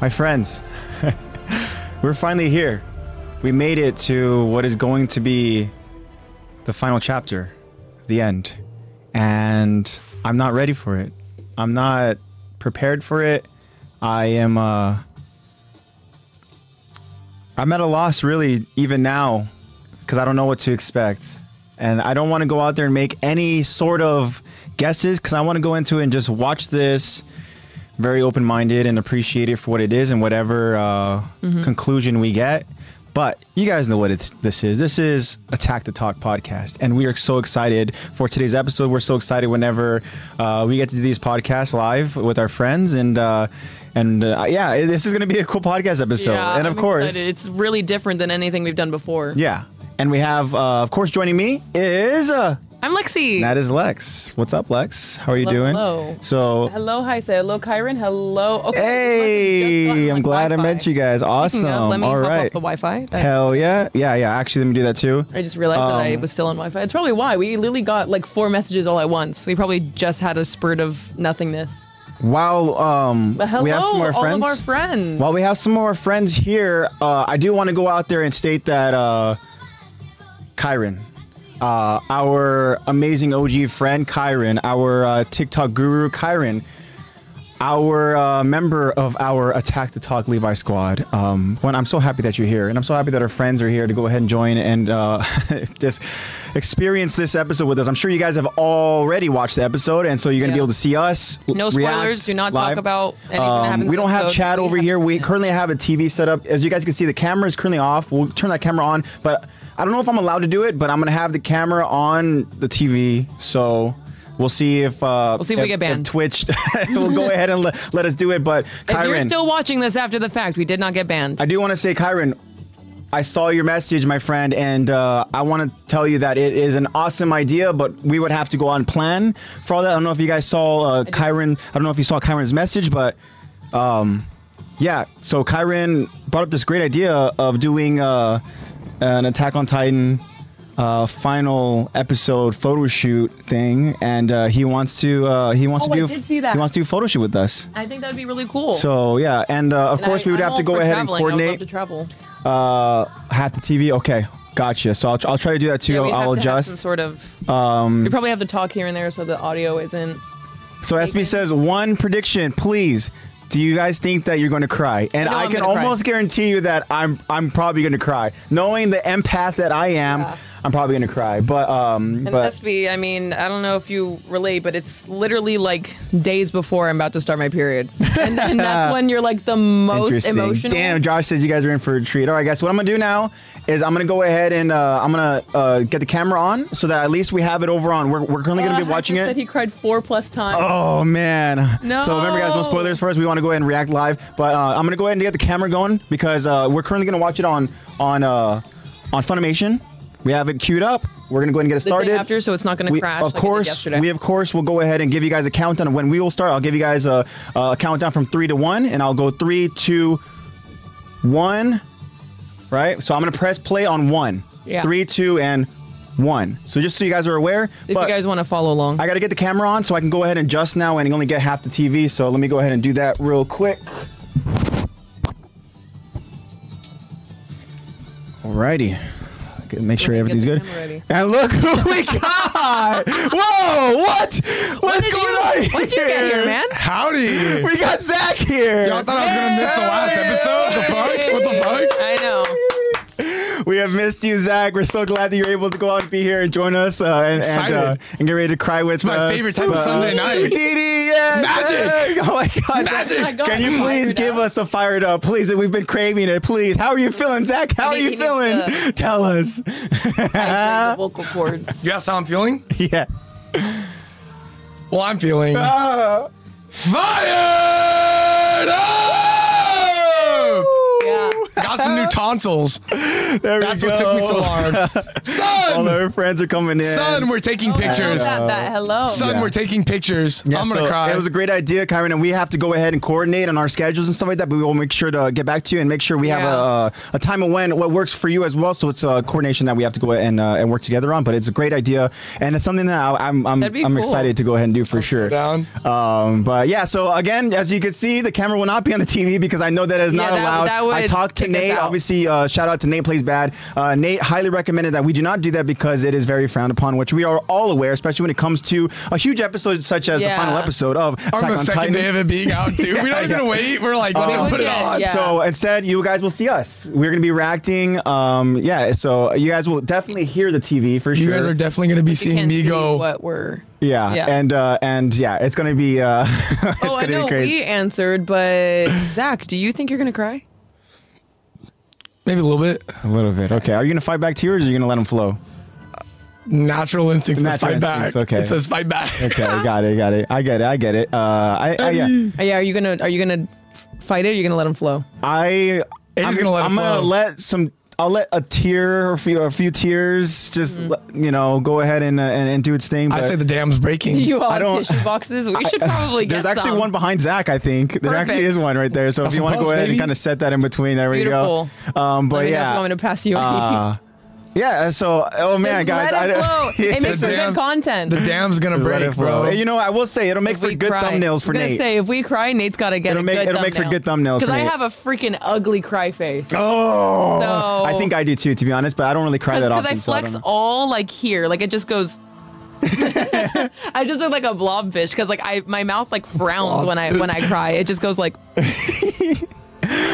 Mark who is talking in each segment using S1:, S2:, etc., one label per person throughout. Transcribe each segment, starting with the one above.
S1: My friends, we're finally here. We made it to what is going to be the final chapter, the end. And I'm not ready for it. I'm not prepared for it. I am uh I'm at a loss really even now cuz I don't know what to expect. And I don't want to go out there and make any sort of guesses cuz I want to go into it and just watch this very open minded and appreciate it for what it is and whatever uh,
S2: Mm-hmm.
S1: conclusion we get. But you guys know what it's, this is. This is Attack the Talk podcast, and we are so excited for today's episode. We're so excited whenever uh, we get to do these podcasts live with our friends, and uh, and uh, yeah, this is going to be a cool podcast episode. and of
S2: I'm
S1: course,
S2: excited. it's really different than anything we've done before.
S1: yeah, and we have uh, of course joining me is uh,
S2: I'm Lexi.
S1: that is Lex. What's up, Lex? How are you
S2: Hello.
S1: doing? So
S2: hello, hi, say hello, Kyron. Hello. Okay. I just got
S1: Hey,
S2: my
S1: I'm glad I
S2: Wi-Fi.
S1: met you guys. Awesome.
S2: Yeah, let me
S1: All
S2: hop
S1: right.
S2: off the Wi-Fi. That-
S1: Hell yeah. Yeah, yeah. Actually, let me do that too.
S2: I just realized that I
S1: Um,
S2: was still on Wi-Fi. That's probably why we literally got like four messages all at once. We probably just had a spurt of nothingness.
S1: While um,
S2: But hello,
S1: we have some more
S2: all
S1: friends.
S2: of our friends.
S1: While we have some more friends here, uh, I do want to go out there and state that uh, Kyron, uh, our amazing OG friend Kyron, our uh, TikTok guru Kyron, our uh, member of our Attack the Talk Levi squad. Um, one, I'm so happy that you're here, and I'm so happy that our friends are here to go ahead and join and uh, just experience this episode with us. I'm sure you guys have already watched the episode, and so you're gonna be
S2: Yeah.
S1: able to see us.
S2: No
S1: react
S2: spoilers. Do not talk
S1: live. Um,
S2: about anything that happened in
S1: We
S2: the
S1: don't have
S2: episode.
S1: chat
S2: We
S1: over
S2: have-
S1: here. We currently have a TV set up. As you guys can see, the camera is currently off. We'll turn that camera on, but I don't know if I'm allowed to do it. But I'm gonna have the camera on the TV, so we'll see if uh,
S2: see if we
S1: if-
S2: get banned.
S1: If Twitch will go ahead and le- let us do it. But
S2: if you're
S1: Kyron,
S2: still watching this after the fact, we did not get banned.
S1: I do want to say, Kyron, I saw your message, my friend, and uh, I want to tell you that it is an awesome idea, but we would have to go on plan for all that. I don't know if you guys saw uh, Kyron. I don't know if you saw Kyron's message, but um, yeah. So Kyron brought up this great idea of doing uh, an Attack on Titan uh, final episode photo shoot thing, and uh, he wants to uh, he wants
S2: Oh,
S1: to
S2: I
S1: do
S2: did see that.
S1: he wants to do a photo shoot with us.
S2: I think that'd be really cool.
S1: So yeah, and uh, of
S2: And
S1: course
S2: I-
S1: we would
S2: I'm
S1: have to
S2: all
S1: go
S2: for
S1: ahead and
S2: traveling. I would love
S1: coordinate
S2: to travel.
S1: uh, half the TV. Okay, gotcha. So I'll, I'll try to do that too.
S2: Yeah, we'd have
S1: I'll
S2: to have some
S1: adjust.
S2: sort of.
S1: Um,
S2: we probably have to talk here and there so the audio isn't.
S1: So SB says one prediction, please. Do you guys think that you're going to cry? And
S2: know
S1: I,
S2: I'm
S1: can
S2: gonna cry.
S1: almost guarantee you that I'm I'm probably going to cry. Knowing the empath that I am,
S2: Yeah.
S1: I'm probably going to cry. But um,
S2: And
S1: but
S2: SB, I mean, I don't know if you relate, but it's literally like days before I'm about to start my period, and, and that's when you're like the most
S1: Interesting.
S2: emotional.
S1: Damn, Josh says you guys are in for a treat. All right, guys, what I'm gonna do now is I'm gonna go ahead and uh, I'm gonna uh, get the camera on so that at least we have it over on. We're, we're currently
S2: Uh,
S1: gonna be
S2: Hector
S1: watching
S2: Said
S1: it.
S2: he cried four plus times.
S1: Oh man!
S2: No.
S1: So remember, guys, no spoilers for us. We want to go ahead and react live, but uh, I'm gonna go ahead and get the camera going because uh, we're currently gonna watch it on on uh, on Funimation. We have it queued up. We're gonna go ahead and get it
S2: the
S1: started.
S2: day after, so it's not going to
S1: We-
S2: crash.
S1: of
S2: like it did
S1: course,
S2: yesterday.
S1: we of course will go ahead and give you guys a countdown of when we will start. I'll give you guys a, a countdown from three to one, and I'll go three, two, one. Right. So I'm gonna press play on one.
S2: Yeah.
S1: Three, two, and one. So just so you guys are aware,
S2: if
S1: but
S2: you guys want to follow along,
S1: I gotta get the camera on so I can go ahead and adjust now and only get half the TV. So let me go ahead and do that real quick. Alrighty. Gotta Make sure
S2: Let me
S1: everything's
S2: get the
S1: good.
S2: camera ready.
S1: And look who we got! Whoa! What? What's
S2: did
S1: going
S2: you-
S1: on here?
S2: when'd you get here, man?
S3: Howdy!
S1: We got Zach here.
S3: Y'all thought I was gonna miss the last episode? The fuck? What the fuck?
S2: I know.
S1: We have missed you, Zach. We're so glad that you're able to go out and be here and join us uh, and and,
S3: Excited.
S1: uh, and get ready to cry with
S3: my
S1: us.
S3: favorite type of
S1: Uh,
S3: Sunday night.
S1: DD, yes!
S3: Magic!
S1: Oh my God, Zach.
S3: Magic!
S2: God,
S1: Can you
S2: I'm
S1: please
S2: fired
S1: give
S2: up.
S1: us a fired up, please? We've been craving it. Please. How are you feeling, Zach? How
S2: I
S1: are
S2: think
S1: you
S2: he needs
S1: feeling?
S2: to-
S1: Tell us. Uh,
S2: I think the vocal cords.
S3: You asked how I'm feeling?
S1: Yeah.
S3: Well, I'm feeling
S1: Ah.
S3: fired up!
S2: Yeah. Oh,
S3: Got some new tonsils.
S1: There we
S3: That's what took me so
S1: go.
S3: long.
S1: All
S3: Son,
S1: her friends are coming in.
S3: son, we're taking pictures.
S2: Got that. Hello.
S3: Son,
S1: Yeah.
S3: we're taking pictures.
S1: Yeah,
S3: I'm gonna
S1: so
S3: cry.
S1: It was a great idea, Kyron, and we have to go ahead and coordinate on our schedules and stuff like that. But we will make sure to get back to you and make sure we have
S2: Yeah.
S1: a, a time and when what works for you as well. So it's a coordination that we have to go and uh, and work together on. But it's a great idea, and it's something that I, I'm I'm,
S2: That'd be
S1: I'm
S2: cool.
S1: excited to go ahead and do for sure.
S3: down.
S1: Um, but yeah, so again, as you can see, the camera will not be on the TV because I know that is
S2: Yeah,
S1: not
S2: that-
S1: allowed.
S2: that would
S1: I talked to
S2: kick us
S1: Nate.
S2: out.
S1: Obviously, uh, shout out to Nate Plays Bad. Uh, Nate highly recommended that we do not do that because it is very frowned upon, which we are all aware, especially when it comes to a huge episode such as the
S2: Yeah.
S1: final episode of
S3: I'm
S1: Attack
S3: on Uh,
S1: on
S3: the second
S1: Titan.
S3: day of it being out, dude. we don't even wait. We're like, let's just put it
S2: Yeah,
S3: on.
S2: yeah.
S1: So instead, you guys will see us. We're gonna be reacting. Um, yeah, so you guys will definitely hear the TV for
S3: You
S1: sure.
S3: guys are definitely gonna be
S2: You
S3: seeing
S2: can't
S3: me
S2: see
S3: go.
S2: What we're.
S1: yeah.
S2: Yeah.
S1: and uh, and yeah, it's gonna be uh, it's
S2: oh, I
S1: gonna
S2: know
S1: be crazy.
S2: we answered, but Zach, do you think you're gonna cry?
S3: Maybe a little bit.
S1: A little bit. Okay, are you gonna fight back tears or are you gonna let them flow?
S3: Natural instincts. Let's
S1: Natural
S3: fight back.
S1: instincts, okay.
S3: It says fight back.
S1: Okay, I got it, got it. I get it, I get it. Uh, I, I yeah,
S2: Uh, yeah. Are you gonna Are you gonna fight it? Or are you gonna let him flow?
S1: I.
S3: It's
S1: I'm
S3: just gonna let it
S1: I'm gonna
S3: flow.
S1: let some. I'll let a tear or a few, a few tears just
S2: Mm.
S1: let- you know go ahead and uh, and, and do its thing.
S3: I
S1: but
S3: say the dam's breaking.
S2: You all
S1: I
S2: have
S1: don't-
S2: tissue boxes. We should probably get
S1: there's actually
S2: some.
S1: one behind Zach, I think. There actually
S2: Perfect.
S1: is one right there. So if
S3: Got
S1: you
S3: some
S1: want to go
S3: pulse,
S1: ahead and
S3: baby.
S1: kind of set that in between, there
S2: Beautiful.
S1: we go. Um, but
S2: Let me know if
S1: yeah,
S2: I'm gonna pass you.
S1: uh, yeah. So oh man,
S2: Just
S1: guys,
S2: let it
S1: I-
S2: flow. It makes
S1: Just
S2: for good
S3: Damn.
S2: content.
S3: the dam's gonna
S1: let
S3: break,
S1: it flow.
S3: bro.
S1: And you know, I will say it'll make
S2: If
S1: for
S2: we
S1: good
S2: cry-
S1: thumbnails
S2: I
S1: for
S2: was gonna
S1: Nate.
S2: Say if we cry, Nate's got to get
S1: It'll
S2: a
S1: make-
S2: good
S1: it'll make for good thumbnails
S2: Because
S1: for
S2: I
S1: Nate.
S2: have a freaking ugly cry face.
S1: oh,
S2: So-
S1: I think I do too, to be honest. But I don't really cry that
S2: because
S1: often.
S2: I
S1: so I
S2: flex
S1: don't know.
S2: all like here, like it just goes. I just look like a blobfish because like I my mouth like frowns when I when I cry. It just goes like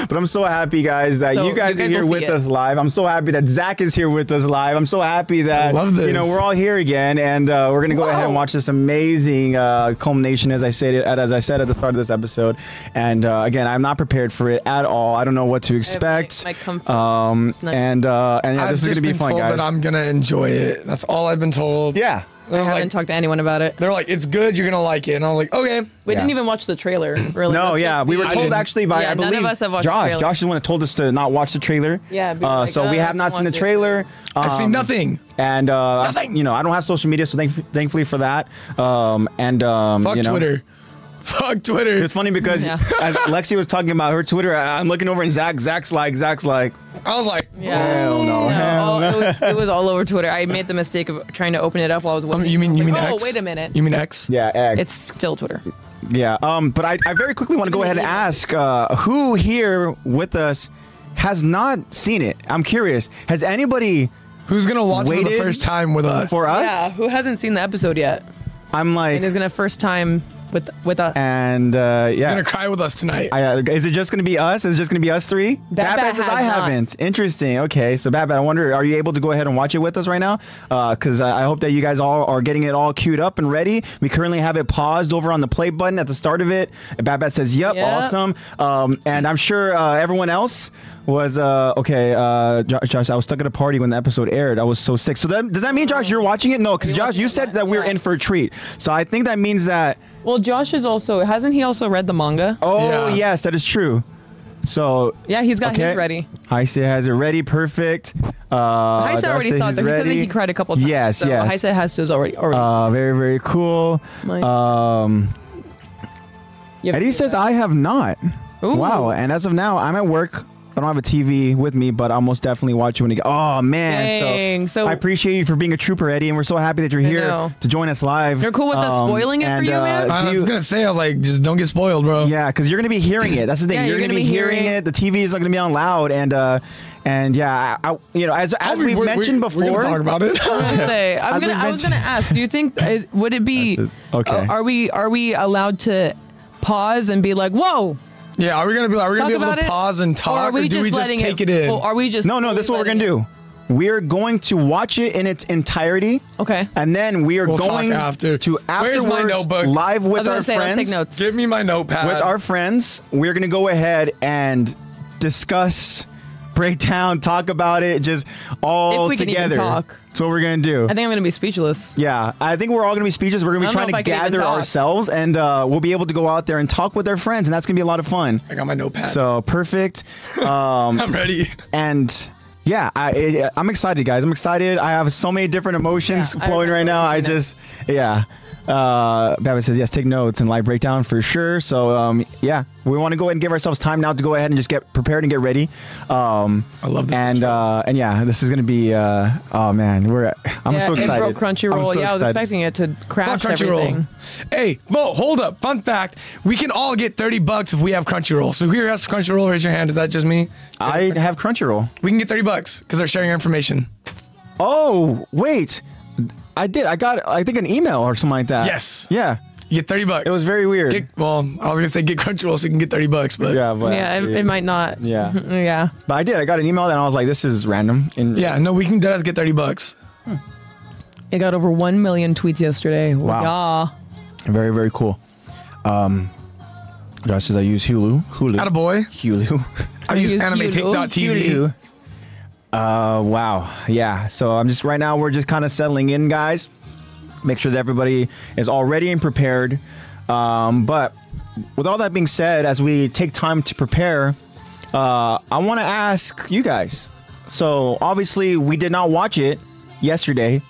S1: But I'm so happy, guys, that
S2: So
S1: you guys,
S2: you guys
S1: are here
S2: will
S1: with
S2: see it.
S1: us live. I'm so happy that Zach is here with us live. I'm so happy that
S3: love
S1: you know
S3: this.
S1: we're all here again, and uh, we're gonna go ahead and watch this amazing uh, culmination, as I said it as I said at the start of this episode. And uh, again, I'm not prepared for it at all. I don't know what to expect.
S2: my comfort
S1: um,
S2: not-
S1: and uh, and yeah,
S3: I've
S1: this is
S3: just
S1: gonna be
S3: been
S1: fun,
S3: told
S1: guys.
S3: that I'm gonna enjoy it. That's all I've been told.
S1: yeah,
S3: And I
S2: I
S3: was
S2: haven't
S3: like,
S2: talked to anyone about it.
S3: they're like, it's good. You're gonna like it. And I was like, okay.
S2: We
S1: Yeah.
S2: didn't even watch the trailer. Really?
S1: no,
S2: That's
S1: yeah,
S2: just
S1: we were
S2: the-
S1: told
S3: didn't-
S1: actually by
S2: Yeah,
S1: I
S2: none
S1: believe
S2: of us have watched the
S1: Josh.
S2: trailer.
S1: Josh is the one that told us to not watch the trailer.
S2: Yeah, be
S1: uh,
S2: like,
S1: so we
S2: "Uh,
S1: have not
S2: don't
S1: seen the
S2: watch it."
S1: trailer.
S3: I've
S1: Um,
S3: seen nothing.
S1: and uh, I-
S3: Nothing.
S1: you know I don't have social media, so thank- thankfully for that. Um, and um,
S3: Fuck
S1: you know,
S3: Twitter. Fuck Twitter.
S1: It's funny because
S2: Yeah.
S1: as Lexi was talking about her Twitter, I- I'm looking over and Zach, Zach's like, Zach's like,
S3: I was like,
S2: Oh, Yeah.
S1: hell
S2: Oh.
S1: no,
S2: No,
S1: hell
S2: all-
S1: no.
S2: it, was, it was all over Twitter. I made the mistake of trying to open it up while I was
S3: um,
S2: waiting.
S3: you mean you mean
S2: Like,
S3: X?
S2: Oh, wait a minute.
S3: You mean X?
S1: Yeah, X.
S2: It's still Twitter.
S1: yeah. Um, but I, I very quickly want to go ahead and ask uh, who here with us has not seen it. I'm curious. Has anybody
S3: Who's gonna watch it for the
S1: Waited
S3: first time with us?
S1: for us?
S2: Yeah. Who hasn't seen the episode yet?
S1: I'm like,
S2: And is
S1: and,
S2: gonna first time with with us.
S1: uh, yeah.
S3: You're gonna cry with us tonight.
S1: I, uh, is it just going to be us? Is it just going to be us three?
S2: Bat Bat
S1: says
S2: has
S1: I
S2: not."
S1: haven't. Interesting. Okay, so Bat Bat, I wonder, are you able to go ahead and watch it with us right now? Because I I hope that you guys all are getting it all queued up and ready. We currently have it paused over on the play button at the start of it. Bat Bat says, "Yep,
S2: Yep.
S1: awesome." Um, and I'm sure uh, everyone else was uh, okay. Uh, Jo- Josh, I was stuck at a party when the episode aired. I was so sick. So that, does that mean Josh, you're watching it? No, because Josh,
S2: watching
S1: you
S2: it
S1: said
S2: live.
S1: that we we're
S2: Yeah.
S1: in for a treat. So I think that means that.
S2: well, Josh is also hasn't he also read the manga?
S1: Oh
S3: Yeah.
S1: yes, that is true. So
S2: yeah, he's got
S1: Okay.
S2: his ready.
S1: Heisa has it ready. Perfect. Uh,
S2: Heise already
S1: Darcy,
S2: saw
S1: he's
S2: it. though. He said that he
S1: ready.
S2: cried a couple times.
S1: Yes,
S2: so
S1: yes.
S2: Heise has to is already already.
S1: Uh, very, very cool.
S2: My-
S1: Um,
S2: You have to
S1: Eddie
S2: do
S1: says,
S2: that.
S1: I have not.
S2: Ooh.
S1: Wow. And as of now, I'm at work. I don't have a TV with me, but I'll most definitely watch you when you get. Oh, man. So
S2: Dang, so-
S1: I appreciate you for being a trooper, Eddie. And we're so happy that you're here
S2: know.
S1: to join us live.
S2: You're cool with us spoiling it for
S1: and,
S2: you,
S1: uh,
S2: man?
S1: do
S3: I was
S1: you-
S3: gonna say, I was like, just don't get spoiled, bro.
S1: Yeah, because you're gonna be hearing it. That's the thing.
S2: Yeah,
S1: you're, gonna, be hearing, it. The TV is not gonna be on loud, and uh, and yeah, I, I, you know, as as
S3: We-
S1: we,
S3: we-
S1: mentioned
S3: we-
S1: before,
S3: we're gonna talk about it.
S2: I say I'm
S1: As
S2: gonna.
S1: we
S2: I was
S1: mentioned-
S2: gonna ask. Do you think is, would it be
S1: That's just- okay.
S2: uh, are we are we allowed to pause and be like, whoa?
S3: yeah, are we gonna be? Are we
S2: Talk
S3: gonna be able
S2: about
S3: to
S2: it.
S3: pause and talk,
S2: or are we
S3: do
S2: just
S3: we just
S2: letting
S3: take it, in?
S2: Or are we just
S1: No, no, this is what we're gonna do. We're going to watch it in its entirety.
S2: Okay.
S1: And then we are
S3: We'll talk
S1: going
S3: after.
S1: to
S3: Where's my
S1: afterwards
S3: notebook? Uh,
S1: live
S2: I
S1: with
S2: was
S1: our
S2: gonna say
S1: friends.
S2: let's take notes.
S3: Give me my notepad.
S1: With our friends, we're gonna go ahead and discuss, break down, talk about it, just all
S2: If we can even
S1: together.
S2: talk.
S1: That's what we're gonna do.
S2: I think I'm gonna be speechless.
S1: Yeah, I think we're all gonna be speeches. We're gonna
S2: I
S1: be
S2: don't know
S1: trying
S2: if
S1: to
S2: I can even
S1: gather
S2: talk.
S1: ourselves, and uh, we'll be able to go out there and talk with our friends, and that's gonna be a lot of fun.
S3: I got my notepad.
S1: So um, perfect,
S3: I'm ready.
S1: and yeah, I, I, I'm excited, guys. I'm excited. I have so many different emotions
S2: Yeah, I
S1: flowing right
S2: remember
S1: now. I
S2: noticing that.
S1: just, yeah. Uh, Babbitt says yes. Take notes and live breakdown for sure. So um, yeah, we want to go ahead and give ourselves time now to go ahead and just get prepared and get ready. Um,
S3: I love this
S1: And
S3: intro.
S1: uh, and yeah, this is gonna be. Uh, oh man, we're. I'm
S2: yeah,
S1: so excited.
S2: It broke
S1: I'm
S2: Crunchyroll.
S1: so
S2: yeah, I was
S1: excited.
S2: expecting it to crash
S3: Fuck
S2: everything.
S3: Crunchyroll. Hey, Mo, hold up. Fun fact: we can all get thirty bucks if we have Crunchyroll. So who has Crunchyroll? Raise your hand. Is that just me?
S1: I have Crunchyroll.
S3: We can get thirty bucks because they're sharing our information.
S1: Oh wait, I did. I got. I think an email or something like that.
S3: Yes.
S1: Yeah.
S3: You get thirty bucks. It
S1: was very weird.
S3: well, I was gonna say get Crunchyroll so you can get thirty bucks, but
S1: Yeah. But
S2: Yeah, it, it might not.
S1: Yeah.
S2: yeah.
S1: But I did. I got an email and I was like, "This is random." And
S3: yeah, no, we can does get thirty bucks.
S2: It got over one million tweets yesterday.
S1: Wow.
S2: Yeah.
S1: very very cool. Um, Josh says I use Hulu. Hulu.
S3: Attaboy.
S1: Hulu.
S3: I
S2: You
S3: use
S2: use
S3: animetape.tv.
S1: Uh, wow. Yeah. So I'm just right now. We're just kind of settling in, guys. Make sure that everybody is all ready and prepared. Um, but with all that being said, as we take time to prepare, uh, I want to ask you guys. So obviously, we did not watch it yesterday.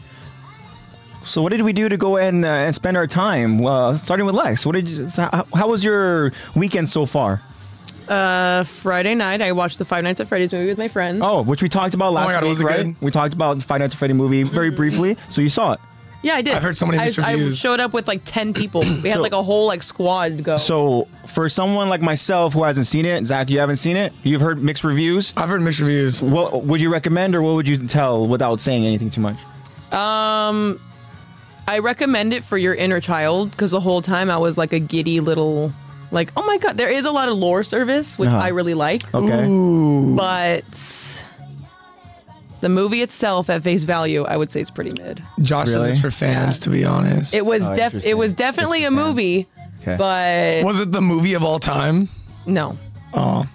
S1: So what did we do to go ahead and, uh, and spend our time? Uh, starting with Lex, what did you, so how, how was your weekend so far?
S2: Uh, Friday night, I watched the Five Nights at Freddy's movie with my friend.
S1: Oh, which we talked about last
S3: my God,
S1: week,
S3: was it
S1: right?
S3: good?
S1: We talked about the Five Nights at Freddy movie very
S2: Hmm.
S1: briefly. So you saw it.
S2: Yeah, I did.
S3: I've heard so many
S2: I,
S3: mixed
S2: I
S3: reviews.
S2: showed up with like ten people. We had
S1: So-
S2: like a whole like squad go.
S1: So for someone like myself who hasn't seen it, Zach, you haven't seen it. You've heard mixed reviews.
S3: I've heard mixed reviews.
S1: What would you recommend, or what would you tell without saying anything too much?
S2: I recommend it for your inner child because the whole time I was like a giddy little, like, oh my god, there is a lot of lore service which
S1: Uh-huh.
S2: I really like,
S1: Okay.
S2: but the movie itself at face value, I would say it's pretty mid.
S3: Josh
S1: Really?
S3: says it's for fans, to be honest.
S2: It was
S1: Oh,
S2: def, it
S1: interesting.
S2: was definitely a movie,
S1: Okay.
S2: but
S3: was it the movie of all time?
S2: no,
S3: Oh.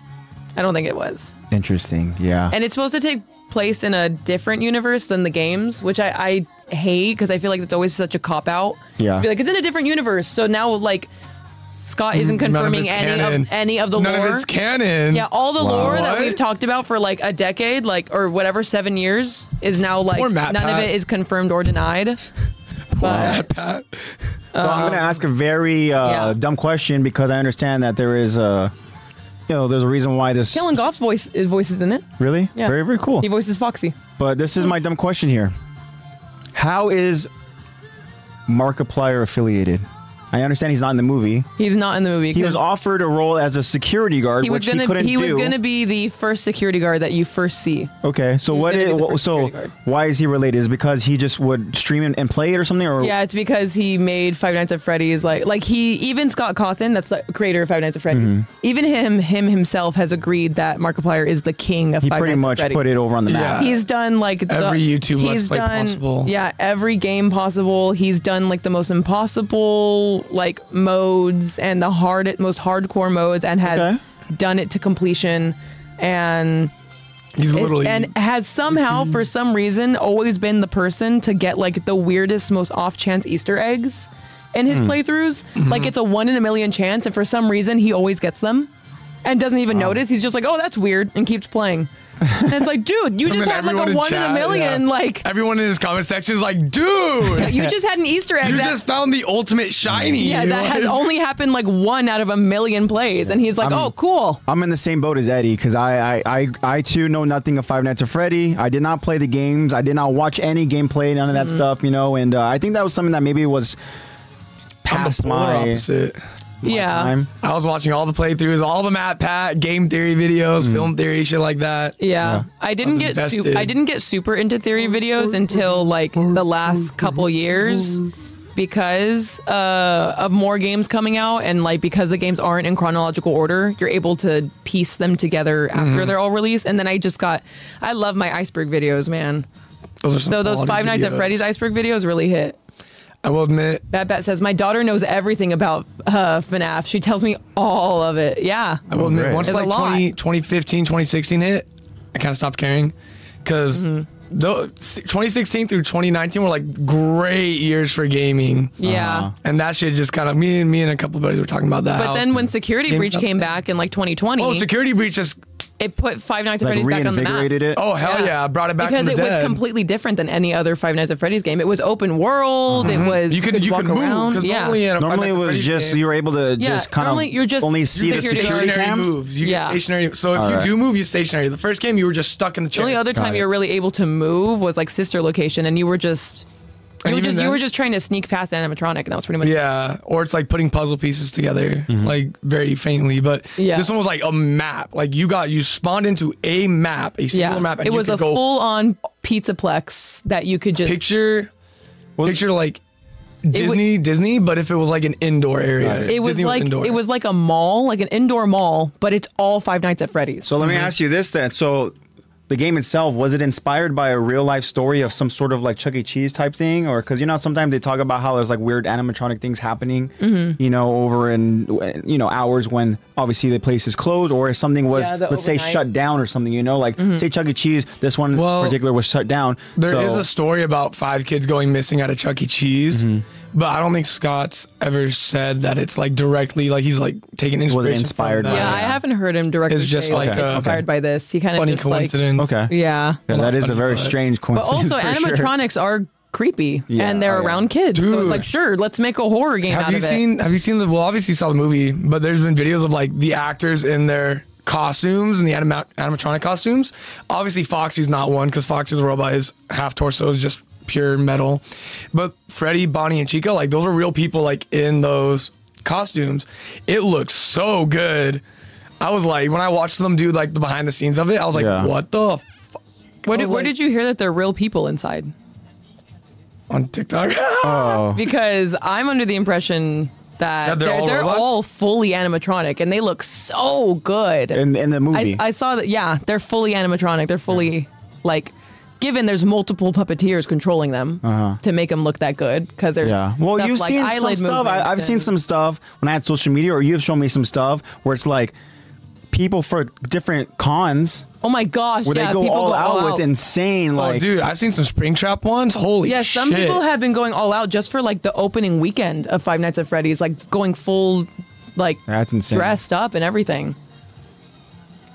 S2: I don't think it was.
S1: Interesting. Yeah.
S2: And it's supposed to take place in a different universe than the games, which I, I hate because I feel like it's always such a cop out.
S1: Yeah.
S2: Be like, it's in a different universe. So now, like, Scott isn't
S3: Mm, None of
S2: confirming
S3: it's
S2: any
S3: canon.
S2: of, any of the
S3: None
S2: lore.
S3: of it's canon.
S2: yeah, all the
S1: Wow.
S2: lore that
S3: What?
S2: we've talked about for like a decade, like or whatever, seven years, is now like
S3: Poor Matt
S2: none of
S3: Pat.
S2: it is confirmed or denied. But
S3: Pat.
S1: well, I'm gonna ask a very uh,
S2: um, yeah.
S1: dumb question because I understand that there is a, you know, there's a reason why this.
S2: Dylan Goff's voice is voices in it.
S1: Really?
S2: Yeah.
S1: Very very cool.
S2: He voices Foxy.
S1: But this is my dumb question here. How is Markiplier affiliated? I understand he's not in the movie.
S2: He's not in the movie.
S1: He was
S2: 'cause
S1: offered a role as a security guard,
S2: He was
S1: which he
S2: gonna.
S1: couldn't
S2: He, was
S1: do.
S2: gonna be the first security guard that you first see.
S1: okay, so what
S2: gonna
S1: is
S2: be the
S1: wh-
S2: first
S1: so
S2: security guard.
S1: why is he related? Is it because he just would stream and- and play it or something, or
S2: Yeah, it's because he made Five Nights at Freddy's. Like, like he even Scott Cawthon, that's the creator of Five Nights at Freddy's.
S1: Mm-hmm.
S2: Even him, him himself has agreed that Markiplier is the king of
S1: he
S2: Five
S1: pretty
S2: Nights
S1: much
S2: at Freddy's.
S1: put it over on the map?
S3: Yeah.
S2: He's done like the,
S3: Every YouTube Let's
S2: he's
S3: Play
S2: done-
S3: possible.
S2: Yeah, every game possible. He's done like the most impossible like modes and the hard most hardcore modes, and has
S1: Okay.
S2: done it to completion. And
S3: He's
S2: it's-
S3: literally.
S2: and has somehow
S3: Mm-hmm.
S2: for some reason always been the person to get like the weirdest most off chance easter eggs in his
S3: Hmm.
S2: playthroughs
S3: Mm-hmm.
S2: like it's a one in a million chance and for some reason he always gets them and doesn't even notice he's just like oh that's weird and keeps playing and it's like dude you
S3: I mean,
S2: just had like
S3: everyone
S2: a one in
S3: chat,
S2: a million
S3: yeah.
S2: like
S3: everyone in his comment section is like, dude,
S2: you just had an easter egg
S3: you
S2: that
S3: just found the ultimate shiny.
S2: yeah that has
S3: Like,
S2: only happened like one out of a million plays and he's like oh cool
S1: I'm in the same boat as Eddie because I, I, I, I too know nothing of Five Nights at Freddy. I did not play the games. I did not watch any gameplay, none of
S2: Mm-hmm.
S1: that stuff, you know. And uh, I think that was something that maybe was
S3: I'm the
S1: past
S3: polar
S1: my
S3: opposite.
S2: yeah
S1: time.
S3: I was watching all the playthroughs, all the Matt Pat game theory videos,
S1: Mm.
S3: film theory, shit like that.
S2: Yeah, I didn't
S3: I was
S2: get su-
S3: invested.
S2: I didn't get super into theory videos until like the last couple years because uh, of more games coming out and like because the games aren't in chronological order, you're able to piece them together
S3: Mm-hmm.
S2: after they're all released. And then I just got I love my iceberg videos, man.
S3: Those are some
S2: So those
S3: quality
S2: Five Nights at
S3: videos.
S2: Freddy's iceberg videos really hit.
S3: I will admit,
S2: Bad Bat says my daughter knows everything about uh, FNAF. She tells me all of it. Yeah,
S3: I will admit,
S1: Oh, great.
S3: once
S2: It's a
S3: like
S2: lot.
S3: 20, 2015, 2016 hit, I kind of stopped caring because
S2: Mm-hmm.
S3: tho- 2016 through 2019 were like great years for gaming.
S2: Yeah.
S1: Uh-huh.
S3: And that shit just kind of me and me and a couple buddies were talking about that.
S2: But
S3: how-
S2: then when Security
S3: Games
S2: Breach
S3: upset.
S2: came back in like 2020,
S3: oh, security breach just
S2: it put Five Nights at
S1: Like
S2: Freddy's back on the map.
S1: reinvigorated it.
S3: oh hell yeah, brought it back
S2: because
S3: from
S2: it
S3: the
S2: was
S3: dead.
S2: completely different than any other Five Nights at Freddy's game. It was open world.
S1: Mm-hmm.
S2: It was
S3: You
S2: you
S3: could, you
S2: walk
S3: could move
S2: around.
S3: because
S2: yeah.
S3: normally in a Five
S1: Normally it
S3: Nights at
S1: was
S3: Freddy's
S1: just
S3: game,
S1: you were able to
S2: Yeah,
S1: just kind
S2: normally
S1: of
S2: you're just
S1: only see the
S2: security
S1: security
S2: guard.
S3: stationary
S1: cams.
S3: moves. You
S2: Yeah.
S3: get stationary. So if you
S1: Alright.
S3: do move, you stationary. The first game you were just stuck in the
S2: the
S3: chair.
S2: only other time
S1: Got it.
S2: you were really able to move was like sister location, and you were just
S3: And
S2: you were
S3: even
S2: just
S3: then-
S2: you were just trying to sneak past animatronic, and that was pretty much
S3: Yeah, or it's like putting puzzle pieces together,
S1: Mm-hmm.
S3: like very faintly. But
S2: Yeah.
S3: this one was like a map. Like you got you spawned into a map, a single
S2: yeah.
S3: map, and
S2: It
S3: you
S2: was
S3: could
S2: a
S3: go
S2: full on pizzaplex that you could just
S3: picture, picture like Disney, Disney. But if it was like an indoor area,
S2: It was
S3: Disney
S2: like
S3: indoor.
S2: it was like a mall, like an indoor mall, but it's all Five Nights at Freddy's.
S1: So let me ask you this then. So the game itself was it inspired by a real life story of some sort of like Chuck E. Cheese type thing, or because you know sometimes they talk about how there's like weird animatronic things happening,
S2: Mm-hmm.
S1: you know, over in you know hours when obviously the place is closed, or if something was
S2: Yeah, the
S1: let's say
S2: overnight. Mm-hmm.
S1: shut down or something, you know, like say Chuck E. Cheese, this one in
S3: Well,
S1: particular was shut down.
S3: There
S1: so,
S3: is a story about five kids going missing at a Chuck E. Cheese,
S1: Mm-hmm.
S3: but I don't think Scott's ever said that it's like directly like he's like taking inspiration. from
S1: inspired by
S3: that.
S2: yeah, I haven't heard him directly.
S3: It's just
S2: say,
S3: like
S2: it's
S3: a-
S2: inspired by this. He kind of
S3: funny
S2: just like
S3: coincidence.
S1: okay,
S2: yeah.
S1: Yeah, that is a very
S3: but-
S1: strange
S2: But
S1: coincidence.
S2: also,
S1: for sure.
S2: animatronics are creepy
S1: Yeah,
S2: and they're
S1: oh, yeah.
S2: around kids. So
S3: Dude.
S2: it's like, sure, let's make a horror game
S3: Have
S2: out
S3: you
S2: of it.
S3: seen? Have you seen the? Well, obviously you saw the movie, but there's been videos of like the actors in their costumes and the anima- animatronic costumes. Obviously, Foxy's not one because Foxy's a robot. His half torso is just pure metal. But Freddy, Bonnie, and Chica, like those are real people, like in those costumes. It looks so good. I was like, when I watched them do like the behind the scenes of it, I was like,
S1: Yeah.
S3: what the. F-
S2: Where did,
S3: was
S2: where
S3: like-
S2: did you hear that they're real people inside?
S3: on TikTok.
S1: Oh,
S2: Because I'm under the impression that
S3: That they're
S2: they're,
S3: all
S2: they're
S3: robots?
S2: all fully animatronic and they look so good.
S1: in in the
S2: I,
S1: movie,
S2: I saw that. Yeah, they're fully animatronic. They're fully like, given there's multiple puppeteers controlling them to make them look that good. Because there's
S1: Uh-huh. Yeah. Well,
S2: stuff
S1: you've
S2: like
S1: seen some
S2: eyelid
S1: stuff. I, I've
S2: movements
S1: seen
S2: and-
S1: some stuff when I had social media, or you've shown me some stuff where it's like people for different cons
S2: Oh my gosh!
S1: where
S2: yeah,
S1: they go
S2: people
S1: all
S2: go
S1: out
S2: all
S1: with
S2: out.
S1: insane
S3: Oh,
S1: like.
S3: dude, I've seen some Springtrap ones. Holy
S2: Yeah,
S3: shit.
S2: some people have been going all out just for like the opening weekend of Five Nights at Freddy's, like going full, like
S1: That's insane.
S2: dressed up and everything.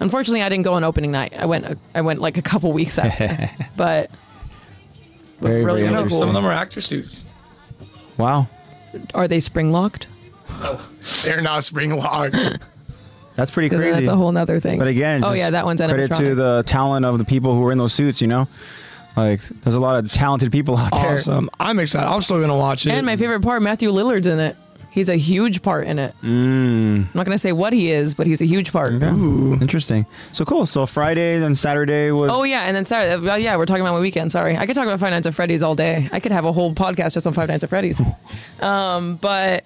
S2: Unfortunately, I didn't go on opening night. I went, I went like a couple weeks after, but it was
S1: Very,
S2: really,
S1: very
S2: really cool.
S3: Some of them are actor suits.
S1: Wow,
S2: Are they spring locked?
S3: They're not spring log.
S1: that's pretty
S2: 'Cause
S1: crazy.
S2: That's a whole nother thing.
S1: but again,
S2: oh
S1: just
S2: yeah, that one's
S1: credit
S2: animatronic.
S1: to the talent of the people who were in those suits. You know, like there's a lot of talented people out there.
S3: awesome. I'm excited. I'm still gonna watch it.
S2: and my favorite part, Matthew Lillard's in it. He's a huge part in it.
S1: Mm.
S2: I'm not gonna say what he is, but he's a huge part.
S1: Yeah. Interesting. So cool. So Friday then Saturday was.
S2: Oh yeah, and then Saturday. Well, yeah, we're talking about my weekend. Sorry, I could talk about Five Nights at Freddy's all day. I could have a whole podcast just on Five Nights at Freddy's. um, but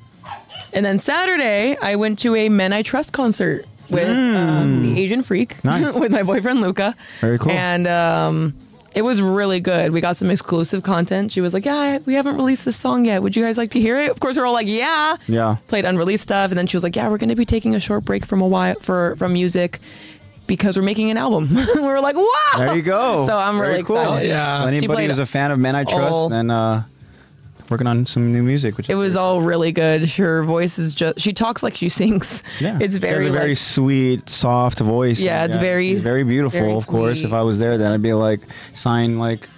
S2: and then Saturday, I went to a Men I Trust concert with um, the Asian Freak
S1: Hmm. Nice.
S2: with my boyfriend Luca.
S1: Very cool.
S2: And um, it was really good. We got some exclusive content. She was like, "Yeah, we haven't released this song yet. Would you guys like to hear it?" Of course, we're all like, "Yeah."
S1: Yeah.
S2: Played unreleased stuff, and then she was like, "Yeah, we're going to be taking a short break from a while for from music." Because we're making an album, we were like, "Wow!"
S1: There you go.
S2: So I'm
S1: Very
S2: really
S1: cool.
S2: excited.
S3: Yeah.
S1: Well, anybody
S2: played
S1: who's a fan of Men I Trust,
S2: all-
S1: then uh, working on some new music. Which
S2: It was
S1: all.
S2: all really good. Her voice is just she talks like she sings.
S1: Yeah, She
S2: It's
S1: has
S2: very,
S1: a very
S2: like-
S1: sweet, soft voice.
S2: Yeah,
S1: and,
S2: it's very-
S1: very beautiful.
S2: very
S1: of course, if
S2: sweet.
S1: I was there, then I'd be like, sign like,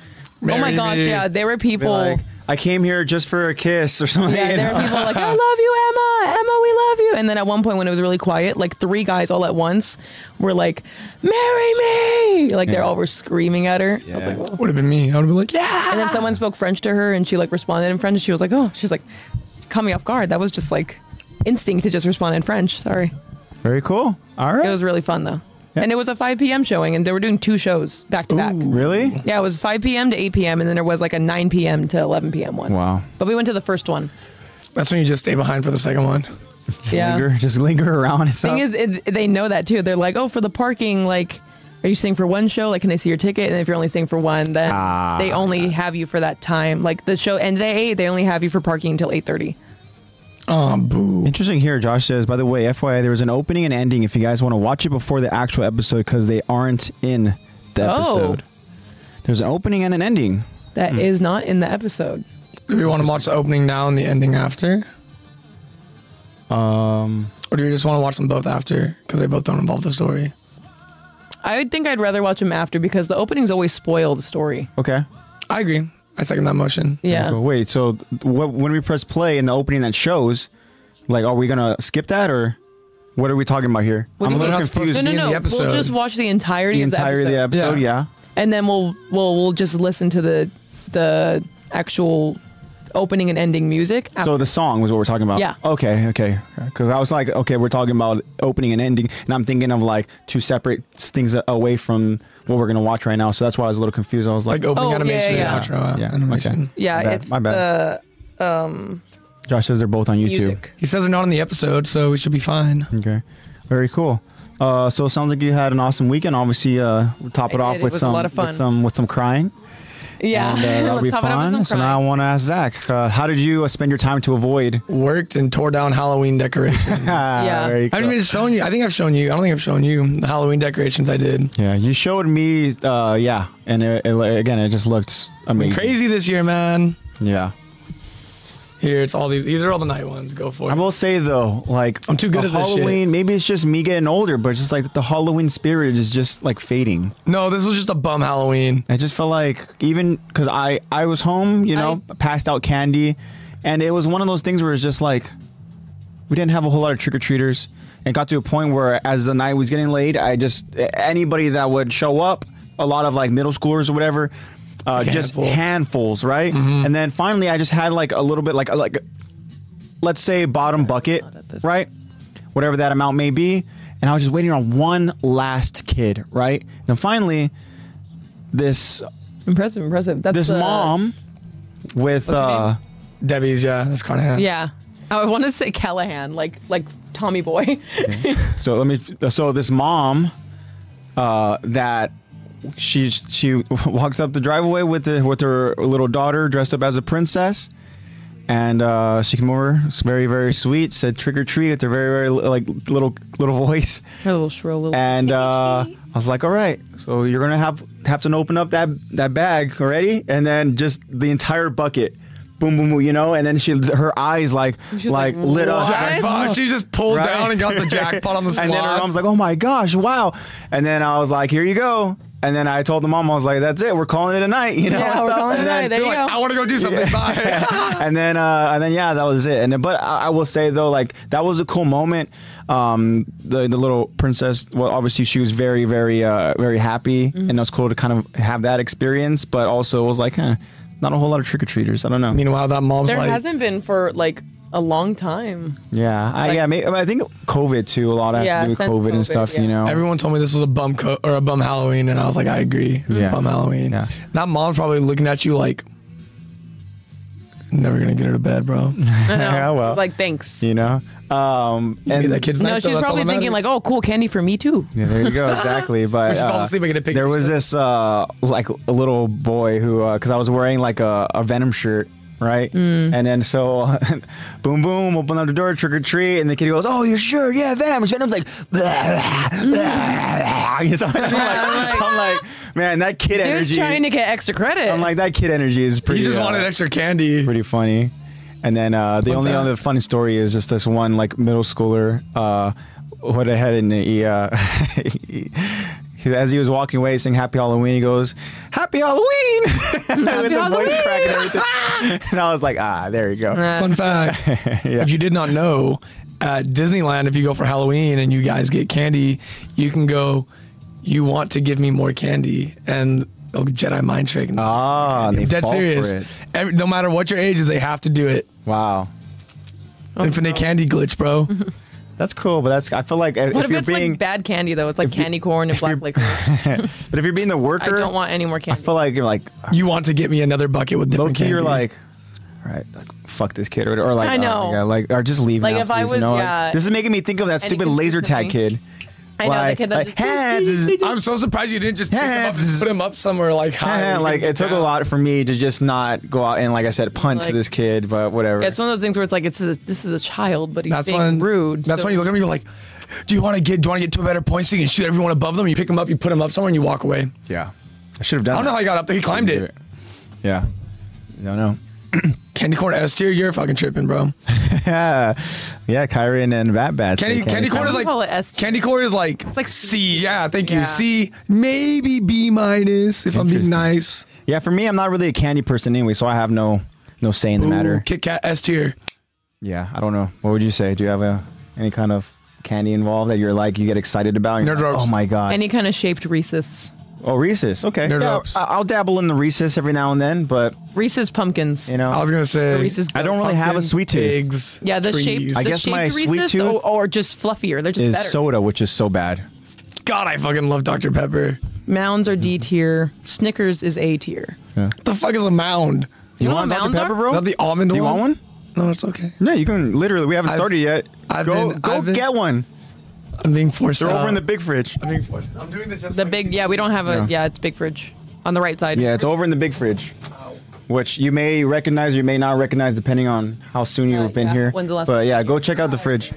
S2: Oh my
S3: Marry
S2: gosh,
S3: me.
S2: yeah. There were
S1: be
S2: people
S1: like, I came here just for a kiss or something.
S2: Yeah,
S1: you
S2: there
S1: know?
S2: were people like, I love you, Emma. Emma, we love you. And then at one point when it was really quiet, like three guys all at once were like, Marry me. Like they
S1: Yeah.
S2: all were screaming at her. I was
S1: Yeah.
S2: like, "Whoa."
S3: Would have been me. I would have been like, yeah.
S2: And then someone spoke French to her and she like responded in French. She was like, Oh, she's like, caught me off guard. That was just like instinct to just respond in French. Sorry.
S1: Very cool. All right.
S2: It was really fun though.
S1: Yeah.
S2: And it was a 5 p.m. showing, and they were doing two shows back to back.
S1: really.
S2: Yeah, it was 5 p.m. to 8 p.m. and then there was like a 9 p.m. to 11 p.m. one.
S1: Wow.
S2: But we went to the first one.
S3: That's when you just stay behind for the second one.
S1: Just
S2: Yeah.
S1: linger, just linger around. It's
S2: Thing
S1: not-
S2: is, it, they know that too. They're like, oh, for the parking, like, are you staying for one show? Like, can they see your ticket? And if you're only staying for one, then
S1: Ah.
S2: they only have you for that time. Like the show ended at eight, they only have you for parking until 8:30.
S3: Oh, boo.
S1: Interesting here, Josh says, by the way, FYI, there was an opening and ending if you guys want to watch it before the actual episode because they aren't in the
S2: Oh.
S1: episode. There's an opening and an ending.
S2: That is not in the episode.
S3: Do we want to watch the opening now and the ending after?
S1: Um,
S3: Or do we just want to watch them both after? Because they both don't involve the story.
S2: I would think I'd rather watch them after because the openings always spoil the story.
S1: okay.
S3: I agree. I second that motion.
S2: Yeah.
S1: But wait, so th- what, when we press play in the opening that shows, like, are we gonna skip that or what are we talking about here?
S2: What
S1: I'm a little
S2: do you
S3: mean? We're not supposed
S1: confused.
S2: No, no,
S3: in the
S2: no. We'll
S3: episode.
S2: just watch the entirety
S1: the
S2: of the
S1: entirety
S2: episode,
S1: of the episode,
S3: Yeah.
S1: yeah.
S2: and then we'll we'll we'll just listen to the the actual opening and ending music.
S1: So the song was what we're talking about.
S2: Yeah.
S1: Okay. Okay. Because I was like, okay, we're talking about opening and ending, and I'm thinking of like two separate s- things a- away from what we're gonna watch right now. So that's why I was a little confused. I was like,
S3: Like opening
S2: Oh, yeah,
S3: animation
S2: yeah.
S3: and outro uh,
S1: Yeah,
S3: animation.
S1: okay.
S2: yeah,
S1: My bad,
S2: it's
S1: my bad.
S2: the
S1: Josh says they're both on YouTube.
S2: music.
S3: He says they're not in the episode, so we should be fine.
S1: Okay. Very cool. Uh, so it sounds like you had an awesome weekend. Obviously, uh, we'll top it,
S2: I
S1: off
S2: did. It
S1: with
S2: was a
S1: some,
S2: lot of
S1: with
S2: fun.
S1: some with some crying.
S2: Yeah,
S1: And, uh, that'll
S2: let's
S1: be
S2: top it up
S1: fun.
S2: with
S1: So
S2: some
S1: now I
S2: crying.
S1: want to ask Zach, uh, how did you uh, spend your time to avoid?
S3: Worked and tore down Halloween decorations. I
S2: Yeah.
S1: There you go.
S3: haven't even shown you. I think I've shown you. I don't think I've shown you the Halloween decorations I did.
S1: yeah, you showed me. Uh, yeah, and it, it, again, it just looked amazing.
S3: Crazy this year, man.
S1: Yeah.
S3: Here, it's all these. These are all the night ones. Go for
S1: I
S3: it.
S1: will say though, like
S3: I'm too good
S1: the
S3: at this shit.
S1: Halloween. Maybe it's just me getting older, but it's just like the Halloween spirit is just like fading.
S3: No, this was just a bum Halloween.
S1: I just felt like even because I I was home, you know, passed out candy, and it was one of those things where it's just like we didn't have a whole lot of trick or treaters. It got to a point where as the night was getting late, I just anybody that would show up, a lot of like middle schoolers or whatever. Uh, just
S3: handful.
S1: handfuls, right? And then finally, I just had like a little bit, like like let's say bottom bucket, right? Whatever that amount may be. And I was just waiting on one last kid, right? Then finally, this
S2: impressive, impressive. That's
S1: this
S2: the-
S1: mom with uh
S3: Debbie's, yeah, that's Carnahan.
S2: Yeah, Oh, I want to say Callahan, like like Tommy Boy.
S1: so let me so this mom uh that she she walks up the driveway with the with her little daughter dressed up as a princess and uh, she came over. It's very, very sweet. Said trick or treat with her very, very li- like little, little voice.
S2: Her little shrill little.
S1: and uh, I was like, "All right, so you're gonna have have to open up that that bag already, and then just the entire bucket, boom, boom, boom, you know." And then she, her eyes like
S2: She's
S1: like,
S2: like,
S1: lit up,
S2: "What?"
S3: Jackpot. She just pulled
S1: Right.
S3: down and got the jackpot on the slot.
S1: and then her mom's like, "Oh my gosh, wow!" And then I was like, "Here you go." And then I told the mom, I was like, "That's it, we're calling it a night," you know.
S2: Yeah,
S1: and
S2: we're
S1: stuff.
S2: calling it
S1: and
S2: a
S1: then,
S2: night. There
S3: You're
S2: you
S3: like,
S2: go.
S3: I want to go do something. Bye.
S1: and then uh, and then yeah, that was it. And then, but I, I will say though, like that was a cool moment. Um, the the little princess. Well, obviously she was very very uh, very happy,
S2: Mm-hmm.
S1: and it was cool to kind of have that experience. But also it was like, huh, not a whole lot of trick or treaters. I don't know.
S3: Meanwhile, that mom's
S2: there
S3: like,
S2: hasn't been for like a long time.
S1: yeah, I, yeah. Maybe, I think COVID too. A lot has
S2: Yeah,
S1: to do with
S2: since
S1: COVID, and
S2: COVID,
S1: stuff.
S2: yeah.
S1: You know.
S3: everyone told me this was a bum co- or a bum Halloween, and I was like, I agree. It was
S1: Yeah.
S3: a bum Halloween.
S1: Yeah.
S3: That mom's probably looking at you like, never gonna get her to bed, bro.
S2: I know.
S1: Yeah, well.
S2: It's like thanks.
S1: you know. Um,
S3: Be
S1: and
S3: that kid's
S2: No,
S3: night, though,
S2: she's
S3: that's all
S2: probably
S3: that
S2: thinking
S3: matters.
S2: like, oh, cool, candy for me too.
S1: Yeah, there you go. Exactly. But
S3: should fall
S1: uh,
S3: asleep and get a picture
S1: There was
S3: stuff.
S1: this uh, like a little boy who because I was wearing like a, a Venom shirt. Right,
S3: Mm.
S1: and then so, boom, boom, open up the door, trick or treat, and the kid goes, "Oh, you're sure? Yeah, Venom." And Venom's like, blah, blah, blah. So I'm, like, I'm like, man, that kid
S2: Just
S1: energy.
S2: trying to get extra credit.
S1: I'm like, that kid energy is pretty.
S3: He just
S1: uh,
S3: wanted extra candy.
S1: pretty funny. And then uh, the only
S3: that.
S1: other funny story is just this one like middle schooler uh, went ahead and he, uh, he- as he was walking away saying "Happy Halloween," he goes "Happy Halloween" with the voice
S2: Halloween!
S1: crack and everything. and I was like, ah, there you go.
S2: Nah.
S3: Fun fact: If you did not know, at Disneyland, if you go for Halloween and you guys get candy, you can go. You want to give me more candy, and they'll Jedi mind trick. and-
S1: Ah, and they
S3: Dead
S1: fall
S3: serious.
S1: for it.
S3: Every, no matter what your age is, they have to do it.
S1: Wow,
S2: Oh,
S3: Infinite candy glitch, bro.
S1: that's cool, but that's I feel like if,
S2: what if,
S1: you're
S2: it's
S1: being
S2: like bad candy though? It's like candy corn and black liquor.
S1: but if you're being the
S2: I
S1: worker,
S2: don't want any more
S1: I
S2: candy.
S1: feel like you're like
S3: you want to get me another bucket with different
S1: low key. You're
S3: candy.
S1: like, all right, like, fuck this kid, or, or like,
S2: I
S1: oh my
S2: know.
S1: God, like, or just leave.
S2: Like,
S1: now,
S2: if I
S1: please, you
S2: was-
S1: know, like,
S2: yeah.
S1: this is making me think of that
S2: And
S1: stupid laser tag kid.
S2: inconsistently. I know, the
S1: Like-
S2: kid that
S1: like,
S2: just-
S1: hands,
S3: I'm so surprised you didn't just pick him up and put him up somewhere like high. where you
S1: like
S3: can
S1: it took a
S3: down.
S1: lot for me to just not go out and, like I said, punch
S2: Like-
S1: this kid, but whatever.
S2: It's one of those things where it's like it's a, this is a child, but he's
S3: That's
S2: being
S3: when
S2: rude.
S3: That's
S2: so-
S3: when you look at me. You're like, do you want to get? Do you want to get to a better point so you can shoot everyone above them? You pick them up. You put them up somewhere, and you walk away.
S1: yeah, I should have done.
S3: I don't know
S1: that.
S3: how he got up there. He climbed it.
S1: Yeah. Don't know.
S3: Candy corn S tier. You're fucking tripping, bro.
S1: Yeah, yeah. Kyron and Vat Bats.
S3: Candy
S1: they came
S3: candy corn
S1: from-
S3: is like
S2: Call it S tier.
S3: candy corn is like
S2: like
S3: C. Yeah, thank
S2: Yeah.
S3: you. C maybe B minus if I'm being
S1: Interesting.
S3: nice.
S1: Yeah, for me, I'm not really a candy person anyway, so I have no no say in the
S3: Ooh,
S1: matter.
S3: Kit Kat S tier.
S1: Yeah, I don't know. What would you say? Do you have a any kind of candy involved that you're like you get excited about? And you're
S3: Nerd
S1: like,
S3: ropes.
S1: Oh my god.
S2: Any kind of shaped Reese's.
S1: oh, Reese's. Okay.
S3: Nerd
S1: Yeah,
S3: ropes.
S1: I- I'll dabble in the Reese's every now and then, but
S2: Reese's pumpkins.
S1: you know,
S3: I was gonna say
S2: Reese's
S1: I don't really
S3: pumpkin,
S1: have a sweet tooth.
S3: Eggs,
S2: Yeah, the
S3: trees.
S2: shape.
S1: I
S2: the
S1: guess
S2: shaped
S1: my sweet
S2: Reese's
S1: tooth
S2: or, or just fluffier. They're just
S1: Is
S2: better.
S1: soda, which is so bad.
S3: God, I fucking love Dr Pepper.
S2: Mounds are D tier. Snickers is A tier.
S3: What the fuck is a mound?
S1: Do
S2: know what
S1: Dr
S2: mounds are?
S1: Pepper, bro?
S3: Is that the almond
S1: Do you
S3: one?
S1: want one?
S3: No, it's okay.
S1: No, you can literally. We haven't
S3: I've-
S1: started yet.
S3: I've
S1: go
S3: been-
S1: go
S3: I've been-
S1: get one.
S3: I'm being forced.
S1: They're
S3: out.
S1: over in the big fridge.
S3: I'm being forced. I'm doing this just
S2: The big, yeah, we don't have a, yeah, it's big fridge on the right side.
S1: Yeah, it's over in the big fridge, which you may recognize or you may not recognize depending on how soon you've
S2: Uh,
S1: been
S2: yeah.
S1: here.
S2: When's the last
S1: but
S2: time?
S1: yeah, go check out the fridge.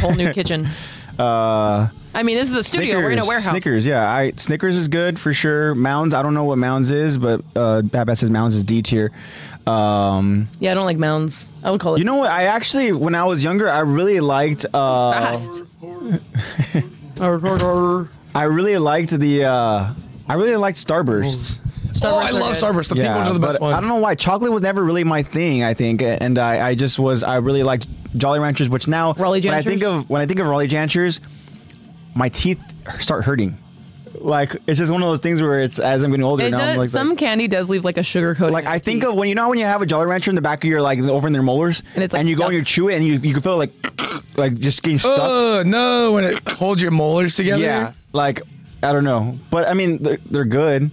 S2: Whole new kitchen.
S1: Uh,
S2: I mean, this is a studio. We're in a warehouse.
S1: Snickers, yeah. I Snickers is good for sure. Mounds, I don't know what Mounds is, but uh, Bad Bat says Mounds is D tier. Um,
S2: Yeah, I don't like mounds. I would call it.
S1: you know what? I actually, when I was younger, I really liked. Uh,
S2: fast. Starburst.
S1: I really liked the. Uh, I really liked Starbursts.
S3: Oh, I love Starburst. The pink ones are the best
S1: but
S3: ones.
S1: I don't know why chocolate was never really my thing. I think, and I, I just was I really liked Jolly Ranchers, which now
S2: Raleigh
S1: when I think
S2: Janchers?
S1: of when I think of Raleigh Janchers, my teeth start hurting. Like it's just one of those things where it's as I'm getting older
S2: It
S1: now. I'm
S2: does,
S1: like,
S2: some
S1: like,
S2: candy does leave like a sugar coating.
S1: like,
S2: on
S1: I
S2: your
S1: think
S2: teeth.
S1: of when you know when you have a Jolly Rancher in the back of your like over in their molars,
S2: And it's like
S1: you go and you
S2: stuck.
S1: chew it and you you can feel like like just getting stuck.
S3: Oh no! When it holds your molars together.
S1: yeah, like I don't know, but I mean they're, they're good,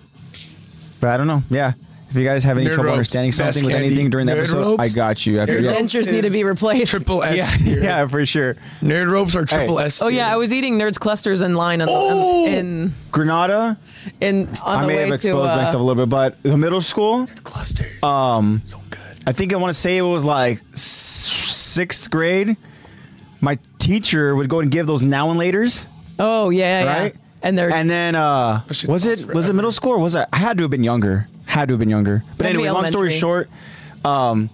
S1: but I don't know. Yeah. If you guys have any
S3: Nerd
S1: trouble
S3: ropes.
S1: understanding
S3: Best
S1: something with
S3: candy.
S1: anything during the
S3: Nerd
S1: episode,
S3: ropes.
S1: I got you. After,
S3: Nerd
S1: yeah.
S3: ropes.
S2: dentures need to be replaced.
S3: Triple S.
S1: Yeah,
S3: tier.
S1: yeah, for sure.
S3: Nerd ropes are triple S.
S2: Oh yeah, I
S3: tier.
S2: was eating Nerds clusters in line on the,
S3: Oh!
S2: in
S1: Granada,
S2: in on
S1: I
S2: the
S1: may
S2: way
S1: have
S2: to
S1: exposed
S2: uh,
S1: myself a little bit, but the middle school,
S3: clusters. Um, so good.
S1: I think I want to say it was like s- sixth grade. My teacher would go and give those now and later's,
S2: Oh yeah, yeah,
S1: Right?
S2: yeah. And they're
S1: and then uh,
S3: shit
S1: was
S3: lasts
S1: it was it middle school? Or was it? I had to have been younger. Had to have been younger. But
S2: That'd be
S1: anyway, long story
S2: elementary.
S1: short, um,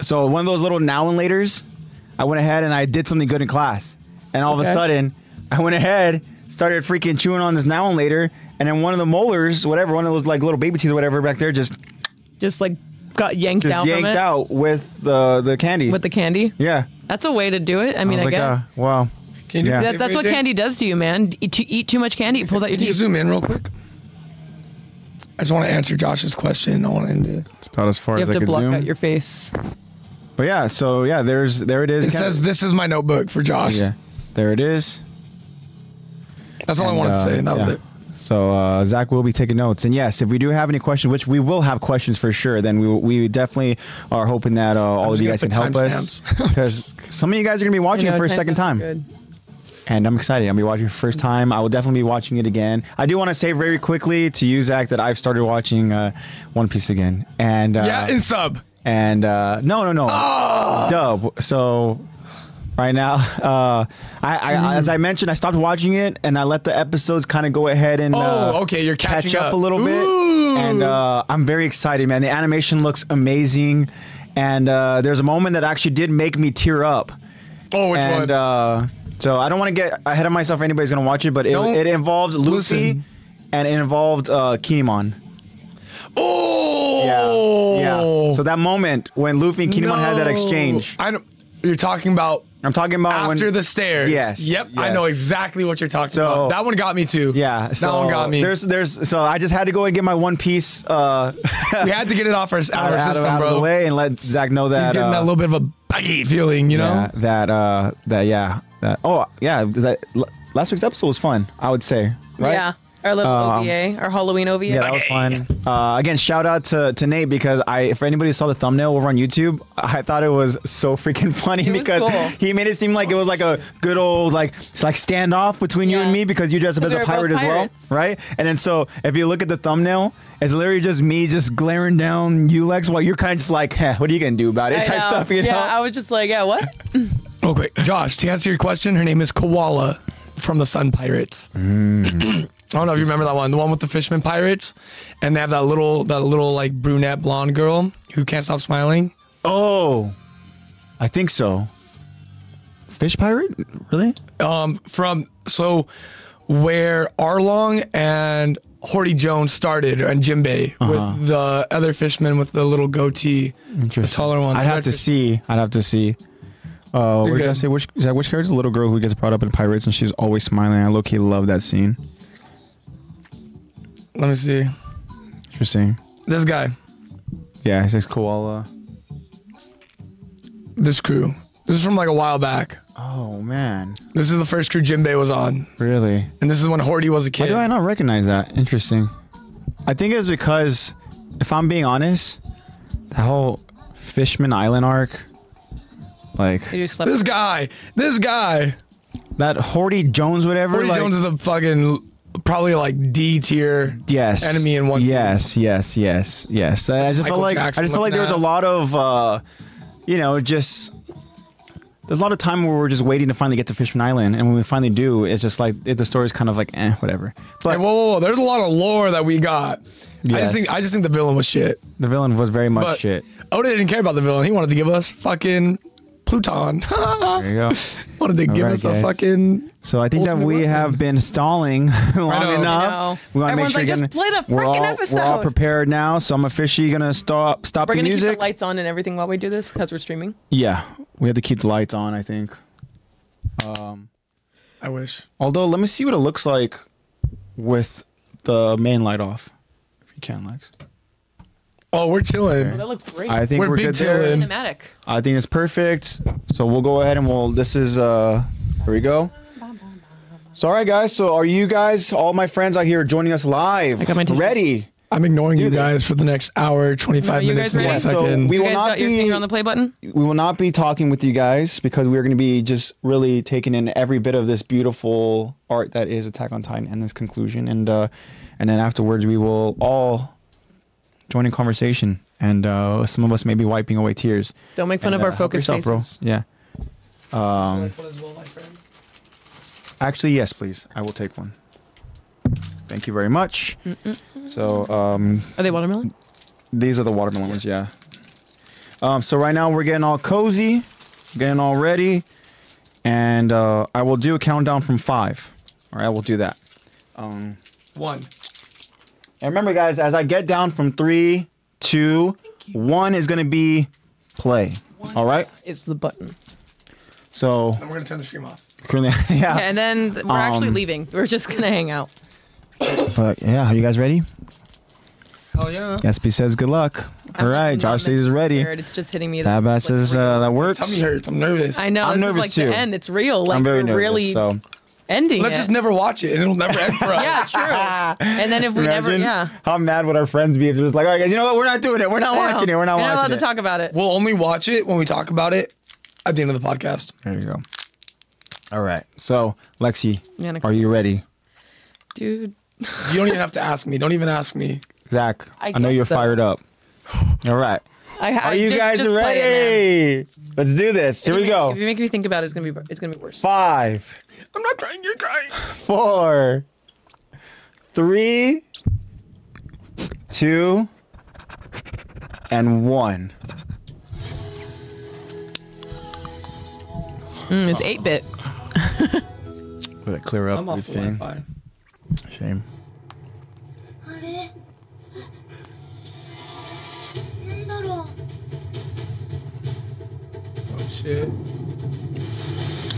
S1: so one of those little now and later's, I went ahead and I did something good in class, and all of a
S2: Okay.
S1: sudden, I went ahead, started freaking chewing on this now and later, and then one of the molars, whatever, one of those like little baby teeth or whatever back there, just
S2: just like got yanked
S1: just
S2: out
S1: yanked
S2: from it
S1: out with the the candy.
S2: with the candy.
S1: yeah,
S2: That's a way to do it. I mean,
S1: was
S2: I,
S1: like,
S2: guess
S1: uh, wow.
S3: Can you
S1: Yeah.
S3: do
S2: that, that's what
S3: everything?
S2: candy does to you, man. D- To eat too much candy, it pulls out your
S3: Can you
S2: teeth.
S3: zoom in real quick? I just want to answer Josh's question. I want to end it.
S1: It's about as far
S2: You
S1: as
S2: have
S1: I
S2: to
S1: could
S2: block
S1: zoom.
S2: out your face.
S1: but yeah, so yeah, there's there it is.
S3: It
S1: Kinda-
S3: says this is my notebook for Josh.
S1: yeah, there it is.
S3: That's all I
S1: And,
S3: wanted
S1: uh,
S3: to say. That
S1: yeah.
S3: was it.
S1: So uh, Zach will be taking notes, and yes, if we do have any questions, which we will have questions for sure, then we we definitely are hoping that uh, all of
S3: just
S1: you
S3: gonna
S1: guys can
S3: put
S1: help us
S3: timestamps.
S1: because some of you guys are gonna be watching it for a second time, and I'm excited. I'm gonna be watching it for the first time. I will definitely be watching it again. I do want to say very quickly to you, Zach, that I've started watching uh, One Piece again, and uh,
S3: yeah, and sub.
S1: and uh, no, no, no, dub. So right now, uh, I, I as I mentioned, I stopped watching it, and I let the episodes kind of go ahead and uh,
S3: Oh, okay, you're
S1: catch
S3: catching
S1: up
S3: up.
S1: a little
S3: Ooh.
S1: bit, and uh, I'm very excited, man. The animation looks amazing, and uh, there's a moment that actually did make me tear up,
S3: Oh, which
S1: and
S3: one?
S1: uh, so I don't want to get ahead of myself. if Anybody's gonna watch it, but it,
S3: Don't
S1: it involved Lucy,
S3: listen.
S1: and it involved uh, Kinemon.
S3: oh,
S1: yeah. So that moment when Luffy and Kinemon had that
S3: No.
S1: exchange.
S3: I don't, you're talking about
S1: I'm talking about
S3: after
S1: when,
S3: the stairs.
S1: Yes,
S3: Yep. I
S1: yes.
S3: know exactly what you're talking
S1: So-
S3: about. That one got me too.
S1: Yeah, so
S3: that one got me.
S1: There's, there's. So I just had to go and get my one piece uh,
S3: we had to get it off our,
S1: out,
S3: our
S1: out of,
S3: system,
S1: out
S3: bro.
S1: of the way and let Zach know that.
S3: He's getting
S1: uh,
S3: that little bit of a buggy feeling, you know.
S1: yeah, that uh, that yeah, that oh yeah, that l- last week's episode was fun. I would say. Right?
S2: Yeah, our little
S1: Um,
S2: OVA, our Halloween OVA.
S1: Yeah, that was fun. Uh, again, shout out to, to Nate because I, if anybody saw the thumbnail over on YouTube, I thought it was so freaking funny
S2: was
S1: because
S2: cool.
S1: he made it seem like it was like a good old like it's like standoff between you
S2: Yeah.
S1: and me because you dressed up as
S2: Because
S1: a
S2: we were
S1: pirate
S2: both
S1: as well,
S2: pirates.
S1: right? And then so if you look at the thumbnail, it's literally just me just glaring down you Lex while you're kind of just like, "Heh, what are you gonna do about it?
S2: I
S1: type
S2: know.
S1: stuff, you
S2: yeah,
S1: know?
S2: I was just like, yeah, what?
S3: Real
S1: Mm.
S3: quick, Josh, to answer your question, her name is Koala from the Sun Pirates. I don't know if you remember that one, the one with the Fishman Pirates, and they have that little that little like brunette blonde girl who can't stop smiling.
S1: Oh, I think so. Fish pirate? Really?
S3: Um, from so where Arlong and Horty Jones started, and Jimbei
S1: Uh-huh.
S3: with the other fishman with the little goatee, the taller one.
S1: I'd
S3: the
S1: have
S3: red
S1: to
S3: fish-
S1: see. I'd have to see. Uh, we're gonna
S3: good.
S1: say which is that which character? The little girl who gets brought up in pirates and she's always smiling. I low key love that scene.
S3: Let me see
S1: Interesting.
S3: this guy,
S1: Yeah, it's says koala.
S3: this crew. This is from like a while back.
S1: Oh man,
S3: This is the first crew Jimbei was on,
S1: really?
S3: and this is when Horty was a
S1: Why
S3: kid.
S1: do I not recognize that? Interesting. I think it's because, if I'm being honest, the whole Fishman Island arc, like
S2: They just slept.
S3: This guy, this guy.
S1: that Horty Jones, whatever.
S3: Horty
S1: like,
S3: Jones is a fucking probably like D tier.
S1: yes
S3: enemy in one
S1: yes yes yes yes i I just
S3: Michael
S1: felt like
S3: Jackson
S1: i just felt like
S3: looking
S1: there was a
S3: ass.
S1: lot of uh you know just there's a lot of time where we're just waiting to finally get to fishman island and when we finally do it's just like it, the story's kind of like eh whatever but
S3: Hey, whoa, whoa, whoa! There's a lot of lore that we got. I
S1: Yes.
S3: just think I just think the villain was shit.
S1: the villain was very much
S3: But
S1: shit
S3: Oda didn't care about the villain. He wanted to give us fucking Pluton.
S1: there you go
S3: wanted to give
S1: right,
S3: us
S1: guys.
S3: a fucking.
S1: so i think that
S3: Ultimate
S1: we
S3: weapon.
S1: have been stalling long
S3: know.
S2: know.
S1: enough we want to make
S2: Everyone's
S1: sure
S2: like,
S1: again,
S2: "Just play the
S1: we're,
S2: frickin'
S1: all,
S2: episode."
S1: we're all prepared now so i'm officially gonna stop stop
S2: We're
S1: the
S2: gonna
S1: music
S2: keep the lights on and everything while we do this because we're streaming.
S1: yeah we have to keep the lights on i think
S3: I wish.
S1: Although, let me see what it looks like with the main light off. If you can, Lex.
S3: Oh, we're chilling.
S2: That looks great.
S1: I think we're,
S3: We're big
S1: good there.
S3: chillin'.
S2: Cinematic.
S1: I think it's perfect. So we'll go ahead and we'll. This is uh. Here we go. So all right, guys. So are you guys, all my friends out here, joining us live?
S2: I got my t-shirt.
S1: ready.
S3: I'm ignoring you
S1: this.
S3: guys for the next hour, 25
S2: No, you
S3: minutes,
S2: guys
S3: and one
S2: ready?
S1: So
S3: second.
S1: we-
S2: you
S1: will
S2: guys
S1: not
S2: got your
S1: be-
S2: finger on the play button?
S1: we will not be talking with you guys because we're going to be just really taking in every bit of this beautiful art that is Attack on Titan and this conclusion, and uh, and then afterwards we will all join in conversation, and uh, some of us may be wiping away tears.
S2: Don't make fun
S1: And,
S2: of
S1: uh,
S2: our
S1: help
S2: focus
S1: yourself, bro.
S2: faces.
S1: Yeah. Actually, yes, please. I will take one. Thank you very much. So um,
S2: Are they watermelon?
S1: these are the watermelon ones, yeah. Um, so right now we're getting all cozy, getting all ready, and uh, I will do a countdown from five. All right, I will do that. Um,
S3: One.
S1: and remember, guys, as I get down from three, two, one is gonna be play. All right.
S2: It's the button.
S1: uh, So
S3: And we're going to turn the stream off.
S1: currently, yeah.
S2: and then th- we're actually
S1: Um,
S2: leaving. We're just gonna hang out.
S1: But yeah, are you guys ready?
S3: Hell yeah.
S1: SP says good luck. All right,
S2: I'm not
S1: Josh says he's ready.
S2: prepared. It's just hitting me. that
S1: That
S2: it's, like,
S1: says
S2: real.
S1: uh, that works.
S3: Tummy hurts. I'm nervous.
S2: I know.
S1: I'm
S2: this
S1: nervous
S2: is like
S1: too.
S2: the end. It's real. Like
S1: I'm very
S2: we're
S1: nervous.
S2: really
S1: so
S2: ending
S3: Let's
S2: it.
S3: just never watch it, and it'll never end for us.
S2: yeah, true. And then if we never,
S1: Imagine
S2: yeah,
S1: how mad would our friends be if it was like, all right, guys, you know what? We're not doing it. We're not
S2: I know.
S1: watching it. We're not
S2: You're
S1: watching
S2: not allowed
S1: it.
S2: to talk about it.
S3: We'll only watch it when we talk about it at the end of the podcast.
S1: There you go. All right. So, Lexi,
S2: Yeah, no-
S1: are you ready?
S2: Dude,
S3: You don't even have to ask me. Don't even ask me.
S1: Zach,
S2: I
S1: I, know
S2: guess
S1: you're
S2: so.
S1: fired up. All right.
S2: I, I
S1: Are you
S2: just,
S1: guys
S2: just play It, man.
S1: ready? Let's do this. Here
S2: If
S1: we
S2: you make-
S1: go.
S2: If you make me think about it, it's gonna be it's gonna be worse.
S1: Five,
S3: I'm not crying. You're crying.
S1: four, three, two, and one.
S2: Mm, it's eight bit.
S1: Would it clear up
S3: I'm off
S1: this
S3: the
S1: thing?
S3: Wi-Fi.
S1: Shame.
S4: あれなんだろう
S3: Oh shit.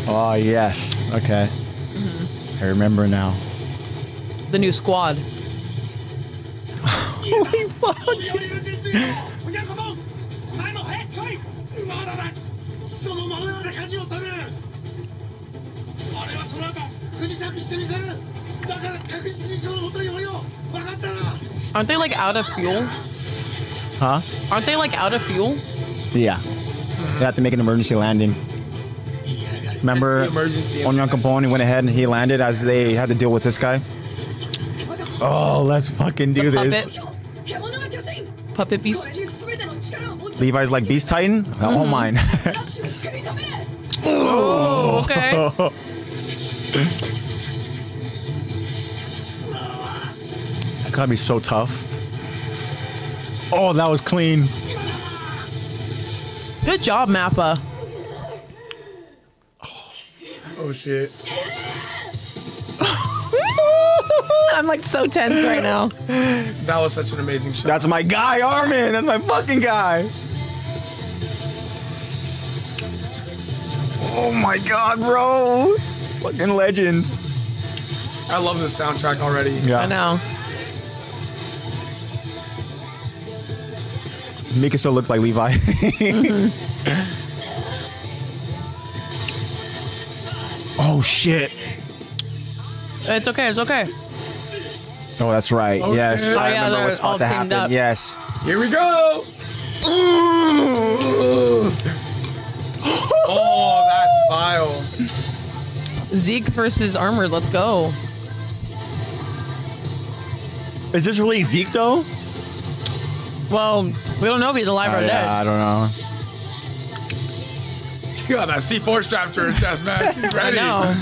S1: Oh yes. Okay. I remember now.
S2: The new squad.
S1: Holy fuck!
S5: お客様お前も早く来いまだだそのままなら舵を取る俺はその後不時着してみせるだから確実にその元に降りよう分かったな
S2: Aren't they like out of fuel?
S1: Huh? Mm-hmm.
S2: Aren't they like out of fuel?
S1: Yeah. They have to make an emergency landing. Remember,
S3: The emergency
S1: Onyan Capone went ahead and he landed as they had to deal with this guy. Oh, let's fucking do this.
S2: Puppet.
S4: 獣の巨人
S2: Puppet
S4: これ
S2: beast.
S4: に全ての力を持ち
S1: Levi's like Beast Titan. Oh mine.
S4: ラッシュを組み止める
S2: Oh, okay.
S1: gotta be so tough. Oh, that was clean.
S2: Good job, Mappa.
S3: Oh shit.
S2: I'm like so tense right now.
S3: That was such an amazing shot.
S1: That's my guy, Armin. That's my fucking guy. Oh my god, bro. Fucking legend.
S3: I love this soundtrack already.
S1: Yeah.
S2: I know.
S1: Mika still looked like Levi. oh shit.
S2: It's okay. It's okay.
S1: Oh, that's right. Yes,
S3: Okay.
S1: I
S2: Oh, yeah,
S1: remember
S2: they're
S1: what's
S2: all
S1: about to
S2: teamed
S1: happen.
S2: up.
S1: Yes.
S3: Here we go. oh, that's vile.
S2: Zeke versus Armored. Let's go.
S1: Is this really Zeke though?
S2: Well, we don't know if he's alive or
S1: I,
S2: dead.
S1: I don't know.
S3: She got that C4 strapped to her chest, man. She's
S2: I
S3: ready.
S2: know.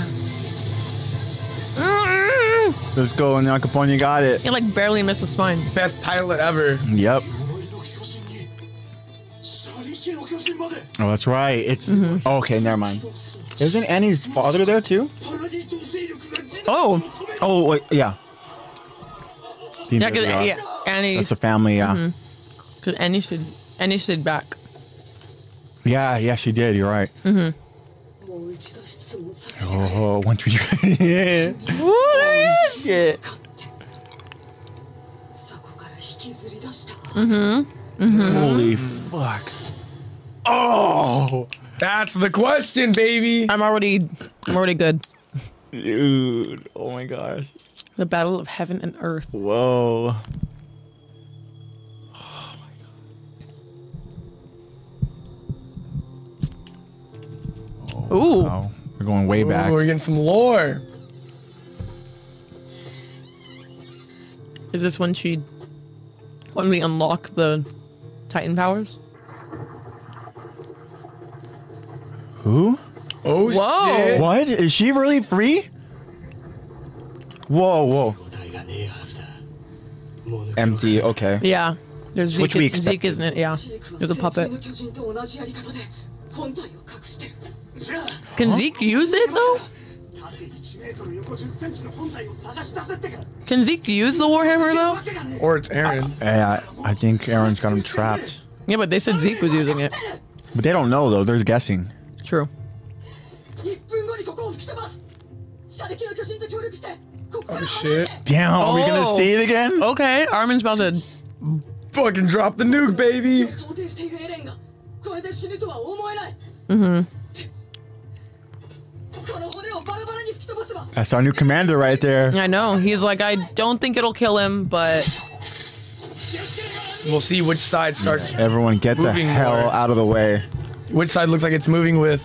S1: Let's go, Nakapone got it.
S2: He like barely missed the spine.
S3: Best pilot ever.
S1: Yep.
S5: 呪いの巨神に車輪系の巨神まで
S1: Oh, that's right. It's
S2: Mm-hmm.
S1: okay. Never mind. Isn't Annie's father there too?
S5: パラディ島勢力が地の
S2: Oh,
S1: Oh, wait, yeah.
S2: yeah, 'cause- yeah. Mm-hmm. Annie,
S1: That's the family. Yeah.
S2: 'cause Annie stood, Annie stood back.
S1: Yeah. Yeah. She did. You're right.
S2: Mm-hmm.
S4: もう一度質問させて
S1: Oh, one, two, three. yeah.
S2: Ooh, there he is.
S4: 勝ってそこから引きずり出した、
S2: Mm-hmm.
S1: Holy fuck. Oh.
S3: That's the question, baby.
S2: I'm already, I'm already good.
S1: Dude. Oh my gosh.
S2: The battle of heaven and earth.
S1: Whoa.
S2: Ooh,
S1: Oh, we're going way
S3: Ooh, we're
S1: back.
S3: getting some lore.
S2: is this when she, when we unlock the Titan powers?
S1: Who?
S3: Oh
S2: Whoa.
S3: shit.
S1: What? Is she really free? Whoa, whoa.
S5: 答えがねえはずだもう抜け
S1: Empty. Okay.
S2: Yeah, there's Zeke.
S1: Which we
S2: Zeke,
S1: expected.
S2: isn't it? Yeah,
S4: ジーク
S2: you're the
S4: は戦争
S2: puppet.
S4: の巨人と同じやり方で本体を隠してる
S5: じゃあ
S2: Can Zeke use it though?
S5: 縦1メートル横10センチの本体を探し出せってか
S2: Can Zeke use the warhammer
S5: いる
S2: though?
S5: わけがねえ
S3: Or it's Aaron.
S1: Yeah, I, I think Aaron's got him trapped.
S2: Yeah, but they said Zeke was using it.
S1: But they don't know though. They're guessing.
S2: True.
S4: 1分後にここを吹き飛ばす射撃の巨人と協力してここから離
S3: Oh
S4: れ
S3: shit.
S4: て
S1: Damn. Are we gonna
S2: Oh.
S1: see it again?
S2: Okay, Armin's about to.
S3: Fucking drop the nuke, baby.
S4: 想定しているエレンがこれで死ぬとは思えないこの骨をバラバラに吹き飛ばせば
S1: That's our new commander right there.
S2: I know. He's like, I don't think it'll kill him, but
S3: We'll see which side starts.
S1: Everyone, get the
S3: Moving
S1: hell
S3: more.
S1: out of the way.
S3: Which side looks like it's moving with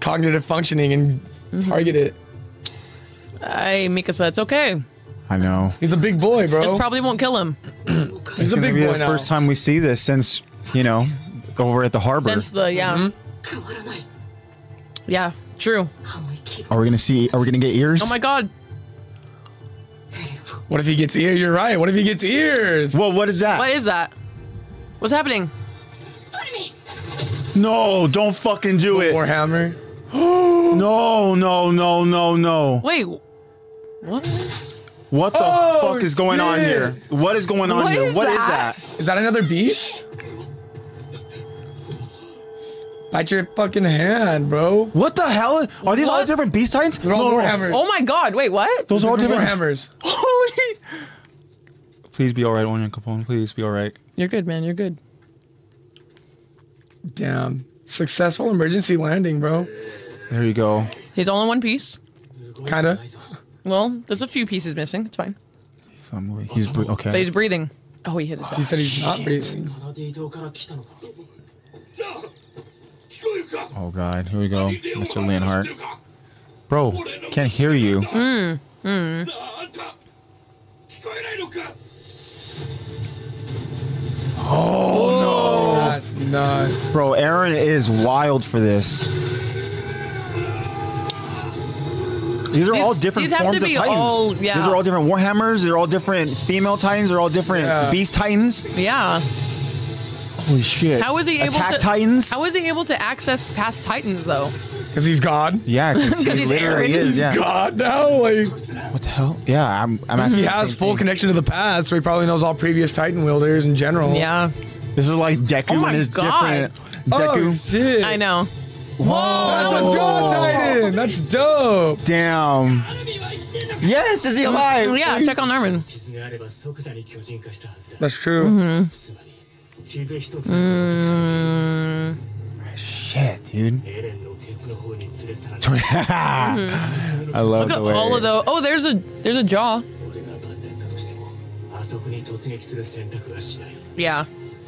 S3: cognitive functioning and
S2: Mm-hmm.
S3: target it.
S2: I Mika said it's okay.
S1: I know.
S3: He's a big boy,
S2: It
S1: Oh.
S3: bro.
S2: probably won't kill him
S3: He's a
S1: It's gonna
S3: big
S1: be
S3: boy
S1: the
S3: now.
S1: first time we see this since you know over at the harbor.
S2: since the yeah
S1: Mm-hmm.
S4: 変わらない
S2: yeah true.
S4: 浜息を
S1: are we gonna see? Are we gonna get ears?
S2: Oh my god,
S3: What if he gets ear? You're right. What if he gets ears?
S1: Well, what is that?
S2: what is that? What's happening?
S1: No, don't fucking do it.
S3: Warhammer.
S1: No, no, no, no, no.
S2: Wait, what?
S1: What the
S3: Oh,
S1: fuck is going on
S3: shit.
S1: here? What is going on
S2: What
S1: here?
S2: is
S1: What is
S2: that?
S1: that?
S3: Is that another beast? Bite your fucking hand, bro.
S1: What the hell? Are these all
S2: What?
S1: different beast titans?
S3: They're all
S1: No, no, no.
S3: Warhammers.
S2: Oh my god, wait what?
S1: Those are all
S3: Those are
S1: different.
S3: Warhammers.
S1: Holy. Please be all right, Onion Capone. Please be all right.
S2: You're good, man. You're good.
S3: Damn. Successful emergency landing, bro.
S1: There you go.
S2: He's all in one piece.
S3: Kinda.
S2: Well, there's a few pieces missing. It's fine.
S1: He's not moving. He's bre-
S2: But
S1: okay.
S2: he's breathing. Oh, he hit his
S3: He
S2: head.
S3: said he's not breathing.
S5: パラディ島から来たのかなあ聞こえるか
S1: Oh god, here we go,
S5: イデオが
S1: Mr. Leonhardt.
S5: 話してるか
S1: Bro, can't hear you.
S5: なああんた聞こえないのか
S3: That's nuts.
S1: Bro, Aaron is wild for this. These are
S2: These-
S1: all different
S2: these have
S1: forms
S2: to be
S1: of titans.
S2: all- yeah.
S1: These are all different warhammers. They're all different female titans. They're all different
S3: Yeah.
S1: beast titans.
S2: Yeah.
S1: Holy shit!
S2: How was he able
S1: attack
S2: to
S1: titans?
S2: How was he able to access past titans though?
S3: Because he's God.
S1: yeah, 'cause he
S2: 'Cause he's
S1: literally
S2: Aaron.
S1: is. Yeah.
S3: God now. Like
S1: What the hell? Yeah, I'm. I'm asking.
S3: he
S1: the
S3: has
S1: same
S3: full
S1: thing.
S3: connection to the past, so he probably knows all previous Titan wielders in
S1: Oh.
S3: general.
S2: Yeah,
S1: This is like Deku
S2: Oh
S1: and
S2: my
S1: his
S2: God.
S1: different
S3: Oh,
S1: Deku.
S3: shit.
S2: I know.
S3: That's
S2: Whoa!
S3: a jaw Titan. That's dope.
S1: Damn.
S6: アルミンは生きてんのか
S1: Yes, is he alive?
S2: Mm, Yeah, check on Armin.
S6: 傷があれば即座に巨人化したはずだ
S3: That's true.
S2: Mm-hmm.
S6: つまり傷一つの
S2: Mm.
S1: Shit, dude.
S6: エレンのケツの方に連れ去られた
S2: Mm-hmm.
S1: I love
S2: Look at
S1: the way.
S2: all of those. Oh, there's a there's a jaw.
S6: 俺が万全だとしてもあそこに突撃する選択はしない
S2: Yeah,
S6: だか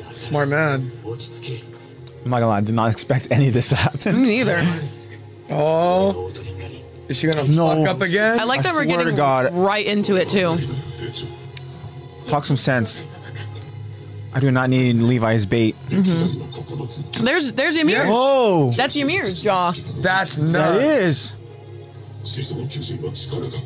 S6: ら
S3: Smart man.
S6: 落ち着け
S1: I'm not gonna lie, I did not expect any of this to happen.
S2: me neither.
S3: Oh,
S6: 大鳥になり
S3: is she gonna
S1: No.
S3: fuck up again?
S2: I like that
S1: I
S2: we're
S1: swear to
S2: getting
S1: God.
S2: right into it too.
S1: Talk some sense. I do not need Levi's bait.
S2: There's there's Ymir.
S3: Yeah.
S1: Whoa!
S2: That's Ymir's jaw.
S3: That's
S1: That
S3: nuts.
S1: is.
S7: 始祖の巨人は力があれば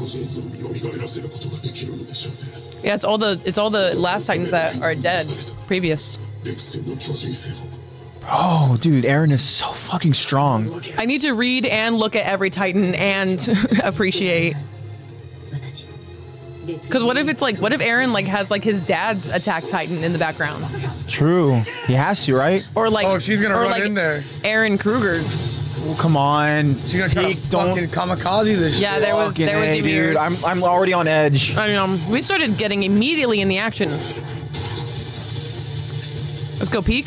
S7: 無人像によみがえらせることができるのでしょうね
S2: Yeah, it's all the it's all the last titans that are dead. Previous.
S7: 歴戦の巨人兵を
S1: Oh, dude, Aaron is so fucking strong.
S2: I need to read and look at every titan and appreciate. Because what if it's like what if Aaron like has like his dad's attack titan in the background
S1: True. He has to, right?
S2: or like
S3: Oh, she's gonna
S2: or
S3: run
S2: like
S3: in there.
S2: Aaron Kruger's.
S1: Oh, come on.
S3: She's gonna try to
S1: Peek,
S3: fucking kamikaze this
S2: Yeah,
S3: shit.
S2: there was
S1: fucking
S2: there was
S1: A, dude.
S2: Ymir's.
S1: I'm, I'm already on edge.
S2: I mean, um, we started getting immediately in the action. Let's go peek.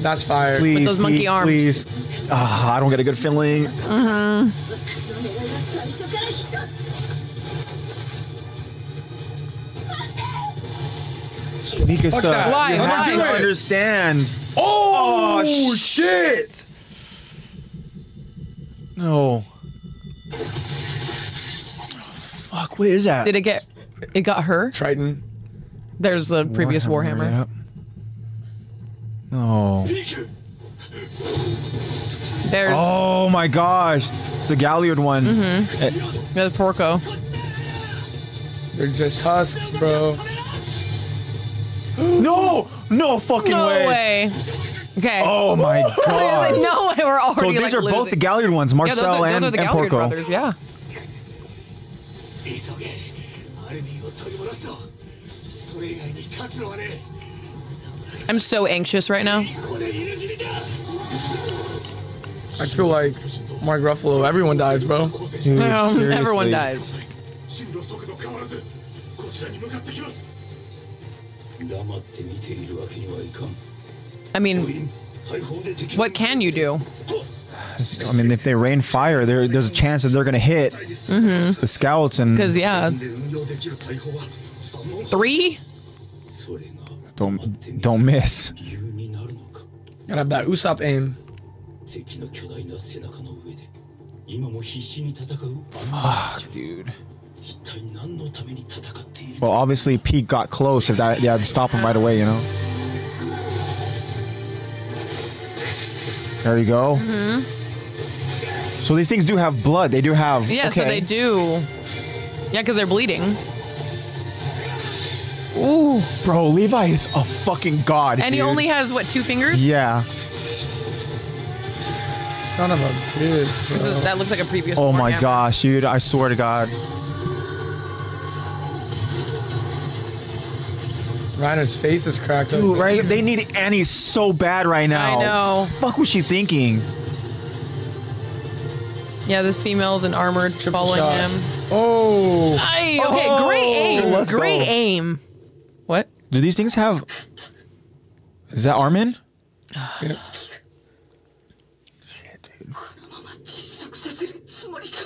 S3: That's fire.
S1: Please,
S2: those monkey
S1: Pete,
S2: arms.
S1: please. Ah, I don't get a good feeling.
S8: 私の願いは最初から一つ
S1: Mikasa,
S3: that.
S2: Why?
S1: you have
S2: Why?
S1: to understand.
S3: Oh,
S1: Oh,
S3: shit!
S1: No. Fuck, what is that?
S2: Did it get? It got her.
S3: Triton.
S2: There's the previous Warhammer.
S1: Yep. No.
S2: There's
S1: Oh my gosh. It's a Galliard one.
S2: Mm-hmm. there's Porco.
S3: They're just husks, bro.
S1: No! No fucking
S2: No
S1: way.
S2: way. Okay.
S1: Oh my
S2: Like,
S1: god.
S2: no way. We're already
S1: So these
S2: like,
S1: are
S2: losing.
S1: both the Galliard ones,
S2: yeah, those are,
S1: Marcel
S2: those
S1: and,
S2: are the
S1: and
S2: Galliard
S1: Porco.
S2: brothers. Yeah.
S6: 急げアルミンを取り戻そうそれ以外に勝つのはね
S2: I'm so anxious right now.
S6: これ犬死にだ
S3: I feel like Mark Ruffalo. Everyone dies, bro.
S1: Dude,
S2: Um,
S1: seriously.
S2: everyone dies.
S6: 進路速度変わらずこちらに向かってきます黙って見ているわけにはいかん
S2: I mean,
S6: 大砲で敵
S2: what can you do?
S1: I mean, if they rain fire, there, there's a chance that they're gonna hit the scouts and
S2: Because yeah,
S6: で運用できる大砲は三門
S2: three.
S6: それが
S1: don't don't miss.
S6: 理由になるのか
S3: Gotta have that Usopp aim.
S6: 敵の巨大な背中の上で今も必死に戦うあの人たちは
S1: Dude.
S6: 一体何のために戦っている
S1: Well,
S6: か
S1: obviously Pete got close. If that, yeah, I'd stop him right away. You know. There you go.
S2: Mm-hmm.
S1: So these things do have blood. They do have.
S2: Yeah. So
S1: okay.
S2: they do. Yeah, because they're bleeding. Ooh.
S1: Bro, Levi is a fucking god.
S2: And he
S1: dude.
S2: only has what two fingers?
S1: Yeah.
S3: Son of a bitch,
S2: So
S3: bro.
S2: that looks like a previous.
S1: Oh my
S2: Warhammer.
S1: gosh, dude! I swear to God.
S3: Reiner's face is cracked
S1: Dude,
S3: up.
S1: right? They need Annie so bad right now.
S2: know.
S1: Fuck was she thinking?
S2: Yeah, this female's in armor following
S3: shot.
S2: him.
S3: Oh,
S2: Ay, okay, great aim.
S1: Oh, let's go.
S2: great aim. What?
S1: Do these things have? Is that Armin? Shit, dude.
S8: このまま窒息させるつもりか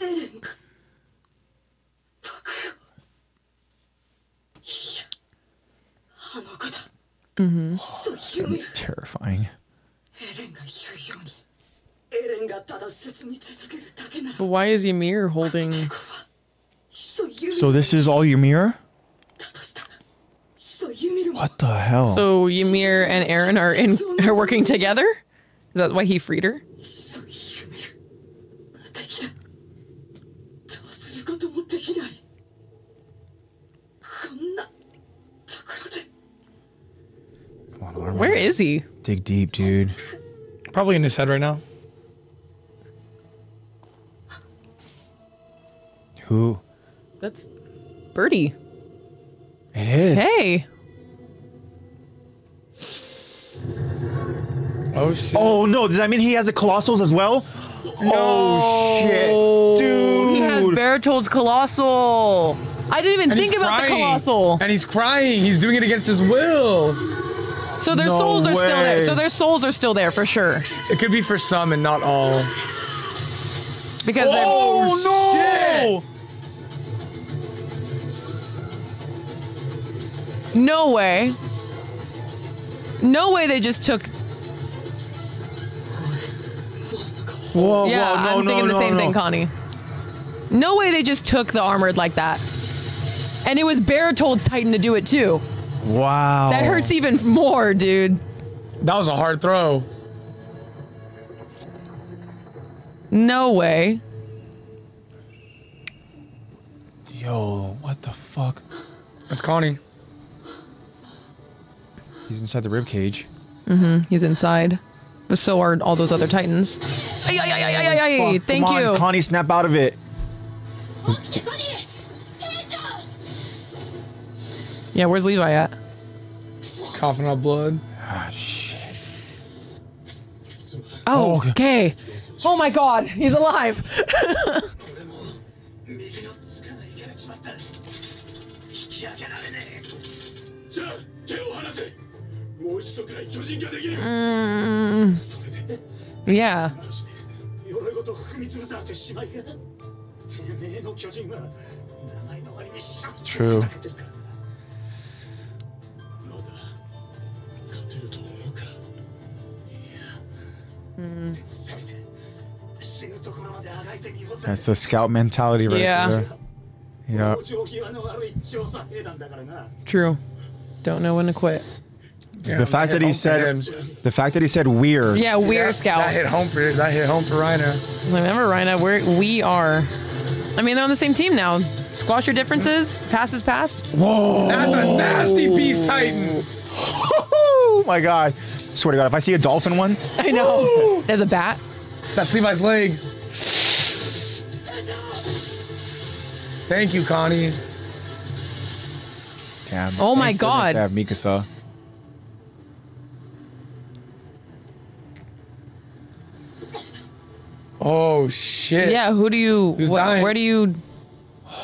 S8: エレンが僕をいやあの子だうんそう夢エ
S1: Terrifying.
S8: レンが言うようにエレンがただ進み続けるだけなら
S2: Why is Ymir holding?
S8: そう夢
S1: So
S8: だ
S1: this is all your mirror?
S8: としたらそう夢るも
S1: What the hell?
S2: So Ymir and Aaron are in are working together. Is that why he freed her?
S8: そう夢る
S2: Where is he?
S1: Dig deep, dude.
S3: Probably in his head right now.
S1: Who?
S2: That's Birdie.
S1: It is.
S2: Hey.
S3: Oh shit.
S1: Oh no! Does that mean he has a colossals as well? Oh shit, dude!
S2: He has Baritold's Colossal. I didn't even
S3: And
S2: think
S3: he's
S2: about the
S3: crying.
S2: Colossal.
S3: And he's crying. He's doing it against his will.
S2: So their
S1: No
S2: souls are still there.
S1: way.
S2: So their souls are still there for sure.
S3: It could be for some and not all.
S2: Because they're-
S1: Oh.
S3: no!
S2: no way. No way they just took.
S1: Whoa,
S2: Yeah,
S1: whoa, Oh, no,
S2: I'm
S1: no,
S2: thinking
S1: no,
S2: the same
S1: no.
S2: thing, Connie. No way they just took the armored like that. And it was Baritold's Titan to do it too.
S1: Wow.
S2: That hurts even more, dude.
S3: That was a hard throw.
S2: No way.
S1: Yo, what the fuck?
S3: That's Connie.
S1: He's inside the rib cage.
S2: He's inside. But so are all those other Titans. Ay, ay, ay, ay, ay, ay, ay.
S1: Fuck,
S2: Thank
S1: Oh, come on,
S2: you.
S1: Connie, snap out of it.
S9: 起きてコニー兵長
S2: yeah, where's Levi at?
S3: Coughing up blood.
S1: Ah,
S2: Oh, okay. Oh my god, he's alive.
S6: 俺も見切りのつかないキャラちまった引き上げられねえ
S10: じゃあ手を離せもう一度くらい巨人ができる
S6: それで
S2: Yeah.
S6: そして鎧ごと踏み潰されてしまいがてめえの巨人は長いの割にシャッ
S3: True.
S6: てるからな
S10: まだ勝てると思うか
S6: でもせめて死ぬところまであがいてみようぜ
S1: That's the scout mentality right
S2: Yeah.
S1: there. Yeah.
S6: お上際の悪い調査兵団だからな
S2: True. Don't know when to quit.
S1: The fact that he said, the fact that he said weird.
S2: Yeah, we're
S3: That- That hit
S2: scouts.
S3: home for that hit home for Rhino.
S2: Remember, Rhino, we're, we are. I mean, they're on the same team now. Squash your differences. Pass is past.
S3: That's a nasty beast Titan.
S1: Oh my god! Swear to God, if I see a dolphin one,
S2: I know. There's a bat.
S3: That's Levi's leg. Thank you, Connie.
S1: damn.
S2: Oh my
S1: Thanks for
S2: God.
S1: Have Mikasa.
S3: Oh shit.
S2: Yeah, who do you.
S3: Who's
S2: wh-
S3: dying?
S2: where do you.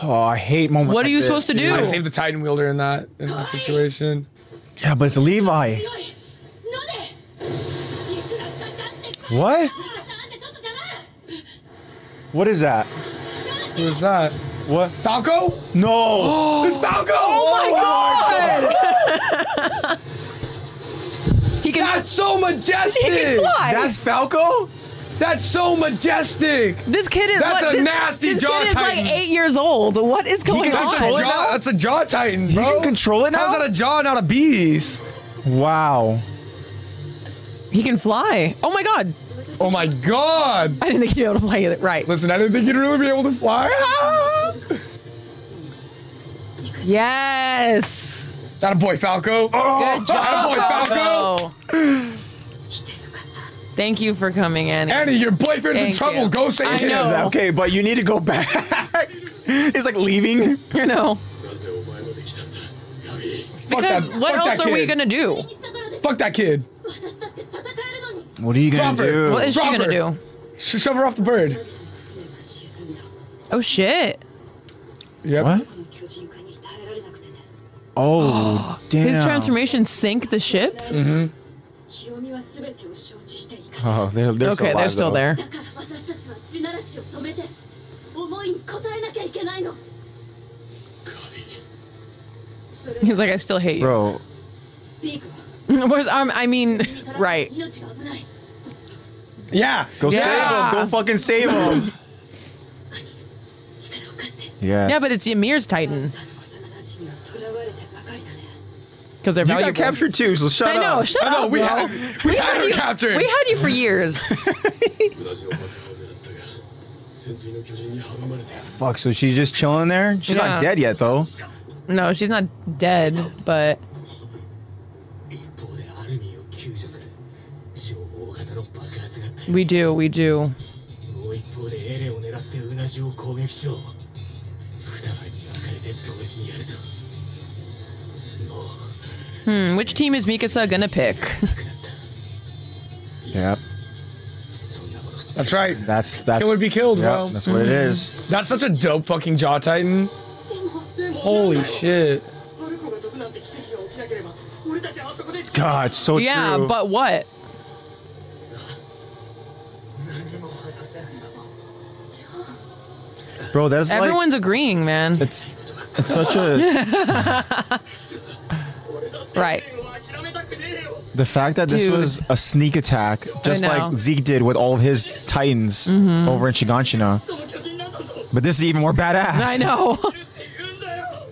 S1: Oh, I hate moments.
S2: What are
S1: like
S2: you
S1: this,
S2: supposed to
S1: dude.
S2: do?
S3: I saved the Titan wielder in that in that situation.
S1: Yeah, but it's Levi.
S9: 強いのでいくらかかってこい
S1: What?
S9: あんたあんたちょっと黙れ
S1: What is that?
S3: Who was that?
S1: What?
S3: Falco?
S1: No!
S3: It's Falco! Oh my god!
S2: He can.
S3: That's so
S2: he
S3: majestic!
S2: can fly.
S1: That's Falco?
S3: That's so majestic!
S2: this kid is.
S3: That's
S2: what,
S3: a
S2: this-
S3: nasty
S2: this
S3: jaw
S2: kid is
S3: titan.
S2: like eight years old. What is going
S1: can
S2: on?
S3: That's a
S1: Control it
S3: jaw.
S1: now?
S3: That's a jaw titan, bro.
S1: can control it now?
S3: How's that a jaw, not a beast?
S1: Wow.
S2: He can fly. Oh my god.
S3: Oh my god!
S2: I didn't think he'd be able to play it right.
S3: Listen, I didn't think you'd really be able to fly. Ah!
S2: Yes.
S3: That a boy, Falco. Oh,
S2: Good job,
S3: attaboy,
S2: Falco. Thank you for coming in.
S3: Annie, your boyfriend's in
S2: Thank
S3: trouble.
S2: you.
S3: Go save
S2: I
S3: him.
S2: know. Oh.
S1: Okay, but you need to go back. He's like leaving.
S2: You know,
S10: なぜお前まで来たんだヤビー
S3: Fuck
S2: because
S3: that-
S2: what
S3: fuck
S2: else
S3: that
S2: are we
S3: kid.
S2: gonna do?
S9: 気にしたからです
S3: Fuck that kid.
S9: 私だって戦えるのに
S1: What are you gonna
S3: Drop her.
S1: do?
S2: What is she
S3: Drop
S2: gonna
S3: her.
S2: do?
S3: Sh- shove her off the bird.
S9: 船が沈んだこ
S2: Oh shit!
S3: Yep.
S1: What?
S9: の巨人化に耐えられなくてね
S1: Oh, damn.
S2: His transformation sank the ship.
S9: 清美は全てを承知して生かせた
S1: Oh, they're, they're
S2: Okay, they're still there.
S9: だから私たちは地ならしを止めて思いに応えなきゃいけないのそれ
S2: He's like, I still hate you.
S1: Bro,
S9: リークは
S2: Where's um? I mean,
S9: 君にとらわ
S2: right?
S9: れた命が危ない
S3: Yeah.
S1: go
S2: Yeah.
S1: save him. Go fucking save him.
S9: 力を貸して
S1: yeah.
S2: Yeah, but it's Ymir's
S9: あ
S2: Titan
S9: んたの幼馴染は囚われてばかりだね
S2: because they're
S1: You
S2: valuable.
S1: got captured too, so shut
S2: I know.
S1: up.
S2: Shut
S3: I know,
S2: up,
S3: we
S2: bro.
S3: had- we had her
S2: you,
S3: captured.
S2: We had you for years.
S10: 同じお前を狙ったが潜水の巨人に阻まれている
S1: Fuck, so she's just chilling there? She's
S2: Yeah.
S1: not dead yet, though.
S2: no, she's not dead, but
S10: 一方でアルミンを
S2: We do, we do.
S6: もう一方でエレを狙ってウナシを攻撃しよう二班に分かれて同時にやるぞもう
S2: Hmm, which team is Mikasa gonna pick?
S6: なくなった
S1: Yep.
S6: そんなものす
S3: That's right.
S1: That's that's
S3: Kill would be killed,
S1: yep,
S3: bro.
S1: That's what it
S2: Mm-hmm.
S1: is.
S3: That's such a dope fucking jaw titan.
S9: でも
S3: Holy shit.
S9: ハルコが飛ぶなんて奇跡が起きなければ俺たちはあそこで死ぬ
S1: God, so
S2: Yeah,
S1: Oh, true.
S2: but what?
S6: 何も果たせないまま
S1: bro, that's like
S2: Everyone's agreeing, man.
S1: it's it's such a
S2: Right.
S9: 諦めたくねえよ
S1: the fact that this
S2: Dude.
S1: was a sneak attack, just
S2: I
S1: like
S2: know. Mm-hmm.
S1: Zeke did with all of his titans over in Shiganshina.
S9: その巨人なんだぞ
S1: But this is even more badass.
S2: I know.
S9: 言って言うんだよ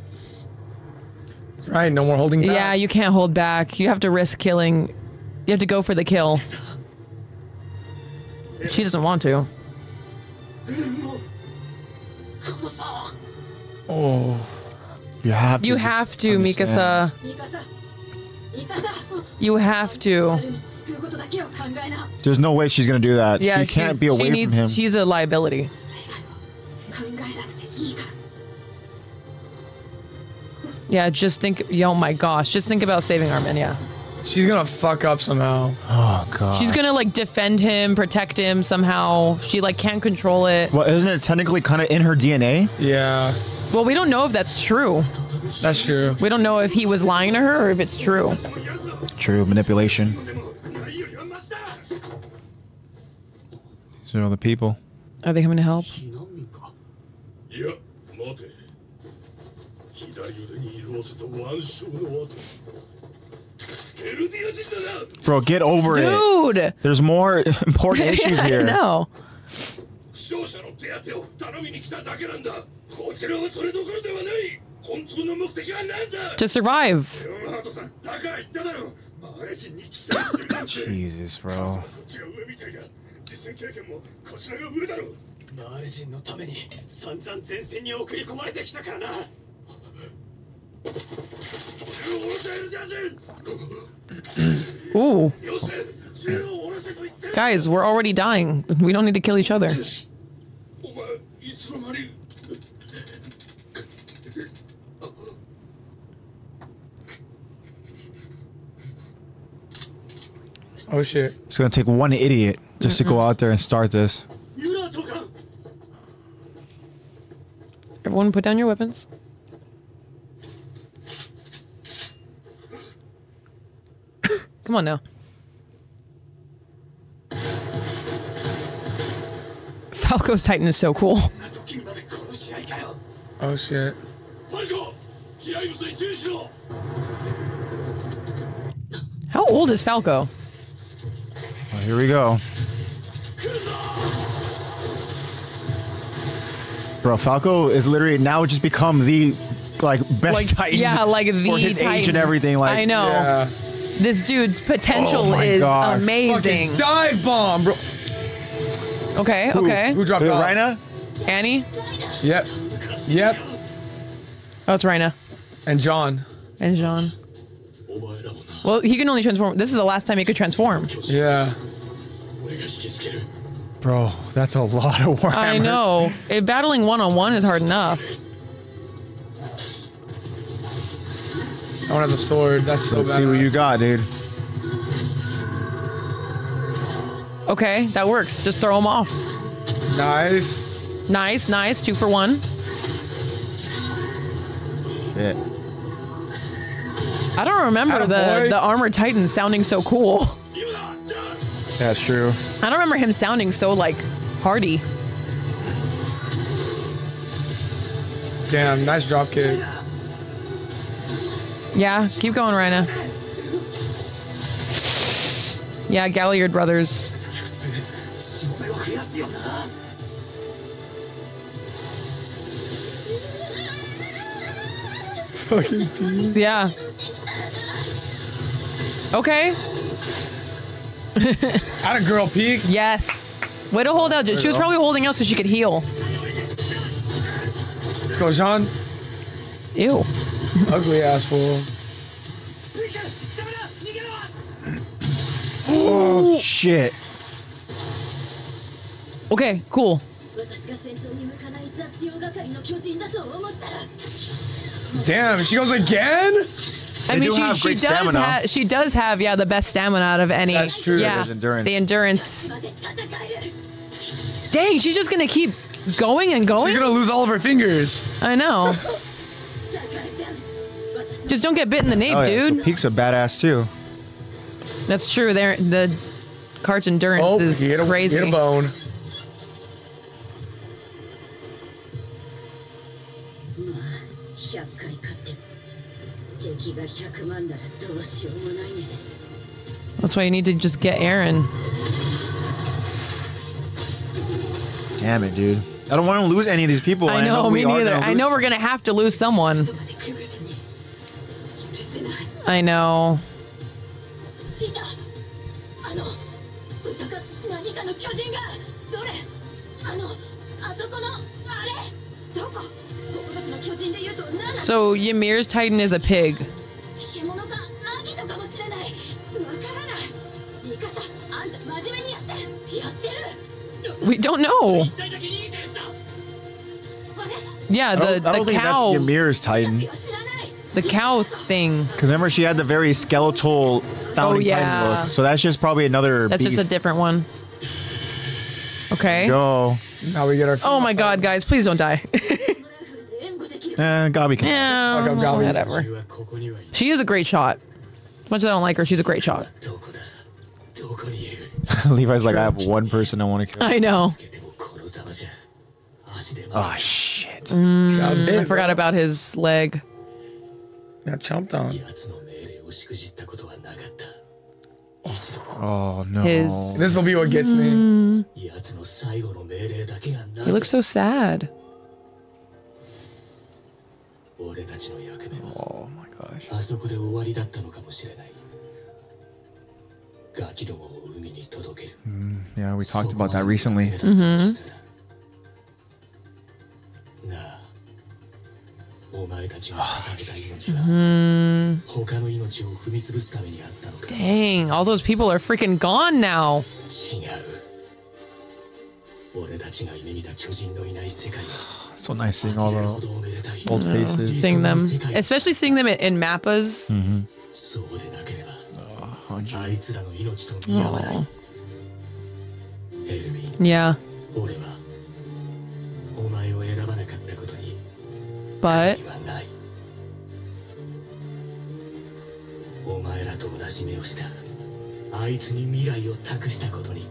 S3: Right, no more holding back.
S2: Yeah, you can't hold back. You have to risk killing. You have to go for the kill. She doesn't want to.
S9: エレンもここさ
S3: Oh,
S1: You have to.
S2: You
S1: just
S2: have to,
S1: understand.
S2: Mikasa.
S9: ミカサミカサ
S2: You have to.
S9: 誰も救うことだけを考えな
S1: There's no way she's gonna do that.
S2: Yeah,
S1: you can't
S2: she's-
S1: be
S2: she
S1: away
S2: needs,
S1: from him.
S2: She's a liability.
S9: それ以外は考えなくていいから
S2: Yeah, just think. yeah, Oh my gosh, just think about saving Armin. Yeah,
S3: she's gonna fuck up somehow.
S1: oh god.
S2: she's gonna like defend him, protect him somehow. She like can't control it.
S1: well, isn't it technically kind of in her DNA?
S3: Yeah,
S2: Well, we don't know if that's true.
S3: that's true.
S2: We don't know if he was lying to her or if it's true.
S6: もうやるぞ
S1: True manipulation.
S6: でもないよりはマシだ
S1: So all the people.
S2: Are they coming to help?
S6: 避難民かいや待て左腕に色あせた腕章の跡エルディア人だな
S1: Bro, get over it.
S2: Dude,
S1: There's more important issues
S2: I
S1: here.
S2: know.
S6: 負傷者の手当てを頼みに来ただけなんだこちらはそれどころではない本当の目的は何だ
S2: To survive.
S6: レオンハートさんだから言っただろマレ人に期待するなんて
S1: Jesus,
S6: こ
S1: bro.
S6: っちが上みたいだ実戦経験もこちらが上だろ
S11: マーレ人のために散々前線に送り込まれてきたからな
S6: 銃を下ろせエルディア人
S2: Ooh,
S6: よせ銃を下ろせと言ってる
S2: guys, we're already dying. We don't need to kill each other.
S6: お前いつの間に
S3: Oh shit.
S1: It's gonna take one idiot just to go out there and start this.
S6: ミュラー長官
S2: Everyone, put down your weapons. 'Come on now. Falco's Titan is so cool.
S6: な時にまでこの試合かよ
S3: Oh shit.
S6: ファルコ飛来物に注意しろ
S2: How old is
S1: Well,
S2: Falco?
S1: here we go.
S6: 来るぞ
S1: Bro, Falco is literally now just become the like best
S2: Like,
S1: Titan.
S2: yeah, like the
S1: for his
S2: Titan.
S1: age and everything. Like
S2: I know
S3: Yeah.
S2: this dude's potential
S1: Oh my
S2: is
S1: gosh.
S2: amazing.
S3: Fucking dive bomb, bro.
S2: Okay, okay.
S3: Who dropped
S1: Who,
S3: off?
S1: Rhina?
S2: Annie?
S3: Yep. Yep.
S2: Oh, it's Rhina
S3: And John.
S2: and Jean.
S6: お前らもな
S2: Well, he can only transform. This is the last time he could transform.
S3: Yeah.
S6: 俺が引きつける
S1: Bro, that's a lot of warhammers.
S2: I know. It, battling one on one is hard enough.
S3: That one has a sword. That's so
S1: Let's
S3: bad.
S1: see what you got, dude.
S2: Okay, that works. Just throw him off.
S3: Nice.
S2: Nice, nice. Two for one.
S1: Shit.
S2: I don't remember the
S3: Attaboy.
S2: the armored titan sounding so cool.
S6: 今だじゃあ
S1: That's true.
S2: I don't remember him sounding so like hardy.
S3: Damn. Nice drop kick.
S2: Yeah, keep going, Rhina. Yeah, Galliard brothers.
S6: しもべを増やすよな
S3: Fucking sweet.
S2: Yeah. Okay.
S3: At a girl peak.
S2: Yes. Way to hold out. She was probably holding out so she could heal.
S3: Let's go, John.
S2: Ew.
S3: Ugly ass fool.
S6: ピケダメだ逃げろ
S1: Shit.
S2: Okay, cool.
S9: 私が戦闘に向かない雑用係の巨人だと思ったら
S3: Damn, she goes again?
S2: I
S1: They
S2: mean,
S1: do
S2: she,
S1: have
S2: she
S1: great
S2: does
S1: stamina.
S2: have she does have yeah the best stamina out of any.
S3: That's true.
S2: Yeah,
S1: There's endurance.
S2: the endurance.
S9: まで戦える
S2: Dang, she's just gonna keep going and going.
S3: She's gonna lose all of her fingers.
S2: I know.
S9: だからじゃん私の
S2: Just don't get bit in the nape,
S1: Oh, yeah.
S2: dude.
S1: Peek's a badass too.
S2: That's true. There, the cart's endurance
S3: Oh,
S2: is
S3: get a,
S2: crazy.
S3: get a bone.
S9: 100回勝っても敵が100万ならどうしようもないね
S2: That's why you need to just get Aaron.
S1: Damn it, dude. I don't want to lose any of these people.
S2: I
S1: and
S2: know,
S1: we
S2: me
S1: are
S2: neither.
S1: gonna
S2: I
S1: lose
S2: know we're gonna have to lose someone.
S9: までくぐずに許せない
S2: I know.
S9: いたあの豚か何かの巨人がどれあのあそこのあれどこ9つの巨人で言うと何
S2: So Ymir's Titan is a pig.
S9: 獣かアギトかもしれないわからないミカサあんた真面目にやってやってる
S2: We don't know.
S9: 一体だけにいいですだあれ
S2: Yeah,
S1: I don't,
S2: the
S1: I don't
S2: the
S1: think
S2: cow,
S1: that's Ymir's Titan.
S9: 知らない
S2: the cow thing.
S1: Because remember, she had the very skeletal founding
S2: Oh, yeah.
S1: Titan look. So that's just probably another.
S2: That's just a different one. Okay.
S1: Go.
S3: Now we get our
S2: Oh my God, guys, please don't die.
S9: このライフルで援護できる
S1: Eh, Gabi can.
S2: yeah,
S3: Okay, got it.
S2: whatever.
S6: 銃はここにはいない
S2: She is a great shot. As much as I don't like her, she's a great shot.
S6: どこだどこにいる
S1: Levi's like, I have one person I want to kill.
S2: I know.
S6: つけてもこのざまじゃ足でも
S2: Ah,
S1: Oh, shit.
S2: Mm. I forgot about his leg.
S3: Now chomped on.
S6: 奴の命令をしくじったことはなかった一度
S1: Oh, no.
S2: His.
S3: This will be what gets me.
S6: 奴の最後の命令だけがな
S2: He
S6: ぜ
S2: looks so sad.
S6: 俺たちの役目は
S1: Oh, my gosh.
S6: あそこで終わりだったのかもしれないガキどもを海に届ける
S1: Yeah, we talked about that recently.
S6: そこまでの命令だったとしたらなあお前たちが捧げた命は他の命を踏み潰すためにあったのか
S2: Dang, all those people are freaking gone now.
S6: 違う俺たちが夢見た巨人のいない世界
S1: So nice seeing
S6: が
S1: all
S6: 見れるほ
S1: the
S6: どおめでたい
S1: old faces.
S2: Seeing them, especially seeing them in, in mappas.
S6: そうでなければ
S1: 100.
S6: あいつらの命と見合わないエルヴィン
S2: Yeah,
S6: 俺はお前を選ばなかったことに
S2: but
S6: 言わないお前らと同じ目をしたあいつに未来を託したことに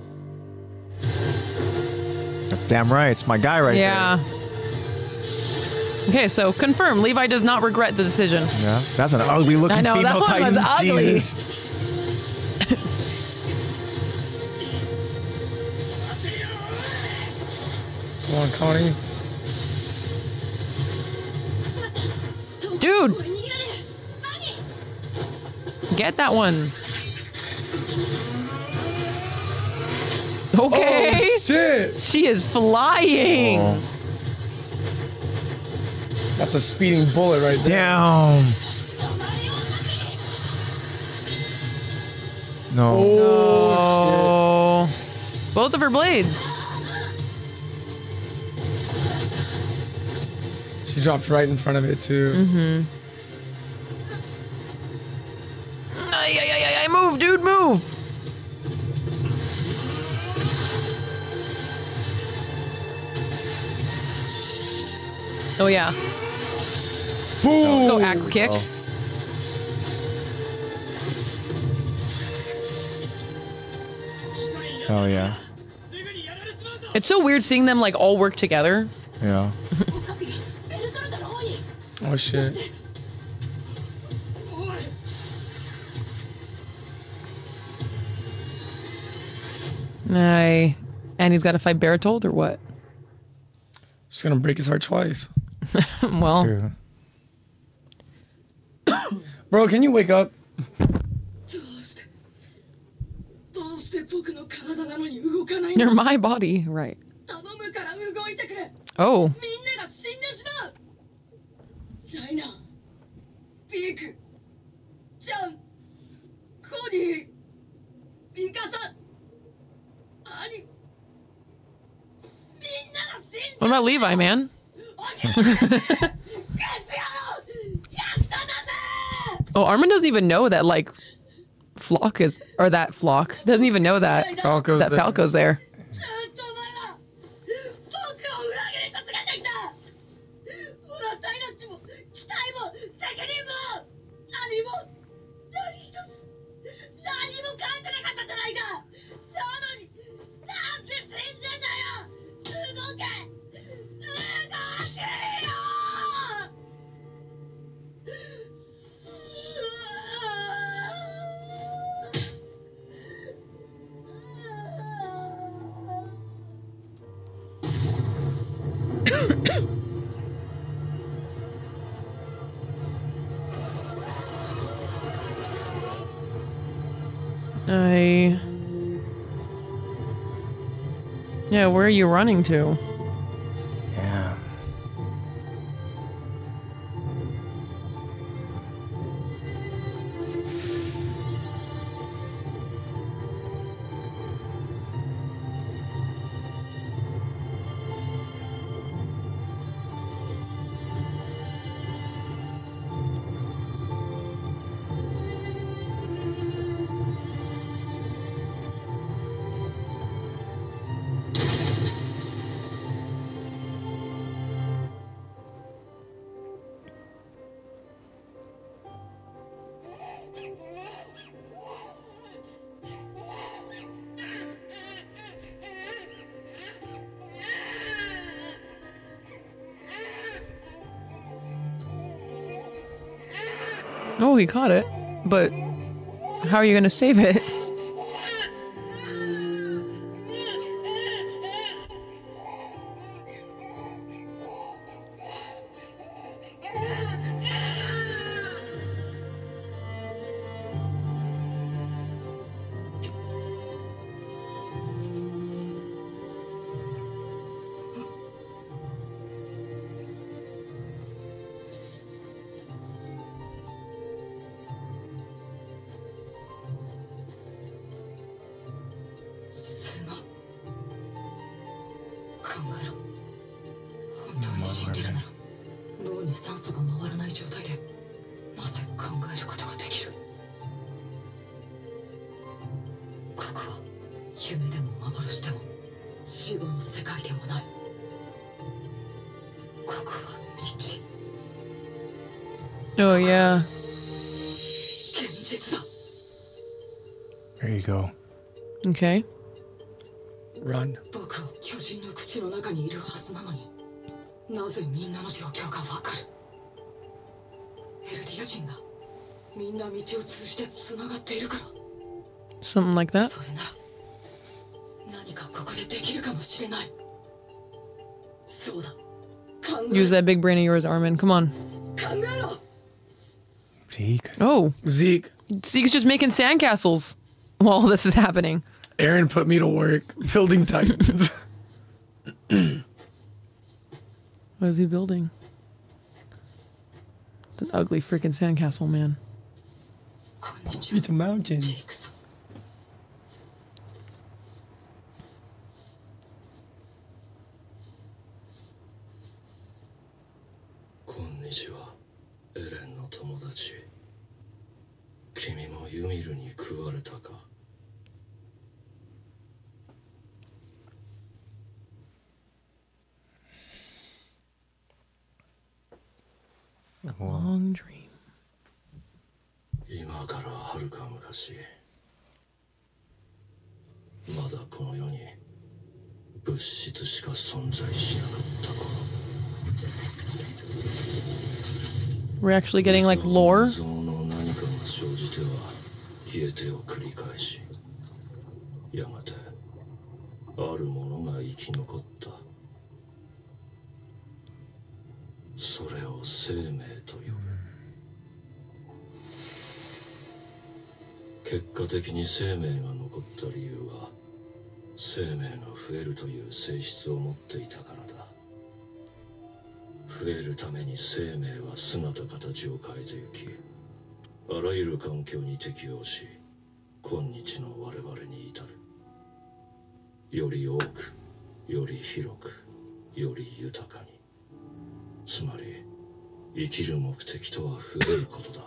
S1: Damn right. It's my guy right
S2: yeah. Okay, so confirm Levi does not regret the decision.
S1: there. Yeah. That's an ugly looking
S2: I know, that
S1: female
S2: one
S1: Titan.
S2: was ugly.
S1: Jesus.
S12: せよ
S3: Come on, Connie.
S9: しまった遠く
S2: Dude
S9: 逃げられる何
S2: Get that one. Okay,
S3: Oh shit!
S2: she is flying.
S3: That's a speeding bullet right there.
S1: Damn.
S9: お前を先に
S1: No.
S2: Oh, both of her blades.
S3: She dropped right in front of it too.
S2: Mm-hmm. Ay, ay, ay, ay, ay, move, dude, move. Oh yeah. Let's go axe kick.
S1: Oh, yeah.
S12: すぐにやられちまうぞ
S2: It's so weird seeing them like all work together.
S1: Yeah.
S9: オカピがベルトルトの方に
S3: Oh shit.
S12: おい
S2: Ay. And he's got to fight Bertold or what?
S3: She's gonna break his heart twice.
S2: Well,
S1: Dude.
S3: Bro, can you wake up?
S9: どうしてどうして僕の体なのに動かないの
S2: you're my body, right?
S9: 頼むから動いてくれ
S2: Oh,
S9: みんなが死んでしまうライナーピークジャンコニーミカサアニ
S2: What about Levi, man?
S4: クス野郎約束だぜ
S2: Oh, Armin doesn't even know that like Flock is or that Flock doesn't even know that
S3: Falco's
S2: that
S3: there.
S2: Falco's there.
S4: ずっとお前は僕を裏切り続けてきたもらった命も期待も責任も何も何一つ何も返せなかったじゃないかなのになんで死んでんだよ動け動けよ
S2: I. Yeah, where are you running to?
S1: Yeah.
S2: Oh, he caught it. But how are you going to save it? Oh, yeah.
S1: There you go.
S2: Okay.
S3: Run.
S9: 僕は巨人の口の中にいるはずなのになぜみんなの状況がわかるエルディア人がみんな道を通じてつながっているか
S2: Something like
S9: ら
S2: that.
S9: それなら何かここでできるかもしれないそうだ考え
S2: Use
S9: 考
S2: that big brain of yours, Armin. Come on.
S9: えろ
S1: Zeke.
S2: Oh,
S3: Zeke.
S2: Zeke's just making sandcastles while this is happening.
S3: Aaron put me to work building Titans.
S2: What is he building? It's an ugly freaking sandcastle, man.
S9: こんにちは
S3: Beat a mountain.
S9: ジークさん
S6: こんにちはエレンの友達君もユミルに食われたか
S2: Long dream.
S6: 今からはるか昔まだこの世に物質しか存在しなかった頃
S2: We're actually getting like lore.
S6: その何かが生じては消えてを繰り返しやがてあるものが生き残ったそれを生命と呼ぶ結果的に生命が残った理由は生命が増えるという性質を持っていたからだ増えるために生命は姿形を変えてゆきあらゆる環境に適応し今日の我々に至るより多くより広くより豊かにつまり生きる目的とは増えることだ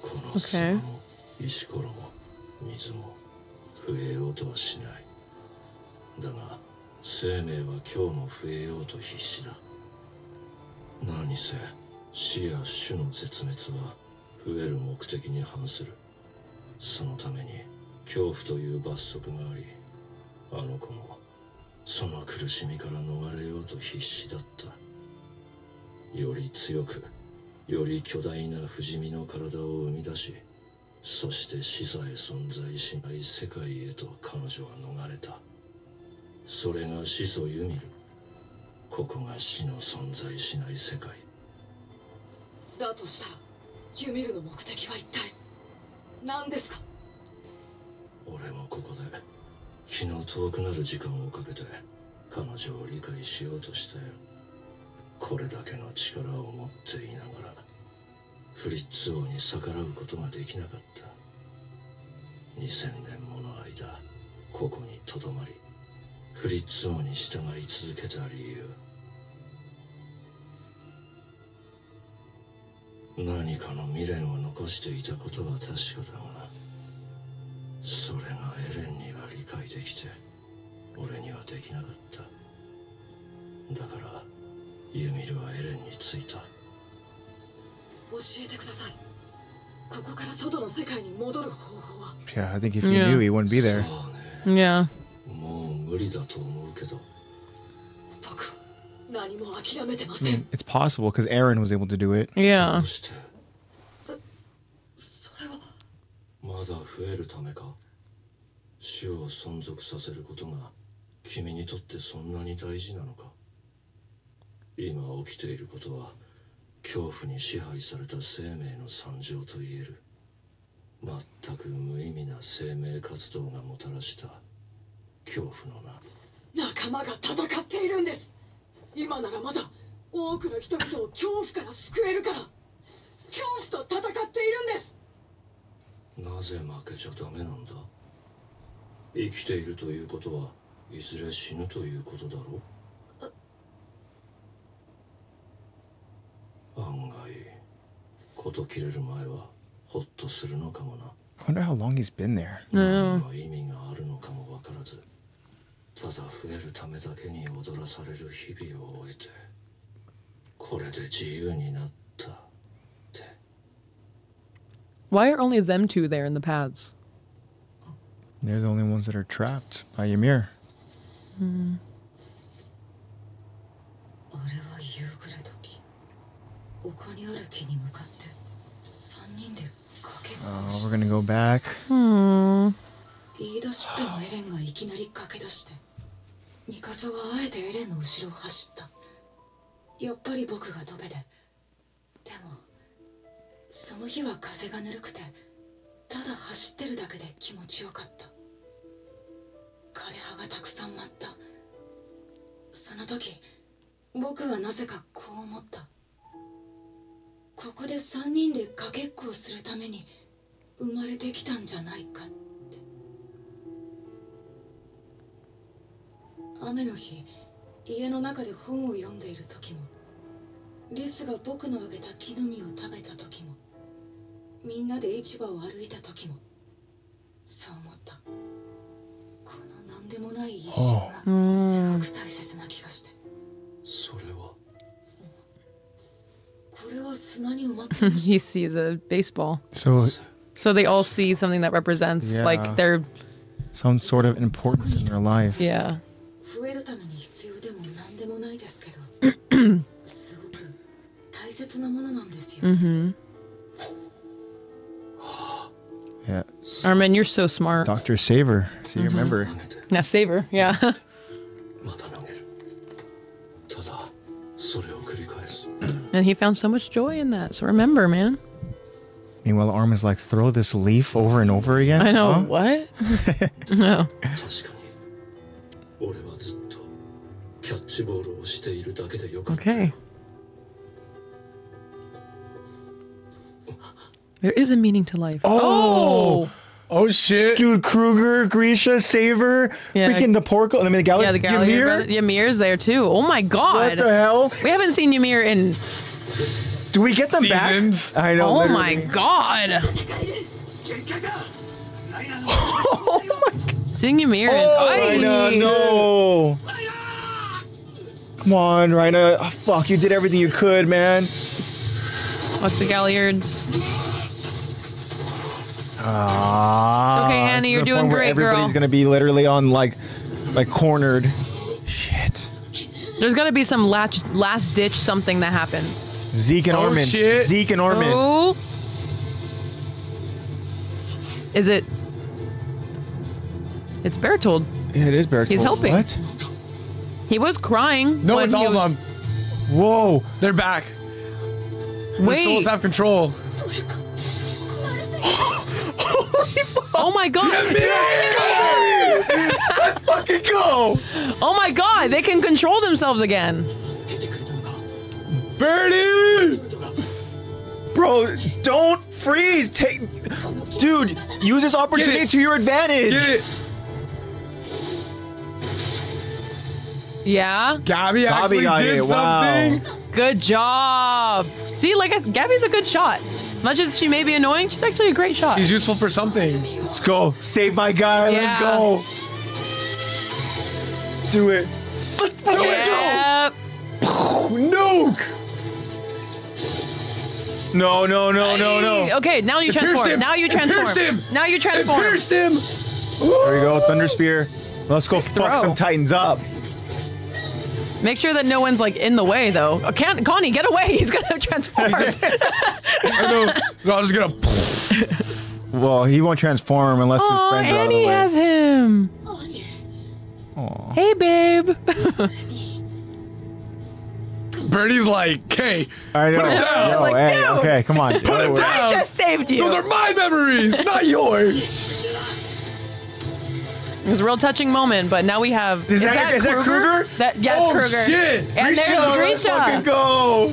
S6: この
S2: Okay.
S6: 砂も石ころも水も増えようとはしないだが生命は今日も増えようと必死だ何せ死や種の絶滅は増える目的に反するそのために恐怖という罰則がありあの子もその苦しみから逃れようと必死だったより強くより巨大な不死身の体を生み出しそして死さえ存在しない世界へと彼女は逃れたそれが始祖ユミルここが死の存在しない世界
S9: だとしたらユミルの目的は一体何ですか
S6: 俺もここで気の遠くなる時間をかけて彼女を理解しようとしたよこれだけの力を持っていながらフリッツ王に逆らうことができなかった2000年もの間ここにとどまりフリッツ王に従い続けた理由何かの未練を残していたことは確かだがなそれがエレンには理解できて俺にはできなかっただからユミルはエレンについた
S9: 教えてくださいここから外の世界に戻る方法は
S1: Yeah, I think if you
S2: Yeah.
S1: knew, he wouldn't be there.
S6: さあね
S2: Yeah.
S6: もう無理だと思うけど
S9: 僕は何も諦めてません、
S1: It's possible because Aaron was able to do it.
S2: Yeah.
S6: そして
S9: それは
S6: まだ増えるためか死を存続させることが君にとってそんなに大事なのか今起きていることは恐怖に支配された生命の惨状と言える全く無意味な生命活動がもたらした恐怖の名
S9: 仲間が戦っているんです今ならまだ多くの人々を恐怖から救えるから恐怖と戦っているんです
S6: なぜ負けちゃダメなんだ生きているということはいずれ死ぬということだろう案外こと切れる前はホッとするのかもな
S1: I wonder how long he's been there.
S6: 何が意味があるのかもわからずただ増えるためだけに踊らされる日々を終えてこれで自由になったって
S2: Why are only them two there in the pads?
S1: They're the only ones that are trapped by Ymir.
S9: あれは夕暮れ時丘にある木に向かって3人で駆け
S1: Oh, we're gonna go back.
S9: 言い出しっぺのエレンがいきなり駆け出してミカサはあえてエレンの後ろを走ったやっぱり僕がドベででもその日は風がぬるくてただ走ってるだけで気持ちよかった枯葉がたくさん舞ったその時僕はなぜかこう思ったここで3人でかけっこをするために生まれてきたんじゃないかって雨の日家の中で本を読んでいる時もリスが僕のあげた木の実を食べた時もみんなで市場を歩いた時もそう思ったこの何でもない一瞬がすごく大切な気がして
S6: それは
S9: これは砂に埋まっ た虫
S2: He sees a baseball.
S1: So,
S2: So they all see something that represents
S1: Yeah.
S2: like their
S1: some sort of importance in their life.
S2: yeah.
S9: 増えるために必要でも何でもないですけどすごく大切なものなんですよ、
S1: Yeah.
S2: Armin, you're so smart.
S1: Dr. Saver. So
S2: Mm-hmm.
S1: you remember.
S6: 投げて
S2: Now saver, yeah.
S6: また投げるただそれを繰り返す
S2: and he found so much joy in that. So remember, man.
S1: Meanwhile, Armin's like, throw this leaf over and over again.
S2: I know
S1: huh?
S2: what?
S6: 確かに俺はずっとキャッチボールをしているだけでよかった、
S2: Okay. There is a meaning to life. Oh,
S3: Oh shit.
S1: Dude, Kruger, Grisha, Saver,
S2: Yeah.
S1: freaking the Porco, I mean the Galaxy,
S2: Oh, Yeah, the Gallagher
S1: Ymir?
S2: brother- Ymir's there too. Oh my
S1: What
S2: god.
S1: the hell?
S2: We haven't seen Ymir in.
S1: Do we get them
S3: Seasons.
S1: back? I know.
S2: Oh my
S1: literally.
S2: god.
S5: 結界だライナーの
S2: Seeing Ymir in.
S1: Oh,
S2: Ay.
S1: Rhina, no. Come on, Rhina. Oh, fuck, you did everything you could, man.
S2: Watch the Galliards.
S1: Ah.
S2: Okay, Hannah,
S1: this is
S2: you're
S1: the
S2: doing
S1: point where
S2: great,
S1: Everybody's
S2: girl.
S1: gonna be literally on like, like cornered. Shit.
S2: There's got to be some latch, last ditch something that happens.
S1: Zeke and
S3: Oh,
S1: Orman.
S3: shit.
S1: Zeke and Orman.
S2: Oh. Is it? It's Bertold.
S1: Yeah, it is Bertolt.
S2: He's helping.
S1: What?
S2: He was crying.
S3: No,
S2: when
S3: it's
S2: he
S3: all
S2: was-
S3: of them.
S1: Whoa.
S3: They're back. Their
S2: Wait.
S3: souls have control.
S4: マルセイ
S2: Oh my god.
S1: Fucking go.
S2: Oh my god. They can control themselves again.
S4: 助けてくれたのか
S1: Bernie! Bro, don't freeze. Take, dude, use this opportunity
S3: Get it.
S1: to your advantage.
S3: Get it.
S2: Yeah.
S3: Gabby actually
S1: got
S3: did
S1: it, wow.
S3: something.
S2: Good job. See, like I s Gabby's a good shot. Much as she may be annoying, she's actually a great shot.
S3: He's useful for something.
S1: Let's go. Save my guy.
S2: Yeah.
S1: Let's go. Do it.
S2: yeah.
S1: Nuke. No, no, no, no, no. There
S2: Oh, Okay, now you
S3: It pierced
S2: transform.
S3: him.
S2: Now you
S3: It pierced
S2: transform.
S3: him.
S2: Now you
S3: It
S2: transform.
S3: pierced him.
S1: we go. Thunder Spear. Let's go fuck
S2: throw.
S1: some Titans up.
S2: Make sure that no one's like in the way though. Uh, Can- Connie, get away. He's gonna transform.
S3: I know. They're all just gonna.
S1: Well, he won't transform unless his
S2: Aw,
S1: friends are out of the
S2: Annie
S1: way.
S2: has him.
S4: オーニ
S2: Hey, babe.
S3: Birdie's like, "Hey,
S1: I know.
S3: him down.
S1: Yo,
S2: Like,
S1: hey,
S2: dude.
S1: okay, come on.
S3: put him
S2: I
S3: down.
S2: just saved you.
S3: Those are my memories, not yours."
S2: it was a real touching moment, but now we have.
S1: Is that- is that Kruger?
S2: That, yeah, it's
S3: Oh,
S2: Kruger.
S3: shit.
S2: And
S1: Grisha,
S2: there's
S1: let's fucking
S2: Grisha.
S1: go.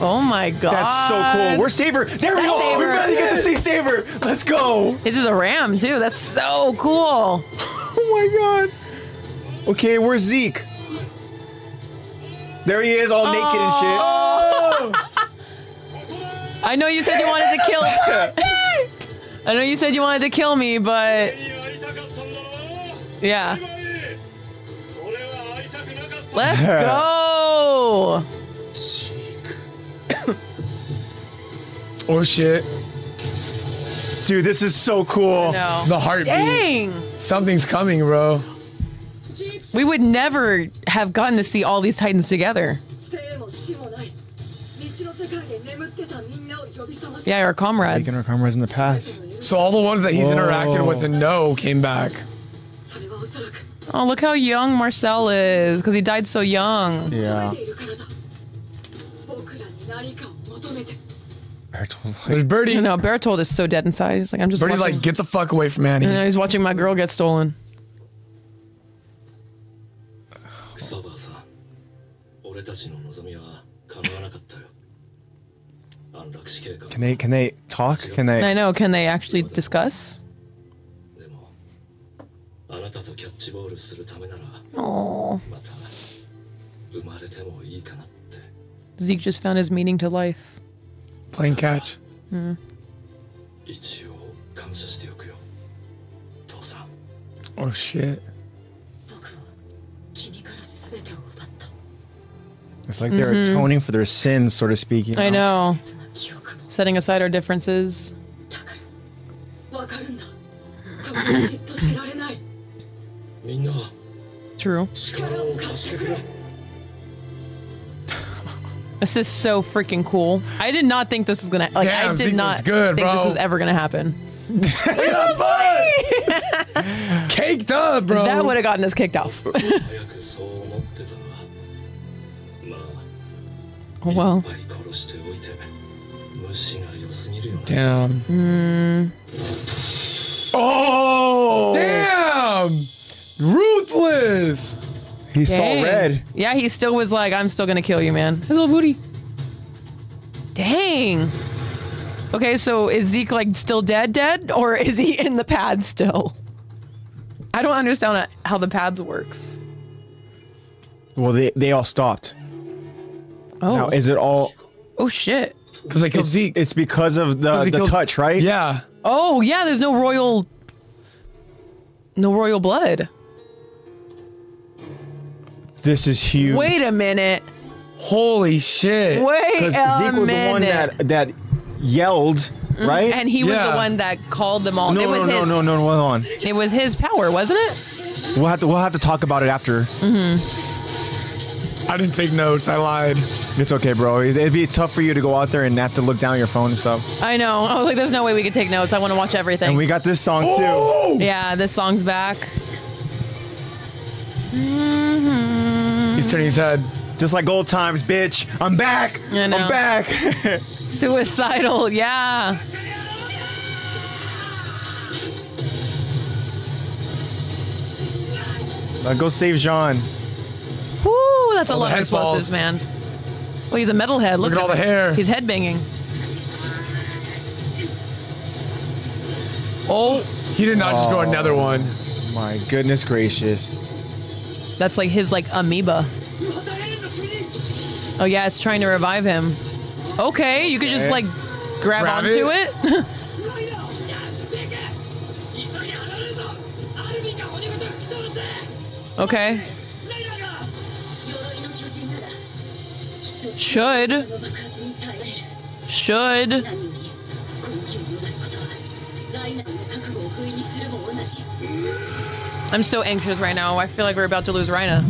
S2: Oh my god.
S1: That's so cool. We're Saber. There we
S2: That's
S1: go.
S2: Saber.
S1: We finally get to see Saber. Let's go.
S2: This is a ram too. That's so cool.
S1: Oh my god. Okay, where's Zeke? There he is, all naked and shit. Oh!
S2: I know you said you wanted to kill. I know you said you wanted to kill me, but
S5: に会いたかったんだろ
S2: yeah.
S5: 俺は会いたくなかった
S2: Let's go.
S3: Oh shit!
S1: Dude, this is so cool.
S2: No.
S3: The heartbeat.
S2: Dang.
S3: Something's coming, bro.
S4: ージークス
S2: We would never have gotten to see all these titans together.
S4: 生も死もない道の世界で眠ってたみんなを呼び覚まし
S2: Yeah, our comrades.
S1: Taking our cameras in the past.
S3: So all the ones that he's interacted with and no came back.
S4: それはおそらく
S2: Oh, look how young Marcel is, because he died so young.
S1: Yeah.
S4: 出ているからだ僕らに何かを求めて
S1: Bertolt's like,
S3: There's Birdie.
S2: You know, Bertold is so dead inside. He's like, I'm just.
S3: Birdie's
S2: watching-
S3: like, "Get the fuck away from
S2: You know,
S3: Annie."
S2: he's watching my girl get stolen.
S6: 草葉さん俺たちの望みは叶わなかったよ安楽死刑か
S1: can they can they talk? Can they
S2: I know. Can they actually discuss?
S6: でもあなたとキャッチボールするためなら
S2: Oh,
S6: また生まれてもいいかなって
S2: Zeke just found his meaning to life.
S3: Playing catch.
S6: 一応感謝しておくよ父さん
S3: Oh shit!
S4: 僕は君から全てを奪った
S1: it's like they're atoning for their sins, so to speak.
S3: Oh.
S1: You know?
S2: Mm-hmm. I know.
S4: 切な記憶も
S2: Setting aside our differences.
S4: だからわかるんだこんなにじっとしてられない
S6: みんな
S2: True.
S4: 力を貸してくれ
S2: This is so freaking cool. I did not think this was gonna. Like,
S3: Damn,
S2: I
S3: Zeke
S2: did
S3: was
S2: not
S3: good,
S2: think this
S3: bro.
S2: was ever gonna happen.
S3: Caked up, bro.
S2: That would have gotten us kicked off.
S6: 早くそう思ってたなまあ
S2: Oh, well,
S6: いっぱい殺しておいて虫が良すぎるよな
S3: Damn. Hmm. Oh. Damn. Ruthless.
S1: He saw
S2: dang.
S1: red.
S2: Yeah, he still was like, "I'm still gonna kill you, man." His little booty. Dang. Okay, so is Zeke like still dead, dead, or is he in the pad still? I don't understand how the pads works.
S1: Well, they, they all stopped.
S2: Oh,
S1: Now, is it all?
S2: oh shit.
S3: Because they killed Zeke.
S1: It's because of the
S3: Because he
S1: the
S3: killed-
S1: touch, right?
S3: yeah.
S2: Oh yeah, there's no royal, no royal blood.
S1: This is huge.
S2: Wait a minute.
S3: Holy shit.
S2: Wait a
S1: Because Zeke was the
S2: minute. Mm-hmm.
S1: one that that yelled, right?
S2: and he was the
S3: Yeah.
S2: one that called them all.
S1: no,
S2: it was
S1: no,
S2: his.
S1: no, no, no, no, hold on.
S2: It was his power, wasn't it?
S1: We'll have to we'll have to talk about it after.
S3: I didn't take notes. I lied.
S1: It's okay, bro. It- It'd be tough for you to go out there and have to look down your phone and stuff.
S2: I know. I was like, there's no way we could take notes. I want to watch everything.
S1: And we got this song
S3: Oh!
S2: yeah, this song's back. Mm-hmm.
S3: He's turning his head.
S1: too. Just like old times, bitch. I'm back.
S2: I
S1: I'm
S2: know.
S1: back.
S2: Suicidal. Yeah.
S1: Uh, go save Jean.
S2: Woo, that's a
S3: the
S2: lot of
S3: head
S2: explosives,
S3: falls.
S2: man. Well, he's a metalhead. Look,
S3: Look at all the
S2: him.
S3: hair.
S2: He's headbanging. Oh,
S3: He did not just go another one.
S1: My goodness gracious.
S2: that's like his like amoeba. Oh yeah, it's trying to revive him. Okay, you could just
S1: Okay.
S2: like grab,
S3: Grab
S2: onto it.
S4: ライダ
S2: okay,
S4: ーが
S9: 鎧の巨人なら
S2: should
S9: この爆発に耐えられる
S2: should
S9: 何よりこの気を逃すことはライナーの覚悟を不意にするも同じ
S2: I'm so anxious right now. I feel like we're about to lose Rhina.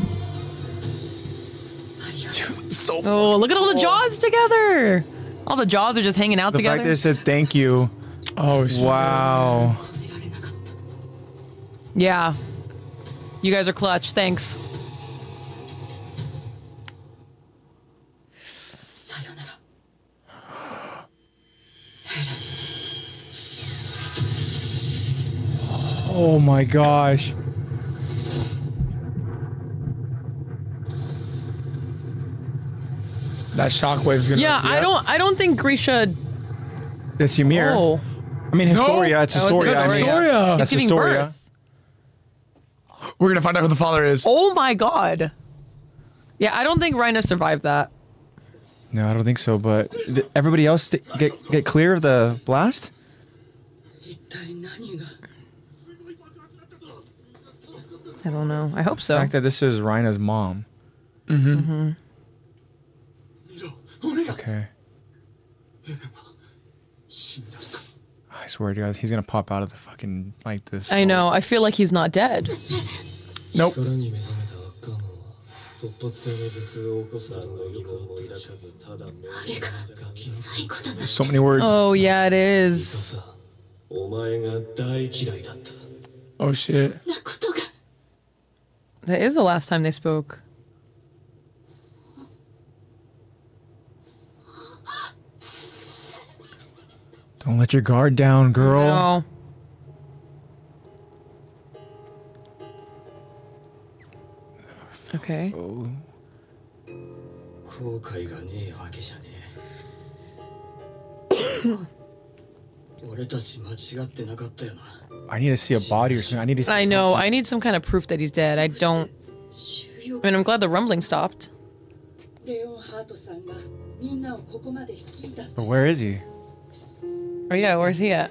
S3: So
S2: Oh, look at all the jaws together. All the jaws are just hanging out
S1: The
S2: together.
S1: fact that it said thank you.
S3: Oh shit.
S1: Wow.
S9: 止められなかった
S2: Yeah. You guys are clutch. Thanks.
S9: さよなら
S1: Oh my gosh.
S3: That shockwave's gonna
S2: Yeah, I don't I don't think Grisha
S1: That's Ymir.
S2: Oh.
S1: I mean, Historia. It's
S2: That was
S1: Historia.
S3: That's
S1: I mean,
S2: Historia.
S3: Historia.
S2: He's
S1: That's
S2: giving
S1: Historia.
S2: birth.
S3: We're gonna find out who the father is.
S2: Oh my god. Yeah, I don't think Rhina survived that.
S1: No, I don't think so. But th- everybody else st- get get clear of the blast.
S9: 一体何が
S2: I don't know. I hope
S1: The
S2: so.
S1: fact that this is Rhina's mom. Mm-hmm. Okay. I swear to God, he's gonna pop out of the fucking like this.
S2: I know. I feel like he's not dead.
S6: 力に目覚めた悪魔は突発性の頭痛を起こす何の疑問も抱かずただ目を見た気の
S9: 最高だな
S1: So many words.
S2: Oh yeah, it is.
S6: さお前が大嫌いだった
S3: Oh shit.
S9: なことが
S2: That is the last time they spoke.
S1: Don't let your guard down, girl.
S2: Oh. Okay.
S1: Oh,
S6: 後悔がねえわけじゃねえ 俺たち間違ってなかったよな
S1: I need to see a body or something. I need to. See-
S2: I know. I need some kind of proof that he's dead. I don't.
S9: 収容
S2: I mean, I'm glad the rumbling stopped.
S9: レオンハートさんがみんなをここまで引いた
S1: but where is he?
S2: Oh yeah, where's he at?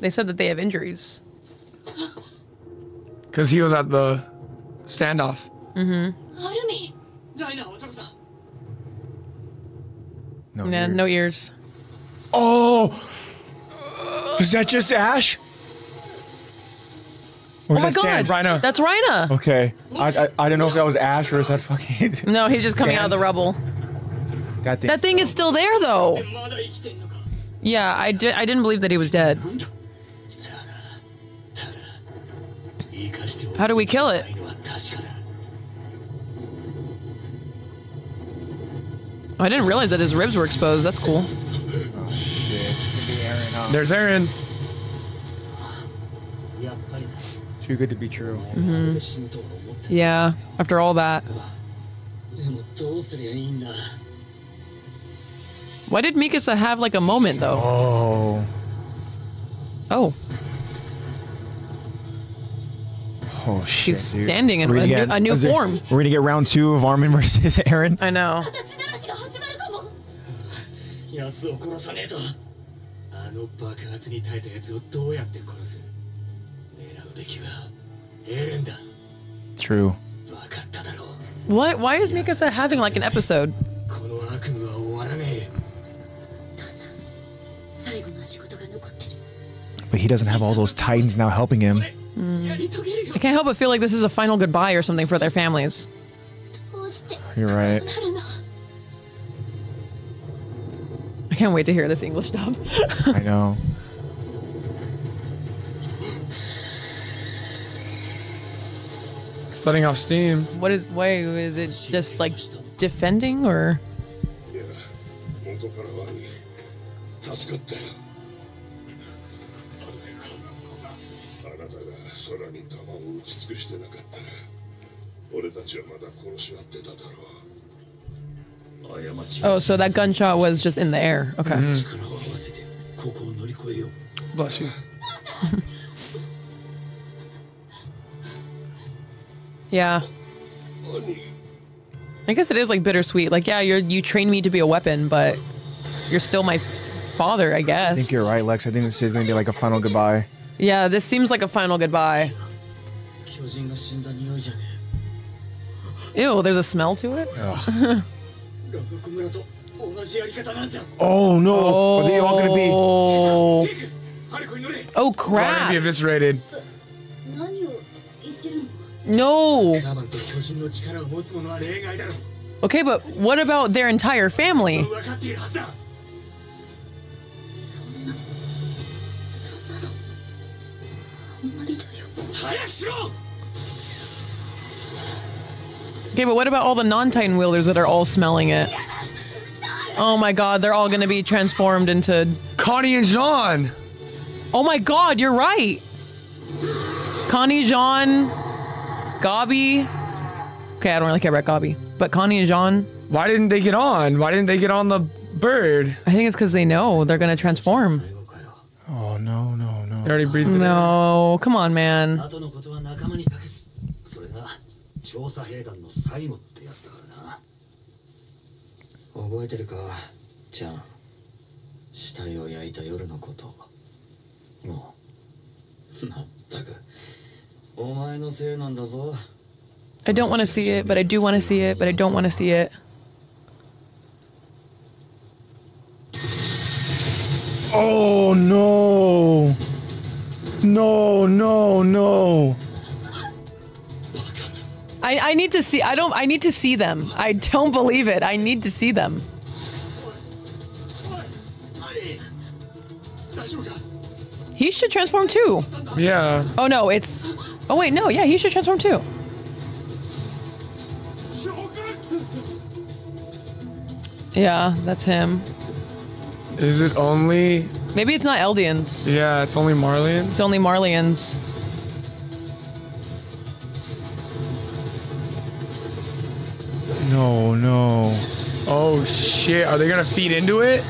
S2: They said that they have injuries.
S3: Cause he was at the standoff.
S9: アルミ
S5: ライナーはどこだ
S1: No.
S2: Yeah,
S1: here.
S2: no ears.
S1: Oh. Is that just Ash? Or
S2: Oh my
S1: is that
S2: god,
S1: Sand?
S3: Rhino.
S2: That's Rhina.
S1: Okay. I, I I don't know if that was Ash or is that fucking
S2: No, he's just coming out of the rubble.
S1: that thing.
S2: That thing is still there though.
S5: まだ生きてんのか
S2: Yeah, I did. I didn't believe that he was dead.
S6: さあただ生かしておく
S2: How do we kill it?
S6: しかないのは確かだ
S2: Oh, I didn't realize that his ribs were exposed. That's cool.
S3: There's Aaron.
S6: やっぱりな
S1: Too good to be true.
S6: 俺が死ぬとは思ってない
S2: Yeah. After all that.
S6: でもどうすりゃいいんだ
S2: Why did Mikasa have like a moment though?
S1: Oh.
S2: Oh,
S1: Oh, shit.
S2: she's
S1: dude.
S2: standing in
S1: We're
S2: a
S1: gonna
S2: new,
S1: get-
S2: a new form.
S1: We're going to get round two of Armin versus Aaron.
S2: I know.
S4: 立ち鳴らしが始まるかも
S6: 奴を殺さねえとあの爆発に耐えた奴をどうやって殺す狙うべきはエレンだ
S1: True.
S6: 分かっただろう
S2: What? Why is Mikasa having like an episode?
S6: この悪夢は終わらね
S4: 父さん最後の仕事が残ってる
S1: But he doesn't have all those titans now helping him.
S4: やり遂げるよ
S2: I can't help but feel like this is a final goodbye or something for their families.
S4: どうして
S1: You're right.
S4: なるの
S2: I can't wait to hear this English dub.
S1: I know.
S3: It's letting off steam.
S2: What is? Why is it just like defending or?
S13: いや元から悪い助かったよあの夜あなたが空に弾を打ち尽くしてなかったら俺たちはまだ殺し合ってただろう
S2: Oh, so that gunshot was just in the air. Okay.
S1: Mm-hmm.
S6: 力を合わせてここを乗り越えよう
S3: Bless you.
S2: Yeah. I guess it is like bittersweet. Like, yeah, you're you trained me to be a weapon, but you're still my father, I guess.
S1: I think you're right, Lex. I think this is going to be like a final goodbye.
S2: Yeah, this seems like a final goodbye.
S6: 巨人が死んだ匂いじゃね
S2: Ew, there's a smell to it.
S6: えラブコ村と同じやり方なんじゃ
S1: Oh, no. Are they all going to be.
S2: Oh,
S6: テイクハルコに乗れ
S2: oh
S3: Gotta be
S2: crap!
S3: eviscerated.
S4: 何を言ってるの
S2: No.
S6: ラバンと巨人の力を持つ者は例外だろ
S2: Okay, but what about their entire
S6: う
S2: family?
S6: 分かっているはずだ
S4: そんなそんなのあんまりだよ
S6: 早くしろ
S2: Okay, but what about all the non-Titan wielders that are all smelling it? Oh my God, they're all gonna be transformed into.
S3: Connie and Jean.
S2: Oh my God, you're right. Connie, Jean, Gabi. Okay, I don't really care about Gabi, but Connie and Jean.
S3: Why didn't they get on? Why didn't they get on the bird?
S2: I think it's because they know they're gonna transform.
S6: 最後かよ
S1: Oh, no, no, no.
S3: They already breathed it.
S2: No, come on, man.
S6: 後のことは仲間に託すそれが調査兵団の最後ってやつだからな覚えてるかちゃん死体を焼いた夜のこと もうまったくお前のせいなんだぞ
S2: I don't want to see it, but I do want to see it, but I don't want to see it.
S1: Oh, no. No, no, no.
S2: I, I need to see. I don't. I need to see them. I don't believe it. I need to see them.
S6: 大丈夫か
S2: He should transform too.
S3: Yeah.
S2: Oh no, it's. Oh wait, no. Yeah, he should transform too.
S5: 諸君
S2: Yeah, that's him.
S3: Is it only?
S2: Maybe it's not Eldians.
S3: Yeah, it's only Marlians.
S2: It's only Marlians.
S1: No, no.
S3: Oh shit! Are they gonna feed into it?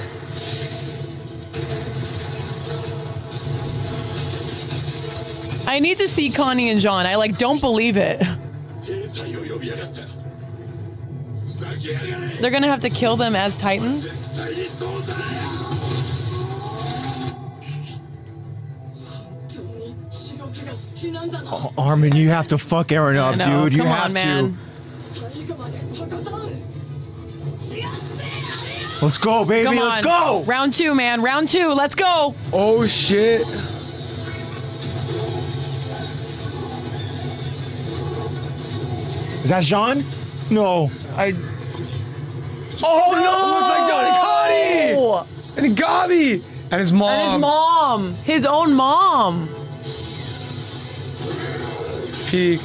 S2: I need to see Connie and John. I like don't believe it.
S13: 兵隊を呼びやがったふざけやがれ
S2: They're gonna have to kill them as Titans.
S13: 絶対にどうだ
S5: 地獄が好きなんだな
S1: Uh, Armin, you have to fuck Aaron up,
S2: I know.
S1: dude. You
S2: Come
S1: have
S2: on, man.
S5: 最後までとことん
S1: to. Let's go, baby.
S2: Come
S1: Let's
S2: on.
S1: go.
S2: Round two, man. Round two. Let's go.
S3: Oh shit!
S1: Is that Jean? No.
S2: I.
S3: Oh no! It's like Johnny Connie
S2: Oh,
S3: and Gabi and his mom.
S1: Um,
S2: and his mom, his own mom.
S3: Peak.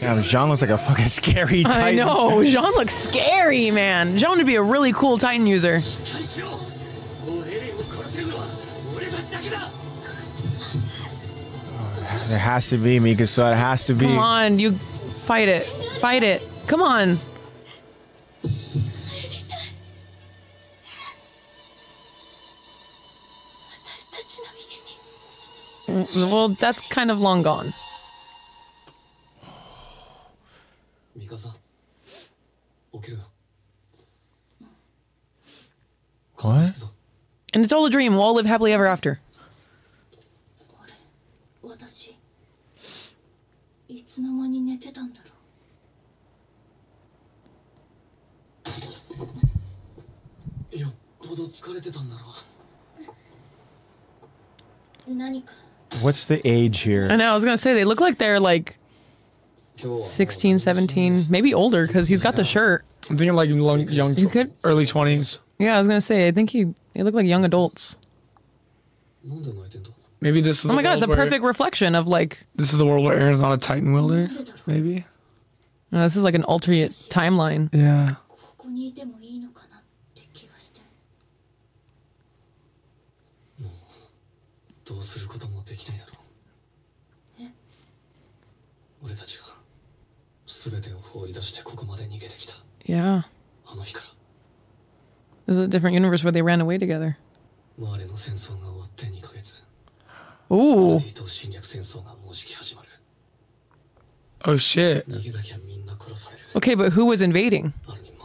S1: Damn, Jean looks like a fucking scary titan.
S2: I know. Jean looks scary, man. Jean would be a really cool Titan user.
S6: 大将もうエレン
S1: There has to be Mikasa. It has to be.
S2: Come on, you fight it. Fight it. Come on. Well, that's kind of long gone.
S6: ミカサ起きろよ
S1: What?
S2: And it's all a dream. We'll all live happily ever after.
S4: 私いつの間に寝てたんだろ
S6: よっぽど疲れてたんだろ
S4: う何か
S1: What's the age
S2: I
S1: here?
S2: know. I was gonna say they look like they're like
S6: 今日は
S2: 16, 17, maybe older because he's got the shirt.
S3: I'm thinking like lo- young,
S2: You could-
S3: early 20s.
S2: Yeah, I was gonna say. I think he they look like young adults.
S6: なんで泣いてんだ
S3: Maybe this is.
S2: Oh my god, it's a
S3: where,
S2: perfect reflection of like
S3: This is the world where Aaron's not a Titan wielder. Maybe.
S2: uh, this is like an alternate timeline.
S3: Yeah.
S4: ここにいてもいいのかなって気がして
S6: どうすることもできないだろう俺たちが全てを放り出してここまで逃げてきた
S2: Yeah,
S6: あの日から
S2: this is a different universe where they ran away together.
S6: マーレの戦争が終わって2ヶ月
S2: Ooh,
S6: ティ島侵略戦争がもうじき始まる
S3: Oh shit.
S6: 逃げなきゃみんな殺される
S2: okay, but who was invading?
S6: あるにも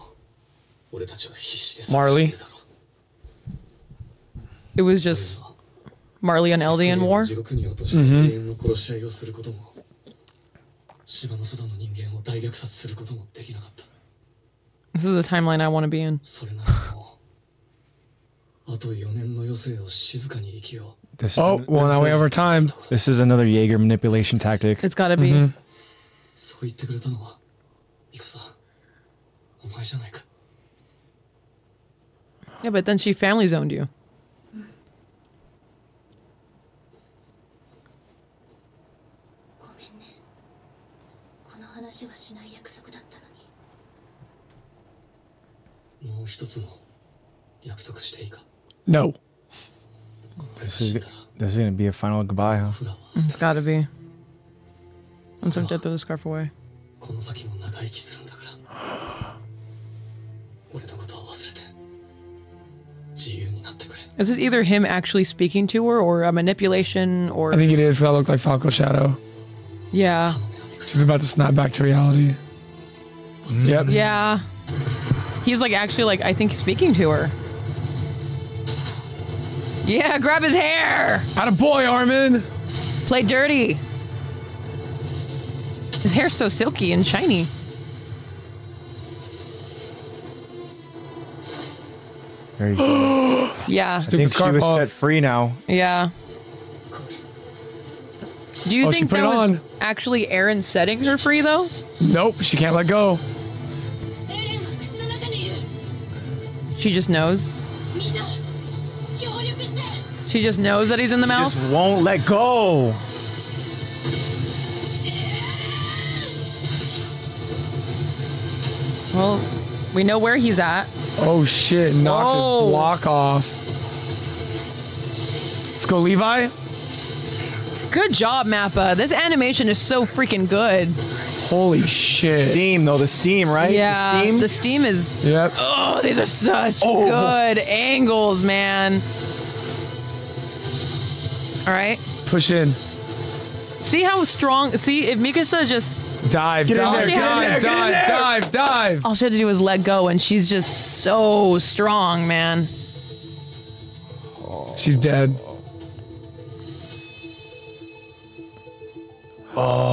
S6: 俺たちは必死で
S3: マー
S6: 探
S3: リー
S6: してるだろう
S2: It was just Marley and Eldian
S6: 人々を
S2: war.
S6: 地獄に落として永遠の殺し合いをすることも、島の外の人間を大虐殺することもできなかった
S2: This is the timeline I want to be in.
S6: それならもうあと4年の余生を静かに生きよ
S1: This,
S3: Oh, well, now we have our time.
S1: this is another Jaeger manipulation tactic.
S2: It's gotta be.
S6: うそう言ってくれたのはミカさんお前じゃないか
S2: Yeah, but then she family zoned you.
S4: ごめんねこの話はしない約束だったのに
S6: もう一つの約束していいか
S3: No.
S6: 俺が
S1: This
S6: 死ん
S1: is,
S6: だら
S1: this is gonna be a final goodbye, huh?
S6: フラは捨て
S2: It's gotta be. And so I'm dead, throw the scarf away.
S6: この先も長生きするんだから俺のことは忘れて自由になってくれ
S2: Is this either him actually speaking to her or a manipulation or
S3: I think it is 'cause I look like Falco Shadow.
S2: yeah.
S6: 頼むよミカさ
S3: She's
S6: ん
S3: about to snap back to reality. Yep.
S2: Yeah. He's like actually like I think he's speaking to her. Yeah, grab his hair.
S3: Had a boy, Armin.
S2: Play dirty. His hair's so silky and shiny.
S1: There you go.
S2: Yeah.
S1: I think she
S3: scarf
S1: was
S3: off.
S1: set free now.
S2: Yeah. Do you
S3: Oh, she
S2: think
S3: put
S2: that
S3: it
S2: was
S3: on.
S2: actually Aaron setting her free though?
S3: Nope. She can't let go.
S4: エレンは口の中にいる
S2: She just knows.
S4: みんな協力して
S2: She just knows that he's in the mouth.
S1: Just won't let go.
S2: Well, we know where he's at.
S3: Oh shit! Knocked
S2: Whoa.
S3: his block off. Let's go, Levi.
S2: Good job, Mappa. This animation is so freaking good.
S3: Holy shit!
S1: Steam though, the steam, right?
S2: Yeah.
S1: The steam.
S2: The steam is
S3: Yep.
S2: Oh, these are such
S1: Oh.
S2: good angles, man. All right.
S3: Push in.
S2: See how strong. See, if Mikasa just.
S3: Dive.
S1: Get in there,
S3: dive.
S2: get in
S3: dive.
S2: there,
S1: get in
S3: dive.
S1: there.
S3: Dive. Dive.
S2: All she had to do was let go, and she's just so strong, man. Oh.
S3: She's dead.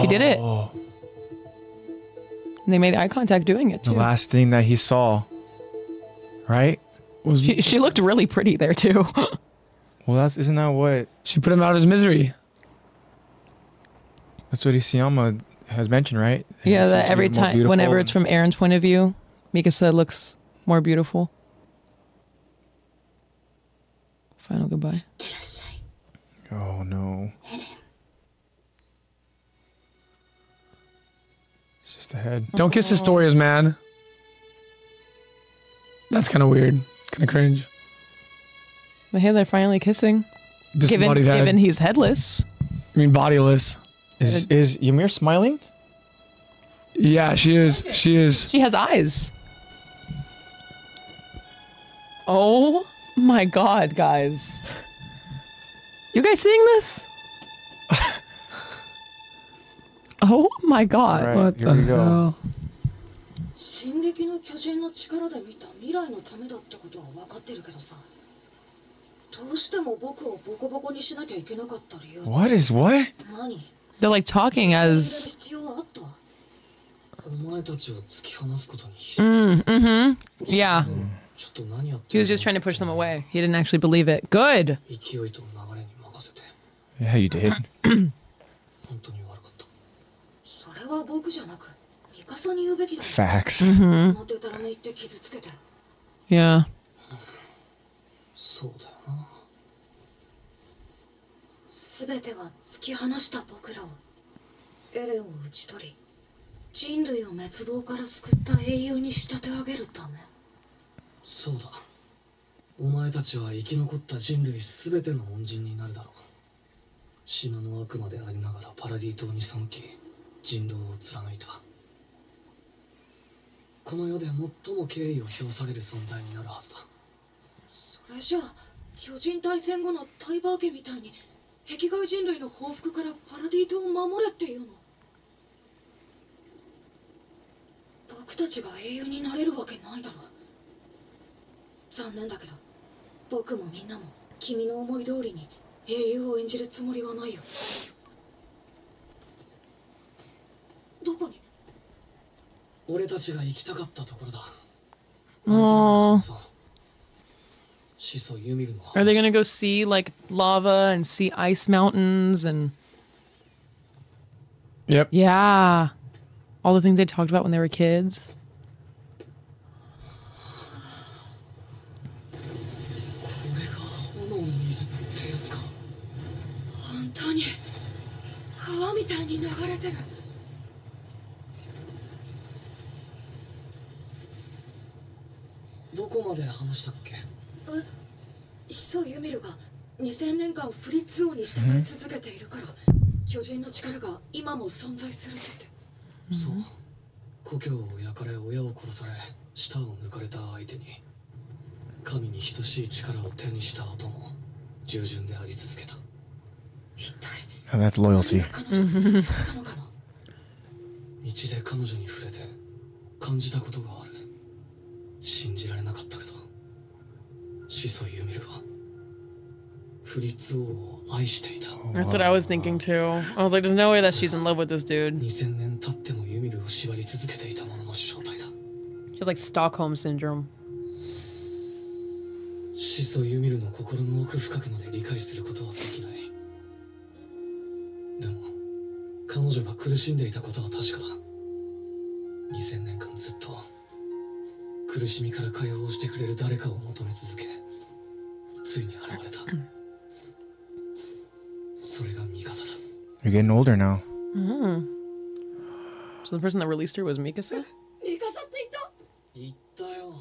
S2: He did it.
S1: Oh.
S2: And they made eye contact doing it,
S1: the
S2: too.
S1: last thing that he saw. Right?
S3: Was
S2: She, she looked really pretty there, too.
S1: Well, that's isn't that what
S3: she put him out of his misery?
S1: that's what Isayama has mentioned, right?
S2: yeah,
S1: He's supposed
S2: that
S1: to
S2: every
S1: get more
S2: time,
S1: beautiful
S2: whenever
S1: and-
S2: it's from Aaron's point of view, Mikasa looks more beautiful. Final goodbye.
S4: いってらっしゃい
S1: Oh no. It's just a head.
S3: Don't kiss
S2: Oh.
S3: Historias, man. That's kind of weird. Kind of cringe.
S2: But hey, they're finally kissing. Given,
S3: Disembodied head.
S2: given he's headless.
S3: I mean, bodiless.
S1: Is is Ymir smiling?
S3: Yeah, she is. She is.
S2: She has eyes. Oh my god, guys. You guys seeing this? oh my god.
S1: All right, here we go.
S9: 進撃の巨人の力で見た未来のためだってことは分かってるけどさどうしても僕をボコボコにしなきゃいけなかった理由
S1: What is what?
S9: 何
S2: They're like talking
S9: やる
S2: as
S9: 必要あった
S6: お前たちを突き放すことに必死
S2: yeah.
S6: ちょっと何やっ
S2: He
S6: て
S2: was
S6: る
S2: just trying to push them away. He didn't actually believe it. Good.
S6: 勢いと流れに任せて
S1: Yeah, you did.
S6: 本当に悪かった
S9: それは僕じゃなくミカサに言うべきだ
S1: Facts.
S9: もてたらめ言って傷つけて
S2: Yeah.
S6: そうだよな
S9: 全ては突き放した僕らをエレンを討ち取り人類を滅亡から救った英雄に仕立て上げるため
S6: そうだお前たちは生き残った人類全ての恩人になるだろう島の悪魔でありながらパラディ島に背き人道を貫いたこの世で最も敬意を表される存在になるはずだ
S9: それじゃあ巨人大戦後のタイバー家みたいに壁外人類の報復からパラディ島を守れっていうの僕たちが英雄になれるわけないだろ残念だけど僕もみんなも君の思い通りに英雄を演じるつもりはないよどこに
S6: 俺たちが行きたかったところだ
S2: ー
S6: そう始祖ユミルの
S2: Are they gonna
S6: 話
S2: go see like lava and see ice mountains and
S3: Yep.
S2: yeah, all the things they talked about when they were kids?
S6: これが炎の水ってやつか
S9: 本当に川みたいに流れてる
S6: どこまで話したっけ
S9: 始祖ユミルが2000年間フリッツ王に従い続けているから巨人の力が今も存在するって
S6: そう故郷を焼かれ親を殺され舌を抜かれた相手に神に等しい力を手にした後も従順であり続けた
S9: 一体
S1: Oh, that's
S9: 何
S1: loyalty.
S9: が彼女をそうさせたのかな
S6: 道で彼女に触れて感じたことがある信じられなかったけど始祖ユミルはフリッツ王を愛していた
S2: That's what I was thinking too. I was like, there's no way that she's in love with this dude.
S6: 2000年経ってもユミルを縛り続けていたものの正体だ
S2: She has like Stockholm syndrome.
S6: 始祖ユミルの心の奥深くまで理解することはできないでも彼女が苦しんでいたことは確かだ2000年間ずっと苦しみから解放してくれる誰かを求め続けついに現れたそれがミカサだ
S1: You're getting older now.
S2: So the person that released her was Mikasa?
S14: ミカサって言った
S6: 言ったよ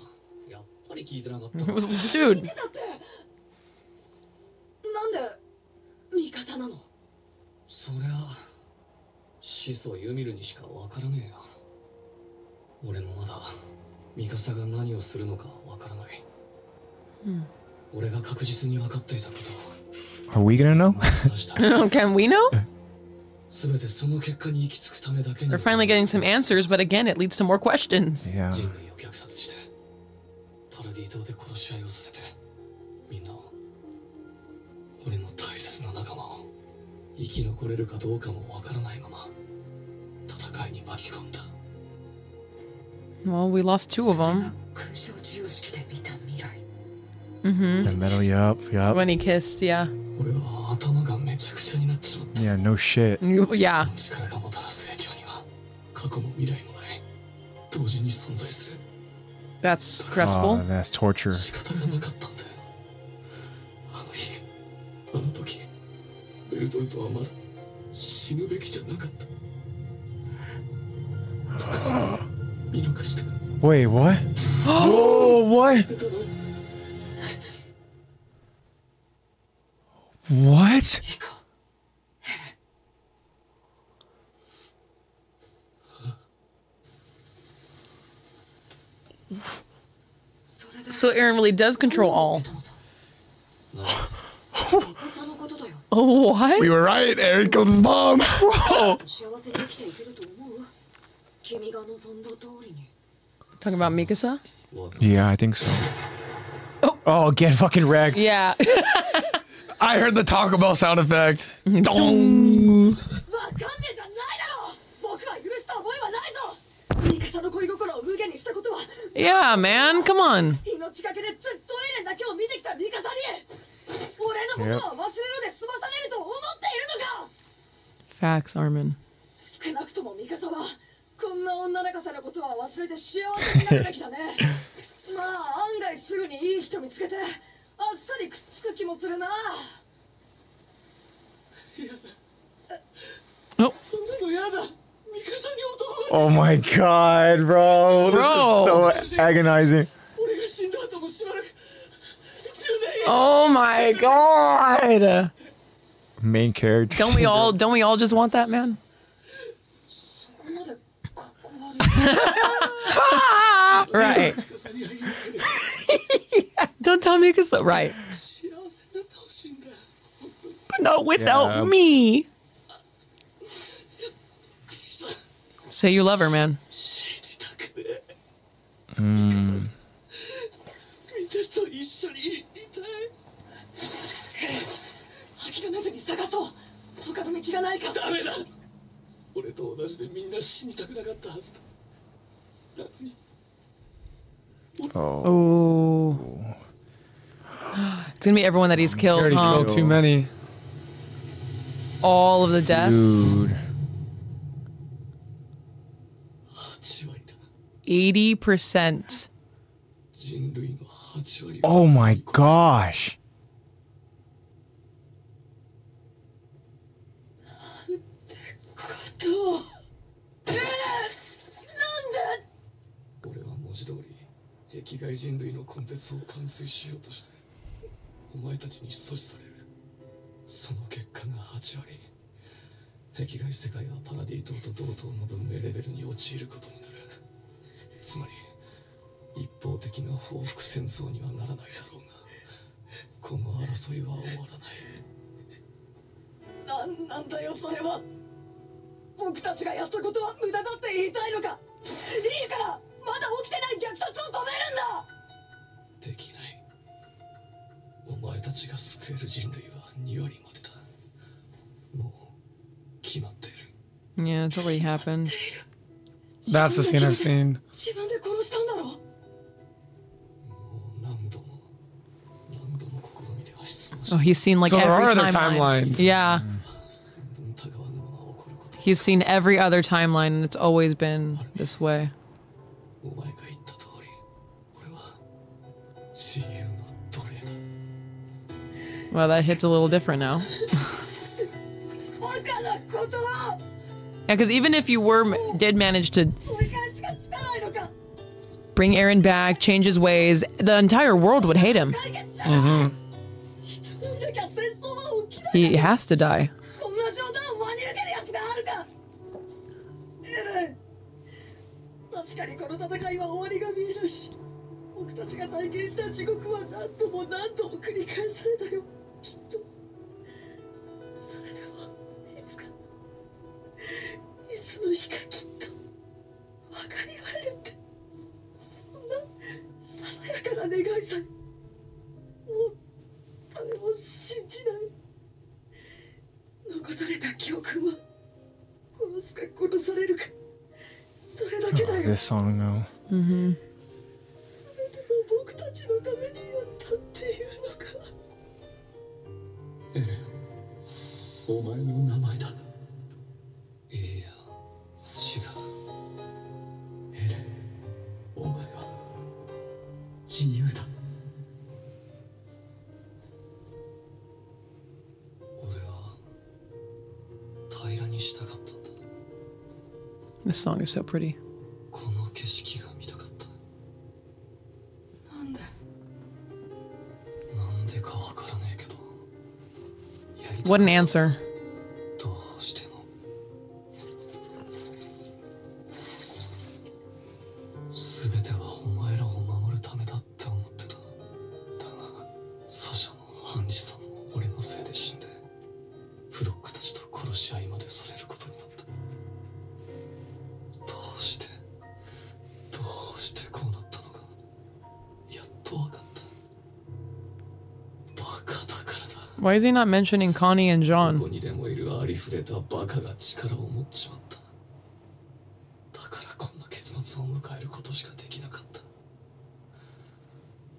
S6: やっぱり聞いてなかっ
S2: It
S6: た
S2: was dude.
S9: だってなんでミカサなの
S6: そりゃ始祖ユミルにしかわからねえよ俺もまだミカサが何をするのかわからない、俺が確実に分かっていたことを
S1: Are we gonna know?
S6: 話した
S2: Oh, Can we know?
S6: 全てその結果に行き着くためだけに
S2: They're finally getting some
S6: 人
S2: answers, but again, it leads to more questions.
S1: Yeah.
S6: 類を虐殺してパラディ島で殺し合いをさせてみんなを俺の大切な仲間を生き残れるかどうかもわからないまま戦いに巻き込んだ
S2: Well, we lost two of
S9: それ
S2: them.
S9: が勲章授与式で見た未来
S1: The metal. Yup. Yup.
S2: When he kissed, yeah.
S6: 俺は頭がめちゃくちゃになっちまった
S1: Yeah. No shit.
S2: Mm-hmm. Yeah.
S6: 力がもたらす影響には過去も未来もない同時に存在する
S2: That's
S1: Oh,
S2: stressful.
S1: that's torture.
S6: 仕方がなかったんだよあの日あの時ベルトルトはまだ死ぬべきじゃなかっただから見逃した
S1: Wait, what? oh, what?
S6: 出たの
S1: What?
S9: ミカそれで
S2: So Aaron really does control all.
S9: お子さんのことだよ
S2: Oh, what?
S3: We were right. Aaron killed his mom. Whoa.
S9: 幸せに生きていけると思う君が望んだ通りに
S2: Talking about Mikasa?
S1: Yeah, I think so. Oh, get fucking wrecked.
S2: Yeah.
S3: I heard the Taco Bell sound effect. Dong.
S9: わかんねえじゃないだろ僕は許した覚えはないぞミカサの恋心を無限にしたことは
S2: yeah, man. Come on.
S9: 命がけでずっとエレンだけを見てきたミカサに俺のことは忘れるで済まされると思っているのか
S2: Facts, Armin.
S9: 少なくともミカサはこんな女泣かせなことは忘れて幸せになるべきだねまあ案外すぐにいい人見つけてあっさりくっつく気もするな
S2: Oh.
S9: そんなのやだミカサに男が
S1: Oh my god, bro.
S2: Bro.
S1: This is so agonizing.
S9: 俺が死んだ後もしばらく10
S2: Oh my god.
S1: Main character.
S2: Don't we all don't we all just want that, man?
S9: 年までかっこ悪い
S2: Right. don't tell Mikasa right.
S6: 幸せになってほしいんだよ
S2: But not without
S1: Yeah.
S2: me. Say you love her, man.
S6: 死にたくねえみんなと一緒にいたい
S9: 諦めずに探そう他の道がないか
S6: ダメだ俺と同じでみんな死にたくなかったはずだなのに
S2: Oh. It's gonna be everyone that he's
S3: I
S2: killed,
S3: already
S2: huh?
S3: killed Oh, too many.
S2: All of the deaths.
S1: Dude.
S6: 8割だ
S2: Eighty percent.
S6: 人類の8割
S1: Oh my gosh.
S9: ことを
S6: 俺は文字通り壁外人類の根絶を完遂しようとしてお前たちに阻止されるその結果が8割壁外世界はパラディ島と同等の文明レベルに陥ることになるつまり一方的な報復戦争にはならないだろうがこの争いは終わらない
S9: なんなんだよそれは僕たちがやったことは無駄だって言いたいのかいいからまだ起きてない虐殺を止めるんだ
S6: できないお前たちが救える人類は2割までだもう決まっている
S2: Yeah, it's already happened.
S3: That's the scene I've seen.
S9: 自分で殺したんだろ
S6: 何度も何度も試みては失望し
S2: Oh, he's seen like
S3: So there
S2: every
S3: are other
S2: timeline.
S3: timelines.
S2: Yeah,
S6: 寸分たがわぬまま起こること
S2: he's seen every other timeline, and it's always been this way.
S6: お前が言った通り俺は自由の奴隷だ
S2: Well, that hits a little different now.
S9: バカなことは
S2: Yeah, because even if you were did manage to
S9: 取り返しがつかないのか
S2: bring Aaron back, change his ways, the entire world would hate him.
S9: 解決しない一人いなきゃ戦争は起きない
S2: He has to die.
S9: こんな冗談を真に受けるやつがあるかエレン確かにこの戦いは終わりが見えないし僕たちが体験した地獄は何度も何度も繰り返されたよきっとそれでもいつかいつの日かきっと分かり合えるってそんなささやかな願いさえもう誰も信じない残された教訓は殺すか殺されるかそれだけだよ
S1: This song though.
S9: 全ては僕たちのためにやったっていうのか
S6: エレンお前の名前だいいや違うエレンお前は自由だ俺は平らにしたかったんだ
S2: This song is so pretty.
S6: この景色が見たかった
S9: なんで
S6: なんでかわからねえけどやりた
S2: What an answer.
S6: どうしても全てはお前らを
S2: Why is he not mentioning Connie and
S6: ど
S2: John?
S6: こにでもいるありふれたバカが力を持っちまっただからこんな結末を迎えることしかできなかった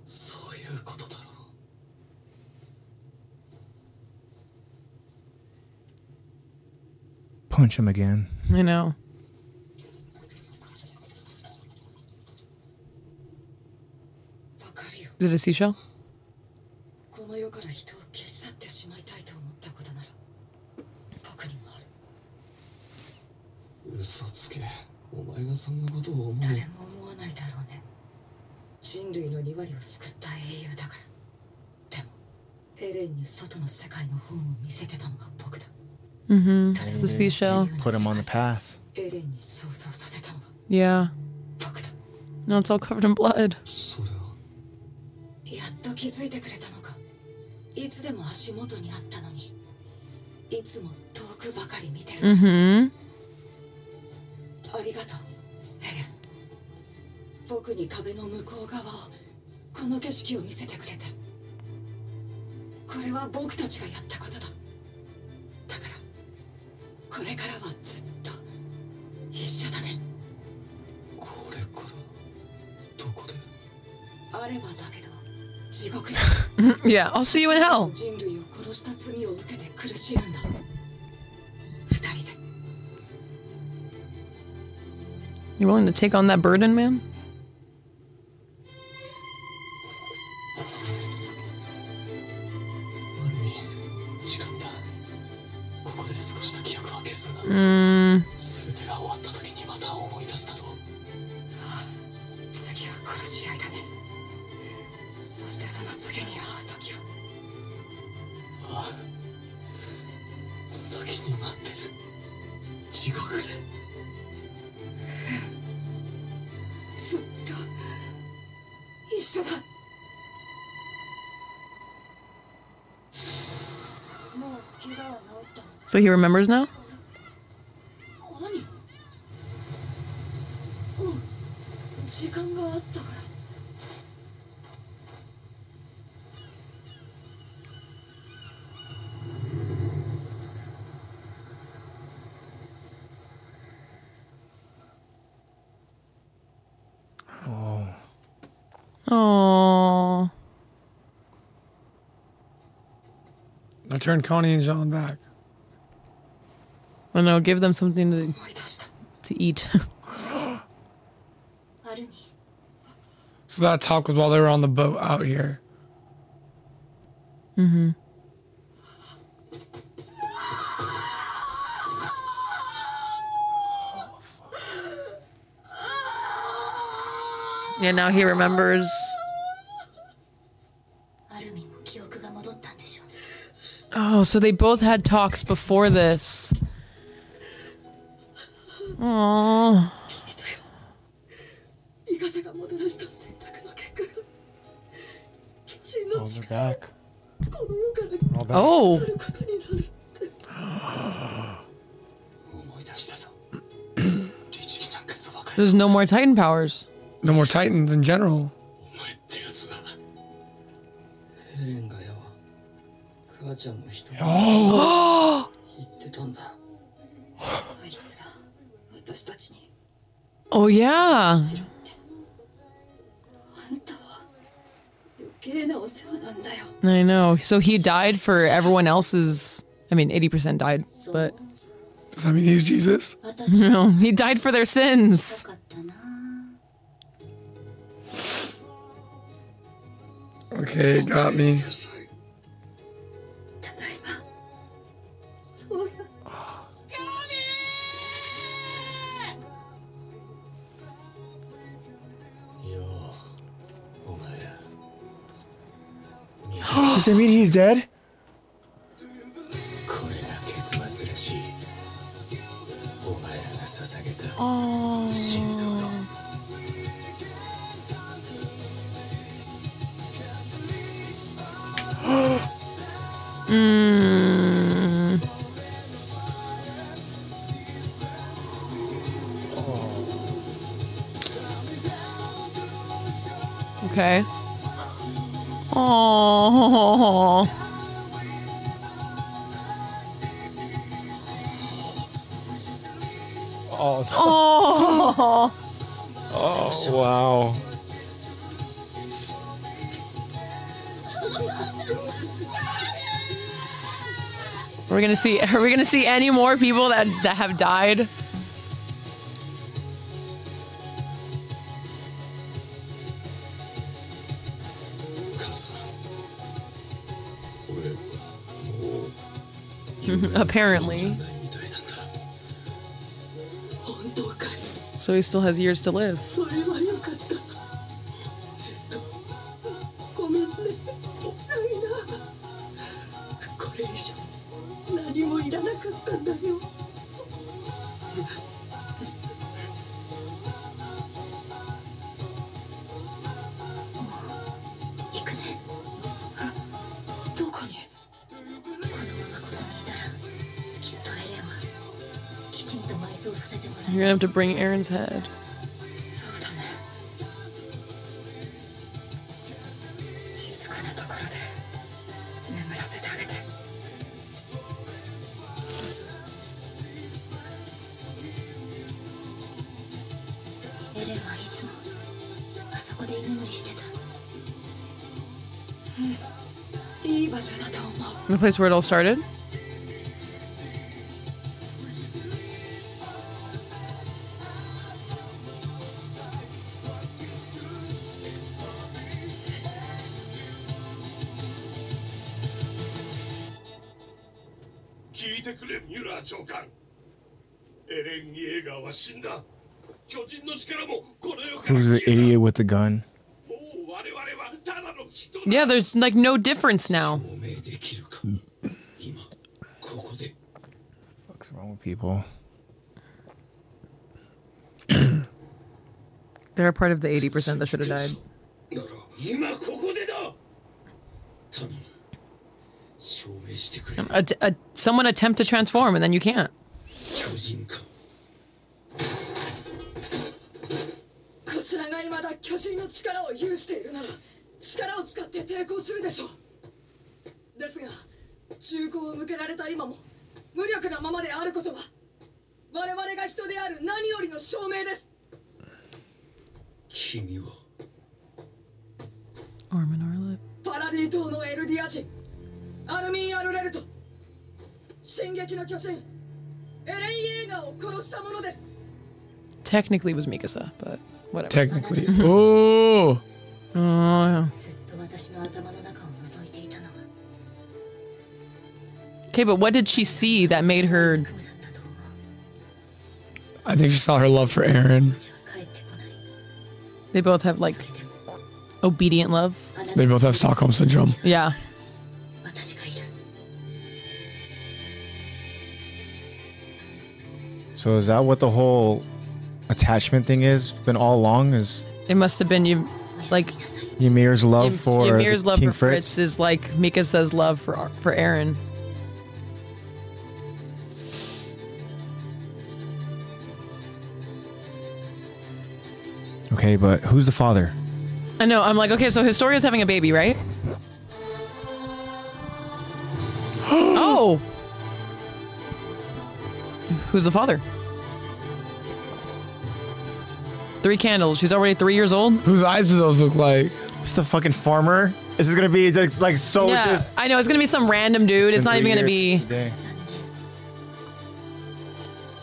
S6: そういうことだろ
S1: Punch him again.
S2: I know.
S9: 「わかるよ
S2: Is it a seashell?
S9: この世から人を消し去ってしまいたいと思ったことなら僕にもある
S6: う嘘つけお前がそんなことを思う
S9: 誰も思わないだろうね人類の2割を救った英雄だからでもエレンに外の世界の本を見せてたのが僕だ
S2: Mm-hmm.
S9: 誰
S2: It's
S9: も
S2: a seashell.
S9: 自由な
S1: Put
S9: 世界
S1: him on the path.
S9: エレンに想像させたのが
S2: Yeah.
S9: 僕だ
S2: No, it's all covered in blood.
S6: それは
S9: やっと気づいてくれたのかいつでも足元にあったのにいつも遠くばかり見てる、
S2: Mm-hmm.
S9: ありがとうエレン僕に壁の向こう側をこの景色を見せてくれてこれは僕たちがやったことだだからこれからはずっと一緒だね
S6: これからどこで
S9: あればだけど地獄だ
S2: Yeah. I'll see you in hell.
S9: 人類を殺した罪を受けて苦しむんだ二人で
S2: You willing to take on that burden, man?
S6: ある意味誓ったここで過ごした記憶は消すが
S2: Mm.
S6: 全てが終わった時にまた思い出すだろう
S9: 次は殺し合いだねそしてその次に会う時は
S6: あ先に待ってる地獄で
S9: ずっと一緒だもう怪我は治っ
S2: So he remembers now?
S9: たの兄うん時間があったから
S1: Oh.
S2: Oh.
S3: I turned Connie and John back.
S2: I know. Give them something to
S9: 思い出した
S2: to eat.
S9: アルミ
S3: So that talk was while they were on the boat out here.
S2: yeah. Now he remembers.
S9: アルミも記憶が戻ったんでしょう
S2: Oh, so they both had talks before this. Oh.
S9: 聞いたよイカサが戻らした選択の結果が巨人
S1: Oh,
S9: の力
S1: we're back.
S9: この世から
S2: Oh.
S9: 来ることになる
S6: 思い出したぞ律儀なクソバカや
S2: There's no more Titan powers.
S3: No more Titans in general.
S6: お前ってやつはエレンがよ母ちゃんの人言
S3: Oh,
S6: ってたんだ
S9: あいつが私たちに
S2: Oh yeah.
S9: しろってあんたは余計なお世話なんだよ
S2: I know. So he died for everyone else's. I mean, 80% died, but
S3: does that mean he's Jesus?
S9: 私
S2: you know, he died for their sins.
S9: かったな
S3: Okay, it got me.
S9: ただいま父さん
S1: Does it mean he's dead?
S6: これが結末らしいお前らが捧げた
S2: Oh.
S6: 心臓の
S2: Okay. Oh.
S15: Oh,
S2: Oh,
S15: wow.
S2: we're gonna see. Are we gonna see any more people that that have died? Apparently,
S9: 本当かい
S2: so he still has years to live.
S9: それはよかったずっとごめんねライナーこれ以上何もいらなかったんだよ行くねどこにこのままここにいたらきっとエレンはきちんと埋葬させてもらえる
S2: You're gonna have to bring Aaron's head.
S9: そうだね静かなところで眠らせてあげてエレンはいつもあそこで居眠りしてたうんいい場所だと思う
S2: The place where it all started.
S1: Who's the idiot with the gun?
S2: Yeah, there's like no difference now.
S6: おめえできるか今ここで
S1: What's wrong with people?
S2: They're a part of the 80% that should have died.
S6: なら今ここでだ頼む証明してくれ
S2: A, a, someone attempt to transform and then you can't.
S6: 巨人か
S9: こちらが未だ巨人の力を有しているなら力を使って抵抗するでしょうですが銃口を向けられた今も無力なままであることは我々が人である何よりの証明です
S6: 君は
S2: Arm and Arlet.
S9: パラディ島のエルディア人アルミン・アルレルト進撃の巨人エレン・イエーガーを殺したものです
S2: Technically it was Mikasa, but whatever.
S3: Technically. Ooh.
S2: Oh,
S9: ずっと私の頭の中を覗いていたのは
S2: yeah. Okay, but what did she see that made her
S9: 無だったと思う
S3: I think she saw her love for Aaron.
S9: じゃ帰ってこない
S2: they both have like
S9: でも
S2: obedient love?
S3: They both have Stockholm syndrome.
S2: Yeah.
S9: 私がいる
S1: So is that what the whole attachment thing is? Been all along is
S2: It must have been you like
S1: Ymir's love for
S2: Ymir's love
S1: King
S2: for Fritz. is like Mikasa's love for for Aaron.
S1: Okay, but who's the father?
S2: I know, I'm like, okay, so Historia's having a baby, right? oh. Who's the father? Three candles. She's already three years old.
S3: Whose eyes do those look like?
S1: It's the fucking farmer. This is gonna be just, like so
S2: yeah,
S1: Oh, just.
S2: I know. It's gonna be some random dude. It's not even gonna be.
S1: Dang.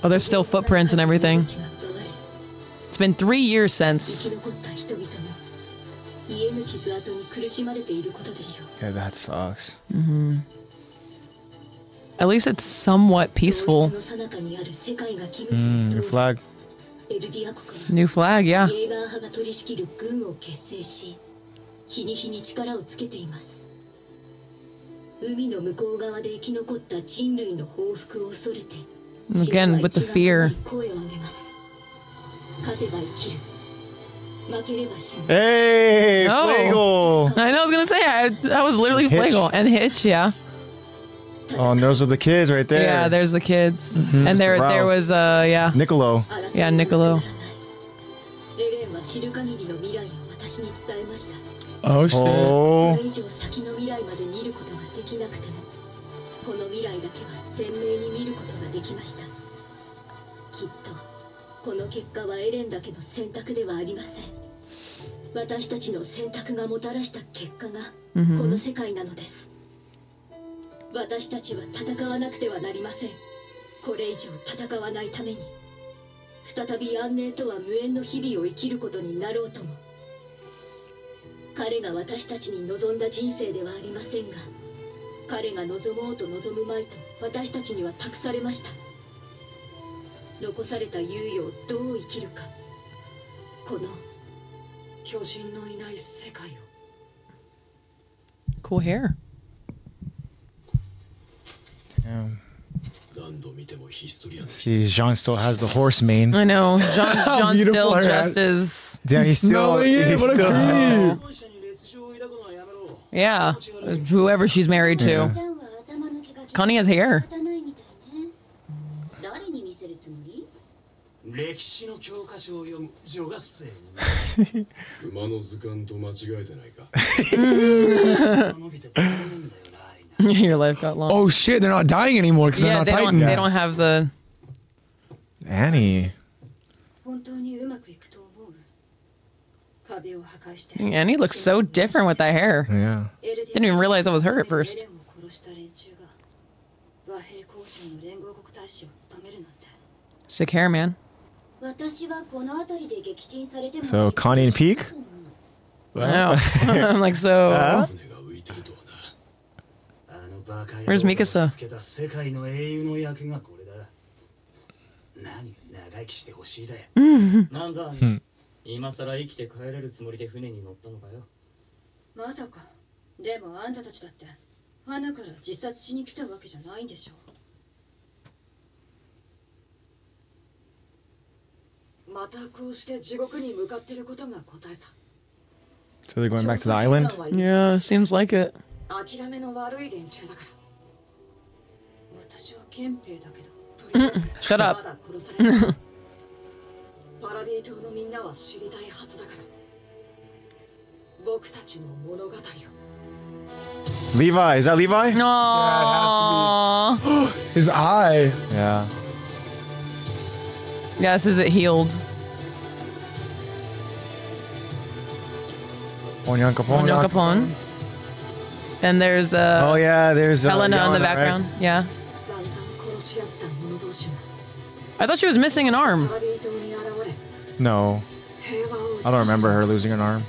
S2: Oh, there's still footprints and everything.
S9: 生
S2: It's been three years since.
S9: き残った人々も家の傷跡に苦しまれていることでしょう
S1: Okay, that sucks.
S2: At least it's somewhat peaceful.
S9: 喪失の最中にある世界が危惧す
S1: Your
S9: ると
S1: flag.
S9: エルディア国は
S2: New flag, yeah.
S9: イエーガー派が取り仕切る軍を結成し日に日に力をつけています海の向こう側で生き残った人類の報復を恐れて
S2: Again, with the
S9: 島は
S2: fear.
S9: 一丸となり声を上げます勝てば生きる負ければ死ぬ
S1: Hey,
S2: Oh.
S1: Flagel.
S2: I know. I was gonna say I, I was literally
S1: Hitch.
S2: Flagel and Hitch, yeah.
S1: Oh, and those are the kids right there. Mm-hmm.
S2: Yeah, there's the kids, and there there
S1: Rouse.
S2: was uh yeah.
S1: Niccolo.
S9: 争
S2: いやニコロ
S9: エレンは知る限りの未来を私に伝えました
S3: Oh shit.
S1: Oh.
S9: それ以上先の未来まで見ることができなくてもこの未来だけは鮮明に見ることができましたきっと
S4: この結果はエレンだけの選択ではありません私たちの選択がもたらした結果が
S2: うんふん
S4: この世界なのです、私たちは戦わなくてはなりませんこれ以上戦わないために再び安寧とは無縁の日々を生きることになろうとも彼が私たちに望んだ人生ではありませんが彼が望もうと望むまいと私たちには託されました残された猶予をどう生きるかこの
S9: 巨人のいない世界を
S2: Cool hair.
S6: 何度見てもヒストリアン
S1: See, Jean still has the horse mane.
S2: I know. John,
S1: How
S2: John
S1: beautiful
S2: still
S1: her
S2: just
S1: ass.
S2: is.
S1: Damn, he's still.
S2: Smelling it,
S1: He's
S2: what a
S1: still.
S2: creep. Yeah. Whoever she's married to.
S1: Yeah.
S2: Connie has hair.
S4: 誰に見せるつもり
S5: 歴史の教科書を読む女学生
S6: 馬の図鑑と間違えてないか
S2: Your life got long.
S3: Oh shit, they're not dying anymore because
S2: yeah,
S3: they're not
S2: they don't,
S3: Titans.
S2: they don't have the.
S1: Annie.
S9: 本当にうまくいくと思う壁を破壊して
S2: Annie looks so different with that hair.
S1: Yeah.
S2: Didn't even realize I was her at first.
S9: エレンを殺した連中が和平交渉の連合国大使を務めるなんて
S2: Sick hair, man.
S4: 私はこの辺りで撃沈されても
S1: So Connie and Peak.
S2: I know. I'm like, so.
S1: Huh?
S5: あのバカ
S2: Where's Mikasa?
S5: つけた世界の英雄の役がこれだ何よ長生きしてほしいだよ
S15: なんだ、今さら生きて帰れるつもりで船に乗ったのかよ
S9: まさかでもあんたたちだって花から自殺しに来たわけじゃないんでしょまたこうして地獄に向かってることが答えさ
S1: So they're going back to the island.
S9: 長期間は
S2: Yeah, seems like it.
S9: 諦めの悪い連中だから私は憲兵だけどとりあえず
S2: Shut up
S9: まだ殺されない パラディ島のみんなは知りたいはずだから僕たちの物語を
S1: Levi. Is that Levi?
S2: No.
S3: His eye.
S1: Yeah.
S2: Yeah, this is it healed.
S1: Onyan Capone.
S2: Mondo Capone. And there's
S1: Oh
S2: uh,
S1: yeah, there's uh,
S2: Helena in
S1: Yana,
S2: the
S1: right?
S2: background. Yeah.
S9: 散々殺し合った者同士が
S2: I thought she was missing an
S9: パ
S2: arm.
S9: ラディ島に現れ
S1: No,
S9: 平和を
S1: I don't remember her losing an arm.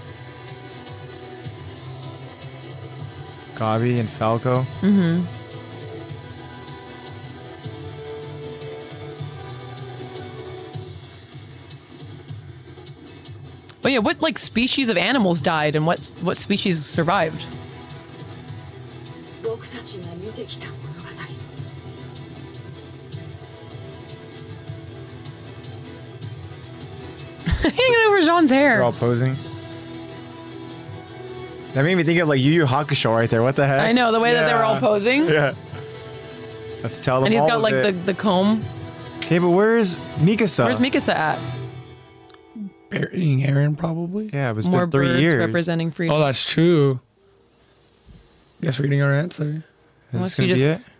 S1: Gabi and Falco.
S2: But Oh, yeah, what like species of animals died and what what species survived?
S9: 僕たちが見てきた物語
S2: Hanging over Jean's
S1: They're
S2: hair.
S1: all posing. That made me think of like Yu Yu Hakusho right there. What the heck?
S2: I know the way that they were all
S1: Yeah.
S2: posing.
S1: Yeah. Let's tell them.
S2: And he's
S1: all
S2: got
S1: of
S2: like the,
S1: it.
S2: the comb.
S1: Okay, but where's Mikasa?
S2: Where's Mikasa at?
S3: Burying Aaron probably.
S1: Yeah, it was
S2: More
S1: been three
S2: birds
S1: years.
S2: representing freedom.
S3: Oh, that's true. Guess we're getting our answer.
S1: is this
S2: Unless you
S1: gonna be
S2: just-
S1: it?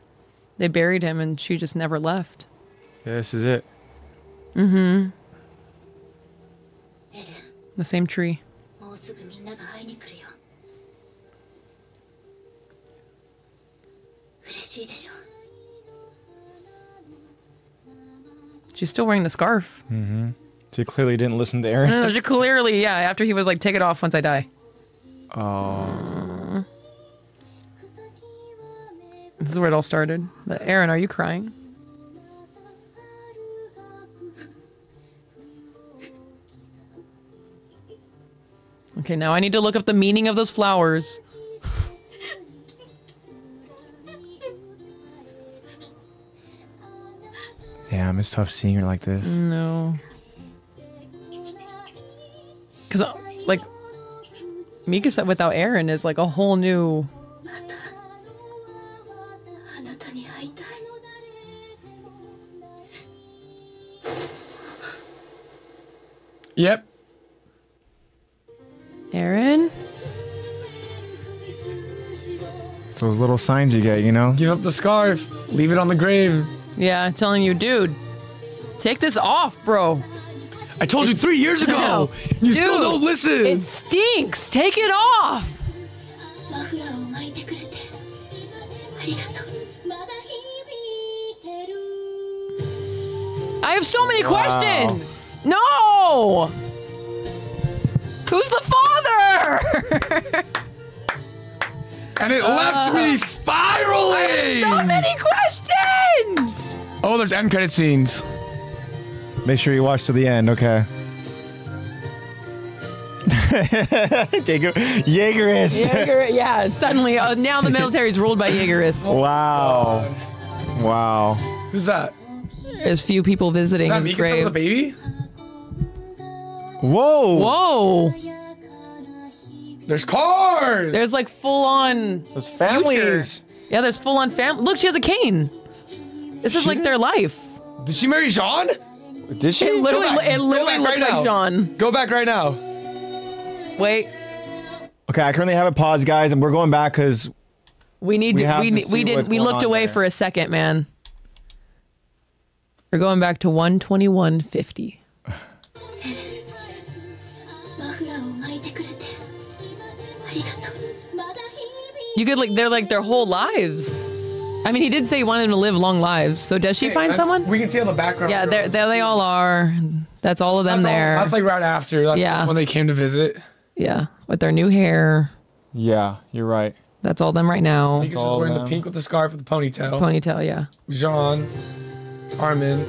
S2: They buried him and she just never left.
S1: Yeah, this is it.
S4: エレ
S2: The same tree.
S4: ンもうすぐみんなが会いに来るよ嬉しいでしょ
S2: She's still wearing the scarf.
S1: Hmm. So you clearly didn't listen to Aaron.
S2: No, she clearly, yeah, after he was like, take it off once I die. This is where it all started. But Aaron, are you crying? Okay, now I need to look up the meaning of those flowers.
S1: Damn, it's tough seeing her like this.
S2: Mm. No. Because, uh, like, Mika said without Aaron is like a whole new.
S4: あなたに会いたい
S3: Yep.
S2: Aaron?
S1: It's those little signs you get, you know.
S3: Give up the scarf. Leave it on the grave.
S2: Yeah, telling you, dude, take this off, bro.
S3: I told you three years ago. You still
S2: Dude,
S3: don't listen.
S2: It stinks. Take it off.
S4: マフラーを巻いてくれてありがとうまだ響いてる
S2: I have so many
S1: Wow.
S2: questions. No. Who's the father?
S3: and it left me
S2: so
S3: spiraling.
S2: many questions.
S3: oh, there's end credit scenes.
S1: Make sure you watch to the end, okay? Jaeger, Jaegerist.
S2: Jaeger, yeah, suddenly uh, now the military is ruled by Jaegerists.
S1: Wow. Wow.
S3: Who's that?
S2: There's few people visiting
S3: That's
S2: his
S3: Mika with the
S2: grave.
S3: baby.
S1: Whoa.
S2: Whoa,
S3: There's cars.
S2: there's like full on,
S1: Those families.
S2: yeah, there's full on family. Look, she has a cane. This is
S1: She
S2: like
S1: did?
S2: their life.
S3: Did she marry Jean?
S1: Did she?
S2: It literally,
S3: back.
S2: it
S3: Go
S2: literally
S3: back
S2: looked
S3: right
S2: like
S3: now.
S2: John.
S3: Go back right now.
S2: Wait,
S1: Okay, I currently have it paused, guys, and we're going back because
S2: we need
S1: We
S2: to,
S1: have
S2: we
S1: to
S2: ne- we
S1: see
S2: didn't
S1: what's
S2: we
S1: going
S2: looked
S1: on
S2: away
S1: there.
S2: for a second, man. We're going back to 121.50.
S4: マフラーを巻いてくれてありがとうまだ響い
S2: You could like they're like their whole lives. I mean, he did say he wanted them to live long lives. So does she find
S3: I-
S2: someone?
S3: We can see on the background.
S2: Yeah, there, there they all are. That's all of them
S3: That's all-
S2: there.
S3: that's like right after. That's
S2: Yeah.
S3: When they came to visit.
S2: yeah, with their new hair.
S1: Yeah, you're right.
S2: That's all them right now.
S3: Mika's
S1: all
S3: wearing
S1: them.
S3: the pink with the scarf with the ponytail.
S2: Ponytail, yeah.
S3: Jean, Armin.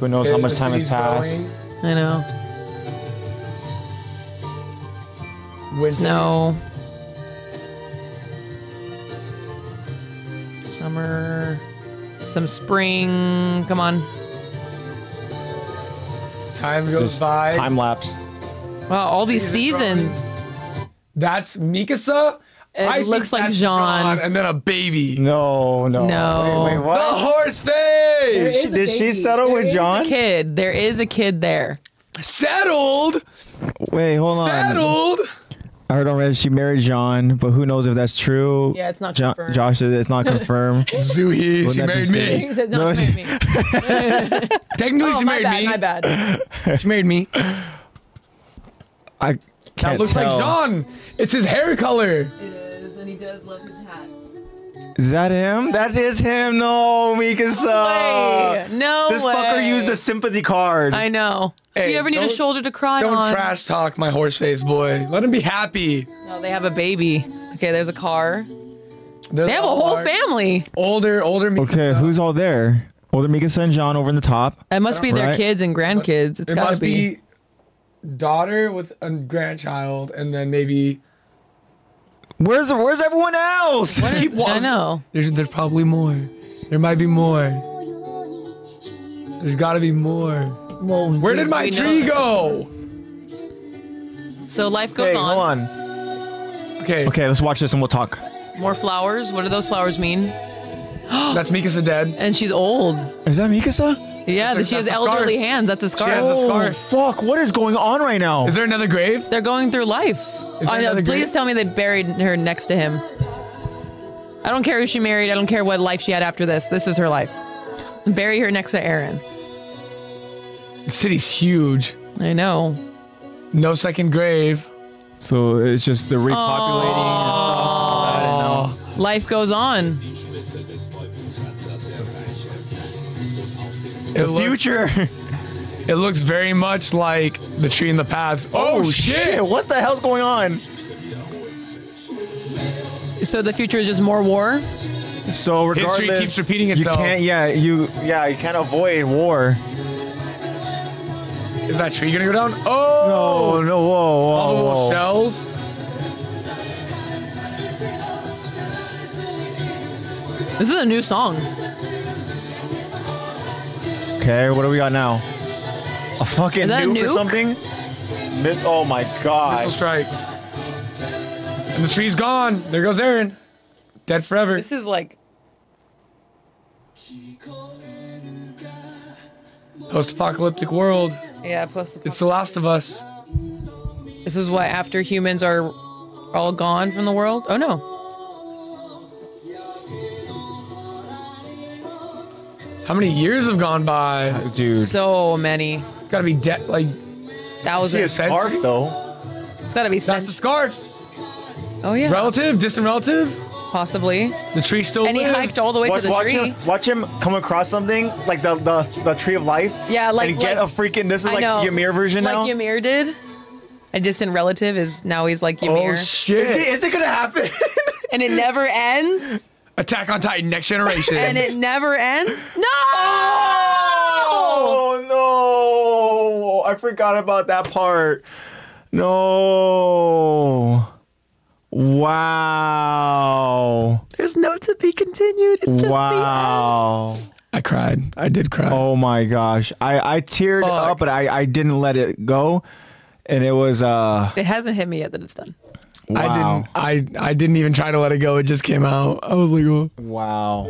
S1: Who knows how much
S3: the
S1: time has
S3: city's
S1: passed?
S3: growing.
S2: I know.
S3: Winter.
S2: Snow. Summer. Some spring. Come on.
S3: Time goes
S1: Just
S3: by.
S1: time lapse.
S2: Wow, all these
S3: Season
S2: seasons.
S3: That's Mikasa.
S2: It
S3: I think
S2: looks like
S3: that's
S2: Jean.
S3: and then a baby.
S1: No, no.
S2: No.
S1: Wait, wait,
S3: The
S1: what?
S3: horse
S1: Did
S3: face.
S1: she- Did she settle
S2: There
S1: with
S2: is a
S1: John?
S2: kid. There is a kid there.
S3: Settled.
S1: Wait, hold on.
S3: Settled.
S1: I heard on Reddit she married John, but who knows if that's true?
S2: Yeah, it's not
S1: Jo-
S2: confirmed.
S1: Josh, said it's not confirmed.
S3: Zuhi,
S1: Wouldn't
S3: she
S1: that be
S3: married
S1: sweet?
S3: me.
S2: He said, no,
S1: No,
S2: she
S1: she-
S2: married me.
S3: Technically,
S2: Oh,
S3: she
S2: my
S3: married
S2: bad,
S3: me.
S2: my bad.
S3: She married me.
S1: I
S3: That
S1: can't
S3: looks
S1: tell.
S3: like Jean. It's his hair color.
S2: And he does love his hats.
S1: Is that him? That is him. No, Mikasa.
S2: Way. No
S1: Uh, this
S2: way.
S1: fucker used a sympathy card.
S2: I know.
S3: Hey,
S2: you ever need a
S3: don't-
S2: shoulder to cry
S3: Don't
S2: on?
S3: trash talk my horse face boy. Let him be happy.
S2: No, they have a baby. Okay, there's a car.
S3: They're
S2: They have a
S3: all
S2: whole
S3: hard.
S2: family.
S3: Older, older. Mikasa.
S1: okay, who's all there? Older Mikasa and John over in the top.
S2: It must be their
S1: Right.
S2: kids and grandkids. It's
S3: It
S2: gotta
S3: must
S2: be.
S3: be daughter with a grandchild, and then maybe
S1: Where's where's everyone else?
S3: keep
S2: I
S3: watching.
S2: know.
S3: There's, there's probably more. There might be more.
S4: てように響い
S3: There's got to be more. Where did my
S2: we know
S3: tree
S2: that.
S3: go?
S2: So life goes
S1: Hey,
S2: on.
S1: hold on.
S3: Okay,
S1: Okay, let's watch this and we'll talk.
S2: More flowers. What do those flowers mean?
S3: that's Mikasa dead.
S2: And she's old.
S1: Is that Mikasa?
S2: Yeah,
S3: That's
S2: she
S3: a-
S2: has
S3: that's a scarf.
S2: elderly hands. That's a scarf.
S3: has a scarf. Sorry.
S1: Oh, fuck! What is going on right now?
S3: Is there another grave?
S2: They're going through life.
S3: Is
S2: I
S3: there
S2: know,
S3: another
S2: please
S3: grave?
S2: tell me they buried her next to him. I don't care who she married. I don't care what life she had after this. This is her life. Bury her next to Aaron.
S3: The city's huge.
S2: I know.
S3: No second grave.
S1: so it's just the repopulating.
S2: Life goes on.
S3: It
S1: The
S3: looks,
S1: future.
S3: it looks very much like the tree in the path. Oh, shit!
S1: What the hell's going on?
S2: So the future is just more war.
S1: So regardless,
S3: History keeps repeating
S1: You
S3: itself.
S1: can't. Yeah, you. Yeah, you can't avoid war.
S3: Is that tree gonna go down? Oh!
S1: Oh no! Whoa! Whoa!
S3: All the
S1: whoa.
S3: little shells.
S2: This is a new song.
S1: Okay, what do we got now? A fucking
S2: Is that a
S1: nuke, or
S2: nuke?
S1: something? Mi- oh my
S3: Missile
S1: god.
S3: strike. And the tree's gone. There goes Aaron. Dead forever.
S2: This is like
S3: Post-apocalyptic world.
S2: yeah, post.
S3: It's The Last of Us.
S2: This is what after humans are all gone from the world. Oh no.
S3: How many years have gone by?
S1: Uh, Dude,
S2: So many.
S3: gotta be de- like
S2: Thousand.
S3: She offends you?
S1: though.
S2: It's gotta be
S3: That's the
S2: cent-
S3: scarf.
S2: Oh yeah,
S3: Relative, distant relative.
S2: possibly.
S3: The tree still
S2: And he
S3: lives.
S2: hiked all the way
S1: Watch,
S2: to the
S1: watch
S2: tree.
S1: him, watch him come across something like the the, the tree of life.
S2: Yeah, like-
S1: and get
S2: like-
S1: a freaking. This is
S2: I
S1: like
S2: know.
S1: Ymir version
S2: like
S1: now.
S2: Ymir did. A distant relative is now he's like
S3: Oh
S2: Ymir,
S1: Is it,
S3: shit!
S1: is it gonna happen?
S2: and it never ends,
S3: Attack on Titan, next generation.
S2: and it never ends. No.
S1: oh no! I forgot about that part. No. Wow.
S2: There's no to be continued. It's just
S1: wow.
S3: I cried. I did cry.
S1: Oh my gosh. I, I teared
S3: Fuck.
S1: up, but I, I didn't let it go. And it was uh
S2: the end. It hasn't hit me yet that it's done.
S1: wow.
S3: I didn't. I I didn't even try to let it go. It just came out. I was like, oh.
S1: Wow.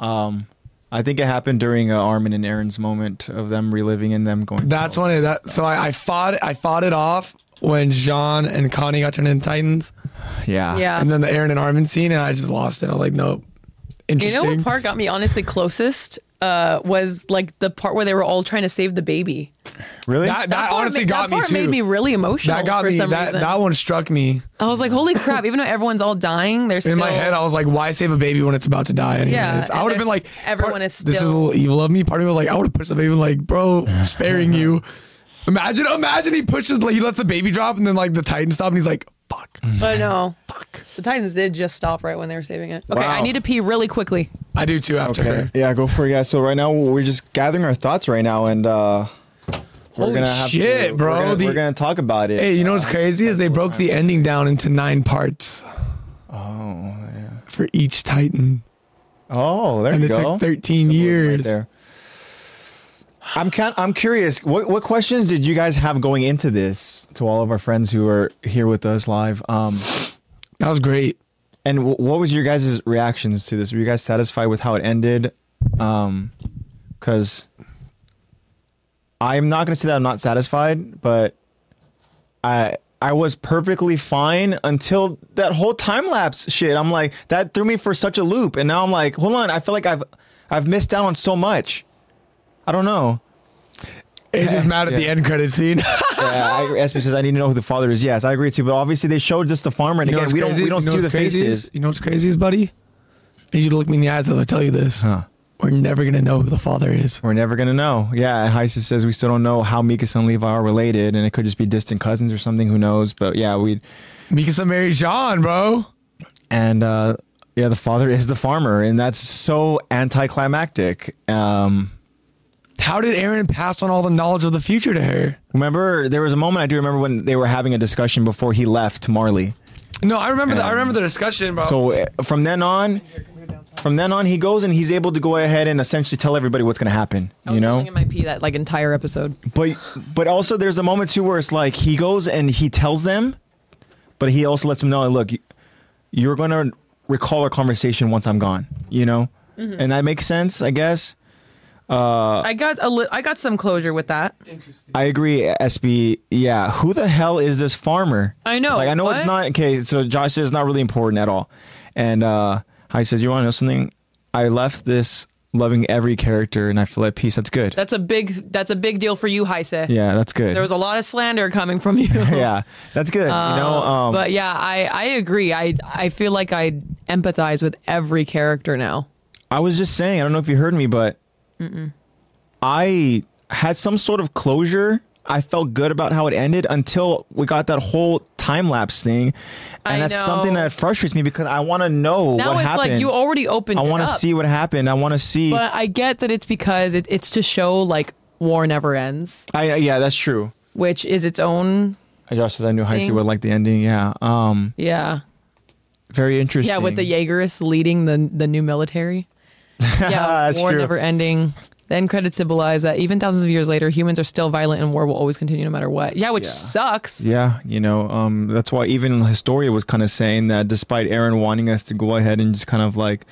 S1: Um I think it happened during uh, Armin and Aaron's moment of them reliving and them going.
S3: That's when it. That, so I, I fought. I fought it off when Jean and Connie got turned into Titans,
S1: yeah.
S2: Yeah.
S3: and then the Aaron and Armin scene, and I just lost it. I was like, nope.
S2: You
S3: Interesting.
S2: know what part got me honestly closest uh, was like the part where they were all trying to save the baby.
S1: Really?
S3: that that,
S2: part
S3: honestly
S2: ma-
S3: got
S2: that
S3: me
S2: part
S3: too.
S2: made me really emotional.
S3: that got
S2: for
S3: me.
S2: Some
S3: That
S2: reason.
S3: that one struck me
S2: I was like, holy crap! Even though everyone's all dying, they're still
S3: in my head. I was like, why save a baby when it's about to die? Anyways,
S2: Yeah,
S3: I
S2: and
S3: would have been like,
S2: there's- everyone
S3: part-
S2: is
S3: This is a
S2: still-
S3: little evil of me. Part of me was like, I would have pushed the baby. Like, bro, sparing you. Imagine, imagine he pushes. Like, he lets the baby drop, and then like the Titan stop, and he's like, fuck.
S2: I know. Fuck. The Titans did just stop right when they were saving it. Okay,
S1: Wow.
S2: I need to pee really quickly.
S3: I do too after
S1: Okay.
S3: her.
S1: Yeah, go for it, guys. So right now we're just gathering our thoughts right now, and uh, we're
S3: Holy
S1: gonna have
S3: shit,
S1: to,
S3: bro.
S1: We're gonna,
S3: The-
S1: we're gonna talk about it.
S3: Hey, you know what's crazy is they broke the ending down into nine parts. Oh, yeah. For each Titan.
S1: oh, there
S3: And
S1: you
S3: it
S1: go.
S3: took 13
S1: Symbolism
S3: years.
S1: I'm kind, I'm curious. What what questions did you guys have going into this to all of our friends who are here with us live? Um,
S3: That was great.
S1: and w- what was your guys' reactions to this? Were you guys satisfied with how it ended? Um, because I'm not gonna say that I'm not satisfied, but I I was perfectly fine until that whole time lapse shit. I'm like that threw me for such a loop, and now I'm like, hold on, I feel like I've I've missed out on so much. I don't know.
S3: It just mad at the
S1: yeah.
S3: end credit scene.
S1: Yeah, I, Esme says I need to know who the father is. Yes, I agree too. But obviously they showed just the farmer, and
S3: You know
S1: again
S3: what's
S1: we don't we
S3: crazy is-
S1: don't
S3: you
S1: see
S3: know
S1: the
S3: what's crazy is-
S1: faces.
S3: You know what's crazy is, buddy? I need you to look me in the eyes as I tell you this.
S1: Huh.
S3: We're never going to know who the father is.
S1: We're never gonna know. Yeah, Heisa says we still don't know how Mikasa and Levi are related, and it could just be distant cousins or something. Who knows? But yeah, we
S3: Mikasa married Jean, bro.
S1: and uh, yeah, the father is the farmer, and that's so anticlimactic. Um,
S3: How did Aaron pass on all the knowledge of the future to her?
S1: remember, there was a moment I do remember when they were having a discussion before he left Marley.
S3: No, I remember the, I remember the discussion, bro.
S1: So uh, from then on, from then on, he goes and he's able to go ahead and essentially tell everybody what's gonna happen.
S2: I
S1: You know,
S2: in my pee that like entire episode.
S1: But but also there's a moment too where it's like he goes and he tells them, but he also lets them know, look, you- you're gonna recall our conversation once I'm gone, you know,
S2: Mm-hmm.
S1: and that makes sense, I guess. Uh.
S2: I got a li- I got some closure with that.
S1: I agree, SB. Yeah, who the hell is this farmer?
S2: I know,
S1: Like I know it's
S2: what?
S1: not okay. So Josh says it's not really important at all, and uh, I said, you want to know something? I left this loving every character, and I feel at peace. That's good.
S2: That's a big that's a big deal for you, Heise.
S1: yeah, that's good.
S2: There was a lot of slander coming from you. Uh,
S1: yeah, that's good. you know, um,
S2: but yeah, I I agree. I I feel like I empathize with every character now.
S1: I was just saying, I don't know if you heard me, but I had some sort of closure. I felt good about how it ended until we got that whole time lapse thing, and
S2: I
S1: that's
S2: know.
S1: something that frustrates me because I want to know
S2: Now
S1: what
S2: it's
S1: happened.
S2: like you already opened.
S1: I
S2: it
S1: want to
S2: up.
S1: see what happened. I want to see.
S2: But I get that it's because it, it's to show like war never ends,
S1: I, yeah, that's true.
S2: which is its own.
S1: Josh says I knew Heisey
S2: Thing.
S1: would like the ending. Yeah, um,
S2: Yeah.
S1: very interesting.
S2: Yeah, with the Jaegerists leading the the new military. Yeah,
S1: That's
S2: war
S1: true.
S2: never ending. Then credits symbolize that even thousands of years later, humans are still violent and war will always continue no matter what. Yeah, which
S1: Yeah.
S2: sucks.
S1: Yeah, you know, um, that's why even Historia was kind of saying that despite Aaron wanting us to go ahead and just kind of like